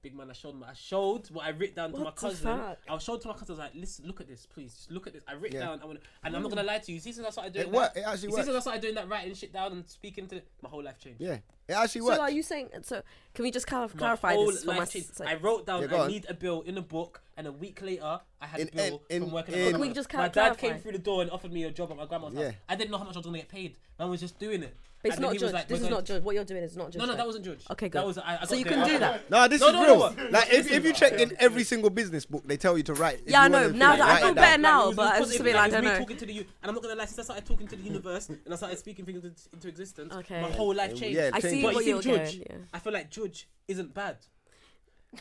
Speaker 7: Big man, I showed him. I showed what I wrote down to
Speaker 4: What
Speaker 7: my
Speaker 4: the
Speaker 7: cousin.
Speaker 4: fuck?
Speaker 7: I showed to my cousin. I was like, "Listen, look at this, please. Just look at this. I wrote
Speaker 2: Yeah.
Speaker 7: down. I want, and I'm not
Speaker 4: Mm.
Speaker 7: gonna lie to you. Since I started doing
Speaker 2: It
Speaker 7: that,
Speaker 2: worked. It actually
Speaker 7: since I
Speaker 2: worked.
Speaker 7: started doing that, writing shit down and speaking to my whole life changed.
Speaker 2: Yeah, it actually
Speaker 4: so are
Speaker 2: worked.
Speaker 4: you saying? So can we just clarif-
Speaker 7: My
Speaker 4: clarify
Speaker 7: whole
Speaker 4: this for
Speaker 7: life
Speaker 4: my?
Speaker 7: changed.
Speaker 4: sake?
Speaker 7: I wrote down
Speaker 2: Yeah, go
Speaker 7: I
Speaker 2: on.
Speaker 7: need a bill in a book, and a week later I had
Speaker 2: In-
Speaker 7: a bill
Speaker 2: in-
Speaker 7: from working.
Speaker 2: in-
Speaker 7: at
Speaker 2: Can
Speaker 7: my
Speaker 2: we
Speaker 4: just
Speaker 7: grandma's. my dad
Speaker 4: clarify?
Speaker 7: came through the door and offered me a job at my grandma's
Speaker 2: Yeah.
Speaker 7: house. I didn't know how much I was gonna get paid. Man was just doing it.
Speaker 4: But it's
Speaker 7: And then
Speaker 4: not
Speaker 7: he was
Speaker 4: judge.
Speaker 7: like,
Speaker 4: this
Speaker 7: we're
Speaker 4: is
Speaker 7: going-
Speaker 4: not judge. What you're doing is not judge.
Speaker 7: No, no,
Speaker 4: though.
Speaker 7: that wasn't judge.
Speaker 4: Okay, good.
Speaker 7: That was I, I
Speaker 4: so
Speaker 7: got
Speaker 4: you
Speaker 7: there.
Speaker 4: can do that.
Speaker 2: No, this
Speaker 7: No,
Speaker 2: is
Speaker 7: no,
Speaker 2: real.
Speaker 7: no.
Speaker 2: Like if, if you checked in every single business book, they tell you to write. if
Speaker 4: Yeah, I
Speaker 2: you
Speaker 4: know.
Speaker 2: wanna
Speaker 4: Now
Speaker 2: feel it,
Speaker 4: that I
Speaker 2: write
Speaker 4: feel
Speaker 2: it down.
Speaker 4: better now,
Speaker 7: it was
Speaker 4: but I
Speaker 7: because
Speaker 4: just
Speaker 7: it-
Speaker 4: feel
Speaker 7: like,
Speaker 4: I
Speaker 7: it was
Speaker 4: don't
Speaker 7: me
Speaker 4: know.
Speaker 7: Talking to the, u- and I'm not gonna lie, since I started talking to the universe and I started speaking things into- into existence,
Speaker 4: Okay.
Speaker 7: my whole life
Speaker 2: Yeah,
Speaker 7: changed.
Speaker 2: yeah,
Speaker 4: I
Speaker 2: change
Speaker 4: see
Speaker 2: it.
Speaker 7: But
Speaker 4: what
Speaker 7: you
Speaker 4: you're
Speaker 7: see, Judge,
Speaker 4: doing. Yeah.
Speaker 7: I feel like Judge isn't bad.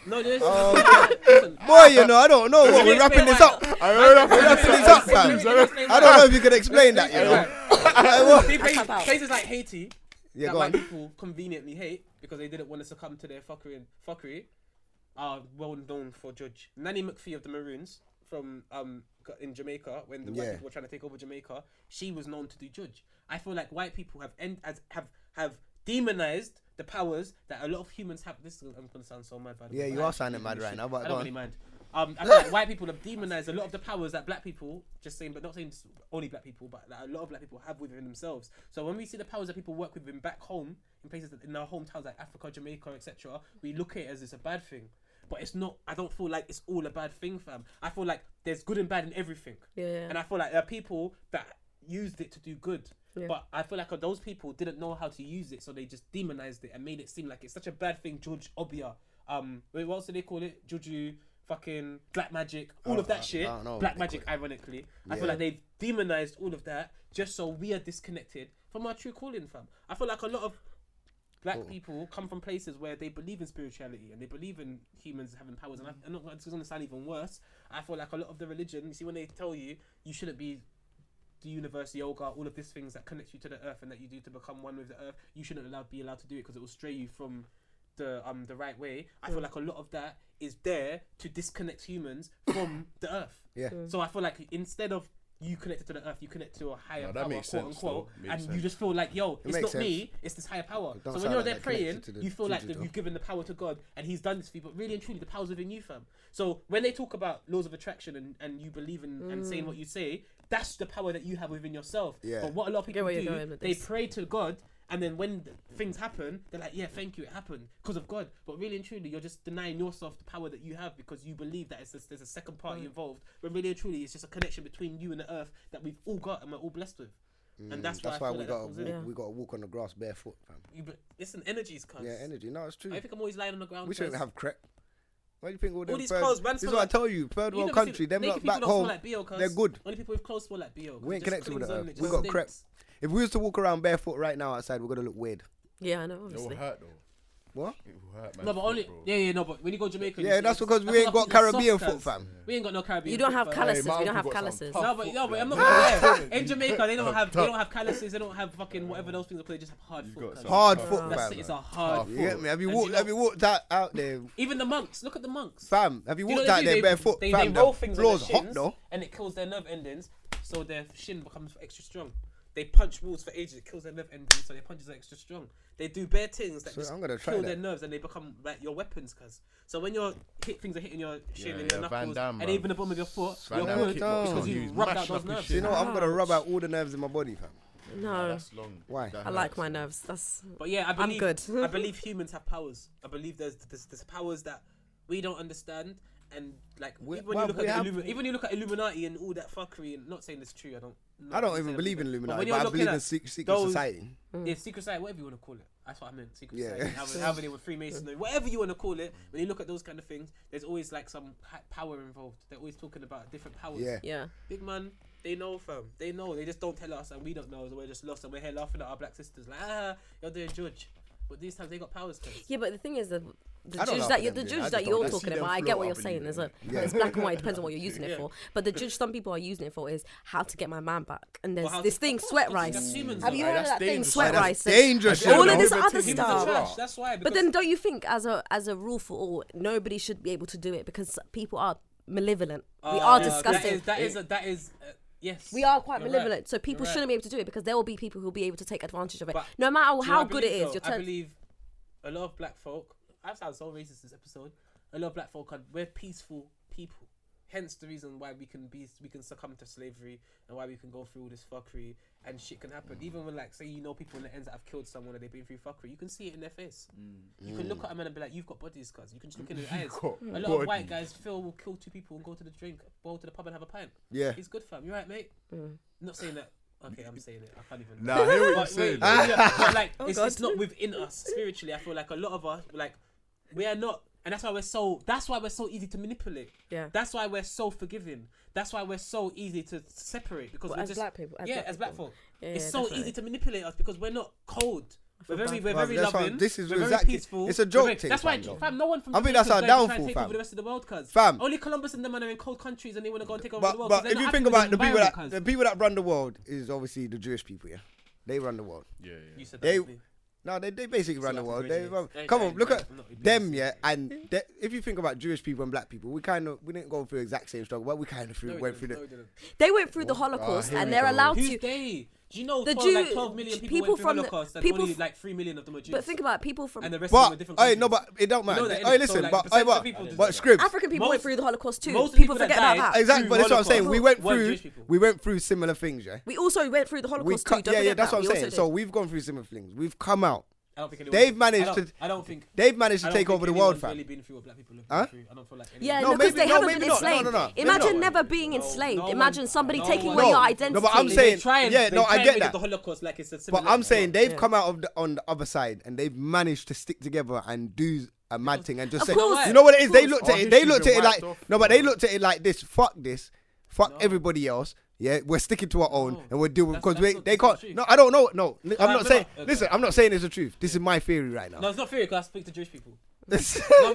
Speaker 7: No, this listen,
Speaker 2: Boy, you know, I don't know.
Speaker 7: Let
Speaker 2: What,
Speaker 7: me
Speaker 2: we're wrapping
Speaker 7: explain
Speaker 2: this
Speaker 7: why.
Speaker 2: up. We're wrapping this up, fam.
Speaker 7: Let me
Speaker 2: (laughs)
Speaker 7: explain
Speaker 2: I
Speaker 7: why.
Speaker 2: don't know if you can explain that, you know. Like, what?
Speaker 7: See, places,
Speaker 4: tap out.
Speaker 7: places like Haiti
Speaker 2: Yeah,
Speaker 7: that
Speaker 2: go
Speaker 7: white
Speaker 2: on.
Speaker 7: people conveniently hate because they didn't want to succumb to their fuckery and fuckery are well known for Judge Nanny McPhee of the Maroons from um G- in Jamaica when the white
Speaker 2: Yeah.
Speaker 7: people were trying to take over Jamaica. She was known to do Judge. I feel like white people have end as have have demonized the powers that a lot of humans have. This is, I'm gonna sound so mad. By the
Speaker 2: Yeah,
Speaker 7: way,
Speaker 2: you
Speaker 7: but I
Speaker 2: are
Speaker 7: actually
Speaker 2: sounding mad
Speaker 7: really
Speaker 2: right
Speaker 7: should.
Speaker 2: now, but
Speaker 7: I
Speaker 2: go
Speaker 7: don't
Speaker 2: on.
Speaker 7: really mind. Um, I feel like white people have demonized a lot of the powers that black people, just saying, but not saying s- only black people, but that a lot of black people have within themselves. So when we see the powers that people work with in back home, in places that, in our hometowns like Africa, Jamaica, etc., we look at it as it's a bad thing. But it's not. I don't feel like it's all a bad thing, fam. I feel like there's good and bad in everything.
Speaker 4: Yeah, yeah.
Speaker 7: And I feel like there are people that used it to do good.
Speaker 4: Yeah.
Speaker 7: But I feel like those people didn't know how to use it, so they just demonized it and made it seem like it's such a bad thing. George Obia, um, wait, what else do they call it? Juju, fucking black magic, all of that shit.
Speaker 2: I don't know what
Speaker 7: black
Speaker 2: they
Speaker 7: magic,
Speaker 2: call
Speaker 7: ironically. I feel like they've demonized all of that just so we are disconnected from our true calling, fam. I feel like a lot of black people come from places where they believe in spirituality and they believe in humans having powers. And I, I'm not it's going to sound even worse. I feel like a lot of the religion, you see, when they tell you you shouldn't be the universe, yoga, all of these things that connect you to the earth and that you do to become one with the earth, you shouldn't allow, be allowed to do it because it will stray you from the um the right way. I feel like a lot of that is there to disconnect humans from the earth.
Speaker 2: Yeah.
Speaker 7: So I feel like instead of you connected to the earth, you connect to a
Speaker 3: No,
Speaker 7: higher
Speaker 3: that
Speaker 7: power,
Speaker 3: makes
Speaker 7: quote
Speaker 3: sense,
Speaker 7: unquote,
Speaker 3: though. Makes
Speaker 7: and you
Speaker 3: sense.
Speaker 7: just feel like, yo, it's
Speaker 2: makes
Speaker 7: not
Speaker 2: sense.
Speaker 7: me, it's this higher power.
Speaker 2: don't
Speaker 7: So when
Speaker 2: sound
Speaker 7: you're
Speaker 2: like
Speaker 7: there
Speaker 2: that connected
Speaker 7: praying,
Speaker 2: to the
Speaker 7: you feel like that
Speaker 2: digital.
Speaker 7: you've given the power to God and He's done this for you, but really and truly, the power's within you, fam. So when they talk about laws of attraction and, and you believe in and
Speaker 4: Mm.
Speaker 7: saying what you say, that's the power that you have within yourself.
Speaker 2: Yeah.
Speaker 7: But what a lot of people
Speaker 4: where
Speaker 7: do,
Speaker 4: you're going with
Speaker 7: they
Speaker 4: this.
Speaker 7: pray to God, and then when th- things happen, they're like, "Yeah, thank you, it happened because of God." But really and truly, you're just denying yourself the power that you have because you believe that it's just, there's a second
Speaker 4: Mm.
Speaker 7: party involved. When really and truly, it's just a connection between you and the earth that we've all got and we're all blessed with. and that's,
Speaker 2: Mm, That's
Speaker 7: why,
Speaker 2: why
Speaker 7: I feel
Speaker 2: we
Speaker 7: like
Speaker 2: gotta
Speaker 7: that
Speaker 2: walk,
Speaker 7: comes in.
Speaker 2: we gotta walk on the grass barefoot, fam.
Speaker 7: You be- Listen, energies, cuz.
Speaker 2: Yeah, energy. No, it's true.
Speaker 7: I think I'm always lying on the ground.
Speaker 2: We shouldn't
Speaker 7: cuz
Speaker 2: have crap. Why do you think all, them
Speaker 7: these
Speaker 2: third-
Speaker 7: clothes, man,
Speaker 2: This is
Speaker 7: smell
Speaker 2: what I
Speaker 7: like-
Speaker 2: tell you. Third
Speaker 7: you
Speaker 2: world
Speaker 7: never see
Speaker 2: country,
Speaker 7: the-
Speaker 2: them
Speaker 7: naked
Speaker 2: lot
Speaker 7: people
Speaker 2: back
Speaker 7: don't smell
Speaker 2: home,
Speaker 7: like BO, cuz.
Speaker 2: they're good.
Speaker 7: Only people with clothes smell like BO. 'cuz
Speaker 2: We
Speaker 7: it
Speaker 2: ain't
Speaker 7: just
Speaker 2: connected with
Speaker 7: clings
Speaker 2: the
Speaker 7: on
Speaker 2: earth.
Speaker 7: and it
Speaker 2: We
Speaker 7: just
Speaker 2: got crap.
Speaker 7: stinks.
Speaker 2: If we was to walk around barefoot right now outside, we're gonna look weird.
Speaker 4: Yeah, I know.
Speaker 3: It will
Speaker 4: Obviously.
Speaker 3: hurt though.
Speaker 2: What?
Speaker 3: It will hurt, man.
Speaker 7: No, but only yeah, yeah, no, but when you go to Jamaica, you
Speaker 2: Yeah,
Speaker 7: see
Speaker 2: that's
Speaker 7: it's-
Speaker 2: because we ain't got
Speaker 7: why people are soft,
Speaker 2: Caribbean
Speaker 7: cuz.
Speaker 2: foot, fam.
Speaker 7: We ain't got no Caribbean.
Speaker 4: You don't
Speaker 7: foot,
Speaker 4: have
Speaker 7: fam.
Speaker 4: calluses.
Speaker 3: my
Speaker 4: We
Speaker 3: uncle
Speaker 4: don't have
Speaker 3: got some
Speaker 4: calluses.
Speaker 3: tough-
Speaker 7: No, but no, but I'm not gonna lie. In Jamaica, they don't have they don't have calluses. They don't have fucking whatever those things are called. They just have hard
Speaker 3: You've
Speaker 7: foot.
Speaker 3: got
Speaker 7: cuz.
Speaker 3: some
Speaker 2: Hard
Speaker 3: tough-
Speaker 2: foot,
Speaker 7: Uh, That's
Speaker 2: fam.
Speaker 7: it. It's a hard.
Speaker 3: foot.
Speaker 2: You get me? Have you
Speaker 7: And
Speaker 2: walked?
Speaker 7: you know-
Speaker 2: have you walked out out there?
Speaker 7: Even the monks. Look at the monks.
Speaker 2: Fam, have you
Speaker 7: Do you know
Speaker 2: walked out
Speaker 7: what they
Speaker 2: there
Speaker 7: do? They-
Speaker 2: barefoot?
Speaker 7: They,
Speaker 2: fam,
Speaker 7: they roll
Speaker 2: the
Speaker 7: things on their
Speaker 2: floor's hot
Speaker 7: shins,
Speaker 2: though.
Speaker 7: and it kills their nerve endings, so their shin becomes extra strong. They punch walls for ages. It kills their nerve endings, so their punches are extra strong. They do bare things that
Speaker 2: So
Speaker 7: just
Speaker 2: I'm gonna try
Speaker 7: kill
Speaker 2: that.
Speaker 7: their nerves, and they become like your weapons. Cause so when your hit things are hitting your shin
Speaker 3: Yeah,
Speaker 7: and your
Speaker 3: yeah, Van
Speaker 7: knuckles,
Speaker 3: Damme,
Speaker 7: and
Speaker 3: man.
Speaker 7: even the bottom of your foot,
Speaker 3: Van
Speaker 7: you're
Speaker 3: Damme
Speaker 7: good
Speaker 3: kickboxing,
Speaker 7: because
Speaker 3: he
Speaker 7: you
Speaker 3: was
Speaker 7: rubbed out
Speaker 3: mashing
Speaker 7: those
Speaker 3: up his
Speaker 7: nerves.
Speaker 2: Do you know what? I'm gonna
Speaker 4: Ouch.
Speaker 2: rub out all the nerves in my body, fam.
Speaker 4: No,
Speaker 3: That's long.
Speaker 2: Why?
Speaker 3: That
Speaker 4: I like
Speaker 3: hurts.
Speaker 4: my nerves. That's
Speaker 7: But yeah, I believe
Speaker 4: good.
Speaker 7: I believe humans have powers. I believe there's there's, there's powers that we don't understand. And like
Speaker 2: We-
Speaker 7: even when
Speaker 2: well,
Speaker 7: you look
Speaker 2: we
Speaker 7: at
Speaker 2: have-
Speaker 7: the Illumi- even when you look at Illuminati and all that fuckery, and not saying it's true, I don't.
Speaker 2: I don't
Speaker 7: necessarily
Speaker 2: even believe in
Speaker 7: But
Speaker 2: Illuminati,
Speaker 7: when
Speaker 2: but,
Speaker 7: you're
Speaker 2: I
Speaker 7: looking
Speaker 2: believe in
Speaker 7: at
Speaker 2: secret, secret
Speaker 7: those-
Speaker 2: society.
Speaker 7: Yeah, secret society, whatever you want to call it. That's what I meant. Secret
Speaker 2: Yeah.
Speaker 7: society. How, how many were Freemasonry, whatever you want to call it. When you look at those kind of things, there's always like some ha- power involved. They're always talking about different powers.
Speaker 2: Yeah.
Speaker 4: yeah.
Speaker 7: Big man, they know, fam. They know. They just don't tell us, and we don't know. So we're just lost, and we're here laughing at our black sisters, like, ah, you're doing judge. But these times they got powers. Cause
Speaker 4: Yeah, but the thing is that the
Speaker 2: I don't
Speaker 4: judge
Speaker 2: laugh
Speaker 4: that
Speaker 2: at
Speaker 4: you
Speaker 2: them, dude. I
Speaker 4: the judge
Speaker 2: just
Speaker 4: that
Speaker 2: don't.
Speaker 4: you're
Speaker 2: I see
Speaker 4: talking
Speaker 3: them
Speaker 4: about, I
Speaker 3: float
Speaker 4: get what you're
Speaker 3: up in the
Speaker 4: saying. There's a,
Speaker 2: Yeah.
Speaker 4: it's black and white. Depends on what you're using
Speaker 7: Yeah.
Speaker 4: it for. But the judge, some people are using it for is how to get my man back. And there's
Speaker 7: Well, how
Speaker 4: this
Speaker 7: to-
Speaker 4: thing,
Speaker 7: of course,
Speaker 4: sweat
Speaker 7: because
Speaker 4: rice.
Speaker 7: that's humans,
Speaker 4: Have
Speaker 7: though.
Speaker 4: you
Speaker 7: Like,
Speaker 4: heard of
Speaker 3: that's
Speaker 4: that thing,
Speaker 3: dangerous.
Speaker 4: sweat
Speaker 2: Like,
Speaker 4: rice?
Speaker 2: that's dangerous.
Speaker 4: all of
Speaker 2: you
Speaker 4: this
Speaker 2: know?
Speaker 4: other
Speaker 7: Humans are
Speaker 4: stuff.
Speaker 7: trash. That's why.
Speaker 4: But
Speaker 7: because-
Speaker 4: then, don't you think as a as a rule for all, nobody should be able to do it because people are malevolent. we
Speaker 7: Oh,
Speaker 4: are
Speaker 7: yeah,
Speaker 4: disgusting.
Speaker 7: That is. That is. A, that is uh, yes.
Speaker 4: we are quite
Speaker 7: You're right.
Speaker 4: malevolent, so people
Speaker 7: You're right.
Speaker 4: shouldn't be able to do it because there will be people who will be able to take advantage of it,
Speaker 7: But
Speaker 4: no matter
Speaker 7: Do you know
Speaker 4: how
Speaker 7: what I
Speaker 4: good it
Speaker 7: believe,
Speaker 4: is.
Speaker 7: though?
Speaker 4: You're
Speaker 7: I
Speaker 4: telling
Speaker 7: believe a lot of black folk. I've sounded so racist this episode. A lot of black folk are we're peaceful people. Hence the reason why we can be we can succumb to slavery and why we can go through all this fuckery and shit can happen. Even when like say you know people in the ends that have killed someone and they've been through fuckery, you can see it in their face. You can
Speaker 4: Mm.
Speaker 7: look at them and be like, "You've got bodies, cuz." You can just look in their eyes. A lot of white guys feel will kill two people and go to the drink, go to the pub and have a pint.
Speaker 2: Yeah.
Speaker 7: he's good, fam. You're right, mate.
Speaker 4: Mm.
Speaker 7: Not saying that. Okay, I'm saying it. I can't even.
Speaker 3: Nah, I hear what you're
Speaker 7: But
Speaker 3: saying.
Speaker 7: wait, yeah, but like
Speaker 4: Oh,
Speaker 7: it's, it's not within us spiritually. I feel like a lot of us, like we are not, and that's why we're so. That's why we're so easy to manipulate.
Speaker 4: Yeah.
Speaker 7: That's why we're so forgiving. That's why we're so easy to separate because
Speaker 4: Well,
Speaker 7: we're
Speaker 4: as
Speaker 7: just
Speaker 4: black people- as
Speaker 7: yeah,
Speaker 4: black
Speaker 7: as black
Speaker 4: people.
Speaker 7: folk,
Speaker 4: Yeah,
Speaker 7: it's
Speaker 4: yeah,
Speaker 7: so
Speaker 4: definitely.
Speaker 7: easy to manipulate us because we're not cold. We're very, we're
Speaker 2: Fam,
Speaker 7: very
Speaker 2: that's why-
Speaker 7: loving.
Speaker 2: this is
Speaker 7: we're very
Speaker 2: exactly-
Speaker 7: peaceful.
Speaker 2: it's a
Speaker 7: we're
Speaker 2: joke
Speaker 7: very-
Speaker 2: thing,
Speaker 7: That's why,
Speaker 2: fam, though.
Speaker 7: fam, no one from
Speaker 2: I think
Speaker 7: Jamaica
Speaker 2: that's our
Speaker 7: is going to try and
Speaker 2: downfall,
Speaker 7: take over
Speaker 2: fam.
Speaker 7: the rest of the world, cause
Speaker 2: Fam.
Speaker 7: only Columbus and them are in cold countries and they want to go and take over the
Speaker 2: But,
Speaker 7: world. 'cause
Speaker 2: but
Speaker 7: they're
Speaker 2: if you
Speaker 7: not
Speaker 2: think
Speaker 7: happy with
Speaker 2: about the people
Speaker 7: environment,
Speaker 2: that
Speaker 7: 'cause-
Speaker 2: the people that run the world is obviously the Jewish people, yeah. They run the world.
Speaker 3: Yeah,
Speaker 7: you
Speaker 3: yeah.
Speaker 7: said that
Speaker 2: They
Speaker 7: to me.
Speaker 2: no, they, they basically run the
Speaker 7: like
Speaker 2: world. They
Speaker 7: originally.
Speaker 2: run,
Speaker 7: They-
Speaker 2: come
Speaker 7: they-
Speaker 2: on, look
Speaker 7: they-
Speaker 2: at
Speaker 7: I'm not ignorant.
Speaker 2: them, yeah. And they, if you think about Jewish people and black people, we kind of we didn't go through the exact same struggle, but we kind of
Speaker 7: No,
Speaker 2: through,
Speaker 7: we
Speaker 2: went
Speaker 7: didn't.
Speaker 2: through
Speaker 7: No,
Speaker 2: the
Speaker 7: we didn't.
Speaker 4: they went through the
Speaker 2: Ah,
Speaker 4: Holocaust,
Speaker 2: here we
Speaker 4: and they're
Speaker 2: go.
Speaker 4: allowed
Speaker 7: Who's
Speaker 4: to.
Speaker 7: they? Do you know
Speaker 4: The
Speaker 7: 12, like
Speaker 4: Jew-
Speaker 7: 12 million people,
Speaker 4: people
Speaker 7: went through
Speaker 4: from the-
Speaker 7: Holocaust and
Speaker 4: people
Speaker 7: only
Speaker 4: f-
Speaker 7: like 3 million of them are Jews?
Speaker 4: But think about it, people from
Speaker 7: and the rest of them are
Speaker 2: But
Speaker 7: different
Speaker 2: hey,
Speaker 7: countries.
Speaker 2: no, but it don't matter.
Speaker 7: that,
Speaker 2: hey,
Speaker 7: innit? So,
Speaker 2: listen,
Speaker 7: like,
Speaker 2: but
Speaker 7: the
Speaker 2: hey,
Speaker 7: percentage of
Speaker 2: but,
Speaker 7: people do
Speaker 2: but
Speaker 7: that.
Speaker 2: scripts.
Speaker 4: African people
Speaker 7: Most-
Speaker 4: went through the Holocaust too.
Speaker 7: most
Speaker 4: People,
Speaker 7: people that
Speaker 4: forget about
Speaker 7: died-
Speaker 4: that.
Speaker 2: Uh, Exactly, but that's what I'm saying. We went
Speaker 7: Well,
Speaker 2: through
Speaker 7: Jewish people.
Speaker 2: we went through similar things, yeah.
Speaker 4: We also went through the
Speaker 2: We
Speaker 4: Holocaust
Speaker 2: cut,
Speaker 4: too. Don't
Speaker 2: yeah, yeah,
Speaker 4: forget
Speaker 2: that's
Speaker 4: that.
Speaker 2: what I'm
Speaker 4: We also
Speaker 2: saying.
Speaker 4: did.
Speaker 2: So we've gone through similar things. We've come out.
Speaker 7: I don't think anyone-
Speaker 2: They've managed
Speaker 7: I don't-
Speaker 2: to-
Speaker 7: I don't think.
Speaker 2: They've managed
Speaker 7: I
Speaker 2: to
Speaker 7: don't
Speaker 2: take
Speaker 7: think
Speaker 2: over the
Speaker 7: anyone's
Speaker 2: world, fam.
Speaker 7: really been through what black people have
Speaker 2: Huh?
Speaker 7: been through. I don't feel like.
Speaker 4: Yeah,
Speaker 7: anyone-
Speaker 2: No,
Speaker 4: no, because
Speaker 2: maybe-
Speaker 4: they
Speaker 2: no,
Speaker 4: haven't
Speaker 2: maybe
Speaker 4: been
Speaker 2: not. No, no,
Speaker 4: enslaved.
Speaker 2: no. Maybe
Speaker 4: Imagine
Speaker 2: not.
Speaker 4: never being enslaved.
Speaker 7: no one-
Speaker 4: Imagine somebody
Speaker 7: no
Speaker 4: taking
Speaker 7: one-
Speaker 4: away
Speaker 2: No,
Speaker 4: your
Speaker 2: no,
Speaker 4: identity.
Speaker 2: but I'm
Speaker 7: They
Speaker 2: saying-
Speaker 7: try and-
Speaker 2: yeah,
Speaker 7: they
Speaker 2: no,
Speaker 7: try
Speaker 2: I
Speaker 7: and
Speaker 2: get
Speaker 7: make it
Speaker 2: that.
Speaker 7: The Holocaust, like it's a
Speaker 2: But
Speaker 7: similar-
Speaker 2: I'm saying they've
Speaker 4: Yeah.
Speaker 2: come out of the, on the other side and they've managed to stick together and do a mad thing and just
Speaker 4: Of
Speaker 2: say,
Speaker 4: course.
Speaker 2: you know what it is?
Speaker 4: Of
Speaker 2: They
Speaker 4: course.
Speaker 2: looked
Speaker 3: Our
Speaker 2: at it. They
Speaker 3: history's
Speaker 2: looked at
Speaker 3: been
Speaker 2: it like
Speaker 3: wiped off,
Speaker 2: no, but
Speaker 3: you
Speaker 2: they
Speaker 3: know.
Speaker 2: looked at it like this. Fuck this. Fuck everybody else. Yeah, we're sticking to our own and we're dealing
Speaker 7: That's-
Speaker 2: because
Speaker 7: that's
Speaker 2: we
Speaker 7: not-
Speaker 2: they
Speaker 7: that's not
Speaker 2: can't.
Speaker 7: true.
Speaker 2: No, I don't know. No, li- I'm
Speaker 7: no,
Speaker 2: not
Speaker 7: no,
Speaker 2: saying.
Speaker 7: no. Okay.
Speaker 2: Listen, I'm not saying it's the truth. This is my theory right now. (laughs)
Speaker 7: No, it's not fair because I speak to Jewish people.
Speaker 2: no,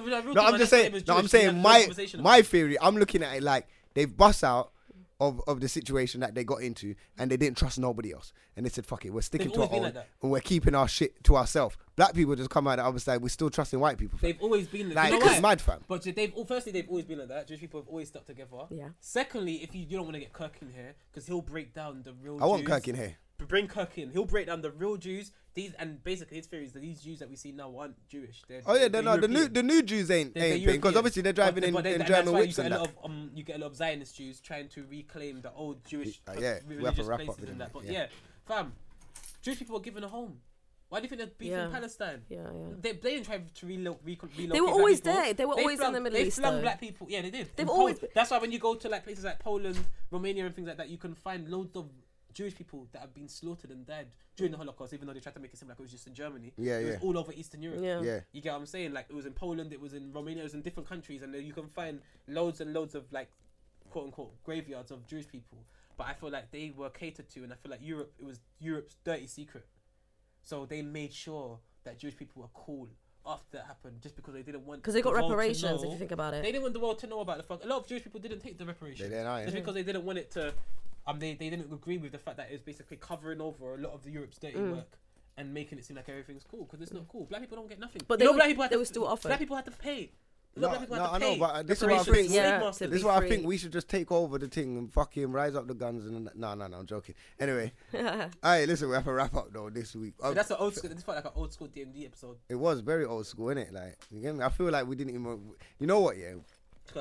Speaker 7: no, real talk,
Speaker 2: I'm just
Speaker 7: my next
Speaker 2: saying.
Speaker 7: neighbour's
Speaker 2: No, I'm
Speaker 7: Jewish, we had
Speaker 2: saying
Speaker 7: no
Speaker 2: my
Speaker 7: conversation about
Speaker 2: my theory. I'm looking at it like they've bust out. of, of the situation that they got into and they didn't trust nobody else. And they said, fuck it, we're sticking
Speaker 7: They've
Speaker 2: to our
Speaker 7: always been
Speaker 2: own
Speaker 7: like that.
Speaker 2: and we're keeping our shit to ourselves. Black people just come out the other side, we're still trusting white people. fam.
Speaker 7: They've always been
Speaker 2: Like,
Speaker 7: you know
Speaker 2: it's
Speaker 7: why?
Speaker 2: mad, fam.
Speaker 7: But they've all firstly they've always been like that. Jewish people have always stuck together.
Speaker 4: Yeah.
Speaker 7: Secondly, if you, you don't want to get Kirk in here, because he'll break down the real.
Speaker 2: I want
Speaker 7: Jews.
Speaker 2: Kirk in here.
Speaker 7: B- Bring Kirk in. He'll break down the real Jews. These and basically his theory is that these Jews that we see now aren't Jewish. They're,
Speaker 2: Oh yeah, they're not, the new
Speaker 7: European.
Speaker 2: the new Jews ain't
Speaker 7: They're- they're
Speaker 2: ain't because
Speaker 7: European.
Speaker 2: obviously they're
Speaker 7: But-
Speaker 2: driving in,
Speaker 7: but they-
Speaker 2: in
Speaker 7: and that's
Speaker 2: German
Speaker 7: why
Speaker 2: whips
Speaker 7: you
Speaker 2: and
Speaker 7: get a
Speaker 2: that.
Speaker 7: lot of um, you get a lot of Zionist Jews trying to reclaim the old Jewish
Speaker 2: Uh,
Speaker 7: pl-
Speaker 2: yeah, we have to
Speaker 7: religious
Speaker 2: wrap up
Speaker 7: places
Speaker 2: with
Speaker 7: and
Speaker 2: it,
Speaker 7: that. But
Speaker 2: yeah.
Speaker 7: yeah. fam, Jewish people were given a home. Why do you think they're beefing
Speaker 4: Yeah.
Speaker 7: Palestine?
Speaker 4: Yeah, yeah.
Speaker 7: They, they didn't try to relo- reco-
Speaker 4: were
Speaker 7: relocate. black
Speaker 4: always
Speaker 7: people.
Speaker 4: there. They were always in
Speaker 7: flung-
Speaker 4: the Middle East,
Speaker 7: They flung
Speaker 4: though.
Speaker 7: black people. Yeah, they did.
Speaker 4: They've
Speaker 7: In Pol-
Speaker 4: always-
Speaker 7: That's why when you go to like places like Poland, Romania, and things like that, you can find loads of Jewish people that have been slaughtered and died during the Holocaust, even though they tried to make it seem like it was just in Germany.
Speaker 2: Yeah,
Speaker 7: it was
Speaker 2: yeah.
Speaker 7: all over Eastern Europe.
Speaker 4: Yeah.
Speaker 2: Yeah.
Speaker 7: You get what I'm saying? Like it was in Poland, it was in Romania, it was in different countries, and then you can find loads and loads of like quote unquote graveyards of Jewish people. But I feel like they were catered to, and I feel like Europe it was Europe's dirty secret. So they made sure that Jewish people were cool after that happened, just because they didn't want
Speaker 4: 'Cause they got
Speaker 7: the world to
Speaker 4: reparations, if
Speaker 7: know-
Speaker 4: you think about it.
Speaker 7: They didn't want the world to know about the fuck. A lot of Jewish people didn't take the reparations.
Speaker 2: didn't, aye.
Speaker 7: Just because they didn't want it to. Um, they, they didn't agree with the fact that it was basically covering over a lot of the Europe's dirty work and making it seem like everything's cool because it's not cool. Black people don't get nothing.
Speaker 4: But
Speaker 7: You
Speaker 4: they
Speaker 7: know
Speaker 4: were-
Speaker 7: black people had
Speaker 4: they
Speaker 7: to-
Speaker 4: were still offered.
Speaker 7: Black people had to pay. A
Speaker 2: No,
Speaker 7: lot of black people
Speaker 2: no,
Speaker 7: had to
Speaker 2: I know,
Speaker 7: pay.
Speaker 2: but this is what I
Speaker 7: reparations,
Speaker 2: think.
Speaker 7: slave
Speaker 4: Yeah,
Speaker 7: masters.
Speaker 4: to
Speaker 2: This
Speaker 4: be
Speaker 2: is why I
Speaker 4: free.
Speaker 2: think we should just take over the thing and fucking rise up the guns and no no no I'm joking.
Speaker 4: (laughs)
Speaker 2: Anyway, hey, listen, we have a wrap up though this week. Oh,
Speaker 7: But that's an old school. This felt like an old school DMD episode.
Speaker 2: it was very old school, innit? Like, you get me? I feel like we didn't even. You know what? Yeah,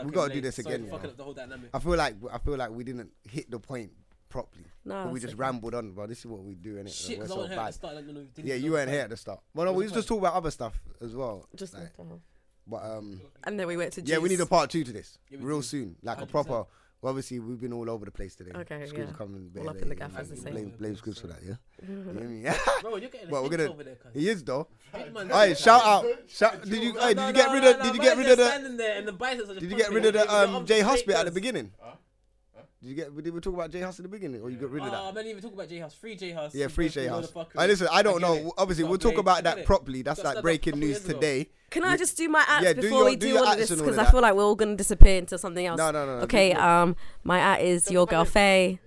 Speaker 2: We gotta do this
Speaker 7: Sorry
Speaker 2: again,
Speaker 7: for
Speaker 2: you
Speaker 7: fucking
Speaker 2: know.
Speaker 7: up the whole dynamic.
Speaker 2: I feel like I feel like we didn't hit the point properly.
Speaker 4: No,
Speaker 2: But we
Speaker 4: that's
Speaker 2: just
Speaker 4: okay.
Speaker 2: rambled on, bro. This is what we do, innit?
Speaker 7: Shit,
Speaker 2: We're
Speaker 7: because I
Speaker 2: so
Speaker 7: wasn't here at
Speaker 2: bad.
Speaker 7: the start. Like, you know, didn't
Speaker 2: Yeah,
Speaker 7: know
Speaker 2: you
Speaker 7: the
Speaker 2: weren't here at
Speaker 7: point.
Speaker 2: the start. Well, no, we
Speaker 7: the
Speaker 2: used to just talk about other stuff as well.
Speaker 4: Just
Speaker 2: like,
Speaker 4: like, oh.
Speaker 2: but um,
Speaker 4: and then we went to
Speaker 2: yeah, we need a
Speaker 4: Jews.
Speaker 2: part two to this
Speaker 7: Yeah, we
Speaker 2: real
Speaker 7: do.
Speaker 2: soon, like a
Speaker 7: 100%.
Speaker 2: proper. Well, obviously, we've been all over the place today.
Speaker 4: Okay,
Speaker 2: Scribs
Speaker 4: yeah.
Speaker 2: coming
Speaker 4: All up in the gaff, as they say.
Speaker 2: Blame, blame Scribs for that,
Speaker 4: (laughs)
Speaker 2: yeah. you hear me? (laughs)
Speaker 7: Bro, you're getting
Speaker 2: Well,
Speaker 7: well,
Speaker 2: we're
Speaker 7: we
Speaker 2: gonna-
Speaker 7: over there, cuz.
Speaker 2: he is though.
Speaker 7: Big man-
Speaker 2: Hey, shout out! Shout, did you?
Speaker 7: No,
Speaker 2: Hey, did
Speaker 7: no,
Speaker 2: you get
Speaker 7: no,
Speaker 2: rid
Speaker 7: no,
Speaker 2: of?
Speaker 7: no,
Speaker 2: Did you
Speaker 7: man
Speaker 2: get
Speaker 7: is
Speaker 2: rid
Speaker 7: just
Speaker 2: of the?
Speaker 7: standing there and the biceps are just
Speaker 2: Did you get
Speaker 7: pumping
Speaker 2: rid of
Speaker 7: it.
Speaker 2: the
Speaker 7: Your
Speaker 2: um
Speaker 7: arms
Speaker 2: J
Speaker 7: are
Speaker 2: Huss
Speaker 7: straight,
Speaker 2: bit at the
Speaker 7: cuz.
Speaker 2: beginning?
Speaker 5: Huh? Huh?
Speaker 2: Did you get? Did we talk about J Huss at the beginning, or you got rid
Speaker 4: Ah,
Speaker 2: of
Speaker 7: Oh,
Speaker 2: that?
Speaker 7: I didn't even talk about J House. Free J House.
Speaker 2: Yeah,
Speaker 7: You
Speaker 2: free
Speaker 7: both know
Speaker 2: J House.
Speaker 7: the fuckery.
Speaker 2: I listen. I don't
Speaker 7: get
Speaker 2: know.
Speaker 7: it.
Speaker 2: Obviously,
Speaker 7: Got
Speaker 2: we'll talk
Speaker 7: played. I
Speaker 2: about that
Speaker 7: get it.
Speaker 2: properly. That's
Speaker 7: Got
Speaker 2: like
Speaker 7: stabbed
Speaker 2: breaking
Speaker 7: couple
Speaker 2: news
Speaker 7: years ago.
Speaker 2: today.
Speaker 4: Can I
Speaker 2: We-
Speaker 4: just do my act
Speaker 2: Yeah, do
Speaker 4: before
Speaker 2: your-
Speaker 4: we
Speaker 2: do
Speaker 4: do,
Speaker 2: your
Speaker 4: all of
Speaker 2: acts
Speaker 4: this?
Speaker 2: and all
Speaker 4: Because
Speaker 2: of
Speaker 4: I
Speaker 2: that.
Speaker 4: feel like we're all gonna disappear into something else.
Speaker 2: No, no, no, no,
Speaker 4: Okay,
Speaker 2: do
Speaker 4: um, my at is your girl Faye.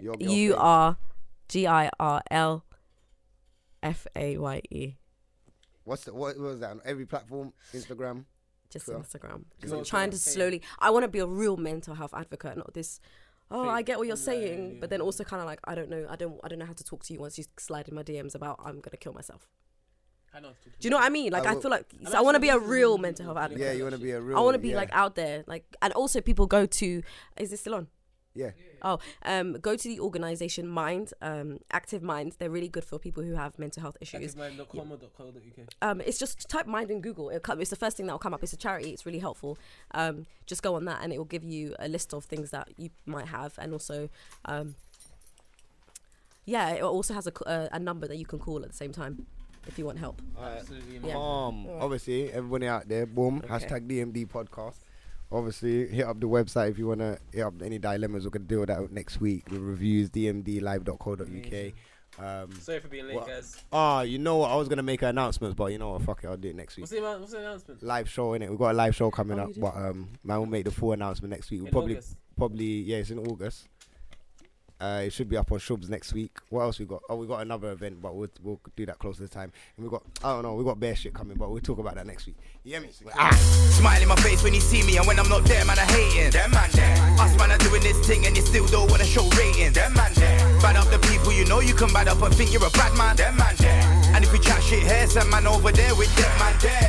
Speaker 2: Your girl
Speaker 4: U
Speaker 2: Faye.
Speaker 4: R G I R L F A Y E.
Speaker 2: What's the, what was that on every platform? Instagram.
Speaker 4: Just
Speaker 2: Cool.
Speaker 4: Instagram.
Speaker 2: Is
Speaker 4: Because
Speaker 2: it
Speaker 4: I'm
Speaker 2: also
Speaker 4: trying
Speaker 7: on
Speaker 4: to
Speaker 7: Faye?
Speaker 4: slowly. I want to be a real mental health advocate, not this. Oh,
Speaker 7: Faye,
Speaker 4: I get what you're
Speaker 7: yeah,
Speaker 4: saying,
Speaker 7: yeah,
Speaker 4: but then
Speaker 7: yeah.
Speaker 4: also kind of like I don't know. I don't. I don't know how to talk to you once you slide in my DMs about I'm gonna kill myself.
Speaker 7: I know. it's-
Speaker 4: Do you know what I mean? Like
Speaker 2: I
Speaker 4: I,
Speaker 2: will-
Speaker 4: feel like
Speaker 7: I'm
Speaker 4: so I want to be
Speaker 7: actually
Speaker 4: a
Speaker 7: listening to
Speaker 4: real
Speaker 7: you,
Speaker 4: mental health
Speaker 7: you know.
Speaker 4: advocate.
Speaker 2: Yeah, you want to be a real.
Speaker 4: I want to be
Speaker 2: yeah.
Speaker 4: like out there, like, and also people go to. Is this still on?
Speaker 2: Yeah.
Speaker 4: Oh, um, go to the organization Mind, um, Active Mind. They're really good for people who have mental health issues.
Speaker 7: Activemind.com or .co.uk.
Speaker 4: Um, it's just type Mind in Google. It'll come, it's the first thing that will come up. It's a charity. It's really helpful. Um, just go on that, and it will give you a list of things that you might have, and also, um, yeah, it also has a c- uh, a number that you can call at the same time if you want help.
Speaker 7: Absolutely
Speaker 4: Yeah.
Speaker 2: Um, obviously, everybody out there, boom,
Speaker 4: Okay.
Speaker 2: hashtag DMD podcast. Obviously, hit up the website if you want to hit up any dilemmas. We're going to deal with that next week. The reviews, dmdlive.co.uk. Um,
Speaker 7: Sorry for being late,
Speaker 2: Well,
Speaker 7: guys.
Speaker 2: ah, you know what? I was going to make an announcement, but you know what? Fuck it, I'll do it next week.
Speaker 7: What's the, amount- what's the announcement?
Speaker 2: Live show, innit? We've got a live show coming
Speaker 4: Oh,
Speaker 2: up,
Speaker 4: you do?
Speaker 2: but um, man, we'll make the full announcement next week. We'll
Speaker 7: In
Speaker 2: probably,
Speaker 7: August.
Speaker 2: probably, yeah, it's in August. Uh, it should be up on Shubs next week. What else we got? Oh, we got another event, but we'll we'll do that closer to the time. And we got I don't know, we got bear shit coming, but we'll talk about that next week. You hear me? Ah,
Speaker 1: Smile in my face when you see me, and when I'm not there, man, I hating. Them man there. Us man are doing this thing, and you still don't wanna show ratings. Them man there. Bad up the people you know you can bad up and think you're a bad man. Them man there. And if we chat shit here, some man over there with them man there.